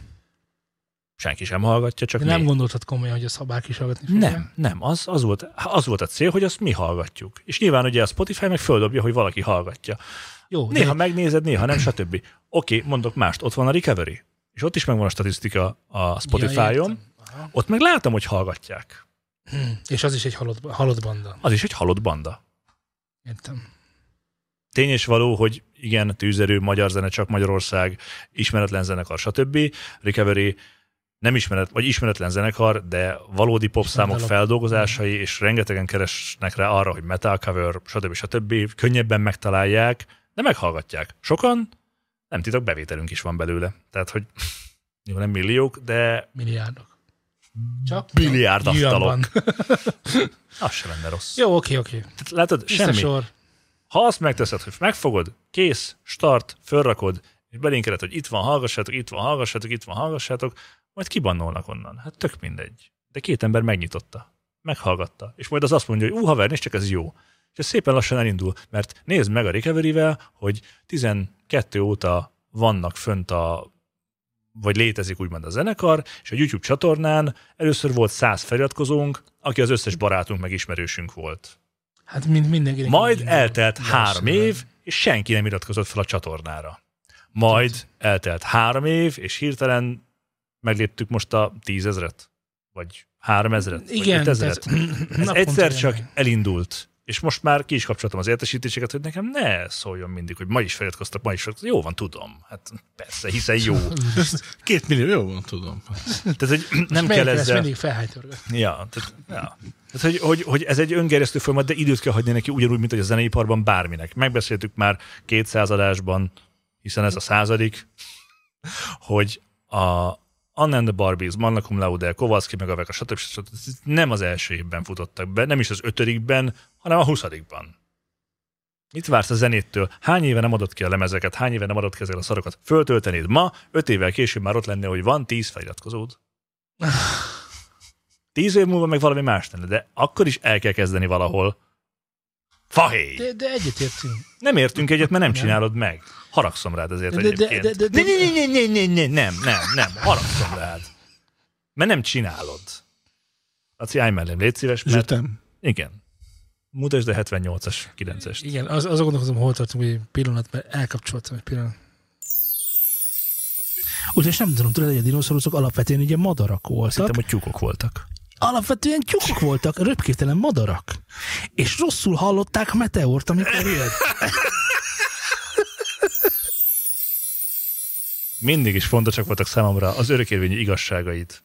S4: senki sem hallgatja, csak
S1: De
S4: nem.
S1: nem
S4: Mi.
S1: gondoltad komolyan, hogy ezt ha bárki is hallgatni fogja.
S4: Nem, nem, az, az, volt, az volt a cél, hogy azt mi hallgatjuk. És nyilván ugye a Spotify meg földobja, hogy valaki hallgatja.
S1: Jó, de-
S4: néha megnézed, néha nem, stb. Oké, mondok mást, ott van a Recovery, és ott is megvan a statisztika a Spotify-on,
S1: értem.
S4: ja, ott meg látom, hogy hallgatják.
S1: Hm, És az is egy halott, halott banda.
S4: Az is egy halott banda.
S1: Értem.
S4: tény és való, hogy igen, tűzerő, magyar zene, csak Magyarország, ismeretlen zenekar, stb. Recovery nem ismeret, vagy ismeretlen zenekar, de valódi popszámok
S1: Metalok.
S4: feldolgozásai, és rengetegen keresnek rá arra, hogy metal cover, stb. stb. könnyebben megtalálják, de meghallgatják. Sokan, nem titok, bevételünk is van belőle. Tehát, hogy jó, nem milliók, de
S1: Hm, Milliárdok. Csak
S4: Billiárd
S1: ilyen
S4: asztalok.
S1: van.
S4: az sem lenne rossz.
S1: Jó, oké, oké.
S4: Tehát látod,
S1: Tiszta
S4: semmi.
S1: sor.
S4: Ha azt megteszed, hogy megfogod, kész, start, fölrakod, és belinkeled, hogy itt van, hallgassátok, itt van, hallgassátok, itt van, hallgassátok, majd kibannolnak onnan. Hát tök mindegy. De két ember megnyitotta, meghallgatta, és majd az azt mondja, hogy ú, haver, nézd csak, ez jó. És ez szépen lassan elindul, mert nézd meg a recovery hogy 12 óta vannak fönt a vagy létezik úgymond a zenekar, és a YouTube csatornán először volt 100 feliratkozónk, aki az összes barátunk meg ismerősünk volt.
S1: Hát mind, mindenkinek.
S4: Majd
S1: így-
S4: eltelt három
S1: Persze.
S4: év, és senki nem iratkozott fel a csatornára. Majd eltelt három év, és hirtelen megléptük most a tízezret, vagy háromezret,
S1: Igen,
S4: vagy ötezret.
S1: tehát-
S4: Ez
S1: naponta
S4: egyszer
S1: jön
S4: csak
S1: meg.
S4: elindult. És most már ki is kapcsoltam az értesítéseket, hogy nekem ne szóljon mindig, hogy ma is feliratkoztak, ma is feliratkoztak. Jó van, tudom. Hát persze, hiszen jó.
S3: Két millió, jó van, tudom.
S4: Tehát, hogy nem
S1: És
S4: kell
S1: melyikre ezt
S4: ezzel...
S1: mindig felhájtorgat.
S4: Ja, tehát, ja. tehát hogy, hogy, hogy, ez egy öngerjesztő folyamat, de időt kell hagyni neki ugyanúgy, mint hogy a zeneiparban bárminek. Megbeszéltük már két századásban, hiszen ez a századik, hogy a Anna and the Barbies, Manna Cum Laude, Kowalski, meg a Veka, stb. stb. nem az első évben futottak be, nem is az ötödikben, hanem a huszadikban. Mit vársz a zenéttől? Hány éve nem adott ki a lemezeket? Hány éve nem adott ki ezeket a szarokat? Föltöltenéd ma, öt évvel később már ott lenne, hogy van tíz feliratkozód. Tíz év múlva meg valami más lenne, de akkor is el kell kezdeni valahol. Fahéj!
S1: De, de egyetértünk.
S4: Nem értünk egyet, mert nem csinálod meg. Haragszom rád ezért
S1: De- de- de-
S4: egyébként.
S1: de- de-
S4: Ne, ne, ne, ne, ne, ne, nem, nem, nem, haragszom rád. Mert nem csinálod. Laci, állj mellém, légy szíves, mert...
S3: Zsütem.
S4: Igen. Mutasd a 78-as, 9-es.
S1: Igen, az, azon gondolkozom, hol tartunk, hogy egy pillanat, mert elkapcsoltam egy pillanat.
S6: Úgyhogy nem tudom, tudod, hogy a dinoszauruszok alapvetően ugye madarak voltak.
S4: Hittem, hogy tyúkok voltak.
S6: Alapvetően tyúkok voltak, röpképtelen madarak. És rosszul hallották a meteort, amikor jött.
S4: Mindig is fontosak voltak számomra az örökérvényű igazságaid.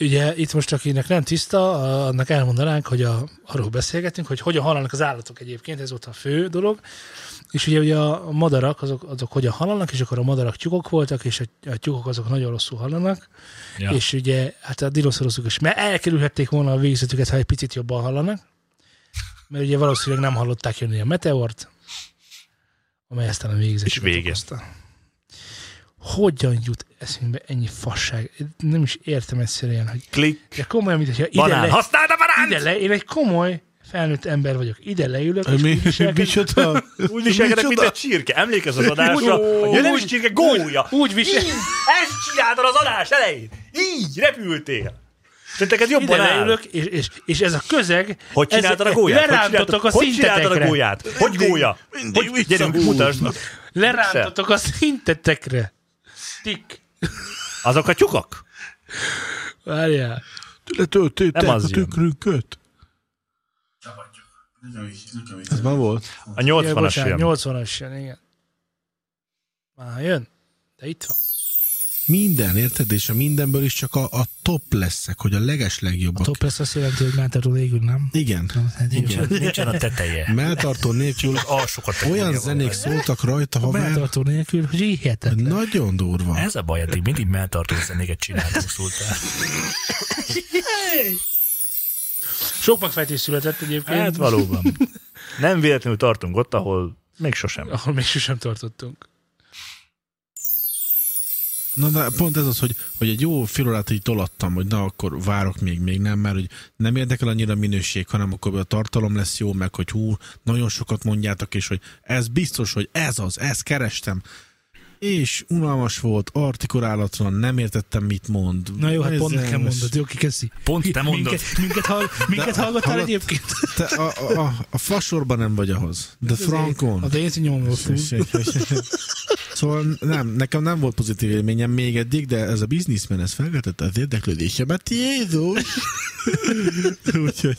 S1: Ugye itt most, akinek nem tiszta, annak elmondanánk, hogy a, arról beszélgetünk, hogy hogyan halalnak az állatok egyébként, ez volt a fő dolog. És ugye, ugye a madarak, azok, azok hogyan halalnak, és akkor a madarak tyúkok voltak, és a, a tyúkok azok nagyon rosszul hallanak.
S4: Ja.
S1: Ja. És ugye, hát a dinoszauruszok is, mert elkerülhették volna a végzetüket, ha egy picit jobban hallanak. Mert ugye valószínűleg nem hallották jönni a meteort, amely aztán a végzetüket
S4: És vége.
S1: okozta. Hogyan jut eszünkbe ennyi fasság? Én Nem is értem egyszerűen, hogy...
S4: Klik.
S1: De komolyan, mint hogyha ide
S4: Banán.
S1: le...
S4: Használd a banánt!
S1: Ide le... Én egy komoly felnőtt ember vagyok. Ide leülök, és
S3: Mi-
S1: úgy viselkedem-
S3: micsoda?
S4: Úgy viselkedek, mint
S3: Micsoda?
S4: egy csirke. Emlékezz az adásra?
S1: Úgy-
S4: Ja, nem is csirke, gólya.
S1: Úgy visel...
S4: Így, ezt csináltad az adás elején. Így repültél. Szerinteked
S1: Ide
S4: jobban áll.
S1: leülök, és, és, és ez a közeg...
S4: Hogy csináltad a gólyát? Hogy
S1: Lerántotok a
S4: csináltad- Hogy csináltad a
S1: szintetekre.
S4: gólyát? Hogy gólya?
S3: mindig
S4: Hogy, gyerünk,
S3: visszahúz.
S4: mutasd.
S1: Lerántotok a szintetekre. Tik.
S4: Azok a tyukak?
S1: Várjál.
S3: Letöltöttek
S4: Nem
S3: a
S4: az jön.
S3: tükrünköt. Ez már volt?
S4: A 80-as
S1: bocsánat,
S4: jön.
S1: 80-as jön, igen. Már jön. De itt van.
S3: Minden, érted? És a mindenből is csak a, a top leszek, hogy a leges legjobb.
S22: A top lesz azt jelenti, hogy Máterul égül, nem?
S3: Igen.
S22: Hát
S3: Igen.
S4: Nincsen a teteje.
S3: Melltartó nélkül
S4: Alsókat
S3: olyan zenék szóltak rajta, ha már
S22: Melltartó nélkül, hogy hihetetlen.
S3: nagyon durva.
S4: Hát
S23: Ez a baj, eddig mindig melltartó zenéket csináltunk, szóltál.
S1: Sok megfejtés született egyébként.
S4: Hát valóban. Nem véletlenül tartunk ott, ahol még sosem.
S1: Ahol még sosem tartottunk.
S3: Na, de pont ez az, hogy, hogy egy jó fél órát így tolattam, hogy na, akkor várok még, még nem, mert hogy nem érdekel annyira a minőség, hanem akkor a tartalom lesz jó, meg hogy hú, nagyon sokat mondjátok, és hogy ez biztos, hogy ez az, ezt kerestem. És unalmas volt, artikulálatlan, nem értettem, mit mond.
S22: Na jó, hát
S3: Ez
S22: pont nekem
S3: elmes.
S22: mondod, jó, kikeszi.
S23: Pont te mondod.
S22: Minket, minket, hall, minket
S3: De-
S22: hallgattál
S3: hallott-
S22: egyébként?
S3: Te a, a, a, a fasorban nem vagy ahhoz, de frankon.
S22: A Daisy nyomó
S3: Hm.
S22: fú.
S3: Szóval nem, nekem nem volt pozitív élményem még eddig, de ez a bizniszmen, ez felvetette az érdeklődésemet. Jézus! Úgyhogy...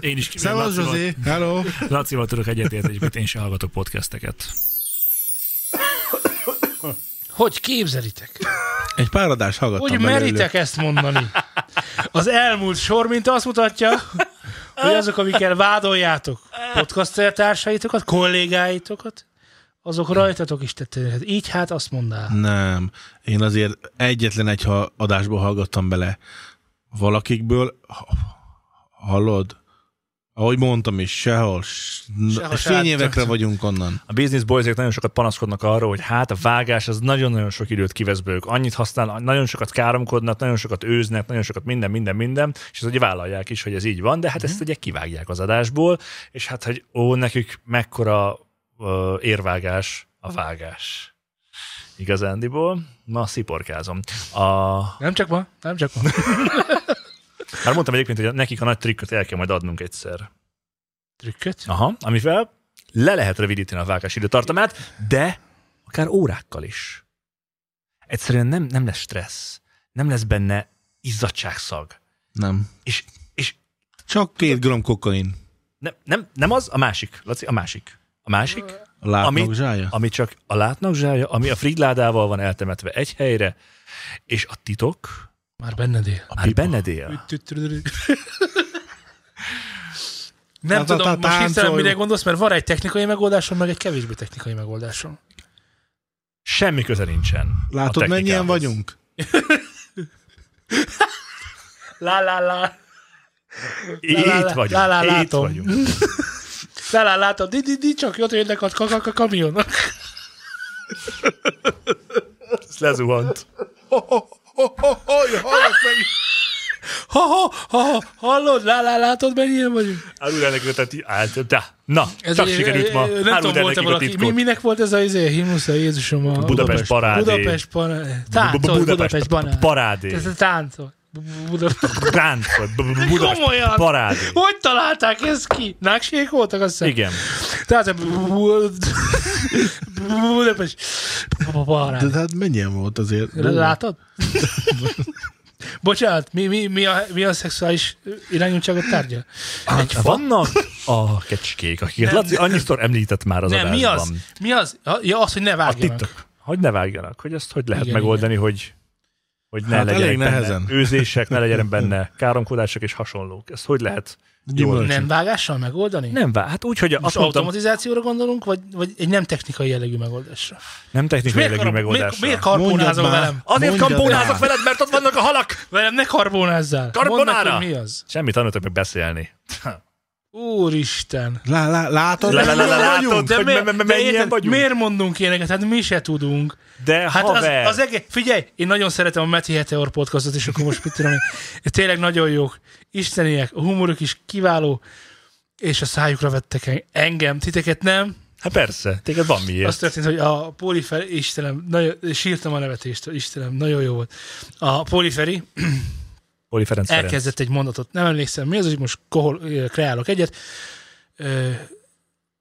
S23: Én is
S3: Szevasz,
S23: Lacival-
S3: Zsuzsi! Hello!
S23: Lacival tudok egyetért egyébként, én sem hallgatok podcasteket.
S1: Hogy képzelitek?
S3: Egy pár adást hallgattam
S1: Hogy
S3: belőle.
S1: meritek ezt mondani? Az elmúlt sor minta azt mutatja, hogy azok, amikkel vádoljátok podcaster társaitokat, kollégáitokat, azok rajtatok is tettének. Így hát azt mondál.
S3: Nem. Én azért egyetlen egy ha- adásból hallgattam bele valakikből. Ha- Hallod? Ahogy mondtam is, sehol.
S1: Sehol
S3: sehol
S1: se
S3: fényévekre
S1: láttam.
S3: vagyunk onnan.
S4: A business boysek nagyon sokat panaszkodnak arról, hogy hát a vágás az nagyon-nagyon sok időt kivesz belőlük. Annyit használ, nagyon sokat káromkodnak, nagyon sokat őznek, nagyon sokat minden, minden, minden, és ezt ugye vállalják is, hogy ez így van, de hát ezt ugye kivágják az adásból, és hát, hogy ó, nekük mekkora ö, érvágás a vágás. Igazándiból, ma sziporkázom. A,
S1: Nem csak ma, nem csak ma.
S4: már mondtam egyébként, hogy nekik a nagy trükköt el kell majd adnunk egyszer.
S1: Trükköt?
S4: Aha, amivel le lehet rövidíteni a vágás időtartamát, de akár órákkal is. Egyszerűen nem, nem lesz stressz, nem lesz benne izzadságszag.
S3: Nem.
S4: És, és
S3: Csak két gram kokain.
S4: nem, nem, nem az, a másik, Laci, a másik. A másik,
S3: A látnok
S4: ami,
S3: zsája?
S4: ami csak a látnak zsája, ami a frigyládával van eltemetve egy helyre, és a titok
S1: Már benned él.
S4: a már benned él.
S1: Nem
S3: Ta-ta-ta,
S1: tudom, most hirtelen
S3: táncolj.
S1: mire gondolsz, mert van egy technikai megoldásom, meg egy kevésbé technikai megoldásom.
S4: Semmi köze nincsen. a
S3: Látod, mennyien
S4: technikához.
S3: vagyunk?
S1: Lá, lá, lá.
S4: Itt
S1: Lá, lá, lá.
S4: vagyunk.
S1: Lá, lá,
S4: itt
S1: látom.
S4: vagyunk.
S1: Lá, lá, látom. Di, di, di, csak jött jönnek a k- k- k- kamionok.
S4: Ez lezuhant.
S1: Ha, ha, ha, ha, hallod? Lá, lá, látod, mennyien vagyunk?
S4: Árul el nekünk a ti- állt- de. Na, csak
S1: egy-
S4: sikerült ma.
S1: Nem tudom,
S4: Árul el
S1: volt-e
S4: nekünk a
S1: valaki. Mi,
S4: titkot.
S1: minek volt ez a izé, himnusz a Jézusom? A
S4: Budapest parádé.
S1: Budapest parádé. Táncol, Budapest banán.
S4: parádé.
S1: Ez a táncol. Bu- Budapest.
S4: Ráncol, B- B-
S1: Komolyan!
S4: Budapest parádé.
S1: Hogy találták ezt ki? Náksék voltak, azt hiszem.
S4: Igen.
S1: Tehát a Bud- Budapest
S3: De
S1: parádé.
S3: hát mennyien volt azért?
S1: Látod? Bocsánat, mi, mi, mi, a, mi a szexuális irányultságot tárgya?
S4: Hát vannak a kecskék, akiket Laci annyiszor említett már az
S1: nem, mi
S4: adásban.
S1: az? Mi az? Ja, az, hogy ne vágjanak.
S4: Titok. hogy ne vágjanak, hogy ezt hogy lehet
S1: Igen,
S4: igen, megoldani, igen. hogy hogy ne
S3: Hát
S4: hát
S3: elég
S4: legyenek benne
S3: nehezen.
S4: őzések, ne legyen benne káromkodások és hasonlók. Ezt hogy lehet jól
S1: Nem vágással megoldani?
S4: Nem vág. Hát úgy, hogy
S1: Most
S4: azt mondtam,
S1: automatizációra gondolunk, vagy, vagy egy nem technikai jellegű megoldásra?
S4: nem technikai
S1: miért
S4: jellegű
S1: karab-
S4: megoldás.
S1: miért- miért karbonázol
S4: Mondjad már.
S1: velem?
S4: Azért
S1: Mondjad
S4: karbonázok
S1: már.
S4: veled, mert ott vannak a halak!
S1: Velem ne karbonázzál! Mondd meg,
S4: Karbonára!
S1: hogy mi az?
S4: Semmit tanultak meg beszélni.
S1: Úristen!
S3: Lá, lá, látod,
S4: Lá- lá- lá- lá-
S1: Vagyunk,
S4: látod,
S1: de
S4: hogy
S1: mi-
S4: me- me-
S1: de
S4: mennyien
S1: érted,
S4: vagyunk?
S1: Miért mondunk ilyeneket? Hát mi se tudunk.
S4: De
S1: Hát az,
S4: haver!
S1: az egész, figyelj, én nagyon szeretem a Meti Heteor podcastot, és akkor most mit tudom én, tényleg nagyon jók, isteniek, a humoruk is kiváló, és a szájukra vettek en- engem, titeket nem.
S4: Hát persze, téged van miért.
S1: Az történt, hogy a Poliferi, Istenem, nagyon, sírtam a nevetéstől, Istenem, nagyon jó volt. A Poliferi
S4: Oli Ferenc Ferenc.
S1: elkezdett egy mondatot, nem emlékszem mi az, hogy most kohol, ö, kreálok egyet. Ö,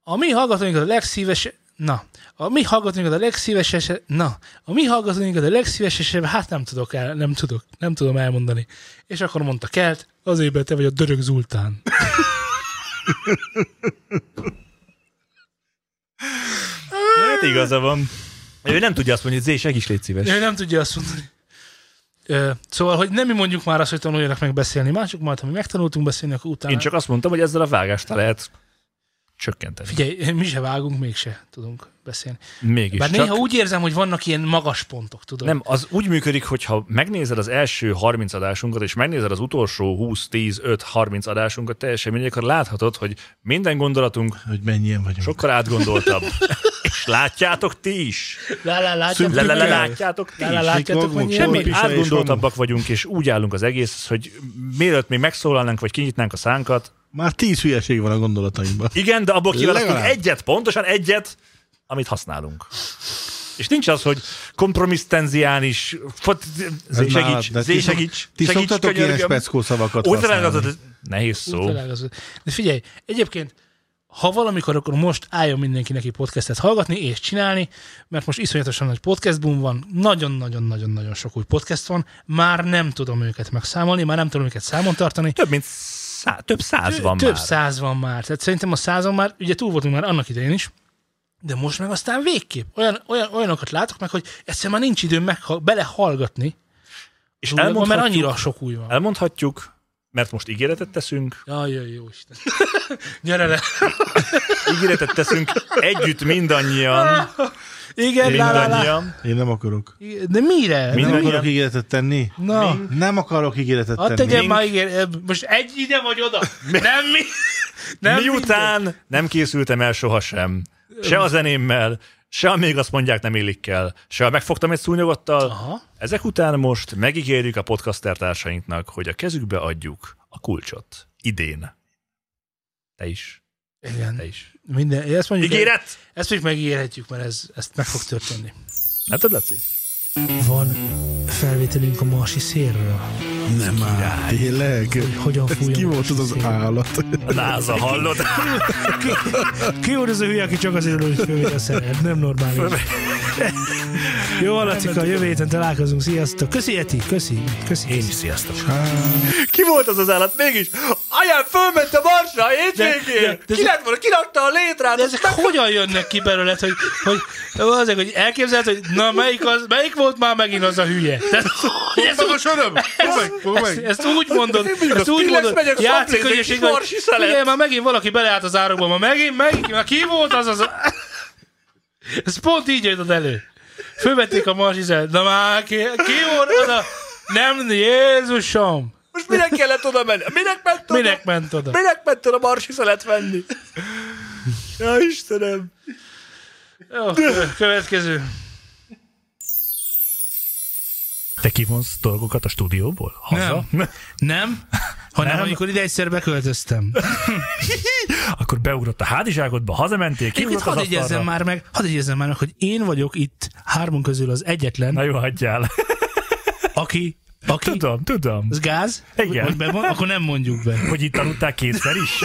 S1: A mi hallgatóinkat a legszíves... Na, a mi hallgatóinkat a legszívesesebb... Na, a mi hallgatóinkat a legszívesesebb... Hát nem tudok el, nem tudok, nem tudom elmondani. És akkor mondta Kelt, azért mert te vagy a dörög Zultán.
S4: Hát igaza van. Ő nem tudja azt mondani, hogy Zé, segíts, légy szíves.
S1: Ő nem tudja azt mondani. Ö, Szóval, hogy nem mi mondjuk már azt, hogy tanuljanak meg beszélni mások, majd ha mi megtanultunk beszélni, akkor utána...
S4: Én csak azt mondtam, hogy ezzel a vágástal lehet csökkenteni.
S1: Figyelj, mi se vágunk, mégse tudunk beszélni.
S4: Mégis
S1: Bár
S4: csak.
S1: néha úgy érzem, hogy vannak ilyen magas pontok, tudod.
S4: Nem, az úgy működik, hogyha megnézed az első 30 adásunkat, és megnézed az utolsó 20, 10, 5, 30 adásunkat, teljesen mindegy, akkor láthatod, hogy minden gondolatunk
S3: hogy mennyien vagyunk.
S4: sokkal átgondoltabb. és látjátok ti is.
S1: Lá, lá, látjátok,
S4: Le, le, le,
S1: mennyire?
S4: látjátok ti
S1: Lá, lá,
S4: is.
S1: látjátok,
S3: Magunk,
S1: mennyire?
S4: Semmi,
S3: Pisa és
S4: átgondoltabbak vagyunk, és úgy állunk az egész, hogy mielőtt még megszólalnánk, vagy kinyitnánk a szánkat,
S3: Már tíz hülyeség van a gondolataimban.
S4: igen, de abból kiválasztunk
S3: Legalább.
S4: egyet, pontosan egyet, amit használunk. És nincs az, hogy kompromisztenziális, fot- zé,
S3: Hát nálad,
S4: segíts,
S3: de
S4: zé,
S3: ti szok-
S4: segíts,
S3: ti
S4: segíts,
S3: szoktatok
S4: könyörgöm.
S3: ilyen speckó szavakat
S4: Ultralágazat-
S3: használni.
S4: Nehéz szó.
S1: Ultralágazat. De figyelj, egyébként, ha valamikor, akkor most álljon mindenki neki podcastet hallgatni és csinálni, mert most iszonyatosan nagy podcast boom van, nagyon-nagyon-nagyon-nagyon sok új podcast van, már nem tudom őket megszámolni, már nem tudom őket számon tartani.
S4: Több mint szá- több száz
S1: Tö-
S4: van
S1: Több
S4: már.
S1: száz van már. Tehát szerintem a százon már, ugye túl voltunk már annak idején is, de most meg aztán végképp. Olyan, olyan, olyanokat látok meg, hogy egyszerűen már nincs időm megha- belehallgatni,
S4: És
S1: Új, mert
S4: elmondhatjuk,
S1: annyira sok új van.
S4: elmondhatjuk, mert most ígéretet teszünk,
S1: Jaj, jaj, jó Isten. Gyere le.
S4: ígéretet teszünk együtt
S1: Ah,
S4: mindannyian,
S1: Igen, lá, lá, lá.
S4: mindannyian,
S3: Én nem akarok.
S1: De mire?
S3: Én nem
S4: Mindannyian.
S3: akarok ígéretet tenni.
S1: Na.
S3: Nem akarok ígéretet
S1: Hát
S3: tenni.
S1: tegyen már, igen, most egy ide vagy oda. Nem mi? Nem
S4: miután nem készültem el sohasem, se a zenémmel, se a még azt mondják nem illikkel, se a megfogtam egy szúnyogottal,
S1: Aha.
S4: Ezek után most megígérjük a podcaster társainknak, hogy a kezükbe adjuk a kulcsot. Idén. Te is.
S1: Igen,
S4: Te is.
S1: minden, ezt mondjuk,
S4: Ígéret?
S1: ezt még megígérhetjük, mert ez, ezt meg fog történni.
S4: Látod, Laci?
S6: Van felvételünk a marsi szélről.
S5: Nem már, tényleg?
S6: Hogyan
S5: Ez ki
S6: fújjon
S5: volt az az állat?
S4: A NASA, hallod?
S6: Ki volt az a hülye, aki csak azért hogy fölvétel szeret? Nem normális. Jó, Lacika, jövő héten találkozunk. Sziasztok. Köszi, Eti. Köszi. Köszi. Én is sziasztok.
S4: Ki volt az az állat? Mégis! Aján, fölment a marsra a hétvégén!
S1: de-
S4: Ki lett volna? Kirakta a létrát!
S1: De ezek hogyan jönnek ki belőled, hogy, hogy azért, hogy elképzeled, hogy na melyik, az, melyik volt már megint az a hülye? Tehát, hogy ez
S3: Fogd meg a
S1: úgy,
S3: söröm! Fogd meg, fogd
S1: ezt,
S3: meg!
S1: ezt, úgy mondod, ezt úgy
S4: Pillex
S1: mondod,
S4: megyek,
S1: játszik
S4: szablézek,
S1: könyöség,
S4: kis
S1: hogy
S4: marsi szelet.
S1: figyelj, már megint valaki beleállt az árokba, ma megint, megint, már ki volt az az... a- Ez pont így jött elő. Fölvették a marzsizet, de már ki, ki volt az a... Nem, Jézusom!
S4: Most minek kellett oda menni? Minek ment oda?
S1: Minek ment oda?
S4: Minek ment oda a marsi szelet venni? Ja, Istenem!
S1: Jó, kö- következő.
S2: Te kivonsz dolgokat a stúdióból? Haza? Nem.
S1: Nem, hanem
S2: Nem.
S1: amikor ide egyszer beköltöztem.
S2: Akkor beugrott a hátizsákodba, hazamentél,
S1: Egyébként
S2: kiugrott az
S1: hadd egyezzem
S2: asztalra.
S1: már meg, hadd egyezzem már meg, hogy én vagyok itt hármunk közül az egyetlen,
S2: Na jó, hagyjál.
S1: aki, aki,
S2: Tudom, tudom.
S1: ez gáz,
S2: Igen.
S1: hogy be van, akkor nem mondjuk be.
S2: Hogy itt tanultál kétszer is?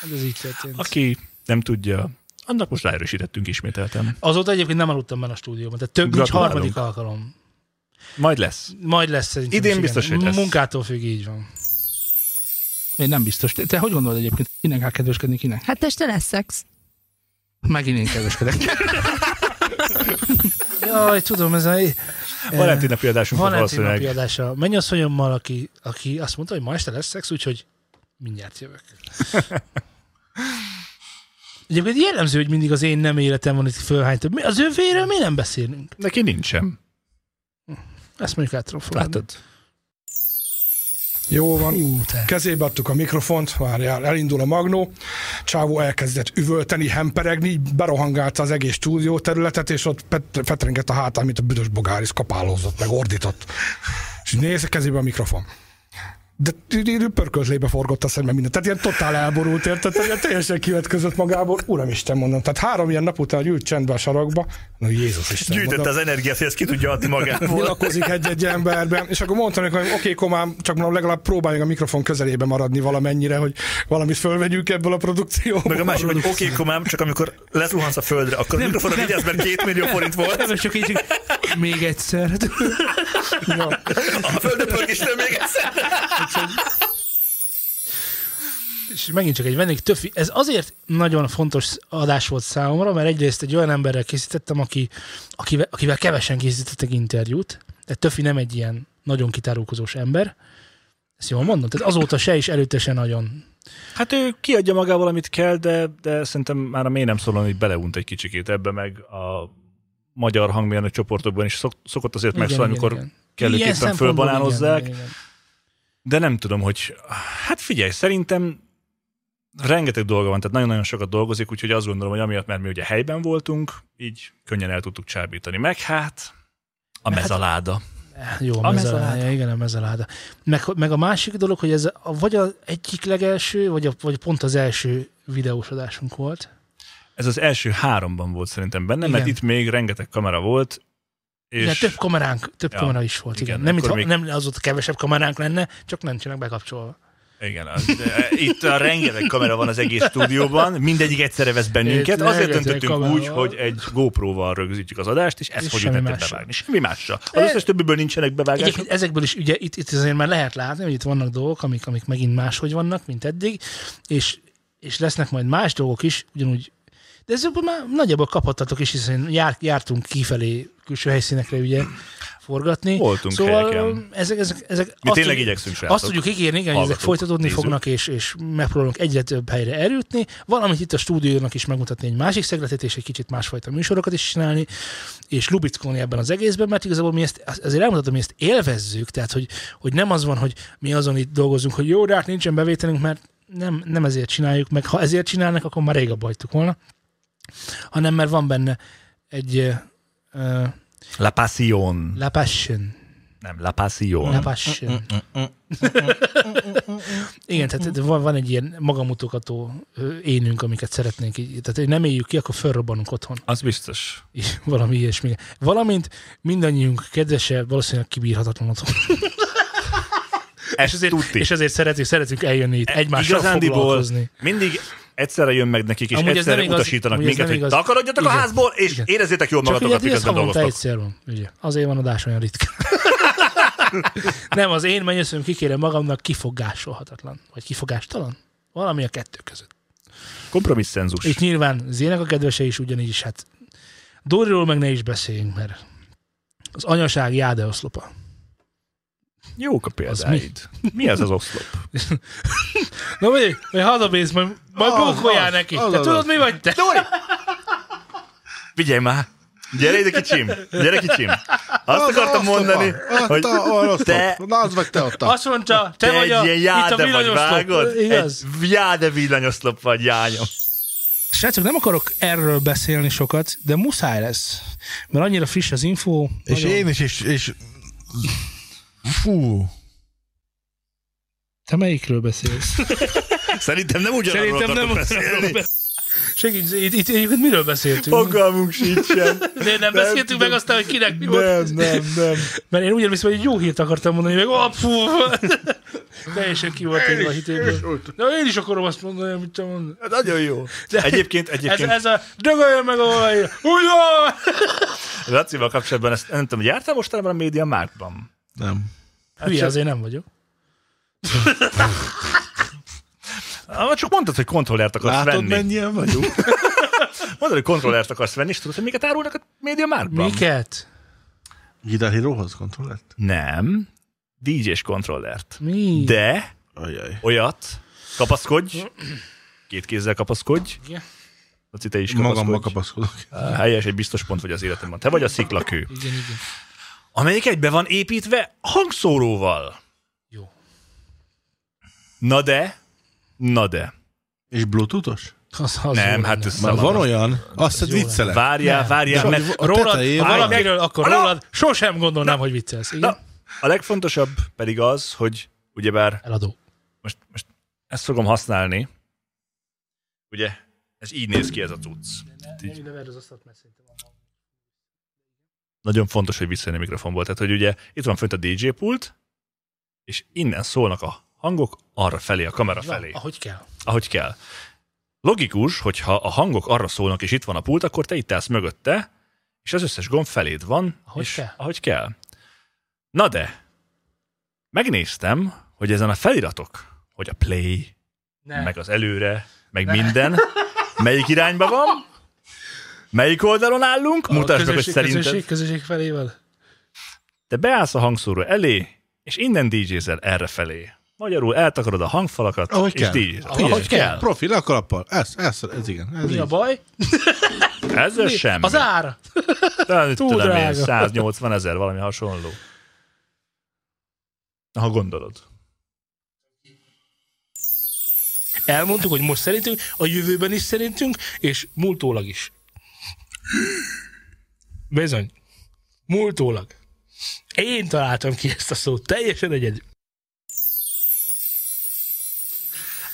S1: Hát ez így történt.
S4: Aki nem tudja, annak most ráerősítettünk ismételtem.
S1: Azóta egyébként nem aludtam benne a stúdióban, tehát több nincs
S4: Gratulálunk.
S1: harmadik alkalom.
S4: Majd lesz.
S1: Majd lesz szerintem.
S4: Idén
S1: is, igen.
S4: biztos, hogy lesz.
S1: Munkától függ, így van.
S6: Én nem biztos. Te, te hogy gondolod egyébként? Kinek kell kedveskedni, kinek?
S8: Hát este lesz szex.
S1: Megint én kedveskedek. Jaj, tudom, ez a...
S4: Valentin napi adásunk volt
S1: Valentin napi
S4: valószínűleg.
S1: adása. Menj az folyammal, aki, aki azt mondta, hogy ma este lesz szex, úgyhogy mindjárt jövök. Egyébként jellemző, hogy mindig az én nem életem van itt fölhány több. Mi- Az övéről mi nem beszélünk?
S4: Neki nincsen.
S1: Ezt mondjuk át tudom fogadni.
S4: Látod?
S24: Jó van.
S1: Hú, te.
S24: Kezébe adtuk a mikrofont, várjál, elindul a magnó. Csávó elkezdett üvölteni, hemperegni, így berohangálta az egész stúdió területet, és ott pet- fetrengett a hátán, mint a büdös bogáris kapálózott, meg ordított. És néz a kezébe a mikrofon. De így- így pörköltlébe forgott a szemem mindent. Tehát ilyen totál elborult, érted? Tehát ilyen teljesen kivetközött magából. Uramisten, mondom. Tehát három ilyen nap után hogy ült csendbe a sarokba. Na Jézus Isten,
S2: Gyűjtött
S24: mondom.
S2: az energiát, hogy ezt ki tudja adni magából.
S24: nyilakozik egy-egy emberben, és akkor mondtam neki, hogy oké, komám, csak mondom, legalább próbáljunk a mikrofon közelébe maradni valamennyire, hogy valamit fölvegyünk ebből a produkcióból.
S2: Meg a másik, hogy oké, komám, csak amikor lezuhansz a földre, akkor a mikrofonra vigyázz, mert két millió forint volt.
S1: Ez csak így, még egyszer.
S24: Hát,
S2: A földre pörgésről még egyszer.
S1: és megint csak egy vendég, töfi. Ez azért nagyon fontos adás volt számomra, mert egyrészt egy olyan emberrel készítettem, aki, akivel, akivel kevesen készítettek interjút, tehát Töfi nem egy ilyen nagyon kitárulkozós ember, ezt jól mondom? Tehát azóta se is előtte se nagyon.
S4: Hát ő kiadja magával, amit kell, de, de szerintem már a mély nem szólal, hogy beleunt egy kicsikét ebbe, meg a magyar hangmérnök csoportokban is szok, szokott azért
S1: Igen,
S4: megszólalni,
S1: igen,
S4: szóval amikor
S1: igen. Ilyen
S4: kellőképpen
S1: szempontból
S4: fölbanánozzák.
S1: igen, igen, igen.
S4: De nem tudom, hogy... Hát figyelj, szerintem rengeteg dolga van, tehát nagyon-nagyon sokat dolgozik, úgyhogy azt gondolom, hogy amiatt, mert mi ugye helyben voltunk, így könnyen el tudtuk csábítani. Meg hát a mezaláda.
S1: Jó,
S4: A
S1: a
S4: mezaláda.
S1: mezaláda. Igen, a mezaláda. Meg, meg a másik dolog, hogy ez a, vagy az egyik legelső, vagy, a, vagy pont az első videós adásunk volt.
S4: Ez az első háromban volt szerintem benne,
S1: Igen.
S4: mert itt még rengeteg kamera volt, és...
S1: És... több kameránk, több
S4: Ja,
S1: ja, kamera is volt. Igen,
S4: igen,
S1: nem, itt,
S4: akkor
S1: még...
S4: még-
S1: nem azóta kevesebb kameránk lenne, csak nem csinálnak bekapcsolva.
S4: Igen, az, de e, itt a rengeteg kamera van az egész stúdióban, mindegyik egyszerre vesz bennünket,
S1: Itt
S4: azért
S1: rengeteg
S4: döntöttünk
S1: kamera
S4: úgy,
S1: van.
S4: hogy egy GoPro-val rögzítjük az adást, és ezt
S1: És
S4: fogjuk
S1: semmi
S4: nektek
S1: mással.
S4: bevágni, semmi mással. Az összes többiből nincsenek bevágások.
S1: Egyébként ezekből is ugye itt, itt azért már lehet látni, hogy itt vannak dolgok, amik, amik megint máshogy vannak, mint eddig, és, és lesznek majd más dolgok is, ugyanúgy de ezekből már nagyjából kaphattatok is, hiszen jár, jártunk kifelé külső helyszínekre ugye forgatni.
S4: Voltunk
S1: szóval
S4: helyeken.
S1: ezek, ezek, ezek
S4: Mi tényleg
S1: tudjuk-
S4: igyekszünk, srácok.
S1: Azt tudjuk ígérni, igen, hogy ezek
S4: Hallgatók,
S1: folytatódni
S4: nézők.
S1: fognak, és, és megpróbálunk egyre több helyre eljutni, valamit itt a stúdiónak is megmutatni egy másik szegletet, és egy kicsit másfajta műsorokat is csinálni, és lubickolni ebben az egészben, mert igazából mi ezt, azért elmondhatom, mi ezt élvezzük, tehát hogy, hogy nem az van, hogy mi azon itt dolgozunk, hogy jó, de hát nincsen bevételünk, mert nem, nem ezért csináljuk, meg ha ezért csinálnak, akkor már rég abba hagytuk volna, hanem mert van benne egy uh,
S4: La Passion.
S1: La Passion.
S4: Nem, La Passion.
S1: La Passion. Igen, tehát van, van egy ilyen magamutogató ö, énünk, amiket szeretnénk így. Tehát hogy nem éljük ki, akkor fölrobbanunk otthon.
S4: Az biztos.
S1: Így, Valami ilyesmi. Valamint mindannyiunk kedvese valószínűleg kibírhatatlan otthon.
S4: Ez azért,
S1: És ezért szeretünk, szeretünk eljönni itt, egymással
S4: E, Igazándiból
S1: foglalkozni.
S4: mindig egyszerre jön meg nekik, és
S1: Amúgy ez
S4: egyszerre
S1: nem igaz-
S4: utasítanak
S1: amúgy ez
S4: minket,
S1: nem
S4: hogy
S1: igaz.
S4: takarodjatok a
S1: Igen.
S4: házból, és érezzétek jól
S1: Csak
S4: magatokat,
S1: ugye, ez
S4: miközben
S1: havonta
S4: dolgoztok.
S1: egyszer van. Ugye. Azért van adás olyan ritka. Nem, az én mennyőszöm kikérem magamnak kifogásolhatatlan. Vagy kifogástalan? Valami a kettő között.
S4: Kompromisszenszus.
S1: Itt nyilván Zének a kedvese is ugyanígy is, hát Doriról meg ne is beszéljünk, mert az anyaság jáde oszlopa.
S4: Jók a példáid. Mi ez az oszlop?
S1: Na vagy, hogy hazamész, majd, majd
S4: Az,
S1: bókoljál
S4: az,
S1: neki.
S4: az,
S1: te
S4: az, az.
S1: tudod, mi vagy te?
S4: Dori! Figyelj már! Gyere ide, kicsim! Gyere, kicsim! Azt
S1: Az
S4: akartam
S1: oszlopa!
S4: mondani,
S1: Az
S4: hogy
S1: a- az
S4: te...
S1: oszlop.
S4: Na, az vagy te ott.
S1: Azt mondta, te, vagy
S4: egy
S1: a,
S4: ilyen
S1: itt a
S4: jáde vagy,
S1: villanyoszlop.
S4: vágod?
S1: Igaz?
S4: Egy jáde villanyoszlop vagy, jányom.
S1: Srácok, nem akarok erről beszélni sokat, de muszáj lesz, mert annyira friss az info.
S5: És
S1: nagyon-
S5: én is, és, és... Fú.
S1: Te melyikről beszélsz?
S4: Szerintem nem ugyanarról
S1: Szerintem
S4: akartok
S1: nem
S4: beszélni.
S1: Segíts, itt, itt egyébként miről beszéltünk?
S4: Fogalmunk sincsen.
S1: De nem beszéltünk meg aztán, hogy kinek mi volt.
S5: nem, nem.
S1: Mert én úgy emlékszem, hogy egy jó hírt akartam mondani, meg apú, teljesen ki volt téve a hitéből. Na én is akarom azt mondani, amit te mondod.
S4: Nagyon jó. Egyébként,
S1: Ez,
S4: egyébként.
S1: e- ez a dögöljön meg a olajra. Ugyan!
S4: Lacival kapcsolatban ezt nem tudom, jártál mostanában a média márkban?
S5: Nem.
S4: Hát
S1: Hülye, azért nem vagyok. Ah,
S4: Csak mondtad, hogy kontrollert akarsz
S5: Látod,
S4: venni.
S5: mennyien vagyunk?
S4: Mondod, hogy kontrollert akarsz venni, és tudod, hogy miket árulnak a média már?
S1: Miket?
S3: Guitar Hero-hoz kontrollert?
S4: Nem. DJ-s kontrollert.
S1: Mi?
S4: De
S3: Ajaj.
S4: olyat, kapaszkodj, két kézzel kapaszkodj,
S1: Igen.
S4: Laci, te is kapaszkodj.
S3: Magammal kapaszkodok.
S4: Á, Helyes, egy biztos pont vagy az életemben. Te vagy a sziklakő.
S1: Igen, igen.
S4: amelyik egybe van építve hangszóróval.
S1: Jó.
S4: Na de, na de.
S3: És bluetoothos?
S1: Az, az
S4: nem,
S1: jó
S4: hát
S1: lenne.
S4: ez
S3: Már
S4: szalad.
S3: van olyan? Azt hiszed viccelek.
S4: Várjál,
S1: Nem.
S4: várjál,
S3: De
S4: mert
S3: hogy a
S4: rólad,
S3: tetején
S4: várj
S3: valami-
S4: meg,
S1: Valamiről akkor
S4: Ala-
S1: rólad sosem gondolnám, hogy viccelsz. Igen?
S4: Na, a legfontosabb pedig az, hogy ugyebár
S1: Eladó.
S4: most, most ezt fogom használni, ugye, ez így néz ki ez a cucc. Így. Nagyon fontos, hogy visszajön a mikrofonból. Tehát, hogy ugye itt van fönt a DJ pult, és innen szólnak a hangok arra felé, a kamera felé.
S1: Ahogy kell.
S4: ahogy kell. Logikus, hogyha a hangok arra szólnak, és itt van a pult, akkor te itt állsz mögötte, és az összes gomb feléd van,
S1: Ahogy
S4: és
S1: kell.
S4: ahogy kell. Na de, megnéztem, hogy ezen a feliratok, hogy a play,
S1: Ne.
S4: meg az előre, meg minden, melyik irányba van, melyik oldalon állunk, mutasd meg, hogy
S1: közösség,
S4: szerinted.
S1: közösség, közösség felével.
S4: Te beállsz a hangszóró elé, és innen DJ-zel erre felé. Magyarul eltakarod a hangfalakat,
S3: Ahogy
S4: és
S3: kell.
S4: DJ-zel.
S1: Ahogy kell.
S3: Profil a kalappal. Ez, ez, ez igen. Ez
S1: Mi a
S3: így.
S1: baj?
S4: Ezzel semmi.
S1: Az ára.
S4: Talán
S1: Túl
S4: tudom én,
S1: drága.
S4: 180 ezer, valami hasonló. Na, Ha gondolod.
S1: Elmondtuk, hogy most szerintünk, a jövőben is szerintünk, és múltólag is. Bizony. Múltólag. Én találtam ki ezt a szót, teljesen egyedül.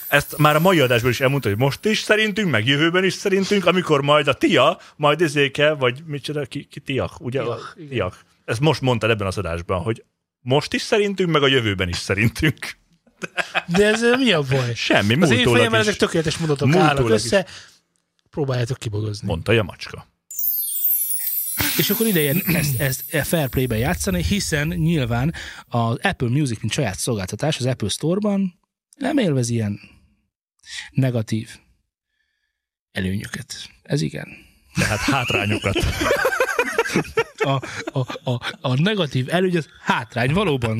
S4: Ezt már a mai adásból is elmondta, hogy most is szerintünk, meg jövőben is szerintünk, amikor majd a TIA, majd ezéke, vagy micsoda, ki, ki tiak, ugye?
S1: Tiak,
S4: Tiak,
S1: igen.
S4: tiak. Ezt most mondtad ebben az adásban, hogy most is szerintünk, meg a jövőben is szerintünk.
S1: De ez ö, mi a baj?
S4: Semmi,
S1: Az én
S4: múltólag
S1: fejemben
S4: is,
S1: ezek tökéletes mondatok
S4: Múltólag
S1: állnak
S4: is.
S1: össze. Próbáljátok kibogozni.
S4: mondta a macska.
S6: És akkor ideje ezt, ezt a fair play-ben játszani, hiszen nyilván az Apple Music, mint saját szolgáltatás az Apple Store-ban nem élvez ilyen negatív előnyöket. Ez igen.
S4: Tehát hátrányokat.
S6: A, a, a, a negatív előny az hátrány, valóban.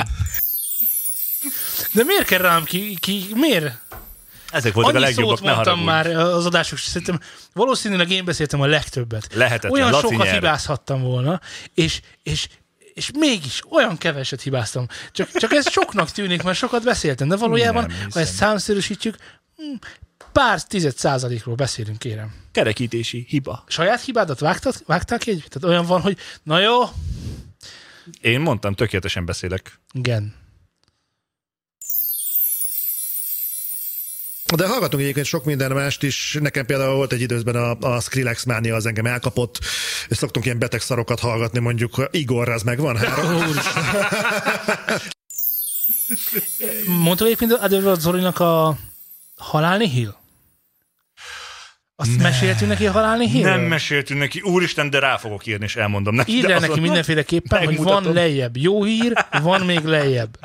S1: De miért kell rám ki, ki miért?
S4: Ezek voltak a
S1: Annyi
S4: legjobbak,
S1: szót
S4: ne
S1: mondtam
S4: haragudj.
S1: már az adások, és szerintem valószínűleg én beszéltem a legtöbbet.
S4: Lehetetlen,
S1: Olyan
S4: Laci
S1: sokat
S4: nyer.
S1: hibázhattam volna, és, és, és mégis olyan keveset hibáztam. Csak, csak ez soknak tűnik, mert sokat beszéltem, de valójában,
S4: Nem hiszem.
S1: ha ezt számszerűsítjük, hm, pár tized százalékról beszélünk, kérem.
S4: Kerekítési hiba.
S1: Saját hibádat vágtad, vágtál ki egy? Tehát olyan van, hogy na jó,
S4: Én mondtam, tökéletesen beszélek.
S1: igen.
S25: De hallgatunk egyébként sok minden mást is. Nekem például volt egy időzben a, a Skrillex mánia, az engem elkapott, és szoktunk ilyen beteg szarokat hallgatni, mondjuk Igor, az hát. megvan? Három.
S1: Mondtuk egyébként Adelbert Zorinak a halálni hill? Azt ne. meséltünk neki a halálni hill?
S4: Nem meséltünk neki, úristen, de rá fogok írni, és elmondom neki.
S1: Írj
S4: de
S1: el
S4: azonnal-
S1: neki mindenféleképpen, hogy van
S4: Megmutatom.
S1: lejjebb. Jó hír, van még lejjebb.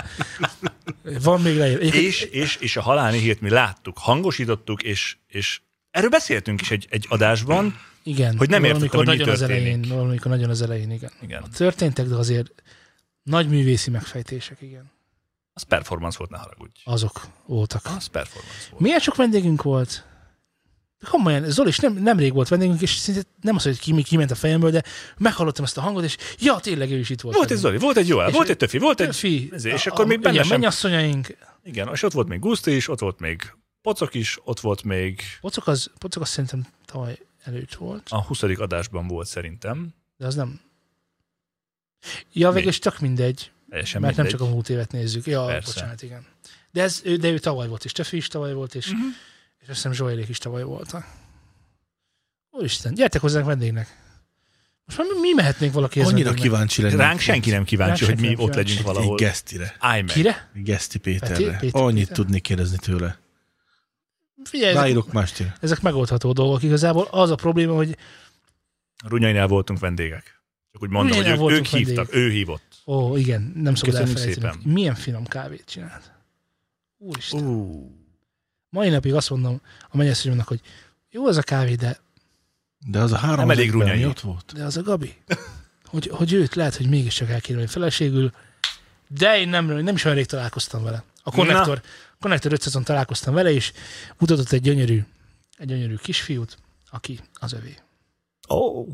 S1: Van még lejjebb. Egyébként
S4: És, és, és a halálni hírt mi láttuk, hangosítottuk, és, és erről beszéltünk is egy, egy adásban.
S1: igen,
S4: hogy nem értettem,
S1: valamikor
S4: hogy mi
S1: nagyon az
S4: történik.
S1: elején, valamikor nagyon az elején, igen.
S4: Igen,
S1: Történtek, de azért nagy művészi megfejtések, igen.
S4: az performance volt, ne haragudj.
S1: Azok voltak.
S4: Az performance volt.
S1: Milyen sok vendégünk volt? Komolyan, Zoli is nem, nemrég volt vendégünk, és szinte nem az, hogy ki, mi kiment a fejemből, de meghallottam ezt a hangot, és ja, tényleg ő is itt volt.
S4: Volt egy hát Zoli, volt egy Joel,
S1: És
S4: volt egy Töfi, volt egy...
S1: Töfi,
S4: ezért, és
S1: a-
S4: akkor
S1: a-
S4: még benne
S1: igen,
S4: sem-
S1: mennyasszonyaink.
S4: Igen, és ott volt még Guszti is, ott volt még Pocok is, ott volt még...
S1: Pocok az, pocok az szerintem tavaly előtt volt,
S4: A 20. adásban volt szerintem.
S1: de az nem. Ja,
S4: Mi?
S1: végül is csak mindegy,
S4: Teljesen
S1: mert nem
S4: mindegy.
S1: csak a múlt évet nézzük. Ja,
S4: Persze.
S1: Persze. bocsánat, igen. De, ez, ő, de ő tavaly volt, és Töfi is tavaly volt, és, uh-huh. és azt hiszem Zsoélék is tavaly voltak. Úristen, gyertek hozzánk vendégnek. Most már mi, mi mehetnénk valakihez
S3: Annyira
S1: vendégnek?
S3: kíváncsi lennék.
S4: Ránk senki nem kíváncsi,
S1: Ránk
S4: hogy mi
S1: senki
S4: ott
S1: nem
S4: legyünk
S3: Egy
S4: valahol.
S3: gesztire.
S4: Állj meg.
S1: Kire?
S3: Egy Geszti
S1: Peti-
S3: Péterre.
S1: Péter
S3: Annyit
S1: Péter.
S3: tudnék kérdezni tőle.
S1: Figyelj, ezek,
S3: Ráírok mástér.
S1: ezek megoldható dolgok. Igazából az a probléma, hogy
S4: Runyainál voltunk vendégek. Csak úgy mondom, hogy
S1: Runyainál
S4: ők, ők
S1: voltunk
S4: hívtak, ő hívott.
S1: ó, igen, nem szabad
S4: Köszönjük
S1: elfelejteni.
S4: szépen.
S1: hogy Milyen finom kávét csinált. Úristen.
S4: Uh.
S1: mai napig azt mondom a mennyasszonyomnak, hogy jó ez a kávé, de
S5: De az a három
S4: Nem
S5: az
S4: elég
S5: egyben,
S4: rúnyai.
S5: ami ott volt.
S1: De az a Gabi, hogy, hogy őt lehet, hogy mégiscsak elkérni feleségül, de én nem, nem is olyan rég találkoztam vele. A Connector, Connector 500-on találkoztam vele, és mutatott egy gyönyörű, egy gyönyörű kisfiút, aki az övé.
S2: Oh.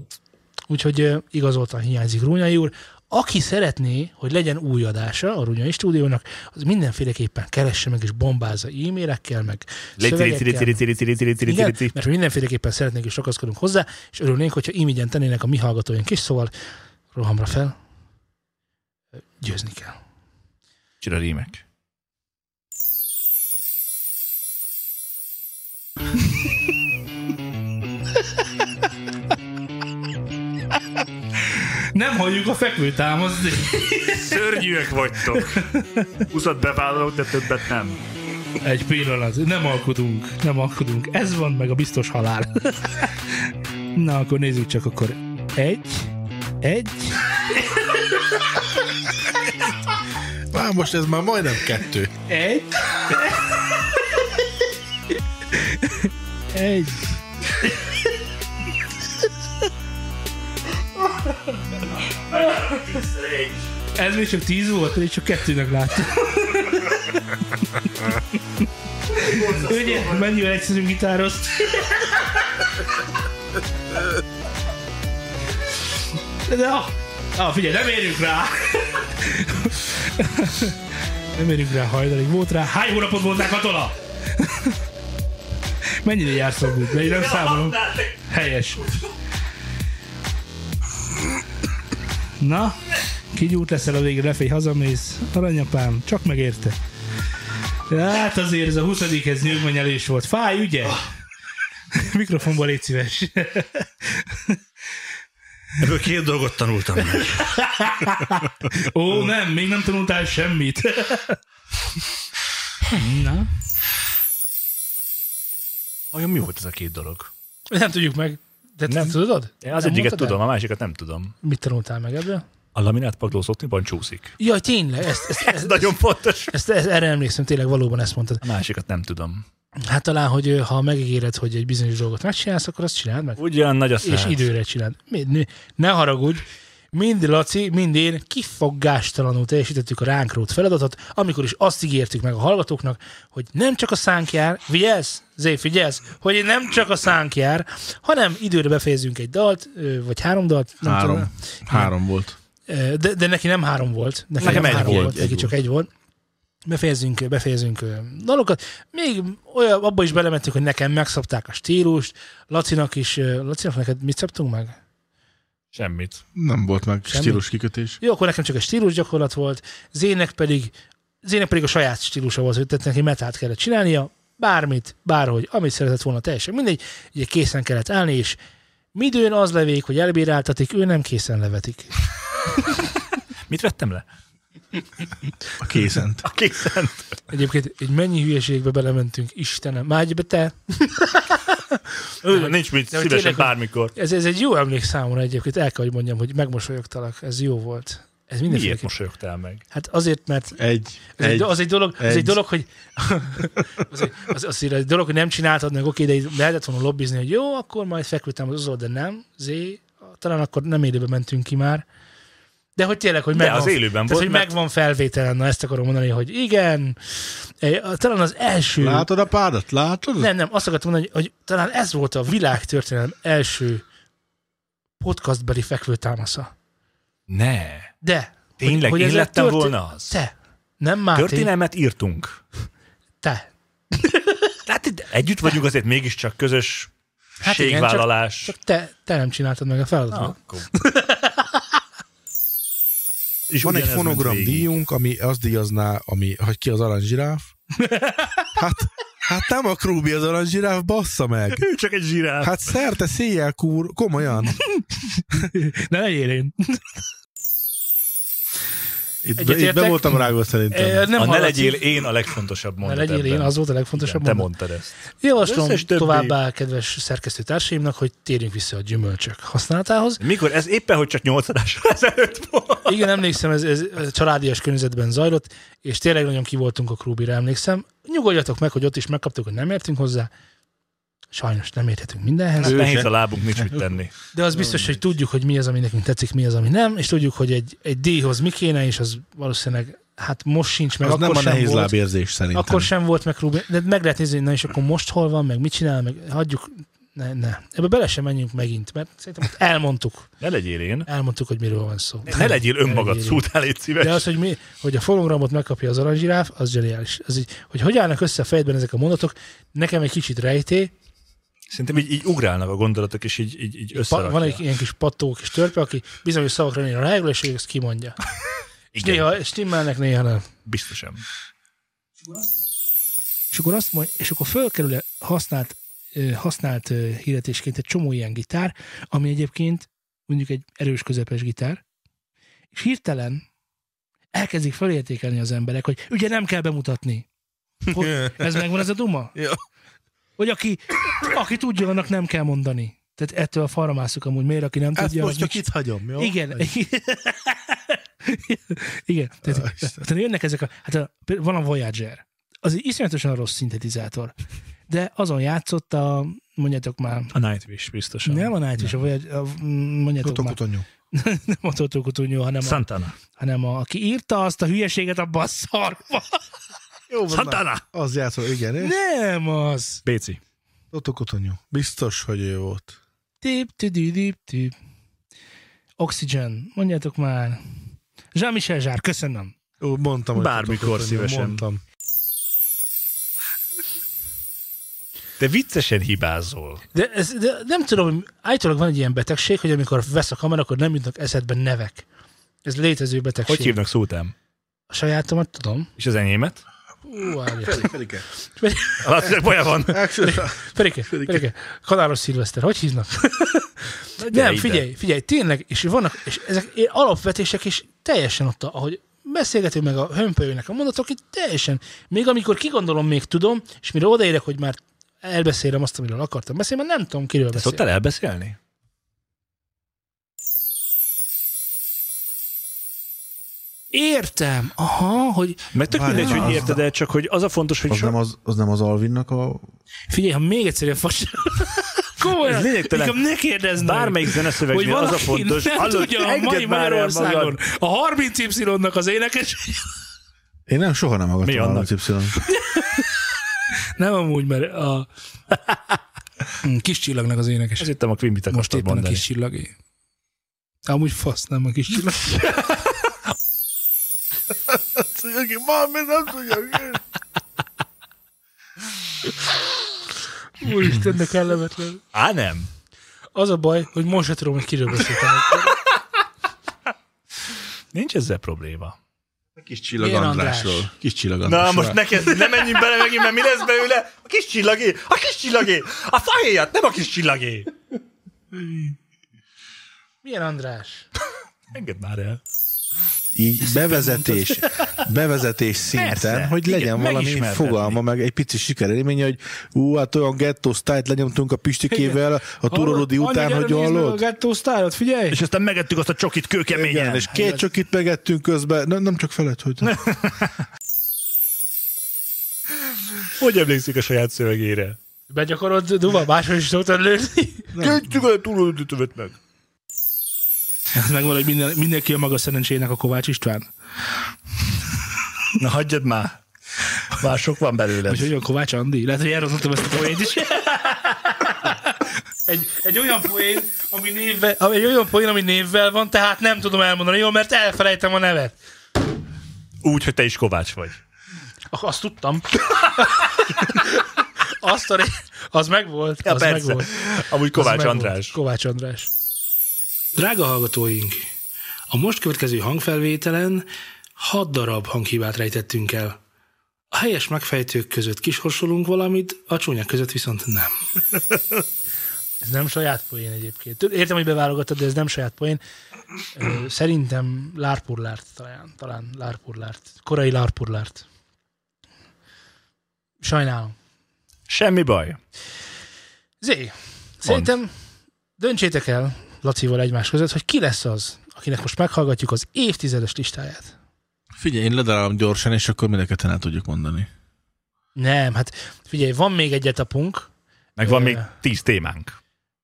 S1: Úgyhogy ö, igazoltan hiányzik Rúnyai úr. Aki szeretné, hogy legyen új adása a Rúnyai stúdiónak, az mindenféleképpen keresse meg és bombázza e-mailekkel, meg szövegekkel. Igen, mert mi mindenféleképpen szeretnénk és ragaszkodunk hozzá, és örülnénk, hogyha imigyen tennének a mi hallgatóink is, szóval rohamra fel, győzni kell.
S4: Csira rímek.
S6: Nem halljuk a fekvő támaszt.
S4: Szörnyűek vagytok. Húszat bevállalok, de többet nem.
S6: Egy pillanat, nem alkudunk, nem alkudunk. Ez van meg a biztos halál. Na, akkor nézzük csak akkor. Egy, egy.
S5: Á, most ez már majdnem kettő.
S6: Egy. Egy. Ez még csak tíz volt, én csak kettőnek láttam. Ugye, mennyivel egyszerűbb gitározt? De, ah, ah, figyelj, nem érünk rá! Nem érünk rá hajdalig. Volt rá. Hány hónapot volt rá katona? Mennyire jársz a múlt? Én nem számolom. Helyes. Na, kigyújt leszel a végén, lefény, hazamész. Aranyapám, csak megérte. Hát azért ez a 20 ez nyugmanyelés volt. Fáj, ugye?
S9: Ah.
S6: Mikrofonba légy szíves.
S9: Ebből két dolgot tanultam meg.
S6: Ó, nem, még nem tanultál semmit. Na,
S4: Vajon mi volt ez a két dolog?
S1: Nem tudjuk meg. De te
S4: Nem.
S1: tudod?
S4: Én az
S1: Nem
S4: egyiket
S1: mondtad el?
S4: tudom, a másikat nem tudom.
S1: Mit tanultál meg ebből?
S4: A laminát pakló szokniban csúszik.
S1: Jaj, tényleg, ezt, ezt, ezt,
S4: Nagyon fontos.
S1: ezt, ezt, erre emlékszem, tényleg valóban ezt mondtad.
S4: A másikat nem tudom.
S1: Hát talán, hogy ö, ha megígéred, hogy egy bizonyos dolgot megcsinálsz, akkor azt csináld meg.
S4: Ugyan nagy a
S1: és
S4: száz.
S1: időre csináld. Mi- ne- Ne haragudj, mind Laci, mind én kifogástalanul teljesítettük a ránk rót feladatot, amikor is azt ígértük meg a hallgatóknak, hogy nem csak a szánk jár, vigyázz, Zé, figyelsz, hogy nem csak a szánk jár, hanem időre befejezünk egy dalt, ö, vagy három dalt. Nem
S5: Három.
S1: Tudom,
S5: Három volt.
S1: Ö, de, de neki nem három volt. Neki
S5: Nekem
S1: nem
S5: egy
S1: három
S5: volt,
S1: volt
S5: egy
S1: neki
S5: volt.
S1: csak egy volt. Befejezünk, befejezünk ö, dalokat. Még olyan, abba is belementünk, hogy nekem megszabták a stílust. Lacinak is, ö, Lacinak neked mit szabtunk meg?
S4: Semmit.
S5: Nem volt meg
S1: Semmi?
S5: stílus kikötés.
S1: Jó, akkor nekem csak egy stílus gyakorlat volt, Zének pedig, Zének pedig a saját stílusa volt, hogy tehát neki metált kellett csinálnia, bármit, bárhogy, amit szeretett volna teljesen, mindegy, ugye készen kellett állni, és midőn az levék, hogy elbíráltatik, ő nem készen levetik.
S4: Mit vettem le?
S5: A készent.
S4: A készent.
S1: Egyébként egy mennyi hülyeségbe belementünk, Istenem, mágy be te!
S4: Ö, Nincs mit,
S1: De hogy
S4: szívesen
S1: tényleg, hogy-
S4: bármikor.
S1: Ez, ez egy jó emlék számomra egyébként, el kell, hogy mondjam, hogy megmosolyogtalak, ez jó volt. Ez
S4: Miért
S1: mindenféleképpen.
S4: mosolyogtál meg?
S1: Hát azért, mert
S5: Egy.
S1: Ez egy,
S5: egy,
S1: do- az egy dolog, az egy
S5: egy.
S1: dolog, hogy az, egy, az, az, egy dolog, hogy nem csináltad meg, oké, de így lehetett volna lobbizni, hogy jó, akkor majd feküdtem az de nem, zé, talán akkor nem élőbe mentünk ki már. De hogy tényleg, hogy
S4: De
S1: megvan,
S4: az élőben
S1: tehát,
S4: volt,
S1: hogy
S4: mert-
S1: megvan felvételen, na ezt akarom mondani, hogy igen, eh, talán az első,
S5: Látod a pádat? Látod?
S1: nem, nem, azt akartam mondani, hogy, hogy talán ez volt a világtörténelem első podcastbeli fekvőtámasza.
S4: Ne.
S1: De,
S4: Tényleg
S1: hogy,
S4: én
S1: ezzel
S4: lettem volna az?
S1: Te, hát nem már
S4: Történelmet írtunk.
S1: te.
S4: Tehát itt együtt vagyunk, azért mégiscsak közös
S1: Hát igen, csak-
S4: ségvállalás.
S1: Csak te, te nem csináltad meg a feladatodat.
S4: És
S5: van egy
S4: ugyanez ment
S5: fonogram
S4: végig.
S5: díjunk, ami azt díjazná, ami, hogy ki az aranyzsiráf. Hát, hát nem a Krúbi az aranyzsiráf, bassza meg.
S4: Ő csak egy zsiráf.
S5: Hát szerte széjjel kúr, komolyan.
S1: Ne legyél én.
S5: Itt, be, itt
S1: Egyetértek?
S5: be voltam rágva szerintem.
S1: Eh, Nem
S4: a Ah, ne
S1: hallatszik.
S4: legyél én a legfontosabb
S1: Ne
S4: mondat
S1: legyél én,
S4: ebben.
S1: az volt a legfontosabb
S4: Igen, Te
S1: mondat.
S4: mondtad ezt.
S1: Javaslom
S4: Összes többi-
S1: továbbá, kedves szerkesztőtársaimnak, hogy térjünk vissza a gyümölcsök használatához.
S4: Mikor? Ez éppen, hogy csak nyolc adással ezelőtt volt.
S1: Igen, emlékszem, ez, ez családias környezetben zajlott, és tényleg nagyon kivoltunk a Krúbira, emlékszem. Nyugodjatok meg, hogy ott is megkaptuk, hogy nem értünk hozzá. Sajnos nem érthetünk mindenhez.
S4: Hát nehéz a lábunk, nincs mit tenni.
S1: De az biztos, hogy tudjuk, hogy mi az, ami nekünk tetszik, mi az, ami nem, és tudjuk, hogy egy, egy díjhoz mi kéne, és az valószínűleg hát most sincs meg.
S5: Az nem a
S1: sem
S5: nehéz
S1: volt.
S5: lábérzés szerintem.
S1: Akkor sem volt meg Ruben, de meg lehet nézni, hogy na és akkor most hol van, meg mit csinál, meg hagyjuk, ne, ne. Ebbe bele sem menjünk megint, mert szerintem ott elmondtuk.
S4: Ne legyél én.
S1: Elmondtuk, hogy miről van szó.
S4: Ne legyél önmagad,
S1: legyél
S4: szútál, légy szíves.
S1: De az, hogy, mi, hogy a fonogramot megkapja az aranyzsiráf, az zseniális. Az így, hogy hogy állnak össze a fejedben ezek a mondatok, nekem egy kicsit rejté,
S4: Szerintem így, így ugrálnak a gondolatok, és így, így, így
S1: pa,
S4: összerakja.
S1: van egy ilyen kis pattó, kis törpe, aki bizonyos szavakra néha rájogul, és ő ezt kimondja. és néha stimmelnek, néha nem.
S4: Biztosan.
S1: És akkor azt mondja, és akkor fölkerül a használt, ö, használt ö, hirdetésként egy csomó ilyen gitár, ami egyébként mondjuk egy erős közepes gitár, és hirtelen elkezdik felértékelni az emberek, hogy ugye nem kell bemutatni. Hogy ez megvan ez a duma? Hogy aki, aki tudja, annak nem kell mondani. Tehát ettől a falra mászok amúgy, miért aki nem
S5: Ezt
S1: tudja.
S5: most
S1: az
S5: csak
S1: mit-
S5: itt hagyom, jó?
S1: Igen. Igen. Tehát, tehát jönnek ezek a... Hát a, van a Voyager. Az egy iszonyatosan rossz szintetizátor. De azon játszott a... Mondjátok már...
S4: A Nightwish biztosan.
S1: Nem a Nightwish, a Voyager... a- Mondjátok már...
S5: Totokutanyú.
S1: Nem a Totokutonyó, hanem a...
S4: Santana.
S1: Hanem a, aki írta azt a hülyeséget abba a szarba.
S5: Jó, van már. Az játszol, igen. és
S1: Nem az.
S4: Béci.
S5: Totokutanyú. Biztos, hogy ő volt.
S1: Tip, tüdü, dip, tip. Oxygen. Mondjátok már. Jean-Michel Zsár, köszönöm.
S5: Ó, mondtam, hogy
S4: Bármikor
S5: Totokutanyú,
S4: szívesen.
S5: Mondtam.
S4: Te viccesen hibázol.
S1: De, ez, de nem tudom, hogy állítólag van egy ilyen betegség, hogy amikor vesz a kamera, akkor nem jutnak eszedbe nevek. Ez létező betegség.
S4: Hogy hívnak szútám?
S1: A sajátomat tudom.
S4: És az enyémet?
S1: Ú, várjál.
S5: Felike.
S4: Alapvetően baja van.
S1: Ferike, Ferike, kanálos szilveszter, hogy hívnak?
S4: gyere
S1: nem,
S4: ide.
S1: figyelj, figyelj, tényleg, és vannak, és ezek ilyen alapvetések, és teljesen ott, ahogy beszélgetünk meg a hömpölyőnek a mondatok, itt teljesen, még amikor kigondolom, még tudom, és mire odaérek, hogy már elbeszélem azt, amiről akartam beszélni, mert nem tudom, kiről
S4: Te
S1: beszélni.
S4: szoktál elbeszélni?
S1: Értem, aha, hogy
S4: Mert tök
S5: Várj,
S4: mindegy,
S5: az-
S4: hogy érted el, csak hogy az a fontos, hogy
S5: Az
S4: so-
S5: nem az, az nem az Alvinnak a...
S1: figyelj, ha még egyszer ilyen fas... Komolyan,
S4: Ez lényegtelen.
S1: inkább ne kérdezd meg.
S4: bármelyik
S1: hogy
S4: zeneszövegnél az
S1: valaki
S4: a fontos,
S1: nem
S4: hallod,
S1: tudja a
S4: engedd
S1: mai
S4: már el
S1: Magyarországon
S4: magad.
S1: a 30 Y-nak az énekes.
S5: Én nem, soha nem
S4: Mi
S5: akartam
S4: annak?
S5: a y
S1: Nem amúgy, mert a Mm, kis csillagnak az énekes.
S4: Azt hittem a Quimbit
S1: Most
S4: akartad
S1: éppen a
S4: mondani.
S1: kis csillagé. Amúgy fasz, nem a kis csillag.
S5: Aki valami nem tudja.
S1: Úristen, de kellemetlen.
S4: Á, nem.
S1: Az a baj, hogy most se tudom, hogy kiről beszéltem.
S4: Nincs ezzel probléma.
S5: Kis csillag
S1: Milyen
S5: Andrásról.
S1: András?
S5: Kis csillag
S4: Na
S5: Andrásról.
S4: most ne kezd, ne menjünk bele megint, mert mi lesz belőle? A kis csillagé, a kis csillagé, a fahéjat, nem a kis csillagé.
S1: Milyen András?
S4: Engedd már el.
S5: így bevezetés, bevezetés szinten,
S4: Persze,
S5: Persze, hogy
S4: igen,
S5: legyen valami
S4: megismertetni.
S5: fogalma, meg egy pici sikerélménye, hogy ú, hát olyan gettó sztájt lenyomtunk a Pistikével a Turorodi után, hogy hallod?
S1: A gettó sztájot, figyelj!
S4: És aztán megettük azt a csokit
S5: Igen,
S4: kőkeményen.
S5: és két csokit megettünk közben, nem, nem csak felett, hogy
S4: Hogy emlékszik a saját szövegére?
S1: Begyakorod duva, máshol is tudtad lőni.
S4: Költjük a túlolódó tövet meg.
S1: Ez megvan, hogy minden, mindenki a maga szerencsének a Kovács István.
S4: Na hagyjad már. Már sok van belőle.
S1: Vagy hogy a Kovács Andi? Lehet, hogy elrontottam ezt a poént is. egy, egy olyan poén, ami névvel, ami- egy olyan poén, ami névvel van, tehát nem tudom elmondani jól, mert elfelejtem a nevet.
S4: Úgy, hogy te is Kovács vagy.
S1: Ah, Azt tudtam. Azt a ré- az megvolt.
S4: Ja,
S1: az
S4: persze.
S1: megvolt.
S4: Amúgy Kovács
S1: megvolt.
S4: András.
S1: Kovács András. Drága hallgatóink, a most következő hangfelvételen 6 darab hanghibát rejtettünk el. A helyes megfejtők között kisorsolunk valamit, a csúnyák között viszont nem. ez nem saját poén egyébként. Értem, hogy beválogatod, de ez nem saját poén. Ö, Szerintem lárpurlárt talán, talán lárpurlárt. Korai lárpurlárt. Sajnálom.
S4: Semmi baj.
S1: Zé, szerintem döntsétek el Lacival egymás között, hogy ki lesz az, akinek most meghallgatjuk az évtizedes listáját.
S3: Figyelj, én ledarálom gyorsan, és akkor mind a ketten el tudjuk mondani.
S1: Nem, hát figyelj, van még egy etapunk,
S4: Meg van még tíz témánk.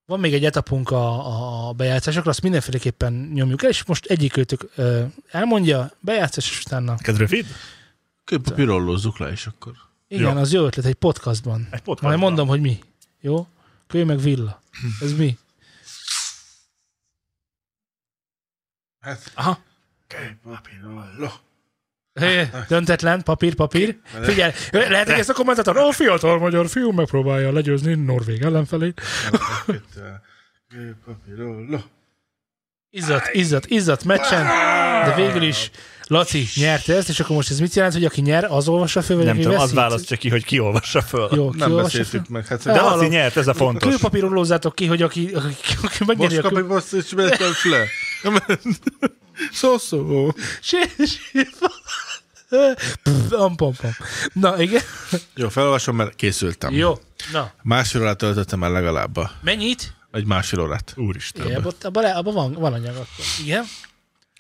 S1: Van még egy etapunk a, a bejátszásokra, azt mindenféleképpen nyomjuk el, és most egyik őtök ö, elmondja, bejátszás, és utána...
S4: Ez rövid?
S3: Kőpapírollozzuk le, és akkor...
S1: Igen,
S3: Jó.
S1: az jó ötlet, egy podcastban. Egy
S4: podcastban.
S1: Majd mondom, hogy mi. Jó? Kő meg villa. Ez mi?
S3: Hát.
S1: Aha.
S3: Kőpapírollo.
S1: Hé, Döntetlen, papír, papír. Figyelj, lehet, hogy ezt a kommentátor, ó, fiatal magyar fiú megpróbálja legyőzni Norvég ellenfelét.
S3: Kőpapírollo.
S1: Izzadt, izzadt, izzadt meccsen, de végül is Laci nyerte ezt, és akkor most ez mit jelent, hogy aki nyer, az olvassa föl, vagy
S4: Nem
S1: aki
S4: tudom, az
S1: veszít?
S4: választja ki, hogy ki olvassa föl.
S1: Jó, ki
S3: Nem
S1: olvassa
S3: beszéltük
S1: föl?
S3: meg, hát-
S4: De
S1: Elhallom.
S4: Laci nyert, ez a fontos.
S1: Kőpapíron lózzátok ki, hogy aki, aki, aki megnyeri
S3: Most
S1: a
S3: kapj,
S1: kő...
S3: most és beszélsz le. Szó, szó.
S1: Sí- sí- Pff, am, pam, pam. Na, igen.
S3: Jó, felolvasom, mert készültem.
S1: Jó, na.
S3: Másfél órát töltöttem el legalább. a-
S1: Mennyit?
S3: Egy másfél órát. Úristen.
S1: Igen, abban abba le- abba van, van anyag akkor. Igen?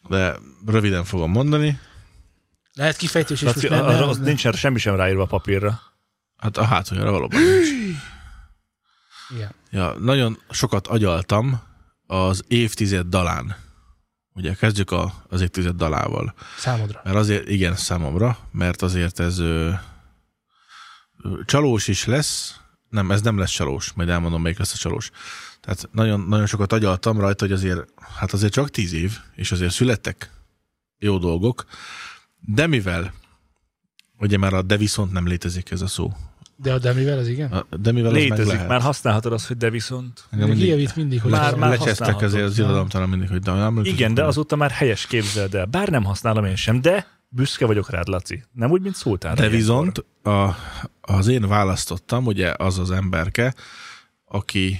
S3: De röviden fogom mondani.
S1: Lehet kifejtés is.
S4: Laci,
S1: most nem,
S4: arra
S1: nem,
S4: ott
S1: nem.
S4: nincsen semmi sem ráírva a papírra.
S3: Hát a hátuljára valóban nincs.
S1: Igen.
S3: Ja, nagyon sokat agyaltam az évtized dalán. Ugye kezdjük a, az évtized dalával.
S1: Számodra.
S3: Mert azért, igen, számomra, mert azért ez ö, ö, csalós is lesz. Nem, ez nem lesz csalós, majd elmondom, melyik lesz a csalós. Tehát nagyon, nagyon sokat agyaltam rajta, hogy azért, hát azért csak tíz év, és azért születtek jó dolgok, de mivel, ugye már a de viszont nem létezik ez a szó.
S1: De, de mivel ez igen?
S3: A- De mivel az meg
S4: Létezik,
S3: lehet.
S4: már használhatod azt, hogy de viszont.
S3: Engem
S1: Kijavít mindig, hogy
S3: le,
S4: Már- már
S3: lecsesztek
S4: használhatod.
S3: ezért az irodalomtalan mindig, hogy de nem létezik.
S4: Igen, de azóta már helyes képzeld el. Bár nem használom én sem, de büszke vagyok rád, Laci. Nem úgy, mint szóltál.
S1: Hát
S3: De
S4: rá.
S3: viszont a, az én választottam, ugye az az emberke, aki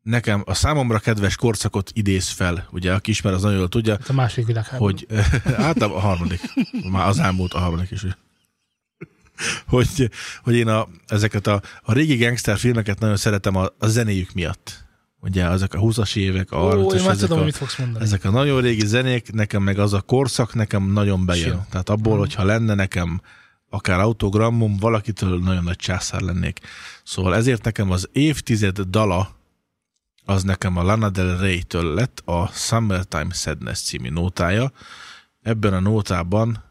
S3: nekem a számomra kedves korszakot idéz fel, ugye, aki ismer, az nagyon jól tudja,
S1: A második világháború.
S3: hogy hát a harmadik, már az elmúlt a harmadik is. ugye. Hogy, hogy én a, ezeket a, a régi gangster filmeket nagyon szeretem a, a zenéjük miatt. Ugye ezek a 20-as évek, a
S1: Ó,
S3: 30-as,
S1: én már
S3: hát ezek
S1: tudom,
S3: a,
S1: mit fogsz mondani.
S3: ezek a nagyon régi zenék, nekem meg az a korszak nekem nagyon bejön.
S1: Sia.
S3: Tehát abból, hogyha lenne nekem akár autogramom, valakitől nagyon nagy császár lennék. Szóval ezért nekem az évtized dala az nekem a Lana Del Rey-től lett a Summertime Sadness című nótája. Ebben a nótában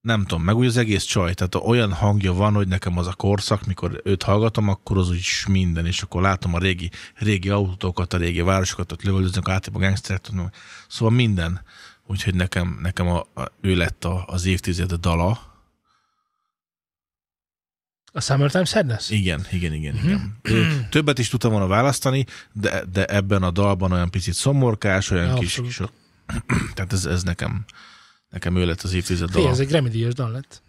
S3: nem tudom, meg úgy az egész csaj, tehát olyan hangja van, hogy nekem az a korszak, mikor őt hallgatom, akkor az úgy is minden, és akkor látom a régi, régi autókat, a régi városokat, ott lövöldöznek át, a gangsterek, tudom. szóval minden. Úgyhogy nekem, nekem a, a, ő lett a, az évtized dala.
S1: A Summertime Sadness?
S3: Igen, igen, igen,
S1: Mhm.
S3: igen. Ö, Többet is tudtam volna választani, de, de ebben a dalban olyan picit szomorkás, olyan
S1: Ja,
S3: kis, kis... Tehát ez, ez nekem, nekem ő lett az évtized
S1: Fé,
S3: dala.
S1: ez egy Grammy díjas dal lett.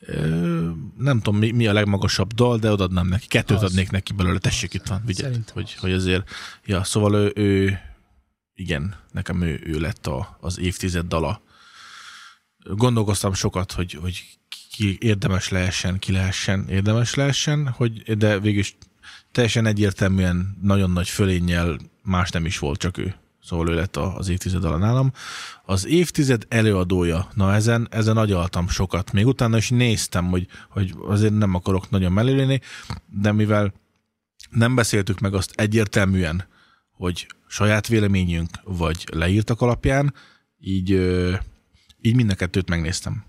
S3: Ö, nem tudom, mi, mi a legmagasabb dal, de odaadnám neki. Kettőt
S1: Az.
S3: adnék neki belőle, tessék, itt van, vigyed,
S1: Szerintem
S3: hogy, hogy azért, ja, szóval ő, ő igen, nekem ő, ő lett a, az évtized dala. Gondolkoztam sokat, hogy, hogy ki érdemes lehessen, ki lehessen, érdemes lehessen, hogy, de végül is teljesen egyértelműen nagyon nagy fölénnyel más nem is volt, csak ő. Szóval ő lett a- az évtized ala nálam. Az évtized előadója, na ezen, ezen agyaltam sokat. Még utána is néztem, hogy, hogy azért nem akarok nagyon mellélni, de mivel nem beszéltük meg azt egyértelműen, hogy saját véleményünk vagy leírtak alapján, így, ö, így mind a kettőt megnéztem.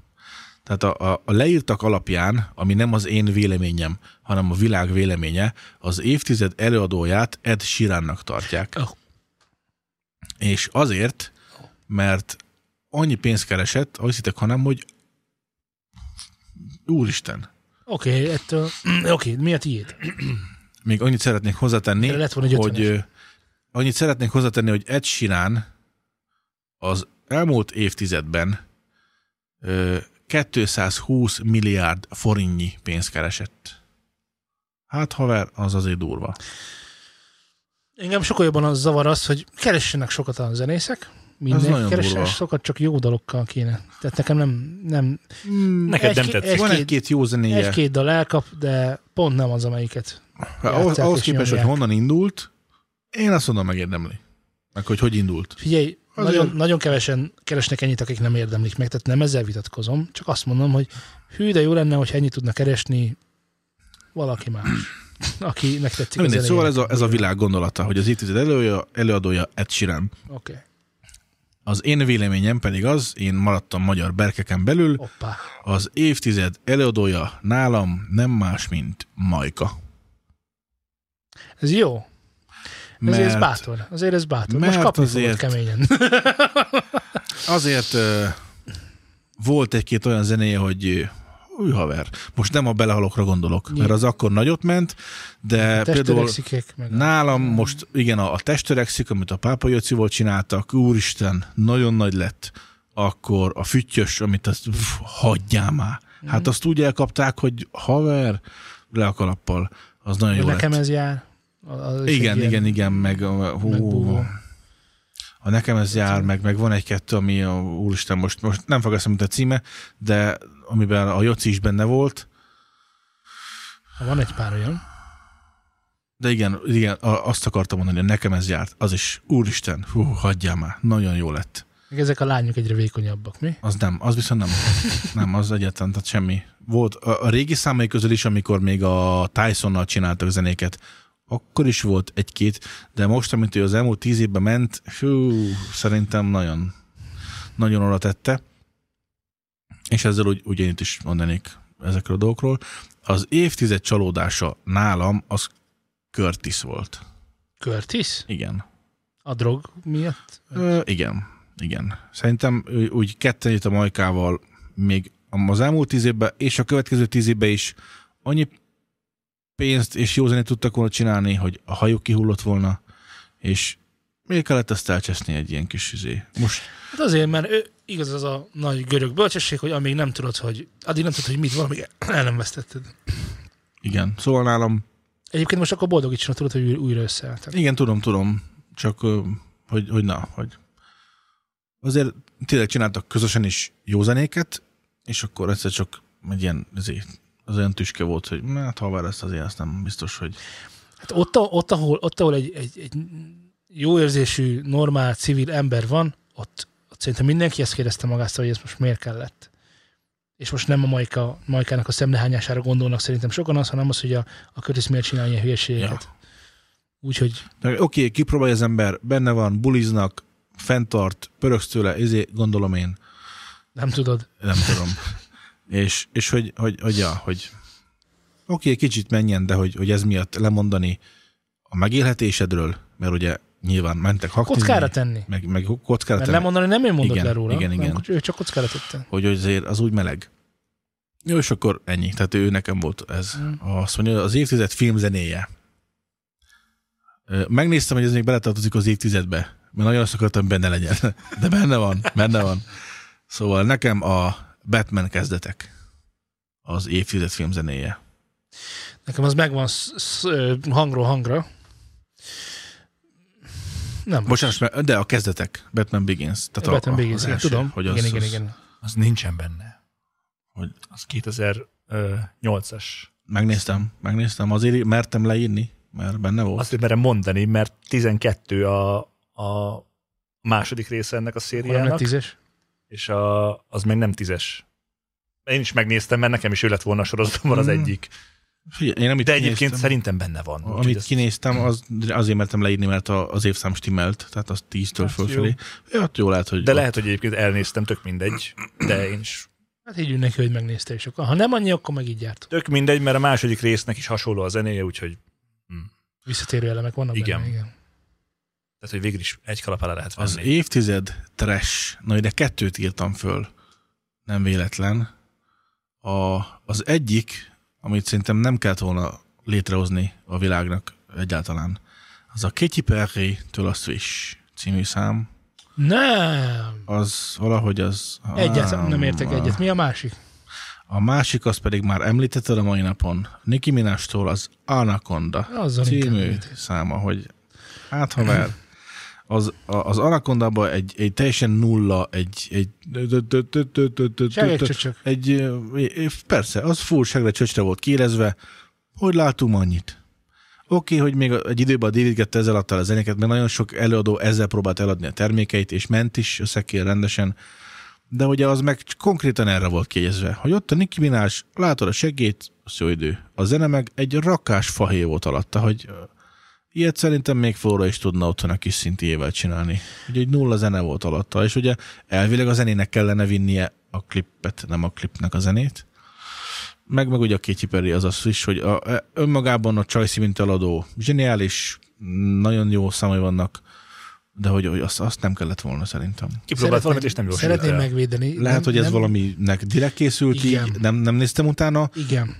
S3: Tehát a, a, a leírtak alapján, ami nem az én véleményem, hanem a világ véleménye, az évtized előadóját Ed Sheerannak tartják.
S1: Oh.
S3: És azért, mert annyi pénzt keresett, ahogy hittek, hanem, hogy úristen,
S1: Oké, okay, ettől... Oké, okay, mi a tiéd?
S3: még annyit szeretnék hozzátenni,
S1: Erre lett volna egy
S3: hogy
S1: ötvenes.
S3: ö, annyit szeretnék hozzátenni, hogy Ed Sheeran az elmúlt évtizedben ö, 220 milliárd forintnyi pénzt keresett. Hát haver, az azért durva.
S1: Engem sokkal jobban az zavar az, hogy keressenek sokat a zenészek,
S3: nagyon
S1: mindenki keressen
S3: durva.
S1: sokat, csak jó dalokkal kéne. Tehát nekem nem... nem
S4: Neked nem
S1: Hmm, egy-két-
S4: tetszik.
S3: Van egy-két jó zenéje.
S1: Egy-két dal elkap, de pont nem az, amelyiket.
S3: Hát ahhoz,
S1: játsszák
S3: ahhoz
S1: és
S3: képest, hogy
S1: nyomják.
S3: honnan indult, én azt mondom megérdemli. Meg hogy hogy indult.
S1: Figyelj,
S3: Azért-
S1: nagyon, nagyon kevesen keresnek ennyit, akik nem érdemlik meg, tehát nem ezzel vitatkozom, csak azt mondom, hogy hű, de jó lenne, hogy ennyit tudna keresni valaki más, aki tetszik a
S3: Na mindegy,
S1: zenéje.
S3: szóval ez a, ez a világ gondolata, hogy az évtized előadója, előadója Ed Sheeran.
S1: Oké. Okay.
S3: Az én véleményem pedig az, én maradtam magyar berkeken belül,
S1: Hoppá.
S3: az évtized előadója nálam nem más, mint Majka.
S1: Ez jó. Ezért ez
S3: Mert-
S1: bátor. Azért ez bátor. Most
S3: mert
S1: kapni
S3: azért-
S1: azért... fogod keményen.
S3: Azért ö, volt egy-két olyan zenéje, hogy ö, új haver. Most nem a belehalokra gondolok, mert az akkor nagyot ment, de például
S1: Testtöregszikek meg a-
S3: nálam most igen a, a testtörekszik, amit a Pápa Jocival csináltak, úristen, nagyon nagy lett, akkor a füttyös, amit azt pff, hagyjál már.
S1: Mhm.
S3: Hát azt úgy elkapták, hogy haver, le a kalappal, az nagyon jó
S1: Nekem
S3: lett.
S1: ez jár. Az is
S3: Igen,
S1: egy ilyen-
S3: igen, igen, meg a- hú,
S1: megbúvó.
S3: a nekem ez jár, meg, meg van egy-kettő, ami a úristen, most, most nem fog eszembe jutni a címe, de amiben a Joci is benne volt,
S1: Van egy pár olyan.
S3: de igen, igen, a- azt akartam mondani, hogy nekem ez járt, az is, úristen, hú, hagyjál már, nagyon jó lett.
S1: Meg ezek a lányok egyre vékonyabbak, mi?
S3: Az nem, az viszont nem, nem, az egyetlen, tehát semmi. Volt a, a régi számai közül is, amikor még a Tysonnal csináltak zenéket, akkor is volt egy-két, de most, amit ő az elmúlt tíz évben ment, hú, szerintem nagyon, nagyon oda tette. És ezzel úgy, úgy én itt is mondanék ezekről a dolgokról. Az évtized csalódása nálam az Curtis volt.
S1: Curtis?
S3: Igen.
S1: A drog miatt?
S3: Ö, igen, igen. Szerintem ő úgy ketten itt a Majkával még az elmúlt tíz évben és a következő tíz évben is annyi pénzt és jó zenét tudtak volna csinálni, hogy a hajuk kihullott volna, és miért kellett ezt elcseszni egy ilyen kis izé. Most
S1: Hát azért, mert ő, igaz az a nagy görög bölcsesség, hogy amíg nem tudod, hogy addig nem tudod, hogy mit van, amíg el nem vesztetted.
S3: igen, szóval nálam,
S1: Egyébként most akkor boldogítson, tudod, hogy új- újra összeálltak.
S3: igen, tudom, tudom, csak ö, hogy, hogy na, hogy azért tényleg csináltak közösen is jó zenéket, és akkor egyszer csak egy ilyen, izé, az olyan tüske volt, hogy na, hát haver ezt azért azt nem biztos, hogy
S1: Hát ott, a- ott, ahol, ott, ahol egy, egy, egy jó érzésű, normál, civil ember van, ott, ott szerintem mindenki ezt kérdezte magát, hogy ez most miért kellett. És most nem a Majka, Majkának a szemlehányására gondolnak szerintem sokan az, hanem az, hogy a, a Curtis miért csinál ilyen hülyeségeket. Ja. Úgyhogy
S3: De Oké, okay, kipróbálja az ember, benne van, buliznak, fenntart, pöröksz tőle, ezért gondolom én,
S1: nem tudod.
S3: nem tudom. és, és hogy, hogy, hogy, ja, hogy oké, okay, kicsit menjen, de hogy, hogy ez miatt lemondani a megélhetésedről, mert ugye nyilván mentek haknizni.
S1: Kockára tenni.
S3: Meg, meg kockára
S1: Mert
S3: tenni.
S1: lemondani nem én mondok
S3: igen,
S1: le róla,
S3: Igen, igen.
S1: Nem, ő csak kockára tette.
S3: Hogy azért az úgy meleg. Jó, és akkor ennyi. Tehát ő nekem volt ez.
S1: Mhm.
S3: Azt mondja, az évtized filmzenéje. Ö, Megnéztem, hogy ez még beletartozik az évtizedbe, mert nagyon azt akartam, benne legyen. De benne van, benne van. Szóval nekem a Batman kezdetek az évtized filmzenéje.
S1: Nekem az megvan sz- sz- ö, hangról hangra. Nem.
S3: Bocsánat, mert- de a kezdetek, Batman Begins. Tehát a-
S1: Batman
S3: a,
S1: Begins,
S3: az
S1: igen,
S3: első,
S1: tudom.
S3: Hogy
S1: Igen,
S3: az,
S1: igen,
S3: az,
S1: igen.
S4: Az nincsen benne.
S3: Hogy?
S4: Az 2008-as.
S3: Megnéztem, megnéztem, azért mertem leírni, mert benne volt.
S4: Azt merem mondani, mert 12 a, a második része ennek a
S1: Akkor nem
S4: szériának.
S1: lett tízes?
S4: És a, az meg nem tízes. Én is megnéztem, mert nekem is ő lett volna a sorozatomban az
S3: Mm.
S4: egyik.
S3: Figyelj, én amit
S4: De egyébként
S3: kinéztem-
S4: szerintem benne van.
S3: A-
S4: úgyhogy
S3: Amit
S4: ezt-
S3: kinéztem, az, azért mertem leírni, mert a- az évszám stimmelt, tehát az 10-től
S4: Hát jó.
S3: fölfelé. Ja, hát jó lehet, hogy
S4: De
S3: ott-
S4: lehet, hogy egyébként elnéztem, tök mindegy, de én is.
S1: Hát higgyünk neki, hogy megnézte is. Ha nem annyi, akkor meg így járt.
S4: Tök mindegy, mert a második résznek is hasonló a zenéje, úgyhogy
S1: Visszatérő elemek vannak
S4: Igen.
S1: benne. Igen.
S4: tehát, hogy végül is egy kalap alá lehet venni.
S3: Az évtized trash, na ide kettőt írtam föl, nem véletlen. A, az egyik, amit szerintem nem kellett volna létrehozni a világnak egyáltalán, az a Katy Perry-től a Swish című szám,
S1: Nem.
S3: az valahogy az...
S1: Egyet
S3: ám,
S1: nem értek egyet. Mi a másik?
S3: A másik, az pedig már említetted a mai napon, Nicki Minaj-tól az Anaconda
S1: Azzal inkább
S3: című
S1: mit.
S3: száma, hogy hát ha már az, a- az Anaconda-ban egy, egy teljesen nulla, egy, egy
S1: Segegcsöcsök.
S3: egy ö, é- persze, az full segrecsöcsre volt kérezve, hogy látunk annyit. Oké, okay, hogy még egy időben dirigette ezzel adta el a zenéket, mert nagyon sok előadó ezzel próbált eladni a termékeit, és ment is összekér rendesen, de ugye az meg konkrétan erre volt kiegyezve, hogy ott a Nicki Minaj, látod a segét, az jó idő. A zene meg egy rakás fahé volt alatta, hogy ö, ilyet szerintem még Flóra is tudna otthon a kis szintjével csinálni. Ugye egy nulla zene volt alatta, és ugye elvileg a zenének kellene vinnie a klippet, nem a klipnek a zenét. Meg, meg ugye a Katy Perry az az is, hogy a, e, önmagában a Csajci mint eladó zseniális, nagyon jó számai vannak, de hogy, hogy azt, azt nem kellett volna szerintem.
S4: Kipróbált valamit, és nem jól
S1: Szeretném
S4: sikerült el.
S1: megvédeni. Nem-
S3: Lehet, hogy ez
S1: nem-
S3: valaminek direkt készült,
S1: Igen.
S3: így nem, nem néztem utána.
S1: Igen.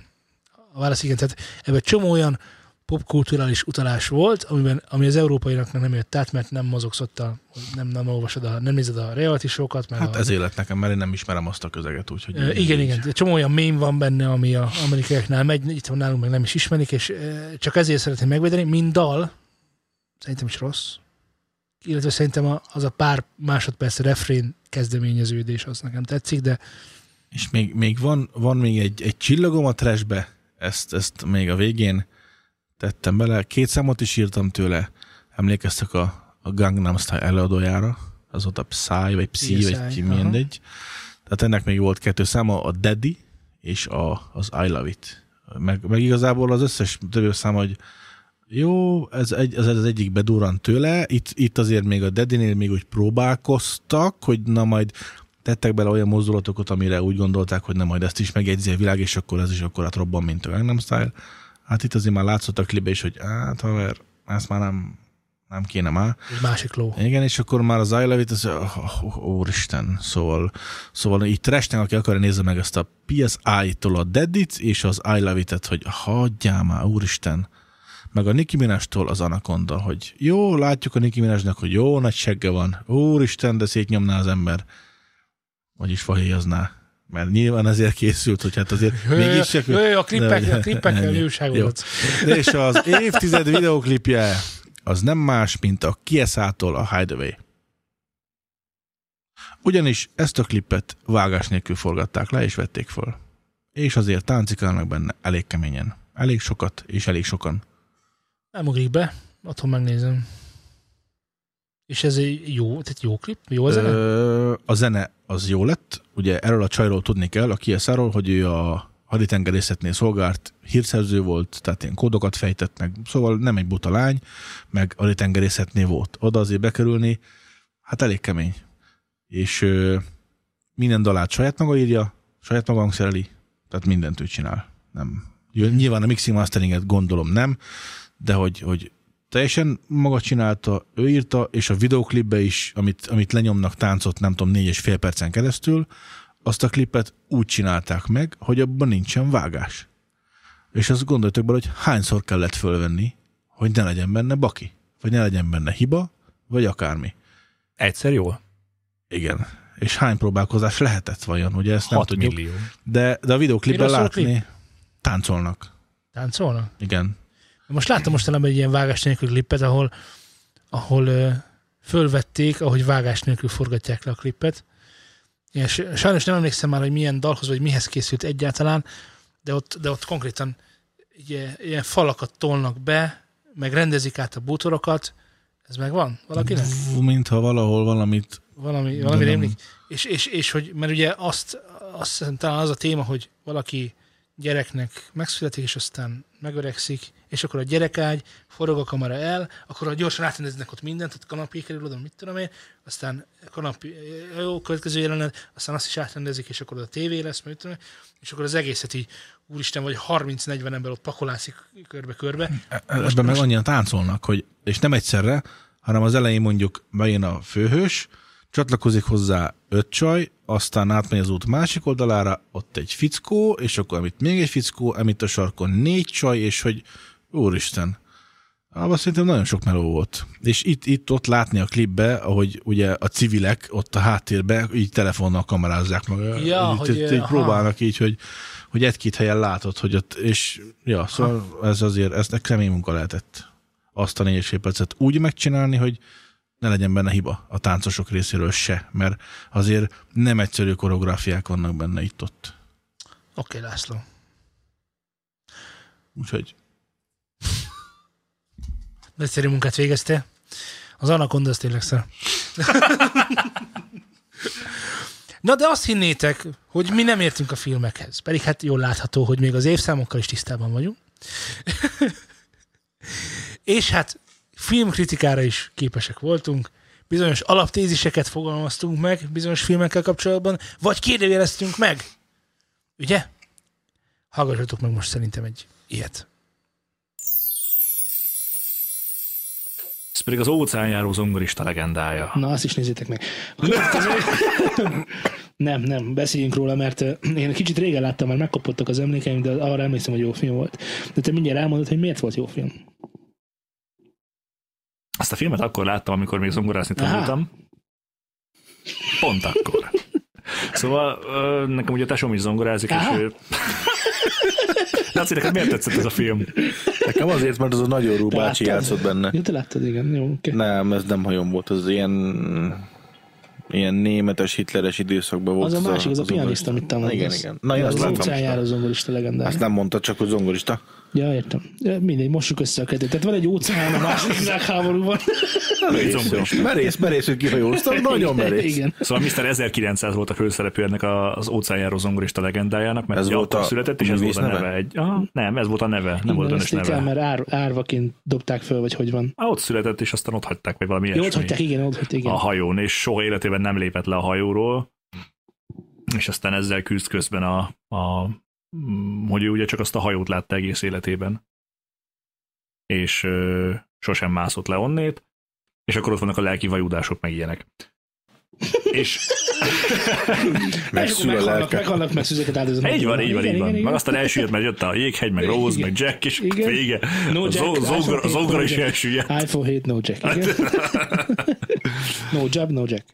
S1: A válasz igen. Tehát ebben csomó olyan popkulturális utalás volt, amiben, ami az európaiaknak nem jött át, mert nem mozogsz ott, a, nem, nem olvasod, a, nem nézed a reality show-kat. Meg
S3: Hát
S1: a,
S3: ez élet nekem, mert én nem ismerem azt a közeget, úgyhogy...
S1: Ö, igen, igen. De Csomó olyan mém van benne, ami a amerikaiaknál megy, itt van nálunk meg nem is ismerik, és ö, csak ezért szeretném megvédeni, mint dal, szerintem is rossz, illetve szerintem a- az a pár másodperc refrén kezdeményeződés az nekem tetszik, de
S3: És még, még van, van még egy, egy csillagom a trashbe, ezt, ezt még a végén tettem bele. Két számot is írtam tőle, emlékeztek a, a Gangnam Style előadójára, az ott a Psy, vagy Psy,
S5: Psy,
S3: vagy ki,
S5: aha.
S3: mindegy. Tehát ennek még volt kettő száma, a Daddy és a, az I Love It. Meg, meg igazából az összes többi szám, hogy jó, ez, egy, ez az egyik bedurran tőle, itt, itt azért még a Dedinél még úgy próbálkoztak, hogy na majd tettek bele olyan mozdulatokat, amire úgy gondolták, hogy na majd ezt is megjegyzi a világ, és akkor ez is akkor hát robban, mint a Gangnam Style. Hát itt azért már látszott a klipbe is, hogy hát haver, ezt már nem, nem kéne már.
S1: egy másik ló.
S3: Igen, és akkor már az I Love It, az, oh, oh, úristen, szóval, szóval így trashnek, aki akar, nézze meg ezt a PSI-tól a Deadit, és az I Love It-et, hogy hagyjál már, úristen. Meg a Nicki Minaj-tól az Anaconda, hogy jó, látjuk a Nicki Minaj-nak, hogy jó, nagy segge van, úristen, de szétnyomná az ember. Vagyis fahéjazná. Mert nyilván ezért készült, hogy hát azért
S1: Jaj,
S3: mégis csak...
S1: jaj, a klippek-
S3: De-
S1: a klippekkel
S3: Ennyi.
S1: újságolat.
S3: Jó. És az évtized videóklipje az nem más, mint a Kieszától a Hideaway. Ugyanis ezt a klippet vágás nélkül forgatták le és vették föl. És azért táncikálnak benne elég keményen. Elég sokat és elég sokan.
S1: Nem ugrik be, otthon megnézem. És ez egy jó, tehát jó klip, jó ez zene?
S3: Ö, a zene az jó lett. Ugye erről a csajról tudni kell, a Kieszáról, hogy ő a haditengerészetnél szolgált, hírszerző volt, tehát ilyen kódokat fejtett meg, szóval nem egy buta lány, meg haditengerészetnél volt. Oda azért bekerülni, hát elég kemény. És ö, minden dalát saját maga írja, saját maga hangszereli, tehát mindent ő csinál. Nem. Jó, Nyilván a mixing masteringet gondolom nem, de hogy, hogy teljesen maga csinálta, ő írta, és a videoklipbe is, amit, amit lenyomnak táncot, nem tudom, négy és fél percen keresztül, azt a klipet úgy csinálták meg, hogy abban nincsen vágás. És azt gondoltok bele, hogy hányszor kellett fölvenni, hogy ne legyen benne baki, vagy ne legyen benne hiba, vagy akármi.
S4: Egyszer jó?
S3: Igen. És hány próbálkozás lehetett vajon? Ugye ezt nem
S4: Hat
S3: tudjuk.
S4: millió.
S3: De, de a videoklipben
S1: Miről szól a klip?
S3: látni, táncolnak.
S1: Táncolna?
S3: Igen.
S1: Most láttam mostanában egy ilyen vágás nélkül klippet, ahol, ahol ö, fölvették, ahogy vágás nélkül forgatják le a klippet. És sajnos nem emlékszem már, hogy milyen dalhoz, vagy mihez készült egyáltalán, de ott, de ott konkrétan ilyen, ilyen falakat tolnak be, meg rendezik át a bútorokat. Ez megvan valakinek?
S3: Vú, Mintha valahol valamit
S1: Valami,
S3: De
S1: valami
S3: nem.
S1: rémlik. És, és, és, hogy, mert ugye azt, azt hiszem, talán az a téma, hogy valaki gyereknek megszületik, és aztán megöregszik, és akkor a gyerekágy, forog a kamera el, akkor ha gyorsan átrendeznek ott mindent, ott kanapé kerül oda, mit tudom én, aztán kanapé, jó, következő jelenet, aztán azt is átrendezik, és akkor oda a tévé lesz, mit tudom én, és akkor az egészet így, úristen, vagy 30-40 ember ott pakolászik körbe-körbe.
S3: Hm.
S1: Most-
S3: Ebben meg
S1: most-
S3: annyian táncolnak, hogy, és nem egyszerre, hanem az elején mondjuk bejön a főhős, csatlakozik hozzá öt csaj, aztán átmegy az út másik oldalára, ott egy fickó, és akkor amit még egy fickó, amit a sarkon négy csaj, és hogy úristen, abban szerintem nagyon sok meló volt. És itt, itt ott látni a klipbe, ahogy ugye a civilek ott a háttérbe így telefonnal kamerázzák meg.
S1: Ja,
S3: így,
S1: hogy,
S3: így, így
S1: aha.
S3: próbálnak így, hogy, hogy egy-két helyen látod, hogy ott, és ja, szóval ez azért, ez egy kemény munka lehetett. Azt a négy és fél percet úgy megcsinálni, hogy ne legyen benne hiba a táncosok részéről se, mert azért nem egyszerű koreográfiák vannak benne itt-ott.
S1: Oké, okay, László.
S3: Úgyhogy
S1: Nagyszerű munkát végeztél. Az Anaconda az tényleg szar.
S6: Na de azt hinnétek, hogy mi nem értünk a filmekhez. Pedig hát jól látható, hogy még az évszámokkal is tisztában vagyunk. És hát filmkritikára is képesek voltunk, bizonyos alaptéziseket fogalmaztunk meg bizonyos filmekkel kapcsolatban, vagy kérdőjeleztünk meg. Ugye? Hallgassatok meg most szerintem egy ilyet.
S4: Ez pedig az óceánjáró zongorista legendája.
S1: Na, azt is nézzétek meg. A következő... nem, nem, beszéljünk róla, mert ö, én kicsit régen láttam, már megkopottak az emlékeim, de arra emlékszem, hogy jó film volt. De te mindjárt elmondod, hogy miért volt jó film.
S4: Azt a filmet akkor láttam, amikor még zongorázni
S1: Aha.
S4: tanultam. Pont akkor. Szóval ö, nekem ugye a tesóm is zongorázik, és
S1: Aha.
S4: ő... Laci, neked miért tetszett ez a film?
S10: Nekem azért, mert az a nagyon
S1: Te
S10: rúbácsi
S1: láttad?
S10: játszott benne.
S1: Jó, te láttad, igen. Jó, okay.
S10: Nem, ez nem hajom volt, az ilyen ilyen németes, hitleres időszakban volt.
S1: Az a másik, az a pianista,
S10: zongorista.
S1: amit te mondasz.
S10: Igen, igen. Na, én
S1: Az
S10: azt
S1: utcán
S10: láttam.
S1: járó zongorista legendár.
S10: Azt nem mondta, csak hogy zongorista.
S1: Ja, értem. Ja, Mindegy, mossuk össze a kettőt. Tehát van egy óceán a második világháborúban.
S10: Merész, jó. merész, merész, hogy
S1: szóval-
S10: kihajóztam, nagyon merész.
S1: Igen.
S4: Szóval Mr. 1900 volt a főszereplő ennek a- az óceánjáró zongorista legendájának, mert
S10: Ez
S4: ez
S10: volt
S4: volt akkor
S10: a
S4: született, és ez volt a
S10: művész
S4: neve.
S10: neve?
S4: Egy, aha, nem, ez volt a neve, nem volt
S1: Igen, ezt
S4: önös
S1: így kell,
S4: neve.
S1: mert ár, árvaként dobták föl, vagy hogy van.
S4: Ah, ott született, és aztán ott hagyták, vagy valami
S1: Jó, ott
S4: ilyesmi.
S1: hagyták, igen, ott hagyták, igen.
S4: a hajón, és soha életében nem lépett le a hajóról, és aztán ezzel küzd közben a, a mm, hogy ő ugye csak azt a hajót látta egész életében, és ö, sosem mászott le onnét, és akkor ott vannak a lelki vajudások, meg ilyenek. És
S10: Megszül a
S1: meghalnak,
S10: lelke.
S1: meghalnak, mert szüzeket áldoznak.
S4: így van, így van,
S1: Igen,
S4: így
S1: igen,
S4: van.
S1: igen.
S4: Meg aztán elsüllyedt, mert jött a jéghegy, meg Rose, meg Jack, és
S1: Igen.
S4: vége.
S1: No Jack,
S4: Zo-
S1: iPhone
S4: zongra-
S1: 7,
S4: Zongra
S1: no
S4: is
S1: Jack.
S4: elsüllyedt.
S1: iPhone 7, no jack. Igen.
S4: Hát.
S1: no job, no jack.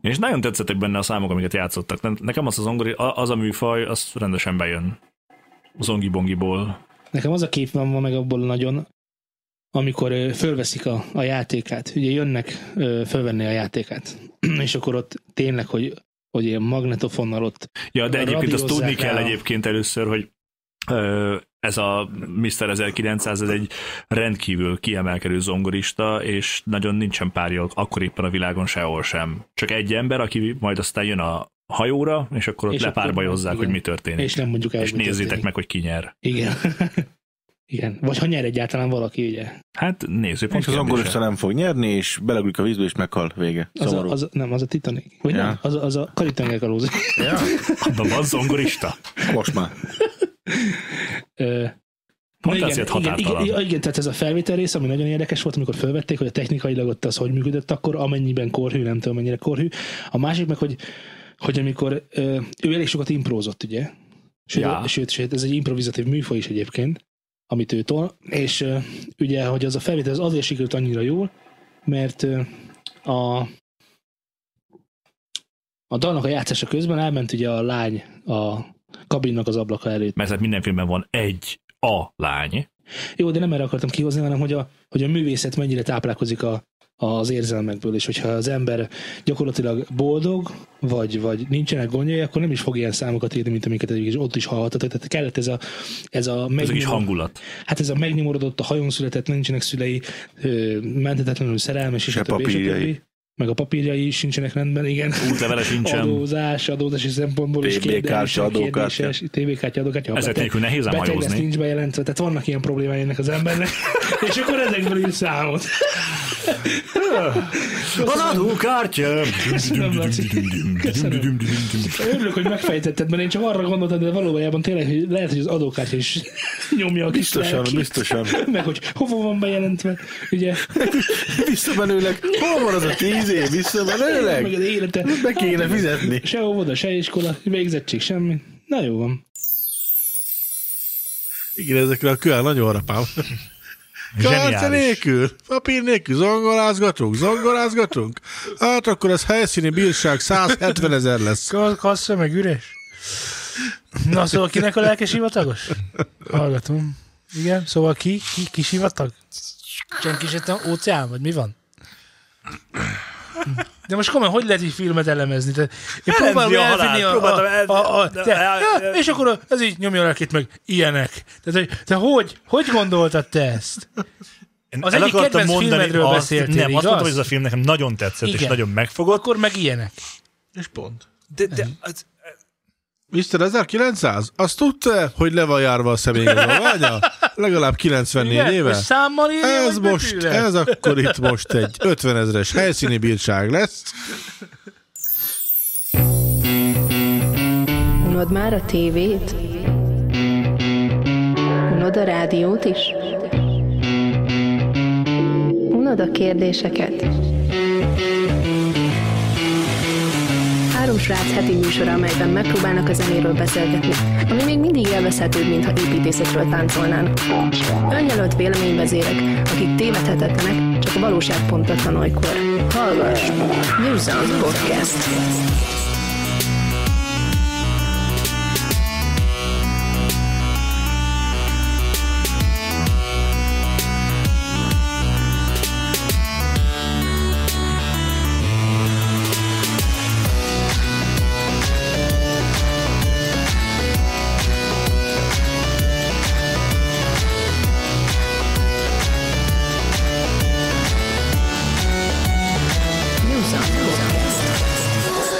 S4: És nagyon tetszettek benne a számok, amiket játszottak. Nem- Nekem az a, zongori, a- az a műfaj, az rendesen bejön. Zongi-bongiból.
S1: Nekem az a kép van ma meg abból nagyon, amikor ö, fölveszik a, a játékát. Ugye jönnek ö, fölvenni a játékát. és akkor ott tényleg, hogy hogy ilyen magnetofonnal ott
S4: Ja, de
S1: A
S4: egyébként azt tudni
S1: radírozzák
S4: kell
S1: rá.
S4: egyébként először, hogy ö, ez a Mr. 1900 ez egy rendkívül kiemelkedő zongorista, és nagyon nincsen párja akkor éppen a világon sehol sem. Csak egy ember, aki majd aztán jön a hajóra, és akkor ott
S1: És
S4: és
S1: akkor-
S4: lepárbajozzák,
S1: igen.
S4: hogy mi történik.
S1: És nem mondjuk el,
S4: és
S1: hogy mi
S4: nézzétek
S1: történik.
S4: meg, hogy ki nyer.
S1: Igen. Igen. Vagy ha nyer egyáltalán valaki, ugye?
S4: Hát nézőpont
S10: És az angolista nem fog nyerni, és beleglik a vízbe, és meghal vége.
S1: Az a,
S10: Szomorú.
S1: az, a- nem, az a Titanic. Vagy
S10: Ja.
S1: nem, az, a- az a karitenger kalóz.
S10: Ja?
S4: Abban van zongorista?
S10: Most már.
S1: Ö,
S4: Pont
S1: na
S4: ezért
S1: igen, igen,
S4: határtalan.
S1: igen, igen, tehát ez a felvétel rész, ami nagyon érdekes volt, amikor felvették, hogy a technikailag ott az hogy működött akkor, amennyiben korhű, nem tudom mennyire korhű. A másik meg, hogy, hogy amikor ö, ő elég sokat imprózott, ugye? Sőt,
S4: Ja.
S1: sőt, sőt, ez egy improvizatív műfaj is egyébként, amit ő tol, és ö, ugye, hogy az a felvétel az azért sikerült annyira jól, mert ö, a, a dalnak a játszása közben elment ugye a lány a kabinnak az ablaka előtt.
S4: Mert hát minden filmben van egy a lány,
S1: Jó, de nem erre akartam kihozni, hanem hogy a, hogy a művészet mennyire táplálkozik a, az érzelmekből, és hogyha az ember gyakorlatilag boldog, vagy, vagy nincsenek gondjai, akkor nem is fog ilyen számokat írni, mint amiket egyébként is ott is hallhattatok. Tehát kellett ez a, ez a
S4: ez a kis
S1: megnyomor-
S4: hangulat.
S1: Hát ez a megnyomorodott, a hajón született, nincsenek szülei, ö, menthetetlenül szerelmes, és
S10: Se
S1: a többi, és a
S10: papírjai.
S1: többi. Meg a papírjai is sincsenek rendben, igen.
S4: Útlevele sincsen.
S1: Adózás, adózási szempontból is
S10: TB-kártya,
S1: kérdés,
S10: adókártya.
S1: kérdéses, TB-kártya, adókártya. ha
S4: Ezek
S1: beteg-
S4: nélkül nehéz
S1: beteg
S4: elmagyarázni.
S1: lesz, nincs bejelentve, tehát vannak ilyen problémái ennek az embernek, és akkor ezekből ír számot.
S4: Van adókártya!
S1: Köszönöm, Laci. Köszönöm. Örülök, hogy megfejtetted, mert én csak arra gondoltam, de valójában tényleg, hogy lehet, hogy az adókártya is nyomja a kis
S10: Biztosan,
S1: lelkét.
S10: biztosan.
S1: Meg hogy hova van bejelentve, ugye?
S10: Visszamenőleg, hol van az a tíz év
S1: Meg
S10: visszamenőleg?
S1: az élete.
S10: Be kéne
S1: Hát,
S10: fizetni.
S1: Se óvoda, se iskola, végzettség, semmi. Na jó van.
S26: Igen, ezekre a kölyel nagyon harapám. Kártya
S4: Zseniális.
S26: nélkül, papír nélkül, zongorázgatunk, zongorázgatunk. Hát akkor az helyszíni bírság 170 ezer lesz.
S6: Ka- Kassza meg üres. Na szóval kinek a lelkes hivatagos? Hallgatom. Igen, szóval ki? Ki, ki sivatag? Senki se tudom, óceán, vagy mi van? Hm. De most komolyan, hogy lehet így filmet elemezni? Tehát én
S4: Elemzi
S6: próbálom
S4: a halált,
S6: elvinni a,
S4: próbáltam
S6: a,
S4: el-
S6: a, a, te,
S4: el- el-
S6: ja, és akkor ez így nyomja a lelkét meg, ilyenek. Tehát, hogy, te hogy, hogy gondoltad te ezt? Az
S4: El
S6: egyik
S4: akartam
S6: kedvenc filmedről
S4: azt-
S6: beszéltél,
S4: Nem, azt
S6: igaz?
S4: mondtam, hogy ez a film nekem nagyon tetszett, és
S6: Igen.
S4: nagyon megfogott.
S6: Akkor meg ilyenek.
S26: És pont.
S4: De, de az,
S3: Mr. 1900? Azt tudta, hogy le van járva a személyigazolványa? Legalább 94
S6: Igen,
S3: éve?
S6: és számmal írja,
S3: ez
S6: vagy
S3: most,
S6: betűvel?
S3: ez akkor itt most egy 50 ezres helyszíni bírság lesz.
S27: Unod már a tévét? Unod a rádiót is? Unod a kérdéseket? Három srác heti műsora, amelyben megpróbálnak a zenéről beszélgetni, ami még mindig élvezhetőbb, mintha építészetről táncolnának. Önjelölt véleményvezérek, akik tévedhetetlenek, csak a valóság pontatlan olykor. Hallgass! New Sound Podcast.
S28: New Sound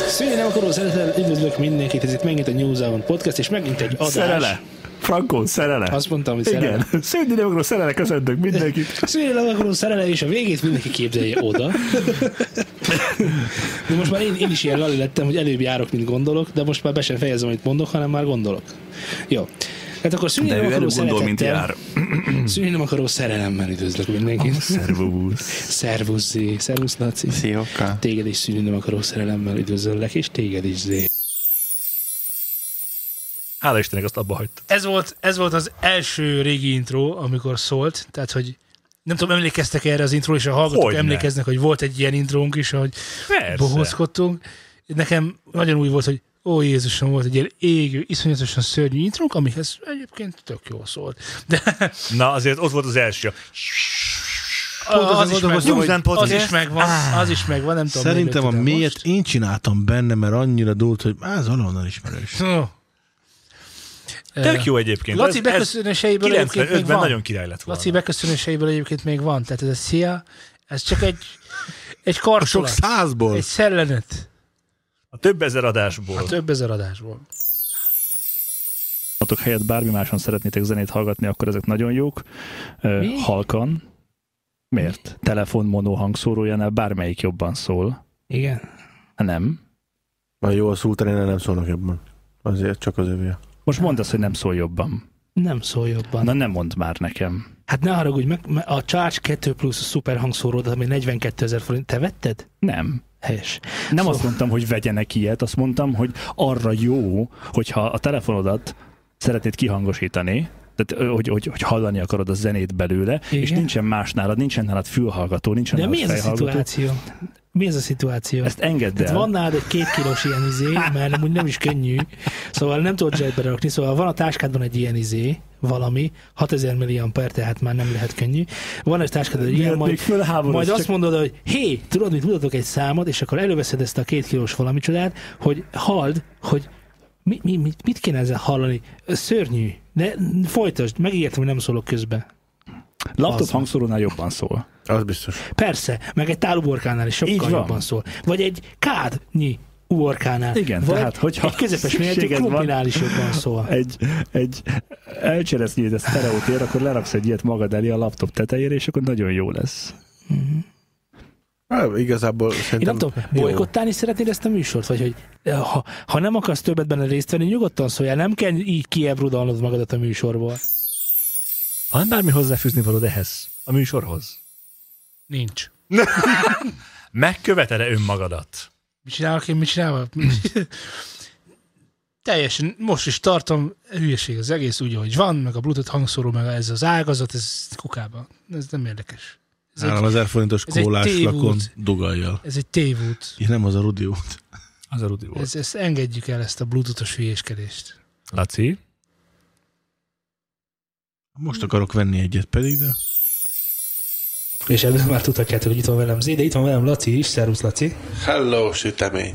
S1: Szűnni nem akaró szeretettel üdvözlök mindenkit, ez itt megint a New Zealand Podcast, és megint egy adás.
S4: Szerele. Frankó, szerele.
S1: Azt mondtam, hogy szerele.
S4: Igen. Szűnni nem akaró szerele, köszöntök mindenkit.
S1: Szűnni nem akaró szerele, és a végét mindenki képzelje oda. De most már én, én is ilyen lali lettem, hogy előbb járok, mint gondolok, de most már be sem fejezem, amit mondok, hanem már gondolok. Jó. Hát akkor szűnni
S4: De
S1: nem
S4: ő
S1: akaró
S4: előbb gondol, mint
S1: szeretettel-
S4: jár.
S1: Szűnni nem akaró szerelemmel üdvözlök mindenkit.
S4: Szervusz.
S1: Szervusz Zé, szervusz Laci.
S29: Szióka.
S1: Téged is szűnni nem akaró szerelemmel üdvözöllek, és téged is Zé.
S4: Hála Istennek azt abba hagyta.
S6: Ez volt, ez volt az első régi intro, amikor szólt, tehát hogy nem tudom, emlékeztek erre az intro, és a hallgatók
S4: Hogyne.
S6: emlékeznek, hogy volt egy ilyen intrónk is, hogy
S4: Persze.
S6: bohózkodtunk. Nekem nagyon új volt, hogy ó Jézusom, volt egy ilyen égő, iszonyatosan szörnyű intrónk, amihez egyébként tök jól szólt. De
S4: Na, azért ott volt az első.
S6: Pont az, is megvan,
S4: hogy- Ah.
S6: hogy az is megvan, az is megvan, nem tudom.
S3: Szerintem a
S6: miért lőtted el
S3: miért én csináltam benne, mert annyira dúlt, hogy már ez valahonnan ismerős.
S6: most. Ö,
S4: Tök jó egyébként.
S6: Laci
S4: Ez- ez
S6: beköszönéseiből egyébként még
S4: 95-ben
S6: van.
S4: nagyon király lett volna.
S6: Laci beköszönéseiből egyébként még van. Tehát ez a szia, ez csak egy, egy kartolat.
S4: sok százból.
S6: Egy szellenet.
S4: A több ezer adásból.
S6: A több ezer adásból.
S2: Hatok helyett bármi máson szeretnétek zenét hallgatni, akkor ezek nagyon jók. Ö,
S6: Mi?
S2: Halkan. Miért? Telefon mono hangszórójánál bármelyik jobban szól.
S1: Igen.
S2: Nem.
S29: Na jó, a szultánál nem szólnak jobban. Azért csak az övé.
S2: Most mondd azt, hogy nem szól jobban.
S1: Nem szól jobban.
S2: Na nem mondd már nekem.
S1: Hát ne haragudj, meg, me- a Charge 2 plusz szuper hangszóródat, ami 42 ezer forint, te vetted?
S2: Nem.
S1: Helyes.
S2: Nem
S1: Szóval-
S2: azt mondtam, hogy vegyenek ilyet, azt mondtam, hogy arra jó, hogyha a telefonodat szeretnéd kihangosítani, tehát, ö, hogy, hogy, hogy hallani akarod a zenét belőle, Igen? és nincsen más nálad, nincsen nálad fülhallgató, nincsen
S1: De
S2: nálad
S1: mi ez a
S2: fejhallgató.
S1: szituáció? Mi ez a szituáció?
S2: Ezt engedd
S1: Tehát
S2: el.
S1: van nálad egy két kilós ilyen izé, mert amúgy nem is könnyű, szóval nem tudod zsebbe rakni, szóval van a táskádban egy ilyen izé, valami, 6000 milliamper, tehát már nem lehet könnyű. Van egy táskádban egy ilyen,
S2: Miért még
S1: majd,
S2: fölháborodsz,
S1: majd azt
S2: csak-
S1: mondod, hogy hé, tudod, mit mutatok egy számot, és akkor előveszed ezt a két kilós valami csodát, hogy halld, hogy mi, mi, mit, mit kéne ezzel hallani? Szörnyű. De folytasd, megígértem, hogy nem szólok közbe.
S2: Laptop
S1: Az.
S2: hangszórónál jobban szól.
S29: Az biztos.
S1: Persze, meg egy táluborkánál is
S2: Így
S1: sokkal
S2: van.
S1: jobban szól. Vagy egy kádnyi uborkánál.
S2: Igen,
S1: Vagy
S2: tehát hogyha
S1: egy közepes méretű
S2: szükséged van-
S1: krumplinál is jobban szól.
S2: Egy, egy elcseresznyéd a sztereotér, akkor leraksz egy ilyet magad elé a laptop tetejére, és akkor nagyon jó lesz.
S29: Hát, igazából
S1: Én
S29: szerintem...
S1: nem tudom,
S29: jó.
S1: bolykottálni szeretnéd ezt a műsort? Vagy hogy eh, ha, ha nem akarsz többet benne részt venni, nyugodtan szóljál, nem kell így kiebrudalnod magadat a műsorból.
S4: Van Hát, bármi hozzáfűzni valód ehhez? A műsorhoz?
S6: Nincs.
S4: Megkövetele önmagadat?
S6: Mit csinálok én, mit csinálok? Teljesen, most is tartom, hülyeség az egész úgy, ahogy van, meg a Bluetooth hangszóró, meg ez az ágazat, ez kukába. Ez nem érdekes. Ez egy,
S3: 3000 forintos
S6: ez egy
S3: kólás
S6: tévút.
S3: lakon dugajjal.
S6: ez egy tévút.
S3: Ja, nem az a Rudi út.
S4: Az a Rudi volt.
S6: Ez, ezt engedjük el, ezt a Bluetooth-os hülyéskedést.
S4: Laci?
S3: Most akarok venni egyet pedig, de...
S1: És előbb már tudhatjátok, hogy itt van velem Zé, de itt van velem Laci is. Szervusz, Laci.
S29: Hello, sütemény.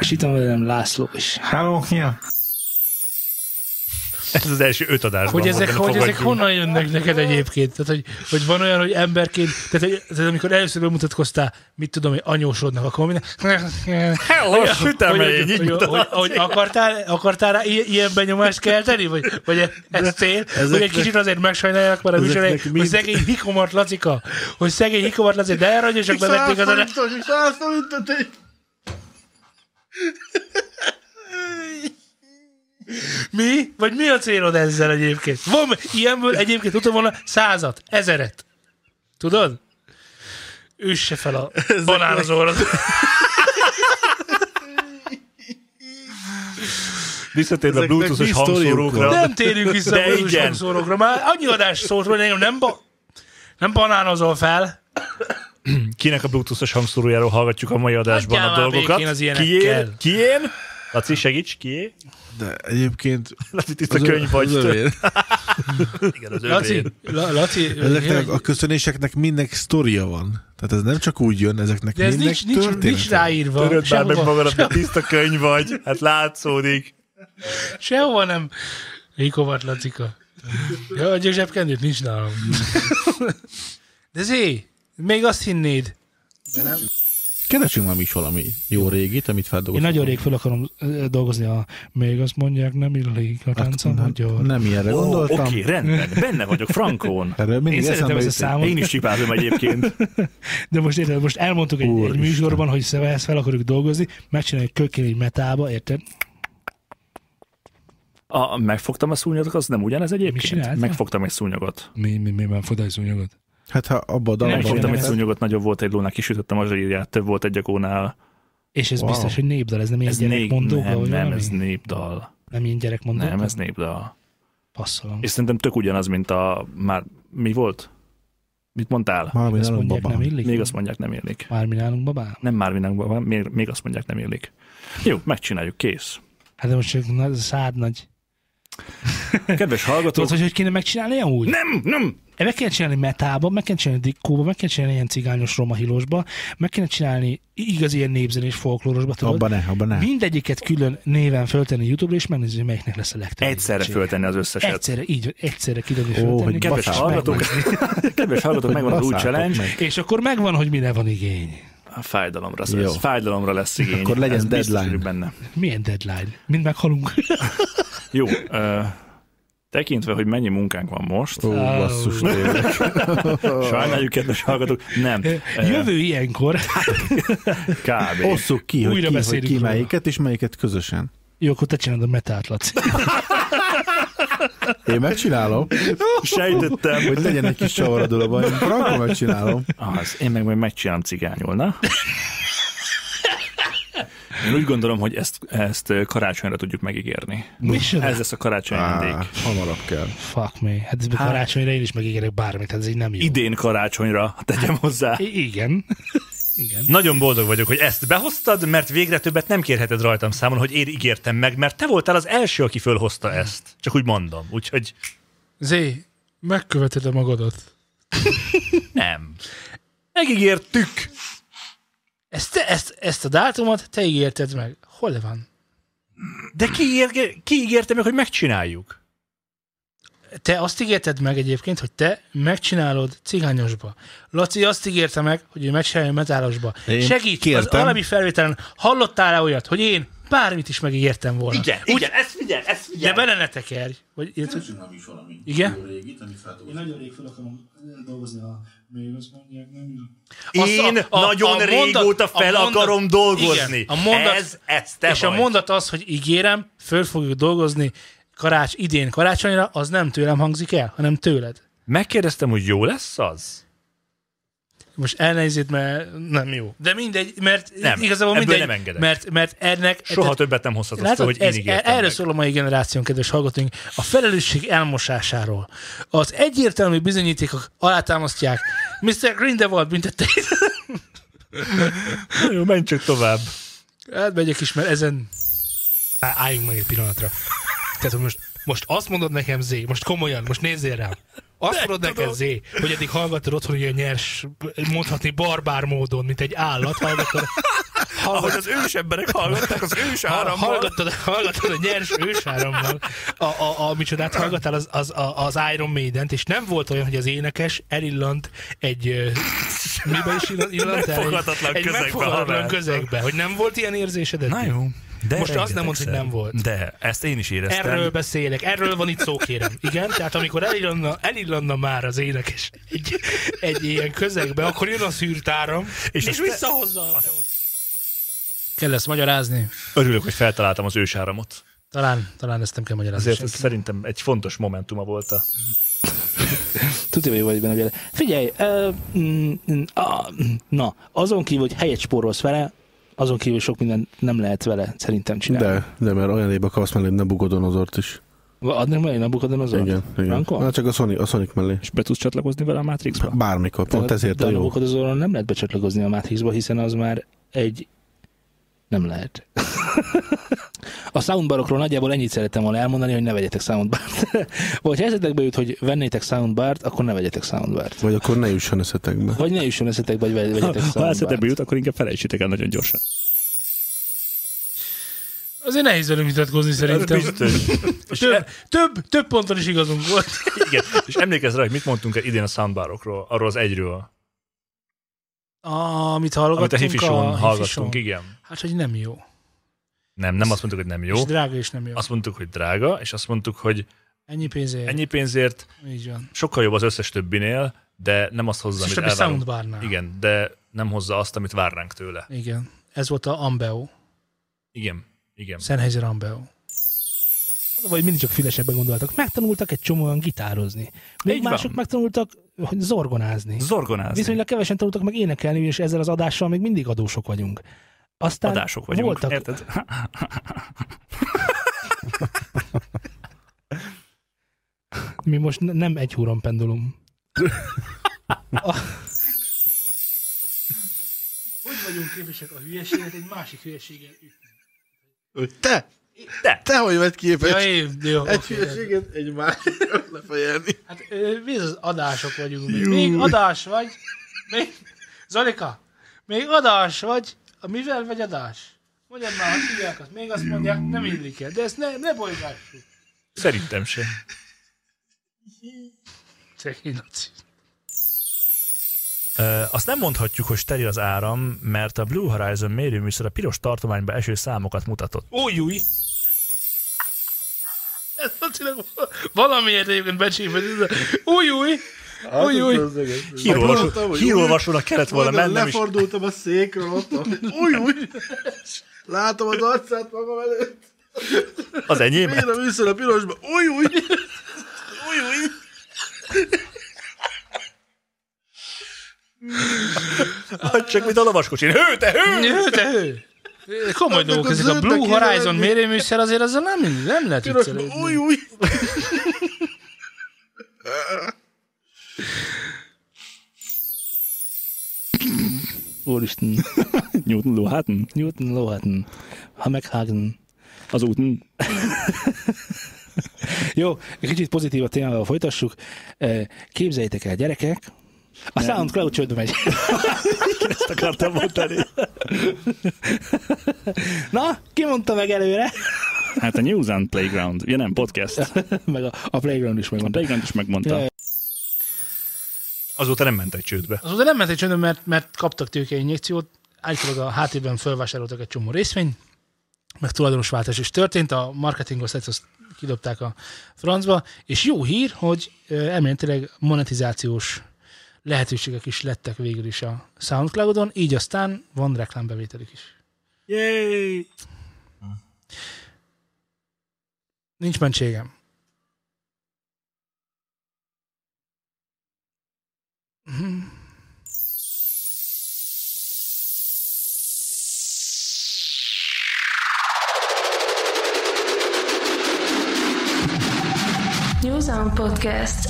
S1: És itt van velem László is.
S30: Hello, ja.
S4: Ez az első öt adásban.
S1: Hogy ezek,
S4: mondani
S1: hogy ezek
S4: fogadjunk.
S1: honnan jönnek neked egyébként? Tehát, hogy, hogy van olyan, hogy emberként, tehát, hogy, tehát amikor először bemutatkoztál, mit tudom, hogy anyósodnak, akkor minden...
S4: Hello, sütemény, így
S1: hogy, hogy, hogy, akartál, akartál rá i- ilyen benyomást kelteni? Vagy, vagy e- ez cél? Hogy egy
S5: ezeknek-
S1: kicsit azért megsajnálják már a
S5: ezeknek
S1: műsorai, hogy
S5: mind-
S1: szegény hikomart Lacika, hogy szegény hikomart Laci, de elragyosak bevették az adás.
S25: Száz forintot, egy-
S1: Mi? Vagy mi a célod ezzel egyébként? Van ilyenből egyébként tudtam volna százat, ezeret. Tudod? Üsse fel a banán az orrod.
S4: Visszatérve a
S1: Ezeknek
S4: bluetooth-os
S1: mi
S4: hangszórókra.
S1: Nem térünk vissza
S4: De
S1: a
S4: igen.
S1: igen. szórókra. Már annyi adás szólt, hogy engem nem, ba- nem banánozol fel.
S4: Kinek a bluetooth-os hangszórójáról hallgatjuk a mai adásban
S1: Hagyjál
S4: a
S1: már
S4: dolgokat?
S1: békén az ilyenekkel.
S4: Kié? Kié? Laci, segíts, kié?
S3: De egyébként...
S4: Laci, itt
S3: az
S4: a
S3: ö-
S4: könyv vagy.
S3: az övé.
S4: Igen, az
S1: Laci,
S4: övé.
S1: La- Laci,
S3: Ezeknek
S1: tényleg-
S3: a köszönéseknek mindnek sztoria van. Tehát ez nem csak úgy jön, ezeknek
S1: de ez
S3: mindnek
S1: nincs, nincs, nincs
S3: története
S1: ráírva.
S4: Töröd már meg
S1: Sehova.
S4: magadat,
S1: Se-
S4: mert tiszta könyv vagy. Hát látszódik.
S1: Sehova nem. Rikovat Lacika. Ja, adjak zsebkendőt? Nincs nálam. De zé, még azt hinnéd.
S3: Keresünk már mi is valami jó régit, amit
S6: Én
S3: feldolgozunk.
S6: nagyon rég fel akarom ö, dolgozni a... Még azt mondják, nem illik
S3: Hát,
S6: a táncom, hogy
S3: nem, nem ilyenre
S4: Ó,
S3: gondoltam.
S4: Oké, rendben, benne vagyok, Frankón.
S3: Erről mindig
S6: Én szeretem
S3: eszembe
S6: ezt a
S3: jut egy-
S6: számot.
S4: Én is csipázom egyébként.
S6: De most érted, most elmondtuk egy, egy
S3: Úristen.
S6: műsorban, hogy szeve- ezt fel akarjuk dolgozni, megcsináljuk kökén egy metába, érted?
S4: A, megfogtam a szúnyogot, az nem ugyanez egyébként?
S6: csináltál?
S4: Megfogtam egy szúnyogot.
S6: Mi, mi, mi, fogtál egy szúnyogot?
S3: Hát ha abba a
S4: Nem,
S3: dalban...
S4: fogtam egy
S6: ez-
S4: szúnyogot, nagyobb volt egy lónál, kisütöttem a zsírját, több volt egy akónál.
S6: És ez
S4: Wow.
S6: wow. biztos, hogy népdal, ez nem ilyen
S4: Ez nép,
S6: gyerekmondó,
S4: nem,
S6: vagy
S4: nem,
S6: valami?
S4: ez népdal.
S6: Nem ilyen gyerekmondó?
S4: Nem, ez népdal.
S6: Passzolom.
S4: És szerintem tök ugyanaz, mint a... Már mi volt? Mit mondtál?
S3: Valami
S6: Azt
S3: nagyon
S6: mondják,
S3: baba.
S6: nem illik?
S4: Még azt mondják, nem érlik.
S6: Mármi nálunk babá?
S4: Nem már mindenben, még, még azt mondják, nem érlik. Jó, megcsináljuk, kész.
S6: Hát de most csak na, szád nagy.
S4: Kedves hallgatók,
S6: Tudod, hogy hogy kéne megcsinálni ilyen úgy?
S4: nem, nem,
S6: Meg kéne csinálni metába, meg kéne csinálni dikkóba, meg kéne csinálni ilyen cigányos romahilosba, meg kéne csinálni igazi ilyen népzenés folklórosba, tudod?
S3: Abba ne, abba ne.
S6: Mindegyiket külön néven föltenni YouTube-ra, és megnézni, hogy melyiknek lesz a legtöbb.
S4: egyszerre
S6: nézettsége.
S4: föltenni az összeset.
S6: Egyszerre, így van, egyszerre kidobni
S3: Ó,
S6: föltenni.
S3: hogy
S4: Kedves
S3: Baszátok
S4: hallgatók, kedves hallgatók,
S3: Hogy
S4: megvan az új
S3: baszátok
S4: challenge.
S3: meg.
S6: És akkor megvan, hogy mire van igény.
S4: A fájdalomra
S3: Jó.
S4: lesz, fájdalomra lesz igény.
S3: Akkor legyen
S4: Ez biztos
S3: deadline.
S4: vagyok benne.
S6: Milyen deadline? Mind meghalunk.
S4: Jó, ö, tekintve, hogy mennyi munkánk van most,
S3: Ó, basszus tényleg.
S4: sajnáljuk, kedves hallgatók, nem. Ö,
S6: Jövő ilyenkor. Hát,
S4: Kb.
S3: Osszuk ki, hogy
S6: Újra
S3: ki, hogy
S6: beszélünk
S3: ki
S6: róla.
S3: melyiket, és melyiket közösen.
S6: Jó, akkor te csinálod a metát, Laci.
S3: Én megcsinálom,
S4: Sejtettem,
S3: hogy legyen egy kis csavarodó a baj. Franko megcsinálom.
S4: Az, én meg majd megcsinálom cigányul, na? Én úgy gondolom, hogy ezt, ezt karácsonyra tudjuk megígérni.
S6: Micsoda?
S3: Hát-
S4: Ez lesz a karácsony
S3: Á,
S4: ajándék.
S3: hamarabb kell.
S6: Fuck me. Hát ez
S4: Hát.
S6: karácsonyra én is megígérek bármit, hát ez így nem jó.
S4: Idén karácsonyra, tegyem hozzá.
S6: I- igen. igen.
S4: Nagyon boldog vagyok, hogy ezt behoztad, mert végre többet nem kérheted rajtam számon, hogy én ígértem meg, mert te voltál az első, aki fölhozta ezt. Csak úgy mondom, úgyhogy
S1: Zé, megköveted a magadat.
S4: nem. Megígértük.
S1: Ezt, te, ezt, ezt a dátumot te ígérted meg. Hol van?
S4: De ki, ígér, ki ígérte meg, hogy megcsináljuk?
S1: Te azt ígérted meg egyébként, hogy te megcsinálod cigányosba. Laci azt ígérte meg, hogy ő megcsinálja metálosba.
S3: Én
S1: Segíts, az
S3: kértem.
S1: alábbi felvételen hallottál-e olyat, hogy én bármit is megígértem volna?
S4: Igen, Úgy, igen, ezt figyel, ezt
S1: De
S4: figyel.
S1: bele ne tekerj. Vagy, Igen?
S6: Én nagyon rég fel akarom dolgozni a még azt mondják, nem
S4: Én
S1: Azt a- a-
S4: nagyon
S1: a mondat-
S4: régóta fel
S1: a mondat-
S4: akarom dolgozni.
S1: Igen, a mondat,
S4: Ez- ez te
S1: És
S4: vagy.
S1: a mondat az, hogy ígérem, föl fogjuk dolgozni karács, idén karácsonyra, az nem tőlem hangzik el, hanem tőled.
S4: Megkérdeztem, hogy jó lesz az?
S1: Most elnézést, mert nem jó. De mindegy, mert
S4: Nem,
S1: igazából
S4: ebből
S1: mindegy,
S4: nem engedek.
S1: mert, mert ennek...
S4: Soha
S1: tehát-
S4: többet nem hozhatod fel,
S1: Látod,
S4: hogy
S1: ez,
S4: én ígértem
S1: erről
S4: meg.
S1: szól a mai generáció, kedves hallgatóink, a felelősség elmosásáról. Az egyértelmű bizonyítékok alátámasztják Mr. Grindelwald büntetét.
S4: Jó, menj csak tovább.
S1: Hát megyek is, mert ezen... Á, álljunk meg egy pillanatra. Tehát most, most azt mondod nekem, Zé, most komolyan, most nézzél rám. Azt mondod nekem, Zé, hogy eddig hallgattad otthon ilyen nyers, mondhatni barbár módon, mint egy állat, hallgattad,
S2: ahogy az ős emberek hallgatták az ős árammal.
S6: Hallgattad, hallgattad a nyers ősárammal. A, a, a, micsodát hallgattál az, az, a- az Iron Maiden-t, és nem volt olyan, hogy az énekes elillant egy... ö, Mibe is illant- illant el?
S2: Megfoghatatlan
S6: Egy- egy
S2: közegbe,
S6: megfoghatatlan
S2: haver.
S6: közegbe. Hogy nem volt ilyen érzésedet?
S2: Na jó. De
S6: Most azt nem mondd, hogy
S2: rengetegszer.
S6: nem volt.
S2: De, ezt én is éreztem.
S6: Erről beszélek, erről van itt szó, kérem. Igen, tehát amikor elillanna, elillanna már az énekes egy, egy ilyen közegbe, akkor jön a szűrtáram, és, és
S2: aztán-
S6: visszahozza.
S1: Kell ezt magyarázni?
S4: Örülök, hogy feltaláltam az ősáramot.
S1: Talán, talán ezt nem kell magyarázni.
S4: Azért ez szerintem egy fontos momentuma volt a...
S6: Tudja, hogy jó vagy benne, Béla. Figyelj, ö, mm, mm, a, mm, na, azon kívül, hogy helyet spórolsz vele, azon kívül sok mindent nem lehet vele szerintem csinálni. De.
S7: De, de mert olyan ébe kapsz mellé egy Nebukadonozort is.
S6: Adnám mellé Nabucodonosort?
S7: Igen, igen.
S6: Frankon?
S7: Na, csak a Sonic, a Sonic mellé. És
S2: be tudsz csatlakozni vele a Matrixba?
S7: Bármikor, pont ezért
S6: de
S7: a
S6: a
S7: jó.
S6: Nabucodonosoron nem lehet becsatlakozni a Matrixba, hiszen az már egy... Nem lehet. a soundbarokról nagyjából ennyit szerettem volna elmondani, hogy ne vegyetek soundbart. Vagy ha eszetekbe jut, hogy vennétek soundbart, akkor ne vegyetek soundbart.
S7: Vagy akkor ne jusson eszetekbe.
S6: Vagy ne jusson eszetekbe, vagy vegyetek soundbart.
S2: Ha eszedebe jut, akkor inkább felejtsétek el nagyon gyorsan.
S1: Azért nehéz velünk vitatkozni szerintem.
S4: Biztos.
S1: Több, több, több ponton is igazunk volt.
S4: Igen. És emlékezz rá, hogy mit mondtunk el idén a soundbarokról, arról az egyről,
S1: Ah, amit
S4: amit a
S1: hallgattunk.
S4: Hifison
S1: Hifison.
S4: hallgattunk, igen.
S1: Hát, hogy nem jó.
S4: Nem, nem azt mondtuk, hogy nem jó.
S1: És drága is nem jó.
S4: Azt mondtuk, hogy drága, és azt mondtuk, hogy
S1: Ennyi pénzért.
S4: ennyi pénzért
S1: Így van.
S4: sokkal jobb az összes többinél, de nem azt hozza,
S1: Összes
S4: amit
S1: többi
S4: elvárunk.
S1: soundbarnál.
S4: Igen, de nem hozza azt, amit várnánk tőle.
S1: Igen. Ez volt a Ambeo.
S4: Igen, igen.
S1: Sennheiser Ambeo.
S6: Az a baj, hogy mindig csak fülesebben gondoltak. Megtanultak egy csomóan gitározni. Még
S2: Így van.
S6: mások megtanultak hogy zorgonázni.
S2: Zorgonázni.
S6: Viszonylag kevesen tanultak meg énekelni, és ezzel az adással még mindig adósok vagyunk. Aztán
S2: Adások vagyunk,
S6: voltak...
S2: érted?
S6: Mi most ne- nem egy húron pendulum. A-
S1: Hogy vagyunk képesek a hülyeséget egy másik hülyeséggel ütni?
S7: Te!
S4: Te!
S7: Te hogy vagy képes?
S1: Ja, én, jó,
S7: egy
S1: oké.
S7: hülyeséget, egy másikat lefejelni.
S1: Hát ö, mi az adások vagyunk. Még,
S7: Jú.
S1: még adás vagy. Még, Zolika, még adás vagy. A mivel vagy adás? Mondjad már, hogy hívják azt. Még azt mondják, nem illik el. De ezt ne, ne bolygássuk.
S4: Szerintem sem.
S1: Szegény Laci.
S2: Ö, azt nem mondhatjuk, hogy steril az áram, mert a Blue Horizon mérőműszer a piros tartományba eső számokat mutatott.
S1: Újjúj! Ez Lacinak valamiért egyébként becsípett. Újjúj! Újjúj!
S4: Hírolvasó- Hírolvasónak kellett volna mennem, és
S7: Lefordultam a székről, ott új, új. Látom az arcát magam előtt.
S4: az enyém.
S7: Miért nem üszöl a pirosba? Új, új. Új, új.
S4: Hagyd csak, mint a lovaskocsin. Hő, te hő!
S1: Hő, te hő! Komoly
S7: Annak
S1: dolgok
S7: a
S1: ezek. A
S7: zöldnek
S1: Blue Horizon
S7: irányít.
S1: mérőműszer azért azzal nem, nem lehet
S7: Pirosba,
S1: viccelődni.
S7: új, új.
S6: Úristen.
S2: Newton Lohatten,
S6: Newton Lohatten. Ha meghágn.
S2: az úton.
S6: Jó, egy kicsit pozitív a témával folytassuk. Ö, Képzeljétek el, gyerekek, a SoundCloud csődbe megy.
S2: Ezt akartam mondani.
S6: Na, ki mondta meg előre?
S2: Hát a News and Playground, ugye nem podcast.
S6: meg a, a Playground is megmondta.
S2: Playground is
S6: Ja.
S2: megmondta.
S4: Azóta nem mentek csődbe.
S1: Azóta nem ment egy csöndön, mert, mert kaptak tőkeinjekciót, állítólag a háttérben felvásároltak egy csomó részvényt, meg tulajdonosváltás is történt, a marketingos azt kidobták a francba, és jó hír, hogy ö, elméletileg monetizációs lehetőségek is lettek végül is a SoundCloudon, így aztán van reklámbevételük is.
S4: Yay!
S1: Nincs mentségem. Mhm.
S27: Newzone Podcast.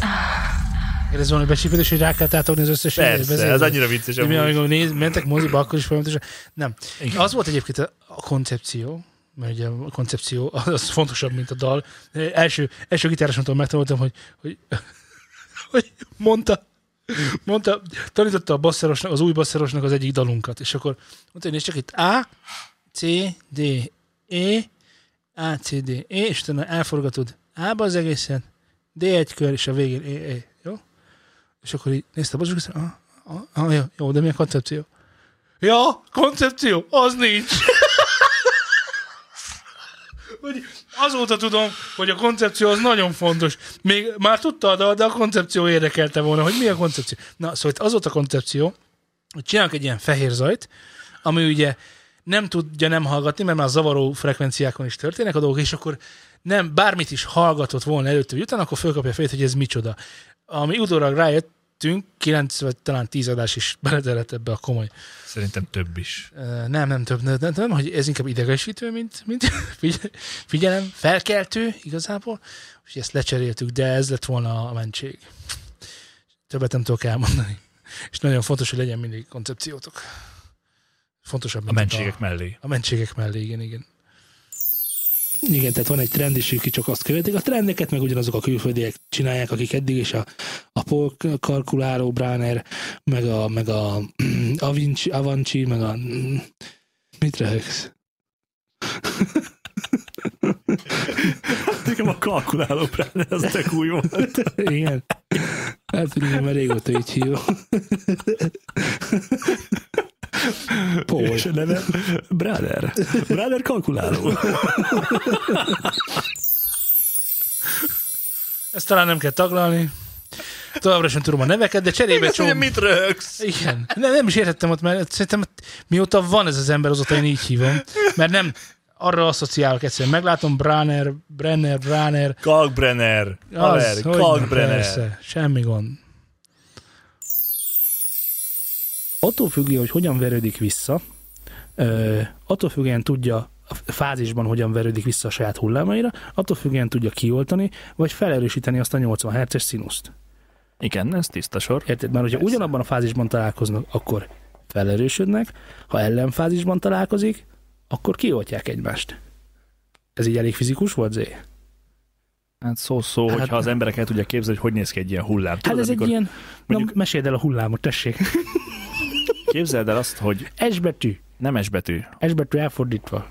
S1: Ez van, hogy becsípődés, hogy rá kell tátogni az összes
S4: Persze,
S1: izét, beszélni.
S4: ez annyira vicces
S1: De Mi,
S4: amúgy.
S1: amikor néz, mentek moziba, akkor is folyamatosan. Nem. Igen. Az volt egyébként a a koncepció, mert ugye a koncepció az, az fontosabb, mint a dal. Első, első gitárosomtól megtanultam, hogy, hogy, hogy mondta, mondta, tanította a basszerosnak, az új basszerosnak az egyik dalunkat, és akkor mondta, hogy nézd csak itt A, C, D, E, A, C, D, E, és utána elforgatod A-ba az egészen, D egy kör, és a végén E, E, jó? És akkor így nézte a basszeros, és ah, ah, ah, jó, jó, de mi a koncepció? Ja, koncepció, az nincs. Hogy azóta tudom, hogy a koncepció az nagyon fontos. Még már tudta a dal, de a koncepció érdekelte volna, hogy mi a koncepció. Na, szóval itt az volt a koncepció, hogy csinálok egy ilyen fehér zajt, ami ugye nem tudja nem hallgatni, mert már zavaró frekvenciákon is történnek a dolgok, és akkor nem bármit is hallgatott volna előtt vagy után, akkor fölkapja a fejét, hogy ez micsoda. Ami utólag rájöttünk, 9 vagy talán 10 adás is beletelett ebbe a komoly
S2: Szerintem több is.
S1: Ö, Nem, nem több, nem, nem, nem, hogy ez inkább idegesítő, mint, mint figy- figyelem, felkeltő igazából, és ezt lecseréltük, de ez lett volna a mentség. Többet nem tudok elmondani. És nagyon fontos, hogy legyen mindig koncepciótok. Fontosabb,
S2: A
S1: mint
S2: mentségek mellé.
S1: A mentségek mellé, igen, igen.
S4: Igen, tehát van egy trend is, ők csak azt követik a trendeket, meg ugyanazok a külföldiek csinálják, akik eddig is a, a Paul Karkuláró, Bráner, meg a, meg a Avinci, Avanci, meg a... Mit röhögsz?
S2: Nekem a kalkuláló Bráner, az tök új volt.
S4: Igen. Hát ugye már régóta így hívom. Paul.
S2: És a neve Bráner. Bráner kalkuláló.
S1: Ezt talán nem kell taglalni. Továbbra sem tudom a neveket, de cserébe
S31: Ezt ugye
S1: csomó...
S31: mit röhögsz?
S1: Igen. Ne, nem is értettem ott, mert szerintem mióta van ez az ember, azóta én így hívom. Mert nem arra asszociálok egyszerűen. Meglátom Bráner, Brenner, Bráner.
S31: Kalkbrenner. Haver,
S1: hogy nem,
S31: Kalkbrenner.
S1: persze, Semmi gond.
S4: attól függően, hogy hogyan verődik vissza, ö, attól függően tudja a fázisban hogyan verődik vissza a saját hullámaira, attól függően tudja kioltani, vagy felerősíteni azt a 80 Hz-es színuszt.
S2: Igen, ez tiszta sor.
S4: Érted? Mert hogyha ugyanabban a fázisban találkoznak, akkor felerősödnek, ha ellenfázisban találkozik, akkor kioltják egymást. Ez így elég fizikus volt, Zé?
S2: Hát szó-szó,
S4: Hát-
S2: hogyha az emberek el tudják képzelni, hogy hogy néz ki egy ilyen hullám.
S4: Hát
S2: Tudod,
S4: ez egy
S2: amikor-
S4: ilyen...
S2: mondjuk-
S4: Na, meséld el a hullámot, tessék.
S2: Képzeld el azt, hogy
S4: S betű.
S2: nem S betű,
S4: S betű elfordítva.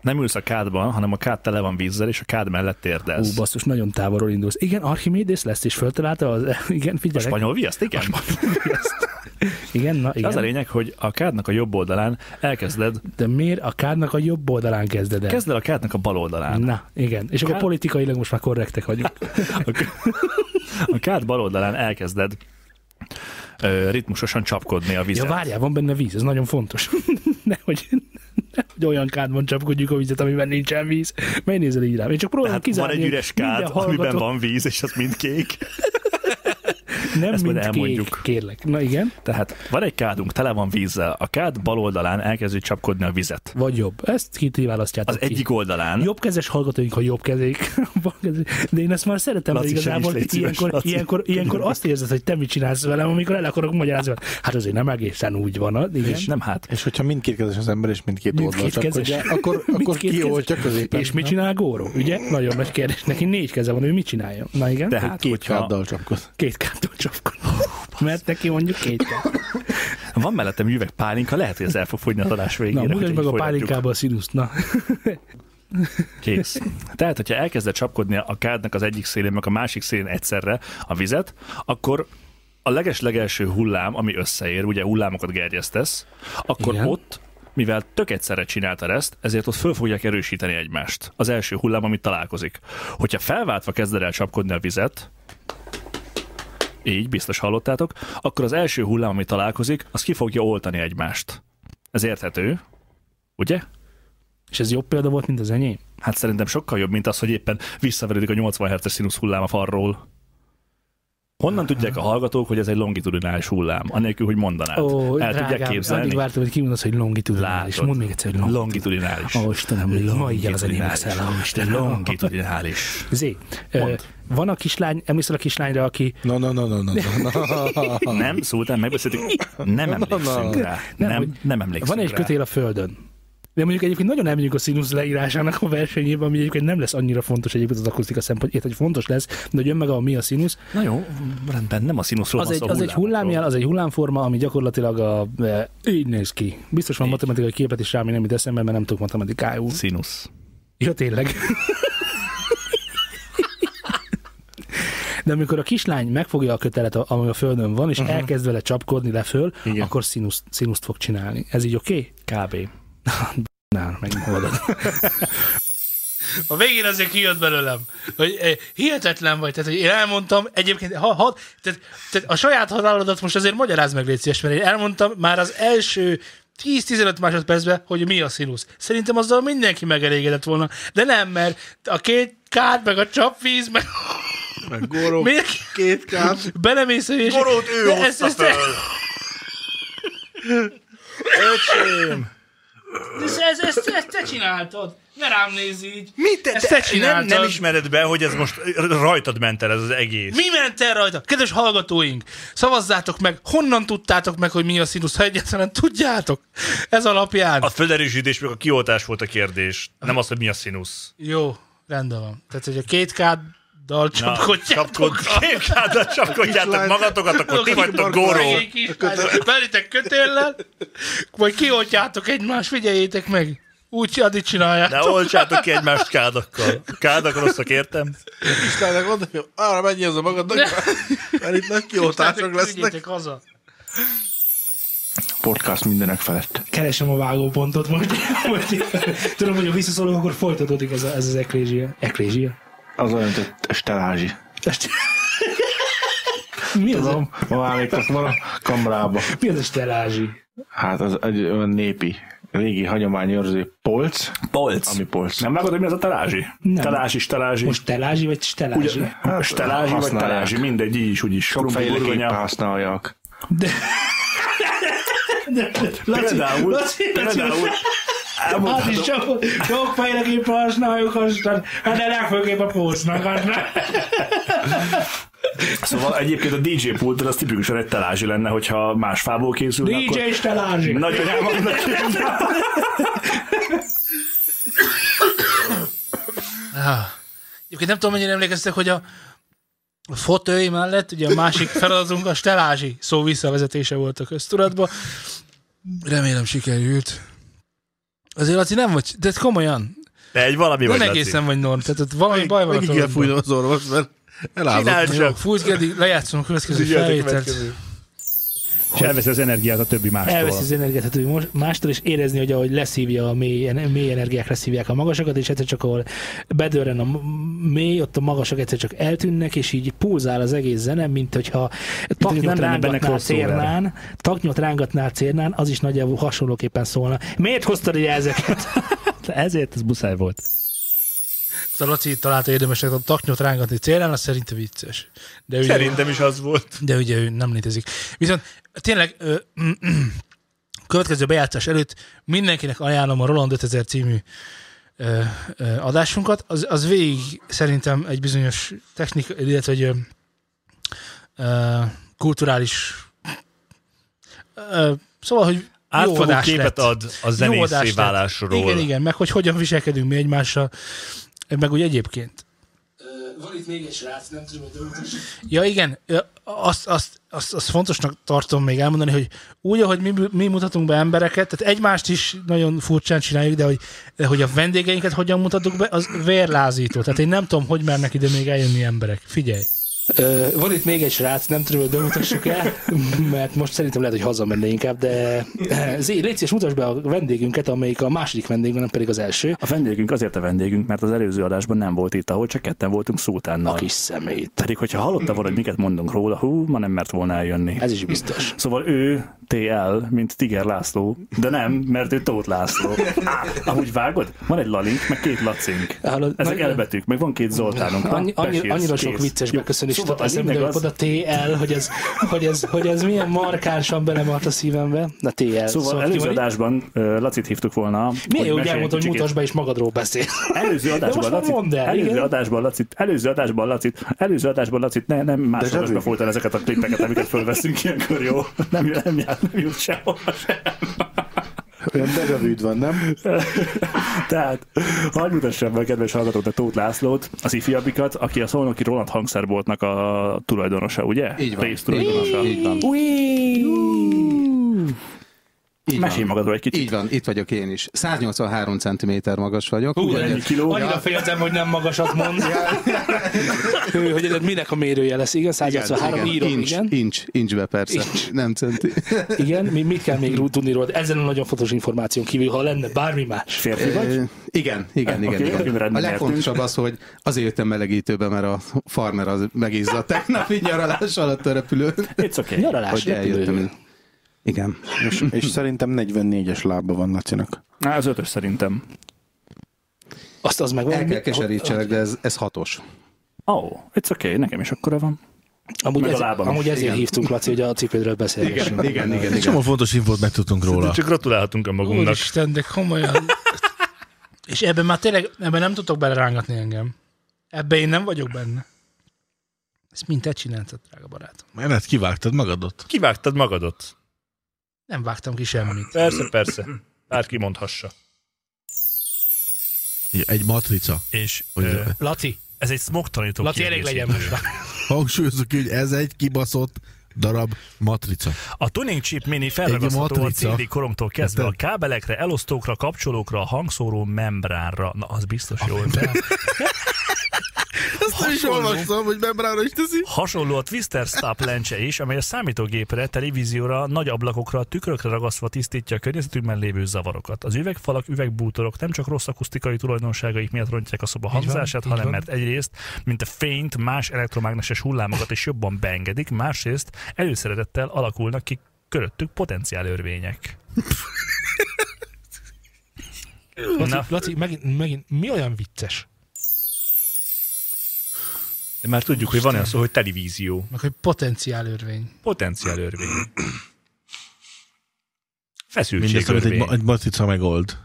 S2: nem ülsz a kádban, hanem a kád tele van vízzel, és a kád mellett
S4: Ú,
S2: térdelsz.
S4: basszus, nagyon távolról indulsz. Igen, Archimedes lesz, és föltalálta az... Igen,
S2: a
S4: figyelek.
S2: spanyol viaszt, igen?
S4: Igen, na igen.
S2: Az a lényeg, hogy a kádnak a jobb oldalán elkezded,
S4: De miért a kádnak a jobb oldalán kezded el?
S2: kezded el a kádnak a bal oldalán.
S4: Na, igen. És akkor
S2: Kád-
S4: politikailag most már korrektek vagyunk.
S2: A kád bal oldalán elkezded ö, ritmusosan csapkodni a
S4: Ja,
S2: vizet.
S4: várjál, van benne víz, ez nagyon fontos. nehogy, nehogy olyan kádban csapkodjuk a vizet, amiben nincsen víz. Menj nézel így rám. Én csak próbálom
S2: Tehát van
S4: kizárni.
S2: egy
S4: hogy
S2: üres kád,
S4: minden hallgató-
S2: amiben van víz, és az mind kék.
S4: Nem
S2: Ezt majd
S4: mind
S2: elmondjuk.
S4: Kék, kérlek. Na igen,
S2: Tehát van egy kádunk, tele van vízzel. A kád bal oldalán elkezdi csapkodni a vizet.
S4: vagy jobb. Ezt kitiválasztjátok
S2: Az
S4: ki.
S2: egyik oldalán
S4: Jobbkezes hallgatóink, ha jobbkezék. balkezék. De én ezt már szeretem,
S2: Laci,
S4: mert igazából
S2: segíts, légy szíves,
S4: ilyenkor,
S2: Laci.
S4: ilyenkor, ilyenkor, azt érzed, hogy te mit csinálsz velem, amikor el akarok magyarázni. Hát azért nem egészen úgy van. ah, Igen.
S2: és nem hát.
S3: És hogyha mindkét kezes az ember, és mindkét oldalt,
S4: Mindkét
S3: akkor,
S4: kezes.
S3: ugye- akkor, akkor
S4: Mindkét kezes.
S3: kioltja középen.
S4: És mit
S3: Na.
S4: csinál Góró? Ugye? Nagyon nagy kérdés. Neki négy keze van, ő mit csinálja? Na igen. Hát,
S2: Tehát,
S3: Két
S2: hogyha
S3: káddal csapkod.
S4: Két kártól csapkod. Mert neki mondjuk két kárt.
S2: van mellettem üveg pálinka, lehet, hogy ez el fog fogyni a adás
S4: Na,
S2: végére. hogy
S4: mutasd
S2: így
S4: meg a
S2: folytatjuk.
S4: pálinkába a színuszt. Na.
S2: Kész. Tehát, hogyha elkezded csapkodni a kádnak az egyik szélén, meg a másik szélén egyszerre a vizet, akkor a leges-legelső hullám, ami összeér, ugye hullámokat gerjesztesz, akkor
S4: Igen.
S2: Igen. ott, mivel tök egyszerre csináltad ezt, ezért ott föl fogják erősíteni egymást. Az első hullám, amit találkozik. Hogyha felváltva kezded el csapkodni a vizet, így biztos hallottátok, akkor az első hullám, ami találkozik, az ki fogja oltani egymást. Ez érthető, ugye?
S4: És ez jobb példa volt, mint az enyém?
S2: Hát szerintem sokkal jobb, mint az, hogy éppen visszaverődik a 80 Hz-es színusz hullám a falról. Honnan tudják a hallgatók, hogy ez egy longitudinális hullám, anélkül, hogy mondanád?
S4: Ó,
S2: El tudják
S4: drágám,
S2: képzelni?
S4: Addig vártam, hogy kimondasz, hogy longitudinális.
S2: Látod.
S4: Mondd még egyszer, hogy long.
S2: Longitudinális.
S4: Ó, Istenem, ma így el az enyém
S2: Longitudinális.
S4: leszel. Ó, Istenem.
S2: Longitudinális.
S4: Zé, ö,
S2: Mondd.
S4: van a kislány, emlékszel a kislányra, aki
S3: Na, na, na, na, na, na, na.
S2: Nem, szultán, megbeszéltük. Nem emlékszünk rá.
S4: Nem,
S2: Nem,
S4: hogy
S2: nem emlékszünk
S4: van egy
S2: rá.
S4: kötél a földön.
S6: De mondjuk egyébként nagyon elmegyünk a színusz leírásának a versenyében, ami egyébként nem lesz annyira fontos egyébként az akusztika szempontjából, hogy fontos lesz, de hogy meg a mi a színusz.
S4: Na jó, rendben, nem a színuszról
S6: Az
S4: van
S6: egy,
S4: szó,
S6: az egy
S4: hullámról.
S6: hullámjel, az egy hullámforma, ami gyakorlatilag a, e, így néz ki. Biztos van matematikai képet is rá, ami nem jut eszembe, mert nem tudok matematikául.
S4: Színusz.
S6: Ja, tényleg. De amikor a kislány megfogja a kötelet, a- ami a földön van, és
S4: Aha.
S1: Mhm.
S6: uh-huh. elkezd vele csapkodni le föl,
S4: Igen.
S6: Igen. akkor színuszt, színuszt fog csinálni. Ez így oké?
S4: Okay? Kb.
S6: Nál, meg magad.
S1: A végén azért kijött belőlem, hogy eh, hihetetlen vagy. Tehát, hogy én elmondtam, egyébként, ha, ha, tehát, tehát a saját halálodat most azért magyarázd meg, légy szíves, mert én elmondtam már az első 10-15 másodpercben, hogy mi a színusz. Szerintem azzal mindenki megelégedett volna, de nem, mert a két kád, meg a csapvíz, meg...
S3: Meg goró,
S1: Miért?
S3: két kád.
S1: Belemész, és...
S3: Gorót ő
S1: De
S3: hozta
S1: ezt- ezt-
S3: föl.
S4: Öcsém!
S1: Ezt, ezt, ezt, ezt te csináltad. Ne rám nézz így.
S4: Mi te,
S1: ezt te
S4: nem,
S1: csináltad.
S4: nem ismered be, hogy ez most rajtad ment el ez az egész.
S1: Mi ment el rajta? Kedves hallgatóink, szavazzátok meg, honnan tudtátok meg, hogy mi a színusz, ha egyáltalán tudjátok. Ez alapján.
S4: A föderősítés meg a kioltás volt a kérdés. Nem az, hogy mi a színusz.
S1: Jó, rendben van. Tehát, hogy a két káddal
S4: csapkod,
S1: csapkodjátok.
S4: két káddal csapkodjátok magatokat, akkor ti vagytok góró.
S1: Belitek kötéllel, vagy kioltjátok egymást, figyeljétek meg. Úgy addig
S4: Ne
S1: csináljátok.
S4: oltsátok ki egymást kádakkal. Kádak rosszak, értem?
S3: Kislának mondta, hogy arra menj az a magadnak, mert itt nagy kioltások lesznek.
S1: Küldjétek haza.
S7: Podcast mindenek felett.
S6: Keresem a vágópontot most. most Tudom, hogy ha visszaszólok, akkor folytatódik ez, a, ez az eklézsia. Eklézsia?
S7: Az olyan, mint egy stelázsi.
S6: Ezt- Mi az, a,
S7: Tudom, ma állítok van a kamrába.
S6: mi az a stelázsi?
S7: Hát az egy olyan népi, régi hagyományőrző polc.
S4: Polc.
S7: Ami polc.
S4: Nem vágod, hogy mi az a talázsi?
S6: Nem.
S4: Talázsi, talázsi.
S6: Most telázsi vagy stelázsi?
S4: Ugye, stelázsi vagy
S7: használják.
S4: talázsi, mindegy, így is, úgy is.
S7: Sokféleképpen használják.
S6: De, Laci,
S4: Például-
S6: Laci, Laci,
S4: például elmondhatom.
S6: Hát is csak, csak fejlek a használjuk aztán, hát de legfőképp a pócnak. Hát
S4: Szóval egyébként a DJ pult az tipikusan egy talázsi lenne, hogyha más fából készülne.
S6: DJ
S4: akkor...
S6: és telázsi.
S4: Nagyon el vannak
S1: Ah. Egyébként nem tudom, mennyire emlékeztek, hogy a a fotői mellett, ugye a másik feladatunk a stelázsi szó visszavezetése volt a köztudatban. Remélem sikerült. Azért Laci nem vagy, de komolyan.
S4: De egy valami
S1: nem
S4: vagy, Laci.
S1: egészen vagy norm, tehát ott valami baj van. a
S3: Megint
S1: torodban.
S3: elfújom az orvos, mert
S4: Csináld
S3: elázott.
S4: csak.
S3: Jó.
S1: Jó, Fújsz, Gedi, lejátszom a következő
S3: Ügyeltek
S1: felvételt.
S3: következő.
S4: És elveszi az energiát a többi mástól.
S6: Elveszi az energiát, tehát ő most- mástól is érezni, hogy ahogy leszívja a mély, mély energiák, leszívják a magasakat, és egyszer csak ahol bedörren a m- mély, ott a magasak egyszer csak eltűnnek, és így pulzál az egész zene, mint hogyha taknyot
S4: lenne benne
S6: rángatnál
S4: crossover.
S6: cérnán, taknyot rángatnál cérnán, az is nagyjából hasonlóképpen szólna. Miért hoztad ide ezeket? Ezért ez muszáj volt.
S1: A Szóval Laci találta érdemesnek a taknyot rángatni célán, az szerintem vicces. De ugye,
S4: Szerintem is az volt.
S1: De ugye ő nem létezik. Viszont tényleg ö, következő bejátszás előtt mindenkinek ajánlom a Roland 5000 című ö, ö, adásunkat. Az, az végig szerintem egy bizonyos technika, illetve egy ö, ö, kulturális ö, szóval, hogy jó
S4: Átfogó
S1: adás
S4: képet
S1: lett.
S4: ad a
S1: Jó
S4: zenészé
S1: adás lett.
S4: válásról.
S1: Igen, igen, meg hogy hogyan viselkedünk mi egymással, meg úgy egyébként.
S6: Van itt még egy srác, nem tudom, hogy
S1: Ja igen, ö, azt, azt, azt, azt fontosnak tartom még elmondani, hogy úgy, ahogy mi, mi mutatunk be embereket, tehát egymást is nagyon furcsán csináljuk, de hogy, de hogy a vendégeinket hogyan mutatunk be, az vérlázító. Tehát én nem tudom, hogy mernek ide még eljönni emberek. Figyelj!
S6: Ö, van itt még egy srác, nem tudom, hogy bemutassuk el, mert most szerintem lehet, hogy hazamenne inkább, de Zé, légy szíves, mutasd be a vendégünket, amelyik a második vendégünk, nem pedig az első.
S2: A vendégünk azért a vendégünk, mert az előző adásban nem volt itt, ahol csak ketten voltunk szultánnal. A
S6: kis szemét.
S2: Pedig, hogyha hallotta volna, hogy miket mondunk róla, hú, ma nem mert volna eljönni.
S6: Ez is biztos.
S2: Szóval ő TL, mint Tiger László, de nem, mert ő Tóth László. Á, ahogy vágod? Van egy lalink, meg két lacink.
S6: Hallod,
S2: Ezek
S6: nagyon-
S2: elbetűk, meg van két Zoltánunk. Na,
S6: Annyi, annyi,
S2: besírsz,
S6: annyira sok
S2: kész.
S6: vicces
S2: Jó,
S6: beköszönés
S2: szóval
S6: szóval
S2: a
S6: eszembe,
S2: lényeg
S6: hogy
S2: az-
S6: oda TL, hogy ez, hogy ez, hogy ez milyen markánsan belemart a szívembe. Na TL.
S2: Szóval, szóval
S6: ki
S2: előző
S6: van itt?
S2: adásban ö, Lacit hívtuk volna.
S6: Milyen
S2: hogy
S6: jó, hogy
S2: mesélj egy
S6: elmondta, hogy
S2: kicsikét.
S6: mutasd be és magadról beszél.
S2: Előző adásban,
S6: most már
S2: Lacit,
S6: mondd el,
S2: előző
S6: igen.
S2: adásban Lacit, előző adásban Lacit, előző adásban Lacit, ne, nem más
S6: De
S2: adásban
S6: Zsabi.
S2: folytál ezeket a klippeket, amiket fölveszünk ilyenkor, jó? Nem, nem, jár, nem jut sehova sem.
S7: Olyan degavűd van, nem?
S32: Tehát, hagyj mutassam meg, kedves hallgatóknak Tóth Lászlót, az ifjabbikat, aki a szolnoki Roland hangszerboltnak a tulajdonosa, ugye?
S7: Így van.
S32: Résztulajdonosa.
S7: Így van.
S32: Így Mesélj magadról egy kicsit.
S7: Így van, itt vagyok én is. 183 cm magas vagyok.
S6: Hú,
S7: Ugyanez-
S6: ennyi kiló. Annyira féltem, hogy nem magasat mond. Ő, hogy ez minek a mérője lesz, igen? 183 írom,
S7: incs,
S6: igen?
S7: incs, incsbe persze, nem centi.
S6: Igen, mi, mit kell még rú- tudni rólad? Ezen a nagyon fontos információn kívül, ha lenne bármi más.
S32: Férfi
S7: Ö, Igen, igen,
S32: Oké,
S7: igen.
S32: akkor
S7: igen.
S32: rendben
S7: A
S32: nyertünk.
S7: legfontosabb az, hogy azért jöttem melegítőbe, mert a farmer az megizzadt tegnap így nyaralás alatt a repülőn.
S32: It's okay.
S6: Nyaralás
S7: hogy
S6: repülőn.
S7: eljöttem. Igen. És, és szerintem 44-es lába van Lacinak.
S32: Á, az ötös szerintem.
S6: Azt az meg
S7: El kell keserítselek, de ez, ez hatos.
S32: Oh, it's okay, nekem is akkora van.
S6: Amúgy,
S32: Meg a
S6: ez,
S32: lábam is.
S6: amúgy ezért
S32: Igen.
S6: hívtunk, Laci, hogy a cipődről beszélgessünk.
S3: Egy csomó fontos infót megtudtunk róla.
S4: Csak gratulálhatunk a magunknak.
S1: Úristen, de komolyan. És ebben már tényleg, ebben nem tudtok belerángatni engem. Ebben én nem vagyok benne. Ezt mind te csináltad, drága barátom.
S3: Mert kivágtad magadot.
S4: Kivágtad magadot.
S1: Nem vágtam ki semmit.
S4: Persze, persze. Bárki mondhassa.
S3: Egy matrica.
S2: És
S3: Hogy-
S2: ö,
S6: Laci,
S2: ez egy smog tanító
S3: Laci, elég legyen most Hangsúlyozok ki, hogy ez egy kibaszott darab matrica.
S2: A tuning chip mini
S3: Egy
S2: felragasztható a
S3: matrica.
S2: CD korongtól kezdve a
S3: Érted?
S2: kábelekre, elosztókra, kapcsolókra, a hangszóró membránra. Na, az biztos jól.
S3: Ezt nem is olvastam, hogy membránra is teszi.
S2: Hasonló a Twister Stop lencse is, amely a számítógépre, televízióra, nagy ablakokra, tükrökre ragasztva tisztítja a környezetünkben lévő zavarokat. Az üvegfalak, üvegbútorok nem csak rossz akusztikai tulajdonságaik miatt rontják a szoba
S21: van,
S2: hangzását,
S21: így
S2: hanem
S21: van.
S2: mert egyrészt, mint a fényt, más elektromágneses hullámokat is jobban beengedik, másrészt előszeretettel alakulnak ki köröttük potenciál örvények. Na.
S1: Laci, Laci megint, megint, mi olyan vicces?
S4: De már tudjuk, hogy van olyan szó, hogy televízió.
S1: Meg hogy potenciál örvény.
S4: Potenciál örvény.
S3: Mindezt,
S4: Feszültség
S3: amit egy,
S4: örvény.
S3: ma- egy matrica megold.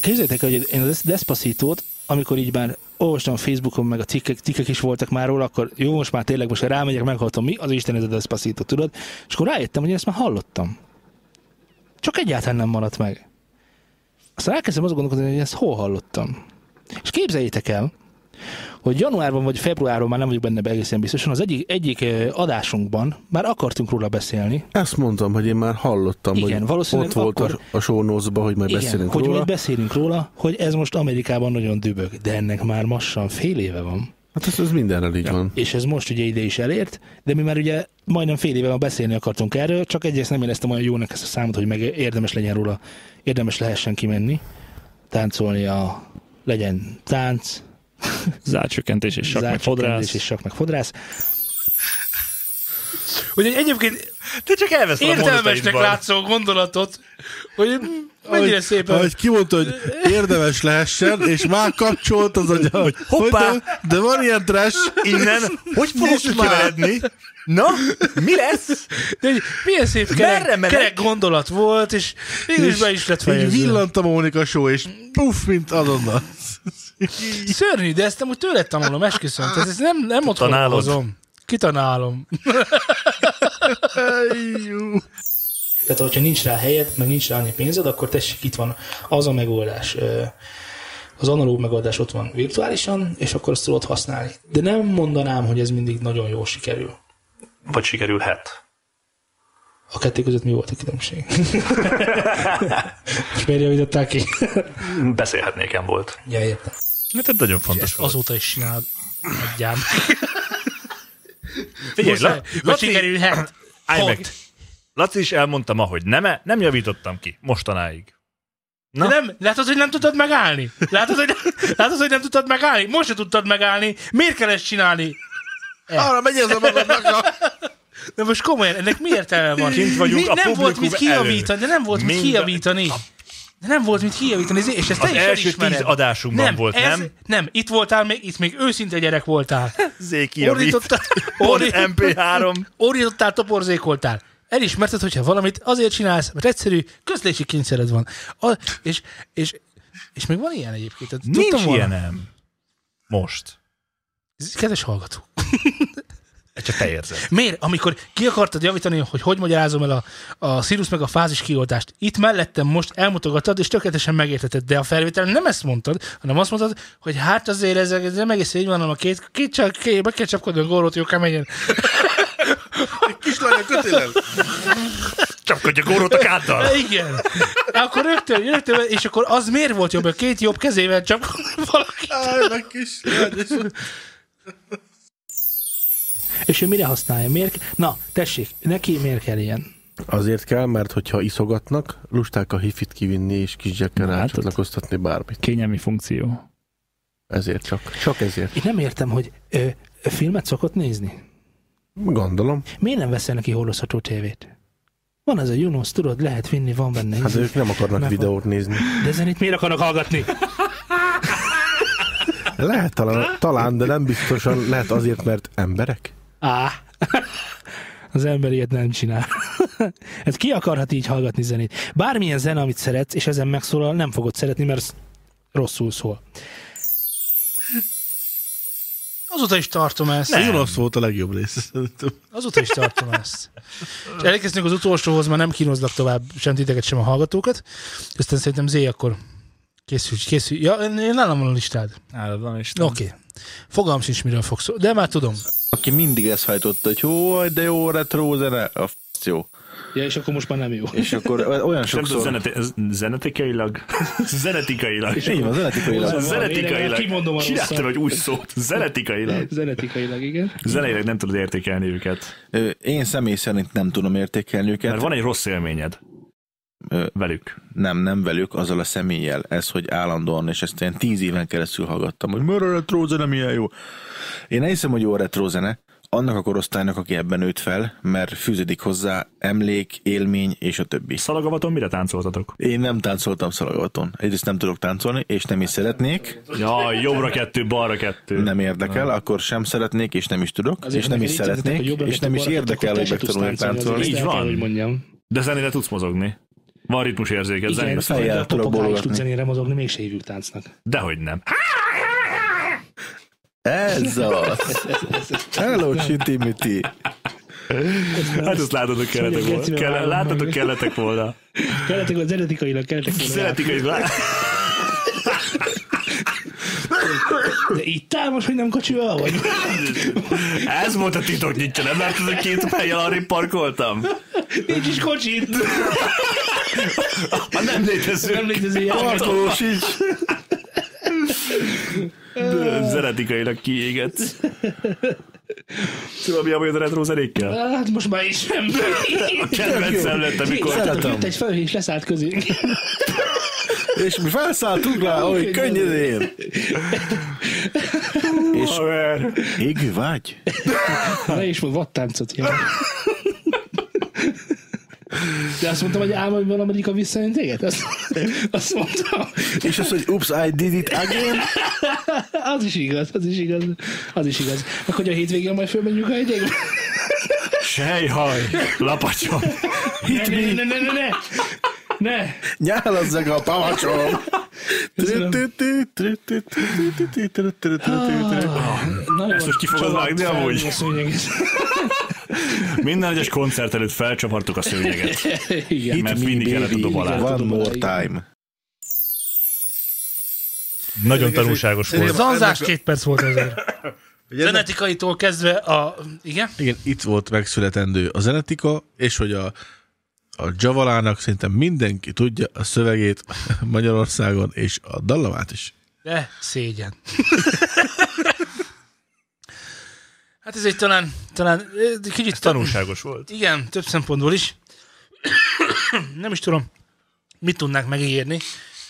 S6: Képzeljétek el, hogy én a Despacitót, amikor így már olvastam Facebookon, meg a cikkek, cikkek is voltak már róla, akkor jó, most már tényleg most rámegyek, meghallottam mi, az Isten ez a Despacito, tudod? És akkor rájöttem, hogy én ezt már hallottam. Csak egyáltalán nem maradt meg. Aztán elkezdtem azon gondolkodni, hogy ezt hol hallottam. És képzeljétek el, hogy januárban vagy februárban már nem vagyok benne be egészen biztosan, az egyik, egyik ö, adásunkban már akartunk róla beszélni,
S33: Ezt mondtam, hogy én már hallottam,
S6: Igen,
S33: hogy
S6: valószínűleg
S33: ott volt
S6: akkor-
S33: akkor... a show notes-ba, hogy majd beszélünk
S6: hogy
S33: róla.
S6: majd beszélünk róla, hogy ez most Amerikában nagyon dübög, de ennek már massan fél éve van.
S33: Hát ez, ez mindenrel így van.
S6: És ez most ugye ide is elért, de mi már ugye majdnem fél éve van beszélni akartunk erről, csak egyrészt nem éreztem olyan jónak ezt a számot, hogy meg érdemes legyen róla, érdemes lehessen kimenni, táncolni a legyen tánc,
S32: Zárcsökkentés és sak meg
S6: zárcsökkentés
S32: fodrász.
S6: és sak meg fodrász.
S1: Hogy egy- egyébként
S4: te csak elveszel a
S1: értelmesnek
S4: mondataidban.
S1: látszó gondolatot, hogy mennyire
S3: Ahogy-
S1: szépen...
S3: Ahogy kimondta, hogy érdemes lehessen, és már kapcsolt az agya, hogy
S4: Hoppá!
S3: hogy de, de van ilyen trash.
S4: Innen hogy fogok
S3: Nyisd már!
S4: kikeveredni? Na, mi lesz?
S1: De egy, milyen szép
S4: Merre
S1: kerek,
S4: menek?
S1: kerek gondolat volt, és mégis be is lett
S3: Így
S1: fejezve.
S3: villant a Mónika show, és puff, mint azonnal.
S1: Szörnyű, de ezt nem úgy tőled tanulom, esküszöm. Tehát ezt nem, nem otthon
S3: Tanálod?
S1: hozom. Kitanálom. Tehát, hogyha nincs rá helyed, meg nincs rá annyi pénzed, akkor tessék, itt van az a megoldás. Ö, Az analóg megoldás ott van virtuálisan, és akkor azt tudod használni. De nem mondanám, hogy ez mindig nagyon jól sikerül.
S32: Vagy sikerülhet.
S1: A kettő között mi volt a különbség? És miért javítottál ki?
S32: Beszélhetnéken volt.
S1: ja, értem.
S4: Hát ez nagyon fontos
S1: Ezt azóta is csinálod. Adjám.
S4: Figyelj,
S1: Muszáj.
S4: La-
S1: Vagy
S4: Laci,
S1: sikerülhet.
S4: Állj meg.
S1: Hogy?
S4: Laci is elmondtam, ahogy nem, nem javítottam ki mostanáig.
S1: Na? De nem, látod, hogy nem tudtad megállni? Látod, hogy, látod, hogy nem tudtad megállni? Most se tudtad megállni. Miért kell ezt csinálni? E.
S3: Arra megy ez a magadnak a...
S1: De most komolyan, ennek mi értelme van?
S4: Kint vagyunk
S1: mi,
S4: a
S1: nem volt
S4: publikum
S1: mit kijavítani, de nem volt mit
S4: Mind-
S1: kijavítani. De nem volt mit kijavítani, és ezt
S4: Az
S1: te is
S4: első
S1: elismered.
S4: tíz adásunkban volt,
S1: ez,
S4: nem?
S1: Nem, itt voltál még, itt még őszinte gyerek voltál.
S4: Zéki
S1: Ordítottál, ordi- Ordítottál, toporzékoltál. Elismerted, hogyha valamit azért csinálsz, mert egyszerű közlési kényszered van. A, és, és, és még van ilyen egyébként. Tehát
S4: Nincs
S1: tudtam volna.
S4: ilyenem. Most.
S1: Kedves hallgató.
S4: Csak te érzed.
S1: Miért? Amikor ki akartad javítani, hogy hogy magyarázom el a, a Sirius meg a fázis kioltást, itt mellettem most elmutogatod, és tökéletesen megértetted, de a felvételen nem ezt mondtad, hanem azt mondtad, hogy hát azért ez, ez nem egész így van, hanem a két, két, csak, két, be kell csapkodni a gólót, jó keményen.
S4: Kislány a kötélen. Csapkodja górót a káddal.
S1: Igen. Akkor rögtön, rögtön, és akkor az miért volt jobb, a két jobb kezével csapkodni valakit?
S10: Állnak kislány, és...
S6: És ő mire használja? Miért? Na, tessék, neki miért kell ilyen?
S10: Azért kell, mert hogyha iszogatnak, lusták a hifit kivinni és kisgyekkel
S2: Na, hát
S10: rácsatlakoztatni bármit.
S2: Kényelmi funkció.
S10: Ezért csak. Csak ezért.
S6: Én nem értem, hogy ö, filmet szokott nézni.
S10: Gondolom.
S6: Miért nem veszel neki hordozható tévét? Van ez a Junos, tudod, lehet vinni, van benne.
S10: Hát
S6: izé.
S10: ők nem akarnak
S6: Meg van-
S10: videót nézni.
S6: De zenét miért akarnak hallgatni?
S10: Lehet talán, talán, de nem biztosan. Lehet azért, mert emberek.
S6: Á, az ember ilyet nem csinál. Hát ki akarhat így hallgatni zenét? Bármilyen zene, amit szeretsz, és ezen megszólal, nem fogod szeretni, mert az rosszul szól.
S1: Azóta is tartom ezt.
S34: Nem. Jonas volt a legjobb része, szerintem.
S1: Azóta is tartom ezt. És elkezdtünk az utolsóhoz, már nem kínozlak tovább sem titeket, sem a hallgatókat. Aztán szerintem Zé, akkor készülj, készülj. Ja, én- én nálam van a listád.
S4: Állam is.
S1: Oké. Okay. Fogalm sincs, miről fogsz szó, de már tudom.
S3: Aki mindig ezt hajtotta, hogy jó, de jó retro zene, a f*** jó.
S6: Ja, és akkor most már nem jó.
S3: És akkor olyan
S2: És nem tudom,
S3: sokszor...
S2: zeneti- zenetikailag? zenetikailag.
S3: Így van, zenetikailag.
S2: Zenetikailag.
S6: Kimondom a rosszat.
S2: Csináltam egy új szót. Zenetikailag.
S6: Zenetikailag, igen.
S2: Zeneileg nem tudod értékelni őket.
S3: Ö, Én személy szerint nem tudom értékelni őket.
S2: Mert van egy rossz élményed.
S3: Ö,
S2: Velük.
S3: Nem, nem velük, azzal a személlyel. Ez, hogy állandóan, és ezt én tíz éven keresztül hallgattam, hogy mert a retro zene milyen jó. Én hiszem, hogy jó a retro zene, annak a korosztálynak, aki ebben nőtt fel, mert fűződik hozzá emlék, élmény és a többi.
S2: Szalagavaton mire táncoltatok?
S3: Én nem táncoltam szalagavaton. Egyrészt nem tudok táncolni, és nem is szeretnék.
S2: Ja, jobbra kettő, balra kettő.
S3: Nem érdekel, akkor sem szeretnék, és nem is tudok,
S2: Azért,
S3: és nem
S2: ha
S3: is
S2: neked így
S3: szeretnék,
S2: tettetek, hogy jobbra
S3: és nem is
S2: kettő, balra kettő,
S3: érdekel,
S2: akkor te
S3: hogy
S2: se
S3: megtanulni
S2: tudsz táncolni,
S3: táncolni.
S2: azért
S3: Így
S2: el kell,
S3: van.
S2: hogy
S6: mondjam.
S2: De zenére tudsz mozogni. Van ritmusérzéked,
S6: Igen,
S2: zenére
S6: szóval a
S3: fejjel tudok
S6: popoknál is
S3: bologatni.
S6: tud zenére mozogni, mégse hívjuk táncnak.
S2: Dehogy nem. Hát,
S3: Ez az! Hello, Csitimiti!
S2: Hát ezt látod, hogy kelletek
S6: Mondja,
S2: volna.
S6: Geci,
S2: Kell,
S6: várom
S2: látod, hogy
S6: meg.
S2: kelletek volna.
S6: Kelletek, hogy zenetikailag kelletek. volna.
S2: Szeretik, hogy lá-
S6: De itt áll most, hogy nem kocsival vagy?
S2: Ez volt a titok nyitja, nem látod, hogy két fejjel arra parkoltam?
S6: Nincs is kocsit!
S2: A Ah, nem létező.
S6: Nem létező járvány.
S3: Tartós így!
S2: De Zenetikailag kiégetsz. Tudom, mi a baj a retro zenékkel?
S6: Hát most már is nem.
S2: A kedvencem lett, amikor...
S3: Szeretem.
S6: Itt egy felhős leszállt közé.
S3: És mi felszálltunk rá, hogy könnyedén! És égő vágy?
S6: Le is mond vadtáncot. Ja. De azt mondtam, hogy álmom, hogy valamelyik a visszajön téged? Azt, azt mondtam.
S3: És az, hogy ups, I did it again?
S6: Az is igaz, az is igaz. Az is igaz. Akkor hogy a hétvégén majd fölmegyünk a hegyekbe?
S2: Sejhaj, lapacsom.
S6: Ne, ne, ne, ne, ne, ne. Ne.
S3: Nyálazzak a pavacsom!
S6: Köszönöm. Nagyon
S2: Ezt most ki fogod
S6: csavar-
S2: vágni amúgy?
S6: csavarni a szőnyeget.
S2: Minden egyes koncert előtt felcsavartuk a szőnyeget.
S6: Igen.
S2: Mert mindig kellett a dob alá.
S6: Igen,
S3: One
S6: tudom,
S3: more
S6: igen.
S3: time.
S4: Nagyon tanulságos
S1: Ez
S4: volt.
S1: zanzás két perc volt ezért.
S35: Ugye ennek-
S1: Zenetikaitól kezdve a... Igen?
S35: Igen, itt volt megszületendő a zenetika, és hogy a, a Javalának szerintem mindenki tudja a szövegét Magyarországon, és a dallamát is.
S1: De szégyen. hát ez egy talán, talán ö, kicsit
S4: Tanulságos volt.
S1: Igen, több szempontból is. Nem is tudom, mit tudnánk megígérni.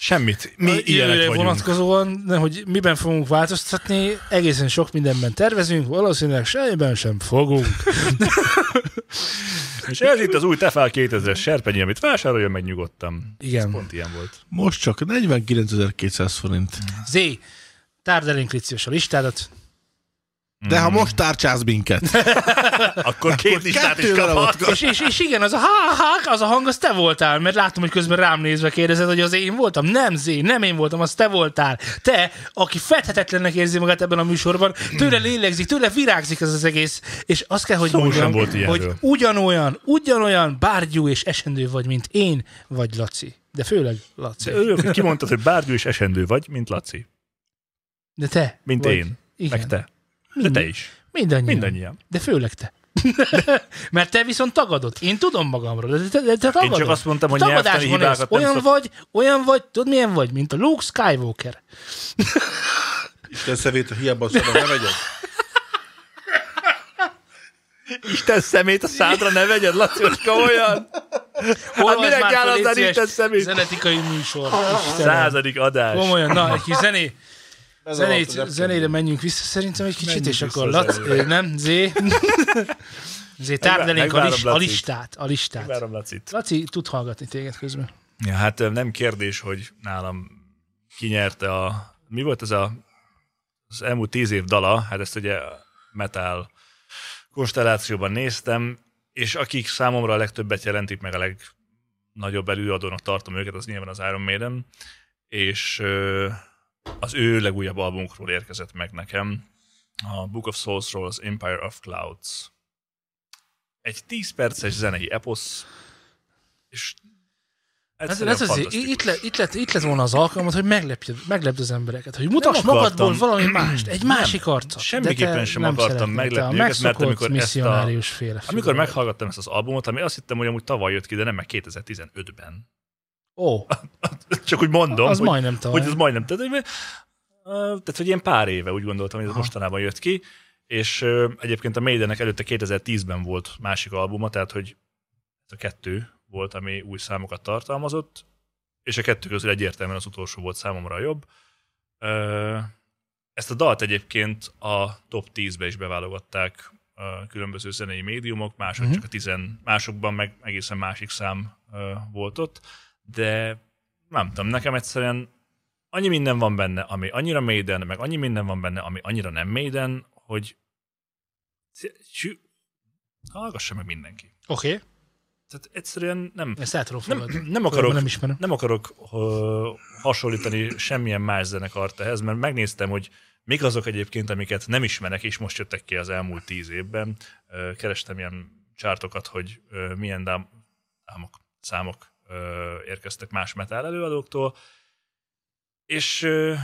S4: Semmit.
S1: A
S4: Mi ilyenek
S1: jövőre
S4: vagyunk.
S1: vonatkozóan, de hogy miben fogunk változtatni, egészen sok mindenben tervezünk, valószínűleg semmiben sem fogunk.
S4: És ez itt az új Tefal 2000-es serpenyő, amit vásároljon meg nyugodtan.
S1: Igen.
S4: Ez pont ilyen volt.
S35: Most csak 49.200 forint.
S1: Zé, tárd elénk légy szíves a listádat.
S3: De ha most tárcsáz minket,
S4: akkor két listát is
S3: kettő darabot
S4: kaphat.
S1: És, és, és igen, az a ha, ha, az a hang, az te voltál, mert láttam, hogy közben rám nézve kérdezed, hogy az én voltam. Nem, Zé, nem én voltam, az te voltál. Te, aki fedhetetlennek érzi magát ebben a műsorban, tőle lélegzik, tőle virágzik ez az egész, és azt kell, hogy
S4: Szó sem
S1: mondjam,
S4: volt ilyenről.
S1: hogy ugyanolyan, ugyanolyan bárgyú és esendő vagy, mint én, vagy Laci. De főleg Laci.
S4: Örülök, hogy kimondtad, hogy bárgyú és esendő vagy, mint Laci.
S1: De te.
S4: Mint
S1: vagy.
S4: én.
S1: Igen.
S4: Meg te. De
S1: Mind-
S4: te is.
S1: Mindannyian.
S4: Mindannyian.
S1: De főleg te. Mert te viszont tagadod. Én tudom magamról, de te, de te tagadod.
S4: csak azt mondtam, hogy
S1: Tagadásban
S4: nyelvtani
S1: élsz.
S4: hibákat nem
S1: Olyan
S4: szok-
S1: vagy, olyan vagy, tudod milyen vagy, mint a Luke Skywalker.
S3: Isten szevét a hiába a szóba ne vegyed.
S4: Isten szemét a szádra ne vegyed, Lacioska, olyan. Hát
S1: Olvasd
S4: minek
S1: már
S4: kell
S1: fel,
S4: azzal
S1: légy
S4: Isten
S1: szíves,
S4: szemét?
S1: Zenetikai műsor. Istenem.
S4: Századik adás.
S1: Komolyan, na, egy kis zené.
S3: Bezavartad
S1: Zenét,
S3: a
S1: zenére menjünk vissza szerintem egy kicsit,
S3: Menjünk
S1: és akkor
S3: vissza
S1: Lac,
S3: zenébe.
S1: ö, nem, Zé. Zé, tárd elénk a,
S4: megvárom
S1: lis, a
S4: Lacit.
S1: listát, a listát.
S4: Várom Lacit.
S1: Laci tud hallgatni téged közben.
S4: Ja, hát ö, nem kérdés, hogy nálam kinyerte a... Mi volt ez a... Az elmúlt tíz év dala, hát ezt ugye metal konstellációban néztem, és akik számomra a legtöbbet jelentik, meg a legnagyobb előadónak tartom őket, az nyilván az Iron Maiden, és ö, az ő legújabb albumukról érkezett meg nekem, a Book of Souls-ról az Empire of Clouds. Egy 10 perces zenei eposz, és
S1: Ez,
S4: egyszerűen
S1: ez az,
S4: fantasztikus.
S1: itt, le, itt, lett, itt lett volna az alkalmat, hogy meglepjed, meglepd az embereket, hogy mutass
S4: Nem akartam.
S1: magadból valami mást, egy
S4: Nem.
S1: másik arcot.
S4: Semmiképpen sem
S1: nem
S4: akartam
S1: szeretnéd. Te a
S4: meglepni őket, mert
S1: megszokott
S4: amikor ezt a,
S1: misszionárius féle
S4: amikor meghallgattam ezt az albumot, ami azt hittem, hogy amúgy tavaly jött ki, de nem, meg 2015-ben.
S1: Ó,
S4: Csak úgy mondom,
S1: Az
S4: hogy,
S1: majdnem tavaly.
S4: hogy az majdnem. Tehát, hogy, ö, tehát, hogy ilyen pár éve úgy gondoltam, hogy ez mostanában jött ki, és ö, egyébként a Maidennek előtte 2010-ben volt másik albuma, tehát hogy a kettő volt, ami új számokat tartalmazott, és a kettő közül egyértelműen az utolsó volt számomra a jobb. Ö, Ezt a dalt egyébként a top 10-be is beválogatták ö, különböző zenei médiumok, mások
S1: Mhm.
S4: csak a 10, másokban meg egészen másik szám ö, volt ott, de nem tudom, nekem egyszerűen annyi minden van benne, ami annyira Maiden, meg annyi minden van benne, ami annyira nem Maiden, hogy Sü- hallgassa meg mindenki.
S1: Oké. Okay.
S4: Tehát egyszerűen nem...
S1: Ezt el tudom
S4: nem,
S1: fogadni.
S4: nem akarok,
S1: Szóval Nem ismerem.
S4: nem akarok ö, hasonlítani semmilyen más zenekart ehhez, mert megnéztem, hogy mik azok egyébként, amiket nem ismerek, és most jöttek ki az elmúlt tíz évben. Ö, kerestem ilyen csártokat, hogy ö, milyen dám, dámok, számok ö, érkeztek más metal előadóktól, és ö,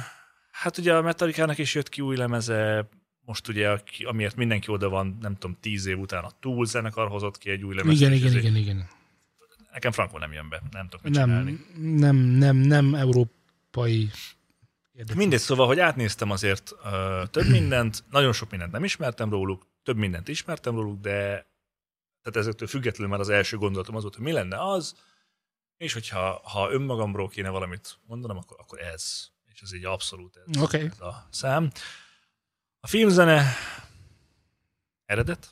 S4: hát ugye a Metallica-nak is jött ki új lemeze, most ugye, aki- amiért mindenki oda van, nem tudom, tíz év után a Tool zenekar hozott ki egy új lemezt.
S1: Igen,
S4: és
S1: igen,
S4: ez egy-
S1: igen, igen.
S4: Nekem frankon nem jön be, nem tudok mit csinálni.
S1: Nem, nem, nem, nem európai.
S4: Mindegy, szóval, hogy átnéztem azért ö, több mindent, nagyon sok mindent nem ismertem róluk, több mindent ismertem róluk, de tehát ezektől függetlenül már az első gondolatom az volt, hogy mi lenne az, és hogyha ha önmagamról kéne valamit mondanom, akkor, akkor ez. És ez így abszolút ez,
S1: Oké.
S4: ez a szám. A filmzene eredet?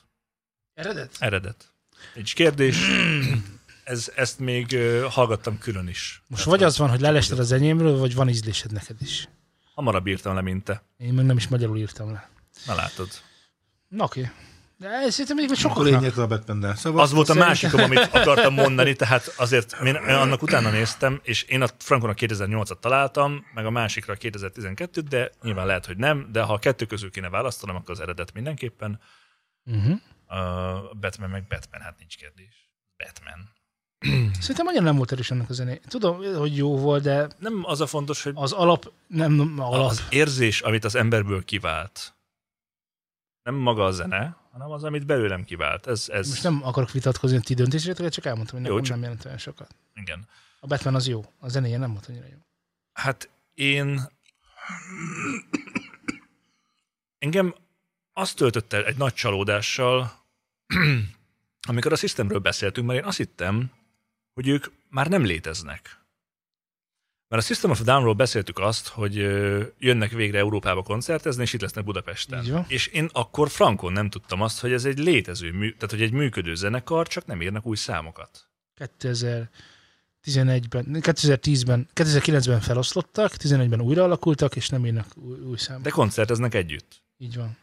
S1: Eredet?
S4: Eredet. Nincs kérdés. Ez, ezt még ö, hallgattam külön is.
S1: Most vagy az van, hogy lelested az enyémről, vagy van ízlésed neked is.
S4: Hamarabb írtam le, mint te.
S1: Én meg nem is magyarul írtam le.
S4: Na látod.
S1: Na oké. De ez szerintem még
S3: Akkor
S1: sokkal
S3: én a Batman-del. Szóval
S4: Az volt a
S3: szerintem-
S4: másikom, amit akartam mondani, tehát azért én én annak utána néztem, és én a Frankon a 2008-at találtam, meg a másikra a 2012-t, de nyilván lehet, hogy nem, de ha a kettő közül kéne választanom, akkor az eredet mindenképpen.
S1: Uh-huh.
S4: A Batman meg Batman, hát nincs kérdés. Batman.
S1: Szerintem annyira nem volt erős ennek a zené. Tudom, hogy jó volt, de
S4: nem az a fontos, hogy
S1: az alap, nem, nem alap.
S4: Az érzés, amit az emberből kivált, nem maga a zene, hanem az, amit belőlem kivált. Ez, ez
S1: Most nem akarok vitatkozni a ti döntéséteket, csak elmondtam, hogy
S4: Jó,
S1: nekem
S4: csak-
S1: nem jelent olyan sokat.
S4: igen.
S1: A Batman az jó, a zenéje nem volt annyira jó.
S4: Hát én... Engem azt töltött el egy nagy csalódással, amikor a Systemről beszéltünk, mert én azt hittem, hogy ők már nem léteznek. Mert a System of a Downról beszéltük azt, hogy ö, jönnek végre Európába koncertezni, és itt lesznek
S1: Így
S4: Budapesten.
S1: van.
S4: És én akkor frankon nem tudtam azt, hogy ez egy létező, mű, tehát hogy egy működő zenekar, csak nem írnak új számokat.
S1: 2011-ben, 2010-ben, 2009-ben feloszlottak, 11-ben újra alakultak, és nem írnak új, új számot.
S4: De koncerteznek együtt.
S1: Így van.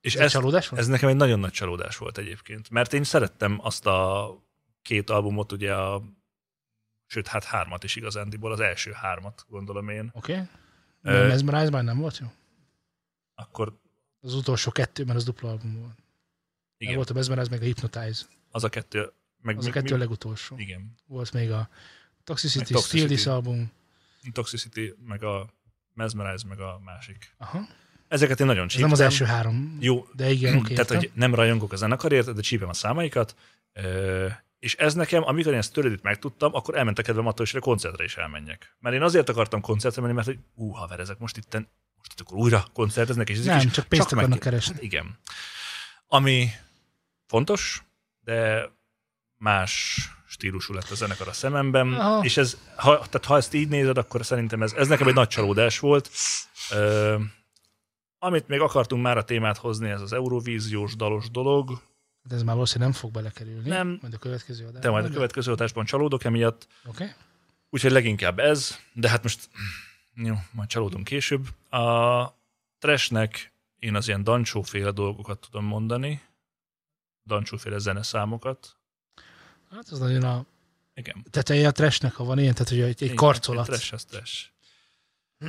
S4: És
S1: ez, ez csalódás volt?
S4: Ez nekem egy nagyon nagy csalódás volt egyébként, mert én szerettem azt a két albumot, ugye a, sőt, hát hármat is igazándiból, az első hármat, gondolom én.
S1: Oké. Okay.
S4: Ö,
S1: Nem, ez már már nem volt jó?
S4: Akkor
S1: Az utolsó kettő, mert az dupla album volt. Igen.
S4: Igen.
S1: Volt a Mesmerize, meg a Hypnotize.
S4: az a kettő, meg
S1: Az a
S4: mi-
S1: kettő a
S4: mi-
S1: legutolsó.
S4: Igen.
S1: Volt még a
S4: Meg
S1: Toxicity,
S4: Toxicity.
S1: Still This album.
S4: Toxicity, meg a Mesmerize, meg a másik.
S1: Aha.
S4: Ezeket én nagyon
S1: Ez
S4: csíptem.
S1: nem az első három.
S4: Jó, Hmm,
S1: De igen, oké.
S4: Tehát,
S1: értem.
S4: hogy nem rajongok a zenekarért, de csípem a számaikat. Ö, És ez nekem, amikor én ezt tőled itt megtudtam, akkor elment a kedvem attól, hogy a koncertre is elmenjek. Mert én azért akartam koncertre menni, mert hogy ú, haver, ezek most itten, most itt akkor újra koncerteznek, és ezek
S1: Nem,
S4: is,
S1: csak pénzt akarnak
S4: megkér-
S1: keresni.
S4: Hát igen. Ami fontos, de más stílusú lett a zenekar a szememben,
S1: Aha.
S4: és ez, ha, tehát ha ezt így nézed, akkor szerintem ez, ez nekem egy nagy csalódás volt. Ö, amit még akartunk már a témát hozni, ez az Eurovíziós dalos dolog,
S1: De ez már valószínűleg nem fog belekerülni.
S4: Nem.
S1: Majd a következő adásban.
S4: de majd a
S1: de-
S4: következő adásban csalódok emiatt,
S1: Oké.
S4: úgyhogy leginkább ez, de hát most jó, majd csalódunk később. A trashnek én az ilyen dancsóféle dolgokat tudom mondani, dancsóféle zeneszámokat.
S1: Hát ez nagyon a
S4: Igen.
S1: teteje a trashnek, ha van ilyen, tehát hogy egy, egy
S4: Igen,
S1: karcolat.
S4: egy Trash, az trash.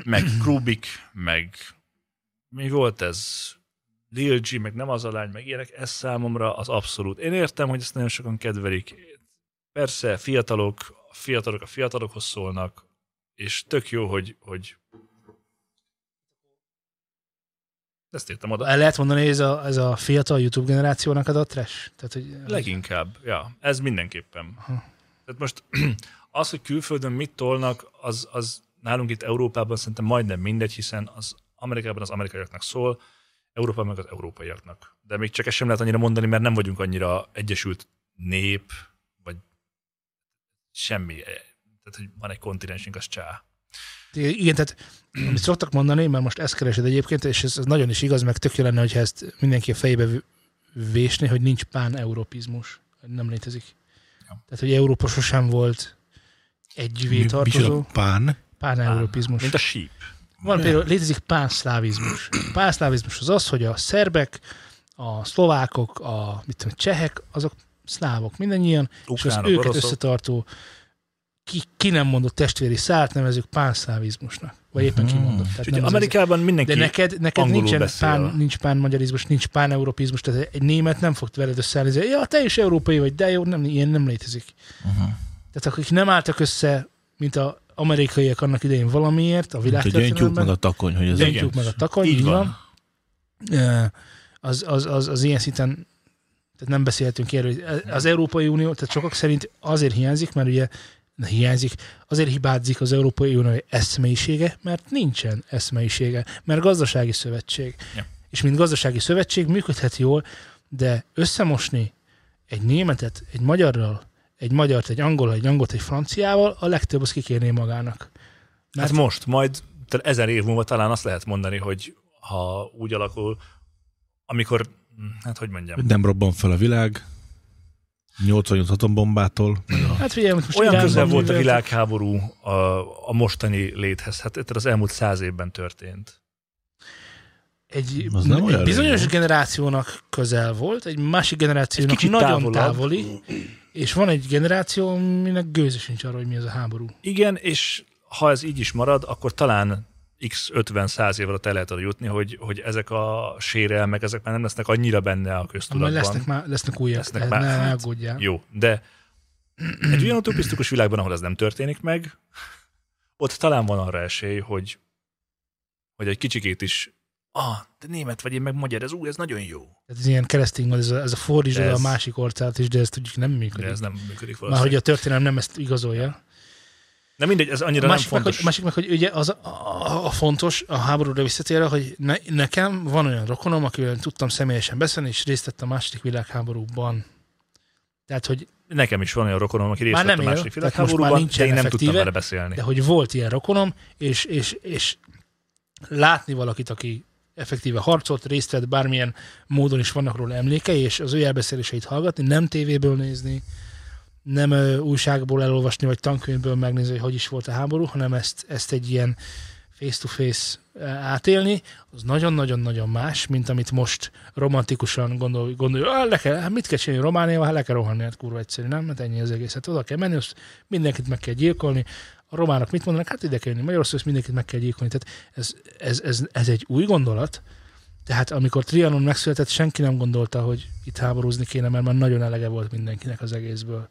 S4: Meg Krubik, meg mi volt ez? Lil G, meg nem az a lány, meg ilyenek, ez számomra az abszolút. Én értem, hogy ezt nagyon sokan kedvelik. Persze, fiatalok, a fiatalok a fiatalokhoz szólnak, és tök jó, hogy, hogy ezt értem oda.
S1: El lehet mondani, hogy ez a, ez a fiatal YouTube generációnak ad a trash? Tehát, hogy
S4: Leginkább, ja. Ez mindenképpen.
S1: Aha.
S4: Tehát most az, hogy külföldön mit tolnak, az, az nálunk itt Európában szerintem majdnem mindegy, hiszen az Amerikában az amerikaiaknak szól, Európában meg az európaiaknak. De még csak ezt sem lehet annyira mondani, mert nem vagyunk annyira egyesült nép, vagy semmi. e, Tehát, hogy van egy kontinensünk, az csá.
S1: Igen, tehát amit szoktak mondani, mert most ezt keresed egyébként, és ez, ez nagyon is igaz, meg tök jó lenne, hogyha ezt mindenki a fejébe v- vésné, hogy nincs pán-európizmus. hogy Nem létezik. Tehát, hogy Európa sosem volt együvé
S3: Mi-
S1: tartozó.
S3: micsoda pán?
S1: Pán-európizmus.
S4: Mint a síp.
S1: Van például, létezik pánszlávizmus. Pánszlávizmus az az, hogy a szerbek, a szlovákok, a mit tudom, csehek, azok szlávok, mindannyian, és az
S4: Ukránok,
S1: őket
S4: oroszok.
S1: összetartó ki, ki nem mondott testvéri szárt nevezük pánszlávizmusnak, vagy éppen kimondott. Tehát
S4: Mhm. Úgyhogy
S1: nem az-
S4: Amerikában mindenki
S1: de neked, neked
S4: angolul
S1: nincsen
S4: beszél.
S1: pán, nincs pán magyarizmus, nincs pán európizmus, tehát egy német nem fog veled összeállni, hogy ja, te is európai vagy, de jó, nem, ilyen nem létezik.
S4: Mhm.
S1: Tehát akik nem álltak össze, mint a amerikaiak annak idején valamiért, a
S3: Mint, hogy öntjük
S1: világtörténelemben.
S3: meg a takony, hogy ez
S1: Igen. Öntjük meg a takony, így van. Ö, Az, az, az, az ilyen szinten tehát nem beszélhetünk erről. hogy e- Az Európai Unió, tehát sokak szerint azért hiányzik, mert ugye na, hiányzik, azért hibázik az Európai Unió eszmeisége, mert nincsen eszmeisége, mert gazdasági szövetség.
S4: Ja.
S1: És mint gazdasági szövetség működhet jól, de összemosni egy németet, egy magyarral, egy magyart, egy angol, egy angolt, egy franciával, a legtöbb az kikérné magának.
S4: Mert... Hát most, majd te- ezer év múlva talán azt lehet mondani, hogy ha úgy alakul, amikor, hát hogy mondjam,
S3: Hogy nem robban fel a világ. 88 atombombától. meg a-
S1: Hát figyelj, most
S4: olyan
S1: Iránban
S4: közel volt a
S1: műveltek.
S4: világháború a, a mostani léthez, hát tehát az elmúlt száz évben történt.
S1: egy,
S3: Az nem olyan
S1: egy bizonyos
S3: régen.
S1: generációnak közel volt, egy másik generációnak
S4: kicsit
S1: nagyon
S4: távolabb.
S1: távoli, és van egy generáció, aminek gőze sincs arra, hogy mi ez a háború.
S4: Igen, és ha ez így is marad, akkor talán x 50-100 év alatt el lehet oda jutni, hogy, hogy ezek a sérelmek, ezek már nem lesznek annyira benne a
S1: Na, Majd
S4: köztudatban.
S1: lesznek, már, lesznek újabb,
S4: Lesznek
S1: lesznek
S4: már-
S1: már, ne
S4: hát,
S1: aggódjál.
S4: Jó, de egy olyan utopisztikus világban, ahol ez nem történik meg, ott talán van arra esély, hogy, hogy egy kicsikét is ah, te német vagy, én meg magyar, ez ú, ez nagyon jó.
S1: Tehát ez ilyen keresztény, ez a, ez a fordítsd
S4: De
S1: oda a
S4: ez-
S1: másik orcát is, de ez tudjuk nem működik.
S4: De ez nem működik
S1: Már hogy
S4: valószínűleg.
S1: a történelem nem ezt igazolja.
S4: Na mindegy, ez annyira
S1: A
S4: nem
S1: másik, meg,
S4: fontos.
S1: hogy, másik meg, hogy ugye az a, a, a fontos, a háborúra visszatérve, hogy ne, nekem van olyan rokonom, akivel tudtam személyesen beszélni, és részt vett a második világháborúban. Tehát, hogy
S4: Nekem is van olyan rokonom, aki részt
S1: Már
S4: vett a
S1: nem él,
S4: második
S1: tehát most már
S4: világháborúban, de
S1: nincsen
S4: én nem tudtam
S1: effektíve,
S4: vele beszélni.
S1: De hogy volt ilyen rokonom, és, és, és látni valakit, aki effektíve harcolt, részt vett, bármilyen módon is vannak róla emlékei, és az ő elbeszéléseit hallgatni, nem tévéből nézni, nem ö, újságból elolvasni, vagy tankönyvből megnézni, hogy hogy is volt a háború, hanem ezt, ezt egy ilyen face-to-face eh, átélni, az nagyon-nagyon-nagyon más, mint amit most romantikusan gondol, gondolja, ah, le kell, hát mit kell csinálni Romániában, hát le kell rohanni, hát kurva egyszerű, nem? Hát ennyi az egész. Hát oda kell menni, azt mindenkit meg kell gyilkolni. A románok mit mondanak? Hát ide kell jönni. Magyarországon azt mindenkit meg kell gyilkolni. Tehát ez, ez, ez, ez egy új gondolat, tehát amikor Trianon megszületett, senki nem gondolta, hogy itt háborúzni kéne, mert már nagyon elege volt mindenkinek az egészből.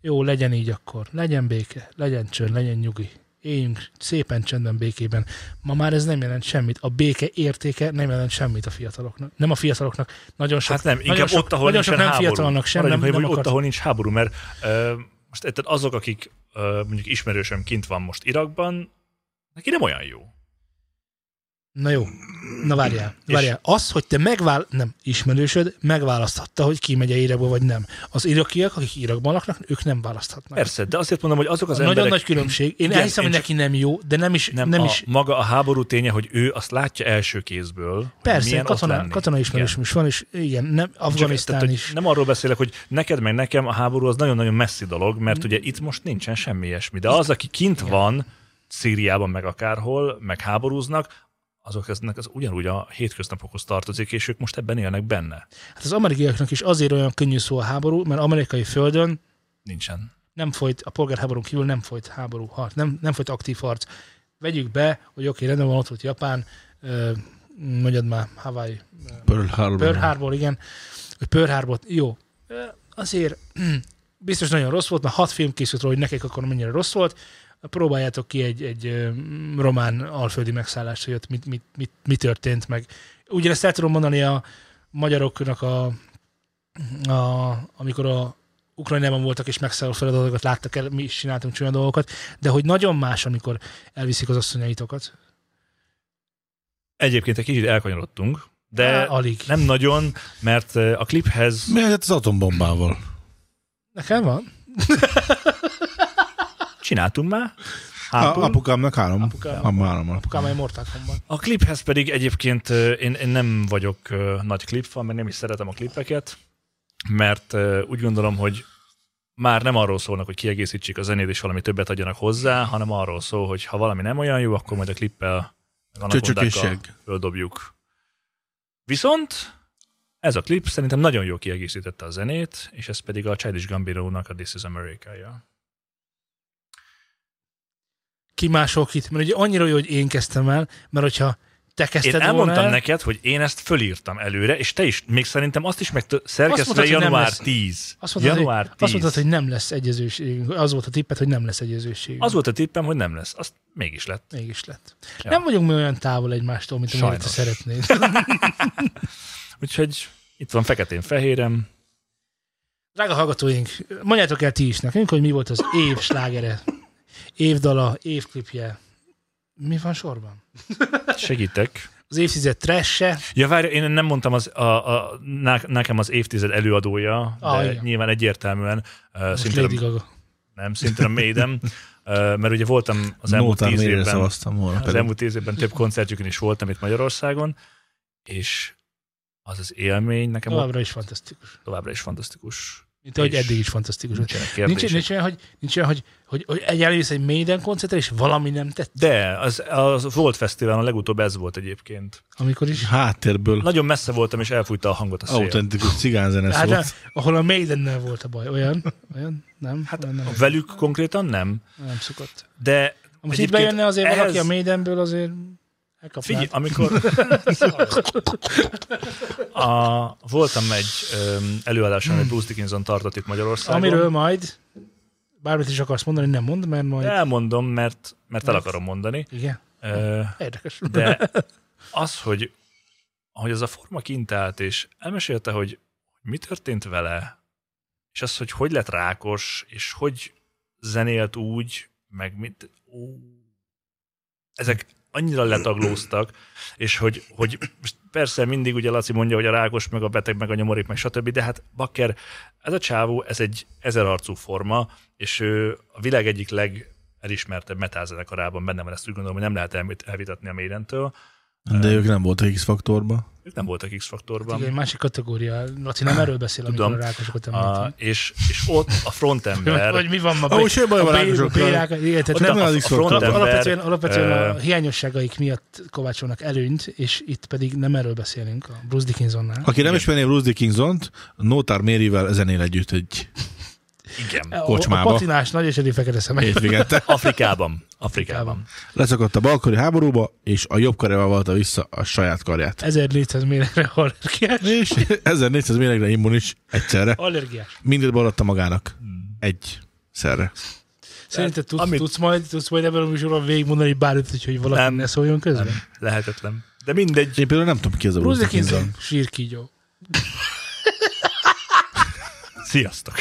S1: Jó, legyen így akkor. Legyen béke, legyen csönd, legyen nyugi. Éljünk szépen csendben, békében. Ma már ez nem jelent semmit. A béke értéke nem jelent semmit a fiataloknak. Nem a fiataloknak. Nagyon sok,
S4: Hát nem,
S1: nagyon
S4: inkább
S1: sok,
S4: ott, ahol
S1: nagyon
S4: nincsen
S1: sok nem
S4: háború.
S1: fiatalnak sem, nem,
S4: Maradjunk,
S1: nem
S4: hogy
S1: akart.
S4: ott, ahol nincs háború, mert ö, most tehát azok, akik ö, mondjuk ismerősöm kint van most Irakban, neki nem olyan jó.
S1: Na jó, na várjál, várjál. Az, hogy te megvál... nem, ismerősöd megválaszthatta, hogy ki megy Irakba vagy nem. Az irakiak, akik Irakban laknak, ők nem választhatnak.
S4: Persze, de azért mondom, hogy azok az
S1: Nagyon
S4: emberek...
S1: nagy különbség. Én elhiszem, hogy
S4: csak-
S1: neki nem jó, de nem is, nem, nem
S4: a,
S1: is
S4: Maga a háború ténye, hogy ő azt látja első kézből, hogy
S1: Persze,
S4: milyen ott
S1: katona,
S4: lenni.
S1: katona ismerősöm is van, és igen, nem, Afganisztán
S4: tehát,
S1: is.
S4: hogy Nem arról beszélek, hogy neked meg nekem a háború az nagyon-nagyon messzi dolog,
S1: Mm.
S4: mert ugye itt most nincsen semmi ilyesmi. De az, aki kint van, Szíriában meg akárhol, meg háborúznak, azok eznek az ugyanúgy a hétköznapokhoz tartozik, és ők most ebben élnek benne.
S1: Hát az amerikaiaknak is azért olyan könnyű szó a háború, mert amerikai földön
S4: Nincsen.
S1: nem folyt, a polgárháborún kívül nem folyt háború, harc, nem, nem folyt aktív harc. Vegyük be, hogy oké, rendben van, ott volt Japán, ö, mondjad már, Hawaii,
S3: Pearl Harbor.
S1: Pearl Harbor, igen. Hogy Pearl Harbor, jó. Ö, Azért biztos nagyon rossz volt, mert hat film készült róla, hogy nekik akkor mennyire rossz volt. Próbáljátok ki egy, egy ö, román alföldi megszállást, hogy ott mit, mit, mit, mi történt meg. Ugyanezt el tudom mondani a magyaroknak, a, a, amikor a Ukrajnában voltak és megszálló feladatokat láttak el, mi is csináltunk csúnya dolgokat, de hogy nagyon más, amikor elviszik az asszonyaitokat.
S4: Egyébként egy kicsit elkanyarodtunk, de
S1: Á, alig.
S4: nem nagyon, mert eh, a kliphez...
S3: Mert az atombombával.
S1: Nekem van?
S4: Csináltunk már.
S3: A,
S4: Ápol.
S3: apukámnak három.
S1: Apukám.
S3: Apukám. három.
S1: Pukámai mortákomban.
S4: A kliphez pedig egyébként ö, én, én nem vagyok ö, nagy klipfan, mert nem is szeretem a klipeket, mert ö, úgy gondolom, hogy már nem arról szólnak, hogy kiegészítsék a zenét és valami többet adjanak hozzá, hanem arról szól, hogy ha valami nem olyan jó, akkor majd a klippel meg
S3: Csöcsök és
S4: anakondákkal
S3: seg.
S4: földobjuk. Viszont ez a klip szerintem nagyon jól kiegészítette a zenét, és ez pedig a Childish Gambino-nak a This is America-ja.
S1: ki mások itt, mert ugye annyira jó, hogy én kezdtem el, mert hogyha te kezdted
S4: Én elmondtam
S1: volna el,
S4: neked, hogy én ezt fölírtam előre, és te is, még szerintem azt is meg
S1: azt
S4: szerkesztve
S1: mondtad, hogy nem
S4: január
S1: lesz-
S4: 10.
S1: Azt mondtad,
S4: január
S1: hogy,
S4: 10.
S1: azt mondtad, hogy nem lesz egyezőségünk. Az volt a tippet, hogy nem lesz egyezőségünk.
S4: Az volt a tippem, hogy nem lesz. Azt mégis lett.
S1: Mégis lett.
S4: Ja.
S1: Nem vagyunk mi olyan távol egymástól, mint amit te
S4: Sajnos.
S1: szeretnéd.
S4: Úgyhogy itt van feketén-fehérem.
S1: Drága hallgatóink, mondjátok el ti is nekünk, hogy mi volt az év slágere, évdala, évklipje. Mi van sorban?
S4: Segítek.
S1: Az évtized tresse,
S4: Ja, várj, én nem mondtam az, a, a, ná- nekem az évtized előadója, de
S1: Ah, igen.
S4: nyilván egyértelműen. Uh, szinte
S1: Lady Gaga.
S4: Nem, szinte a Maiden, uh, mert ugye voltam az
S3: No
S4: elmúlt
S3: Time
S4: tíz
S3: Maiden-re
S4: évben,
S3: szavaztam volna
S4: az
S3: pedig.
S4: elmúlt tíz évben több koncertjükön is voltam itt Magyarországon, és az az élmény nekem
S1: továbbra is fantasztikus.
S4: továbbra is fantasztikus.
S1: Mint ahogy
S4: És
S1: eddig is fantasztikus. volt.
S4: nincsenek
S1: Nincs,
S4: kérdések.
S1: nincs, olyan, hogy, nincs olyan, hogy, hogy, hogy egy elmész egy Maiden koncertre, és valami nem tett.
S4: De, az, az volt fesztiválon legutóbb ez volt egyébként.
S1: Amikor is?
S3: Háttérből
S4: Nagyon messze voltam, és elfújta a hangot a szél.
S3: autentikus cigányzene
S1: Hát,
S3: szólt.
S1: de, ahol a Maidennel volt a baj, olyan? Olyan? Nem? Hát, olyan nem,
S4: Velük konkrétan nem,
S1: nem szokott.
S4: de
S1: Most itt
S4: egyébként
S1: bejönne azért
S4: ehhez-
S1: ehhez... valaki a Maidenből, azért elkapnád.
S4: Figyelj, amikor- A, voltam egy öm, előadáson, amit Bruce Dickinson tartott itt Magyarországon.
S1: Hmm. Amiről majd bármit is akarsz mondani, nem mond, mert majd...
S4: Elmondom, mert, mert el
S1: Mert-
S4: akarom mondani.
S1: Igen.
S4: Ö,
S1: Érdekes.
S4: De az, hogy ahogy az a forma kint állt, és elmesélte, hogy mi történt vele, és az, hogy hogy lett rákos, és hogy zenélt úgy, meg mit... Ó, ezek annyira letaglóztak, és hogy, hogy most persze mindig ugye Laci mondja, hogy a rákos, meg a beteg, meg a nyomorék, meg stb., de hát bakker, ez a csávó, ez egy ezerarcú forma, és ő a világ egyik legelismertebb metal zenekarában benne van, ezt úgy gondolom, hogy nem lehet elmit- elvitatni a mélyentől,
S3: De ők nem voltak X-faktorba.
S4: Ők nem voltak X-faktorban.
S1: Igen, egy másik kategória. Laci nem erről beszél, amikor
S4: Tudom.
S1: a rákosokat
S4: A,
S1: említi.
S4: és, és ott a frontember...
S1: Vagy mi van ma?
S3: Amúgy semmi baj van
S1: a
S3: a rákosokkal.
S1: B- B- rákos- igen, tehát
S3: Ott nem
S1: nem-
S3: az
S1: a-
S3: is
S1: a
S3: szoktam.
S1: front-
S4: Ember,
S1: Alapvetően, alapvetően a
S4: ö,
S1: hiányosságaik miatt kovácsolnak előnyt, és itt pedig nem erről beszélünk, a Bruce Dickinsonnál.
S3: Aki nem ismerné Bruce Dickinson-t, Nótár Mérivel zenél együtt egy
S4: Igen.
S1: A-
S3: kocsmába.
S1: A patinás nagy eserű fekete szemek.
S3: hétvégente.
S4: Afrikában. Afrikában.
S3: Leszakadt a balkari háborúba, és a jobb karjával valta vissza a saját karját.
S1: 1400 méretre allergiás.
S3: És 1400 méregre immunis egyszerre.
S1: Allergiás.
S3: Mindent beadta magának. Egy szerre.
S4: Hát,
S1: Szerinted tudsz, tudsz, majd, tudsz majd ebben a műsorban végigmondani bármit, hogy- hogy valaki
S4: Nem.
S1: ne szóljon közben?
S4: Lehetetlen. De mindegy.
S3: Én például nem tudom ki ez a
S1: Bruce
S3: Bruce
S1: Dickinson,
S3: Dickinson.
S1: sírkígyó.
S4: Sziasztok!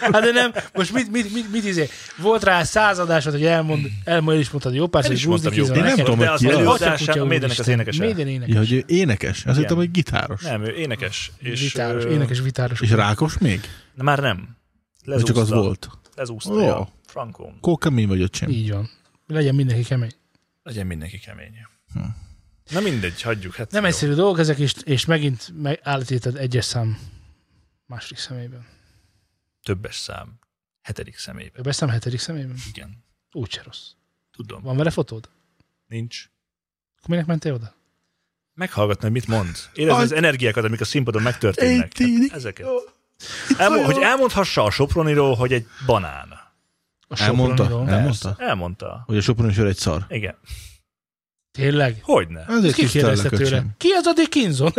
S1: Hát de nem, most mit, mit, mit, mit izé? Volt rá századásod, hogy elmond, elmond, el is mondtad jó pár,
S4: El
S1: hogy
S4: is
S1: Bruce
S4: mondtam jó
S1: Dickinson. neked-
S3: pár szót, de az
S1: Atya
S4: előadásán-
S1: kutya,
S4: a Maiden-nek
S1: úristen.
S4: az énekese.
S1: Maiden énekes.
S3: Ja, hogy ő énekes? Azt
S4: Igen.
S3: hittem, hogy gitáros.
S4: Nem, ő énekes. És,
S1: Vitáros,
S4: ö,
S1: énekes vitáros.
S3: És rákos még?
S4: Na, már nem.
S3: Vagy csak az
S4: Lezúzta.
S3: volt?
S4: Lezúzta,
S3: Ó.
S4: ja. Frankon.
S3: Kó kemény vagy, öcsém.
S1: Így van. Legyen mindenki kemény.
S4: Legyen mindenki kemény. Na mindegy, hagyjuk. Hát
S1: Nem
S4: jó.
S1: egyszerű dolgok ezek, és, és megint megállítítod egyes szám második szemében.
S4: Többes szám. Hetedik személyben.
S1: Jobb eszem hetedik szemében?
S4: Igen.
S1: Úgy se rossz.
S4: Tudom.
S1: Van vele fotód?
S4: Nincs.
S1: Akkor minek mentél oda?
S4: Meghallgatni, hogy mit mond. Érezni az energiákat, amik a színpadon megtörténnek. Hát Ezeket. Elmo- hogy elmondhassa a Soproniról, hogy egy banán.
S1: A
S3: Elmondta?
S1: Soproniról?
S3: Elmondta?
S4: Persze, Elmondta.
S3: Hogy a Soproni sör egy szar.
S4: Igen.
S1: Tényleg?
S4: Hogyne.
S3: Ezért
S1: Ki
S3: is
S1: kérdezte
S3: tellek,
S1: tőle?
S3: öcsém.
S1: Ki az a Dickinson?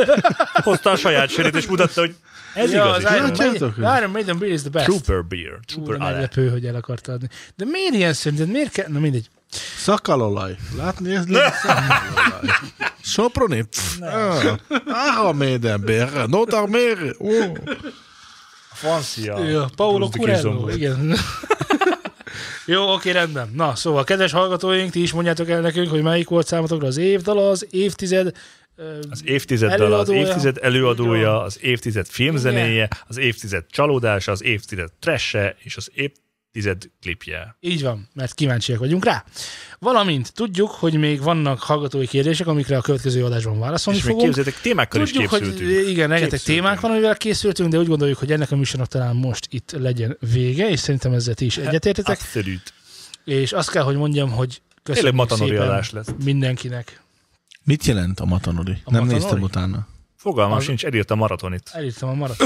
S4: Hozta a saját sörét, és mutatta, hogy ez
S1: ja,
S4: igazi.
S1: az Iron,
S4: sör.
S1: Maiden, Iron Maiden beer is the best.
S4: Trooper beer.
S1: Úr,
S4: Trooper ale.
S1: meglepő, hogy el akarta adni. De miért ilyen szerinted? Miért kell? Na mindegy.
S3: Szakalolaj. Látni ez nem szakalolaj. Soproni? Pff, Ah, ah, a médenbér. Notar mér. Ó.
S4: Francia.
S1: Ja, Paolo
S4: Bruce Dickinson
S1: Curello,
S4: volt.
S1: igen. Jó, oké, rendben. Na, szóval, kedves hallgatóink, ti is mondjátok el nekünk, hogy melyik volt számotokra az évdala, az évtized, ö,
S4: Az évtized dala, az
S1: Előadója.
S4: évtized
S1: Így
S4: előadója, az évtized filmzenéje, az évtized csalódása, az évtized tresse és az évtized klipje.
S1: Így van, mert kíváncsiak vagyunk rá. Valamint tudjuk, hogy még vannak hallgatói kérdések, amikre a következő adásban válaszolni
S4: És még
S1: fogunk.
S4: képzeljétek, témákkal is
S1: Tudjuk, hogy
S4: készültünk.
S1: igen, rengeteg
S4: Készültünk.
S1: témánk van, amivel készültünk, de úgy gondoljuk, hogy ennek a műsornak talán most itt legyen vége, és szerintem ezzel ti is
S4: Hát,
S1: egyetértetek.
S4: Abszolút.
S1: És azt kell, hogy mondjam, hogy
S4: Tényleg
S1: köszönjük
S4: matanori
S1: szépen
S4: adás lesz.
S1: mindenkinek.
S3: Mit jelent a matanori?
S1: A
S3: nem
S1: matanori?
S3: néztem utána.
S4: Fogalmam
S1: Az-
S4: sincs, elírta a maratonit.
S1: Elírtam a maradt.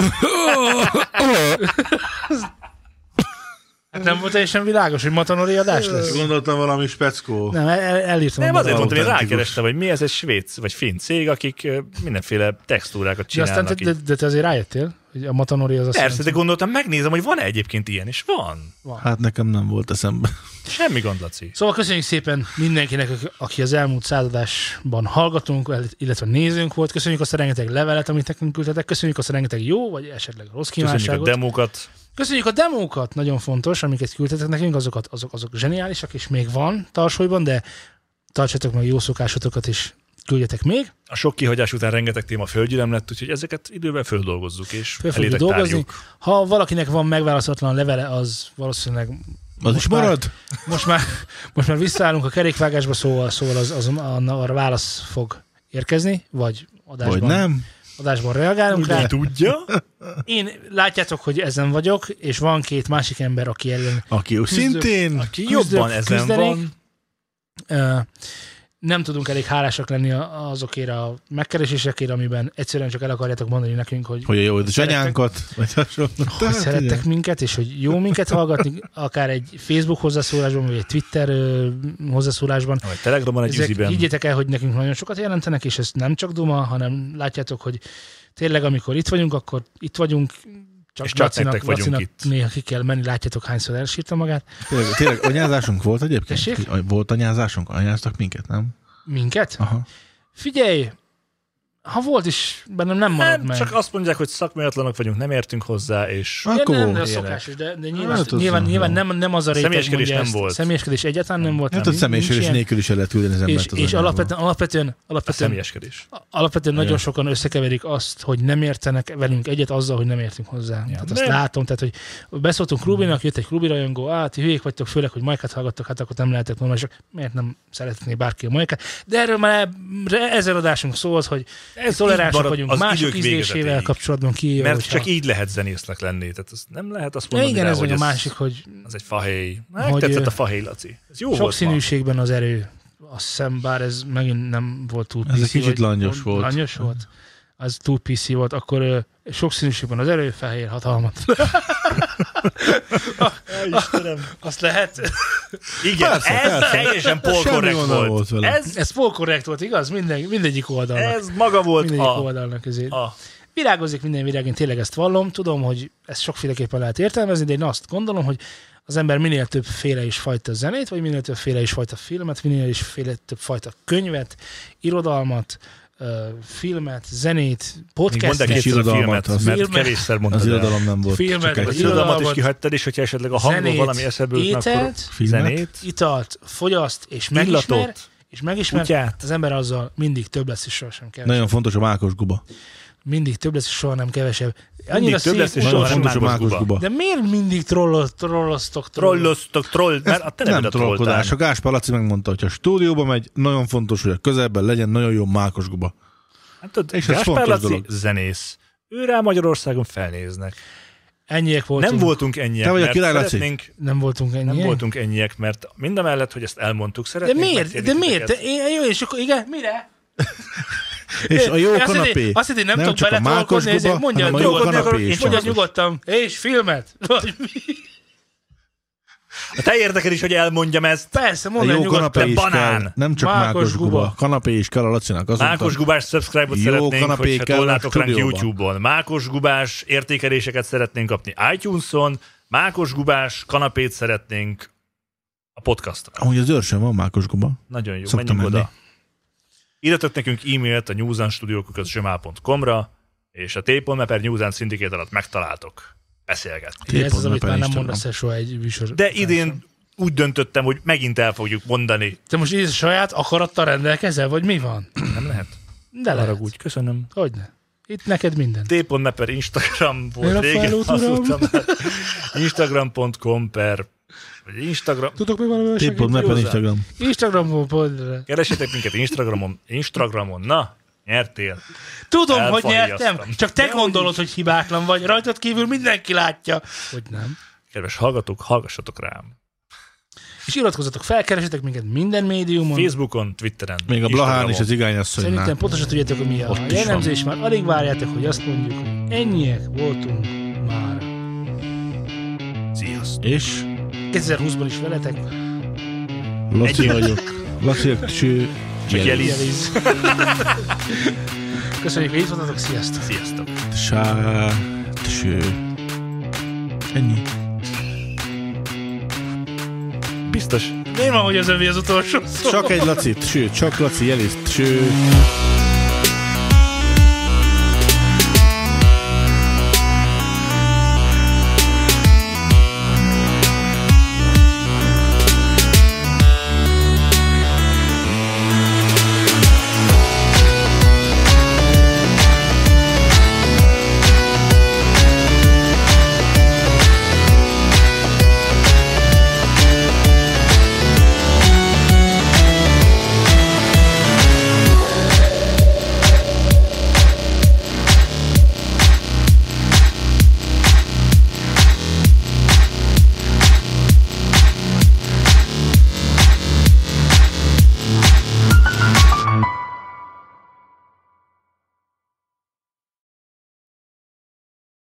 S1: Hát nem volt teljesen világos, hogy matanori adás lesz.
S3: Gondoltam valami speckó.
S1: Nem, el, el- elírtam
S4: Nem,
S1: a
S4: azért
S1: maradt.
S4: mondtam, hogy
S3: Autentikus.
S4: rákerestem, hogy mi ez egy svéd vagy finn cég, akik ö, mindenféle textúrákat
S1: De, aztán
S4: csinálnak.
S1: te,
S4: Aztán
S1: de, de te azért rájöttél, hogy a matanori az azt
S4: Persze, de
S1: jelenti-
S4: gondoltam, megnézem, hogy van-e egyébként ilyen, és van.
S3: Hát nekem nem volt eszembe.
S4: Semmi gond, Laci.
S1: Szóval köszönjük szépen mindenkinek, aki- aki az elmúlt századásban hallgatunk, el- illetve nézőnk volt. Köszönjük azt a rengeteg levelet, amit nekünk küldtetek. Köszönjük azt a rengeteg jó, vagy esetleg rossz
S4: Köszönjük a
S1: kívánságot.
S4: demókat.
S1: Köszönjük a demókat, nagyon fontos, amiket küldtetek nekünk, azokat, azok, azok zseniálisak, és még van tarsolyban, de tartsatok meg jó szokásotokat, és küldjetek még.
S4: A sok kihagyás után rengeteg téma földgyűlöm lett, úgyhogy ezeket idővel földolgozzuk, és
S1: Föl fogjuk
S4: elétek
S1: dolgozni.
S4: tárjuk.
S1: Ha valakinek van megválaszolatlan levele, az valószínűleg
S3: Az is
S1: már-
S3: marad?
S1: most már, most már visszaállunk a kerékvágásba, szóval, szóval az, az, anna, arra válasz fog érkezni, vagy adásban,
S3: Vagy nem?
S1: adásban reagálunk rá.
S4: Ki tudja?
S1: Én látjátok, hogy ezen vagyok, és van két másik ember, aki ellen
S3: Aki úgy
S1: Küzdök.
S3: szintén...
S4: Ki
S1: Küzdök,
S4: jobban ezen
S1: küzdenék.
S4: van.
S1: Ö, nem tudunk elég hálásak lenni a- azokért a megkeresésekért, amiben egyszerűen csak el akarjátok mondani nekünk, hogy
S3: Hogy a jó, az
S1: Szerettek.
S3: anyánkat, vagy hasonló.
S1: hogy
S3: Tehát,
S1: szerettek
S3: igen.
S1: minket, és hogy jó minket hallgatni, akár egy Facebook hozzászólásban, vagy egy Twitter ö, hozzászólásban.
S4: Vagy Telegramon egy
S1: Ezek,
S4: üziben.
S1: higgyétek el, hogy nekünk nagyon sokat jelentenek, és ez nem csak duma, hanem látjátok, hogy tényleg amikor itt vagyunk, akkor itt vagyunk, csak,
S4: És csak
S1: Lacinak-
S4: nektek vagyunk
S1: Lacinak
S4: itt.
S1: néha ki kell menni, látjátok hányszor elsírta magát.
S3: Tényleg, tényleg anyázásunk volt egyébként?
S1: Tessék?
S3: Volt anyázásunk? Anyáztak minket, nem?
S1: Minket?
S3: Aha.
S1: Figyelj, Ha volt is, bennem nem maradt
S4: Nem,
S1: meg.
S4: csak azt mondják, hogy szakmaiatlanok vagyunk, nem értünk hozzá, és...
S1: Akkor nem, de a szokásos, de, de nyilván,
S4: Hát
S1: hát
S4: az
S1: nyilván,
S4: nem
S1: nyilván nem, nem az a réteg
S4: Személyeskedés
S1: mondja
S4: nem
S1: ezt.
S4: volt.
S1: Személyeskedés egyáltalán nem volt.
S4: Hát
S1: nem,
S4: ott személyeskedés
S1: nincs ilyen.
S4: nélkül is el lehet küldeni az embert
S1: És,
S4: az
S1: és
S4: anyába.
S1: alapvetően, alapvetően, alapvetően,
S4: személyeskedés.
S1: alapvetően
S4: Igen.
S1: nagyon sokan összekeverik azt, hogy nem értenek velünk egyet azzal, hogy nem értünk hozzá. Tehát azt
S4: Nem.
S1: látom, tehát hogy beszóltunk Rubinak, jött egy Rubi rajongó, á, ti hülyék vagytok, főleg, hogy Majkát hallgattok, hát akkor nem lehetek normálisak. Miért nem szeretné bárki a Majkát? De erről már re- ezer adásunk szólt, hogy
S4: Ez így
S1: toleránsak
S4: marad
S1: vagyunk
S4: az
S1: mások
S4: idők
S1: ízlésével
S4: végezetéig.
S1: kapcsolatban ki.
S4: Mert csak így lehet zenésznek lenni, tehát ez nem lehet azt
S1: Ja,
S4: mondani
S1: igen,
S4: rá,
S1: ez
S4: hogy
S1: vagy a másik, hogy-
S4: Az egy fahéj.
S1: hogy,
S4: Hogy tetszett
S1: ö,
S4: a fahéj, Laci. Ez jó volt ma.
S1: Sokszínűségben az erő. Azt hiszem, bár ez megint nem volt túl
S3: Ez egy
S1: PC,
S3: kicsit
S1: vagy-
S3: langyos volt.
S1: Langyos volt? Az túl PC volt, akkor ö, sokszínűségben az erő, fehér hatalmat.
S4: Istenem.
S1: Azt lehet?
S4: Igen, Persze, ez persze. teljesen polkorrekt Semmi volt. volt vele.
S1: Ez, ez polkorrekt volt, igaz? Minden, mindegyik oldalnak.
S4: Ez maga volt
S1: mindegyik
S4: a-
S1: oldalnak ezért.
S4: a-
S1: Virágozik minden virág, én tényleg ezt vallom. Tudom, hogy ezt sokféleképpen lehet értelmezni, de én azt gondolom, hogy az ember minél több féle is fajta zenét, vagy minél több féle is fajta filmet, minél is féle több fajta könyvet, irodalmat, ö, filmet, zenét, podcastet.
S4: Mondd el kétszer a filmet, mert
S1: Filmet.
S4: kevésszer mondtad
S1: Az
S4: el.
S1: irodalom nem volt, Filmet, csak egyszer.
S4: az irodalmat is
S1: irodalmat,
S4: kihagytad, és hogyha esetleg a hangból
S1: zenét,
S4: valami eszedbe jutna, akkor
S1: ételt,
S4: zenét.
S1: italt, fogyaszt, és
S4: Illatot.
S1: megismer, és megismer,
S4: Kutyát.
S1: az ember azzal mindig több lesz, és sohasem kevesebb.
S3: Nagyon fontos a mákos guba.
S1: Mindig több lesz, és soha nem kevesebb. Annyira
S3: Mindig több
S1: szép,
S3: lesz, és
S1: nagyon
S3: soha nem
S1: fontos a
S3: mákos
S1: mákos
S3: guba.
S1: De miért mindig trollo- trolloztok?
S4: Trolloztok, troll, mert a te
S3: nem
S4: nevedet
S3: trollkodás. A
S4: trolltál.
S3: Gáspár Laci megmondta, hogy ha stúdióba megy, nagyon fontos, hogy a közelben legyen nagyon jó mákos guba.
S4: Hát tudod,
S3: És ez
S4: Gáspár
S3: fontos
S4: Laci
S3: dolog.
S4: zenész. Ő rá Magyarországon felnéznek.
S1: Ennyiek voltunk.
S4: Nem voltunk ennyiek,
S3: Te vagy a
S4: mert
S3: király, Laci?
S4: szeretnénk-
S1: Nem voltunk ennyiek.
S4: Nem voltunk ennyiek, mert mind a mellett, hogy ezt elmondtuk,
S1: De
S4: szeretnénk
S1: miért?
S4: megkérni
S1: De miért?
S4: titeket.
S1: De, én- jó, és akkor igen, mire?
S3: És a jó
S1: Azt hittem,
S3: kanapé.
S1: Azt hittem, nem,
S3: nem
S1: tudok
S3: csak a mákos
S1: beletrolkodni, ezért
S3: guba,
S1: mondja,
S3: hanem a jó kanapé
S1: nyugodtan,
S3: is
S1: mondja
S3: fontos.
S1: nyugodtan, és filmet, vagy mi?
S4: A te érdeked is, hogy elmondjam ezt.
S1: Persze,
S3: A
S1: mondd el
S3: jó kanapé
S4: nyugodtan,
S3: is kell,
S4: banán.
S3: nem csak mákos,
S1: Mákos
S3: guba.
S1: guba.
S3: kanapé is kell a Lacinak. Azonban
S4: Mákos gubás subscribe-ot
S3: Jó
S4: szeretnénk,
S3: kanapé
S4: hogyha
S3: kell a
S4: tolnátok ránk
S3: stúdióba.
S4: YouTube-on. Mákos gubás értékeléseket szeretnénk kapni iTunes-on, mákos gubás kanapét szeretnénk a podcastra.
S3: Amúgy az őrsön van mákos guba.
S4: Nagyon jó,
S3: Szoktam
S4: menjünk
S3: menni.
S4: oda. Írjatok nekünk e-mailt a newsanstudiókukatgmail.com-ra, és a tépon per Newsan Syndicate alatt megtaláltok. Beszélgetni.
S1: Ez az, amit már nem mondasz el soha egy műsor.
S4: De idén úgy döntöttem, hogy megint el fogjuk mondani.
S1: Te most így saját akarattal rendelkezel, vagy mi van?
S4: Nem lehet.
S1: De lehet.
S4: Haragudj, köszönöm.
S1: Hogyne. Itt neked minden.
S4: T.ne per Instagram
S1: Miért
S4: volt
S1: a
S4: régen,
S1: felhőt, uram?
S4: azóta már Instagram.com per vagy Instagram.
S1: Tudok mi valami
S3: Tépod, per Instagram.
S1: Instagramon pont.
S4: Keresetek minket Instagramon. Instagramon. Na, nyertél.
S1: Tudom, hogy
S4: Elfajjaztam.
S1: nyertem, csak te gondolod, hogy hibátlan vagy. Rajtad kívül mindenki látja. Hogy nem.
S4: Kedves hallgatók, hallgassatok rám.
S1: És iratkozzatok fel, keresetek minket minden médiumon.
S4: Facebookon, Twitteren,
S3: Még a Blahán és az igányasszonynál.
S1: Szerintem pontosan tudjátok, hogy mi a
S3: Ott is
S1: jellemzés, már alig várjátok, hogy azt mondjuk, hogy ennyiek voltunk már.
S4: Sziasztok!
S3: És
S1: 2020-ban is veletek.
S3: Laci
S1: Egy-
S3: vagyok. Laci vagyok, cső.
S4: Csak
S3: Jeliz.
S4: jeliz.
S1: Köszönjük, hogy itt voltatok, sziasztok!
S4: Sziasztok!
S3: Sá, cső. Ennyi.
S4: Biztos.
S1: Néma, hogy az övé az utolsó szó.
S3: Csak egy Laci, cső, csak Laci, Jeliz, cső.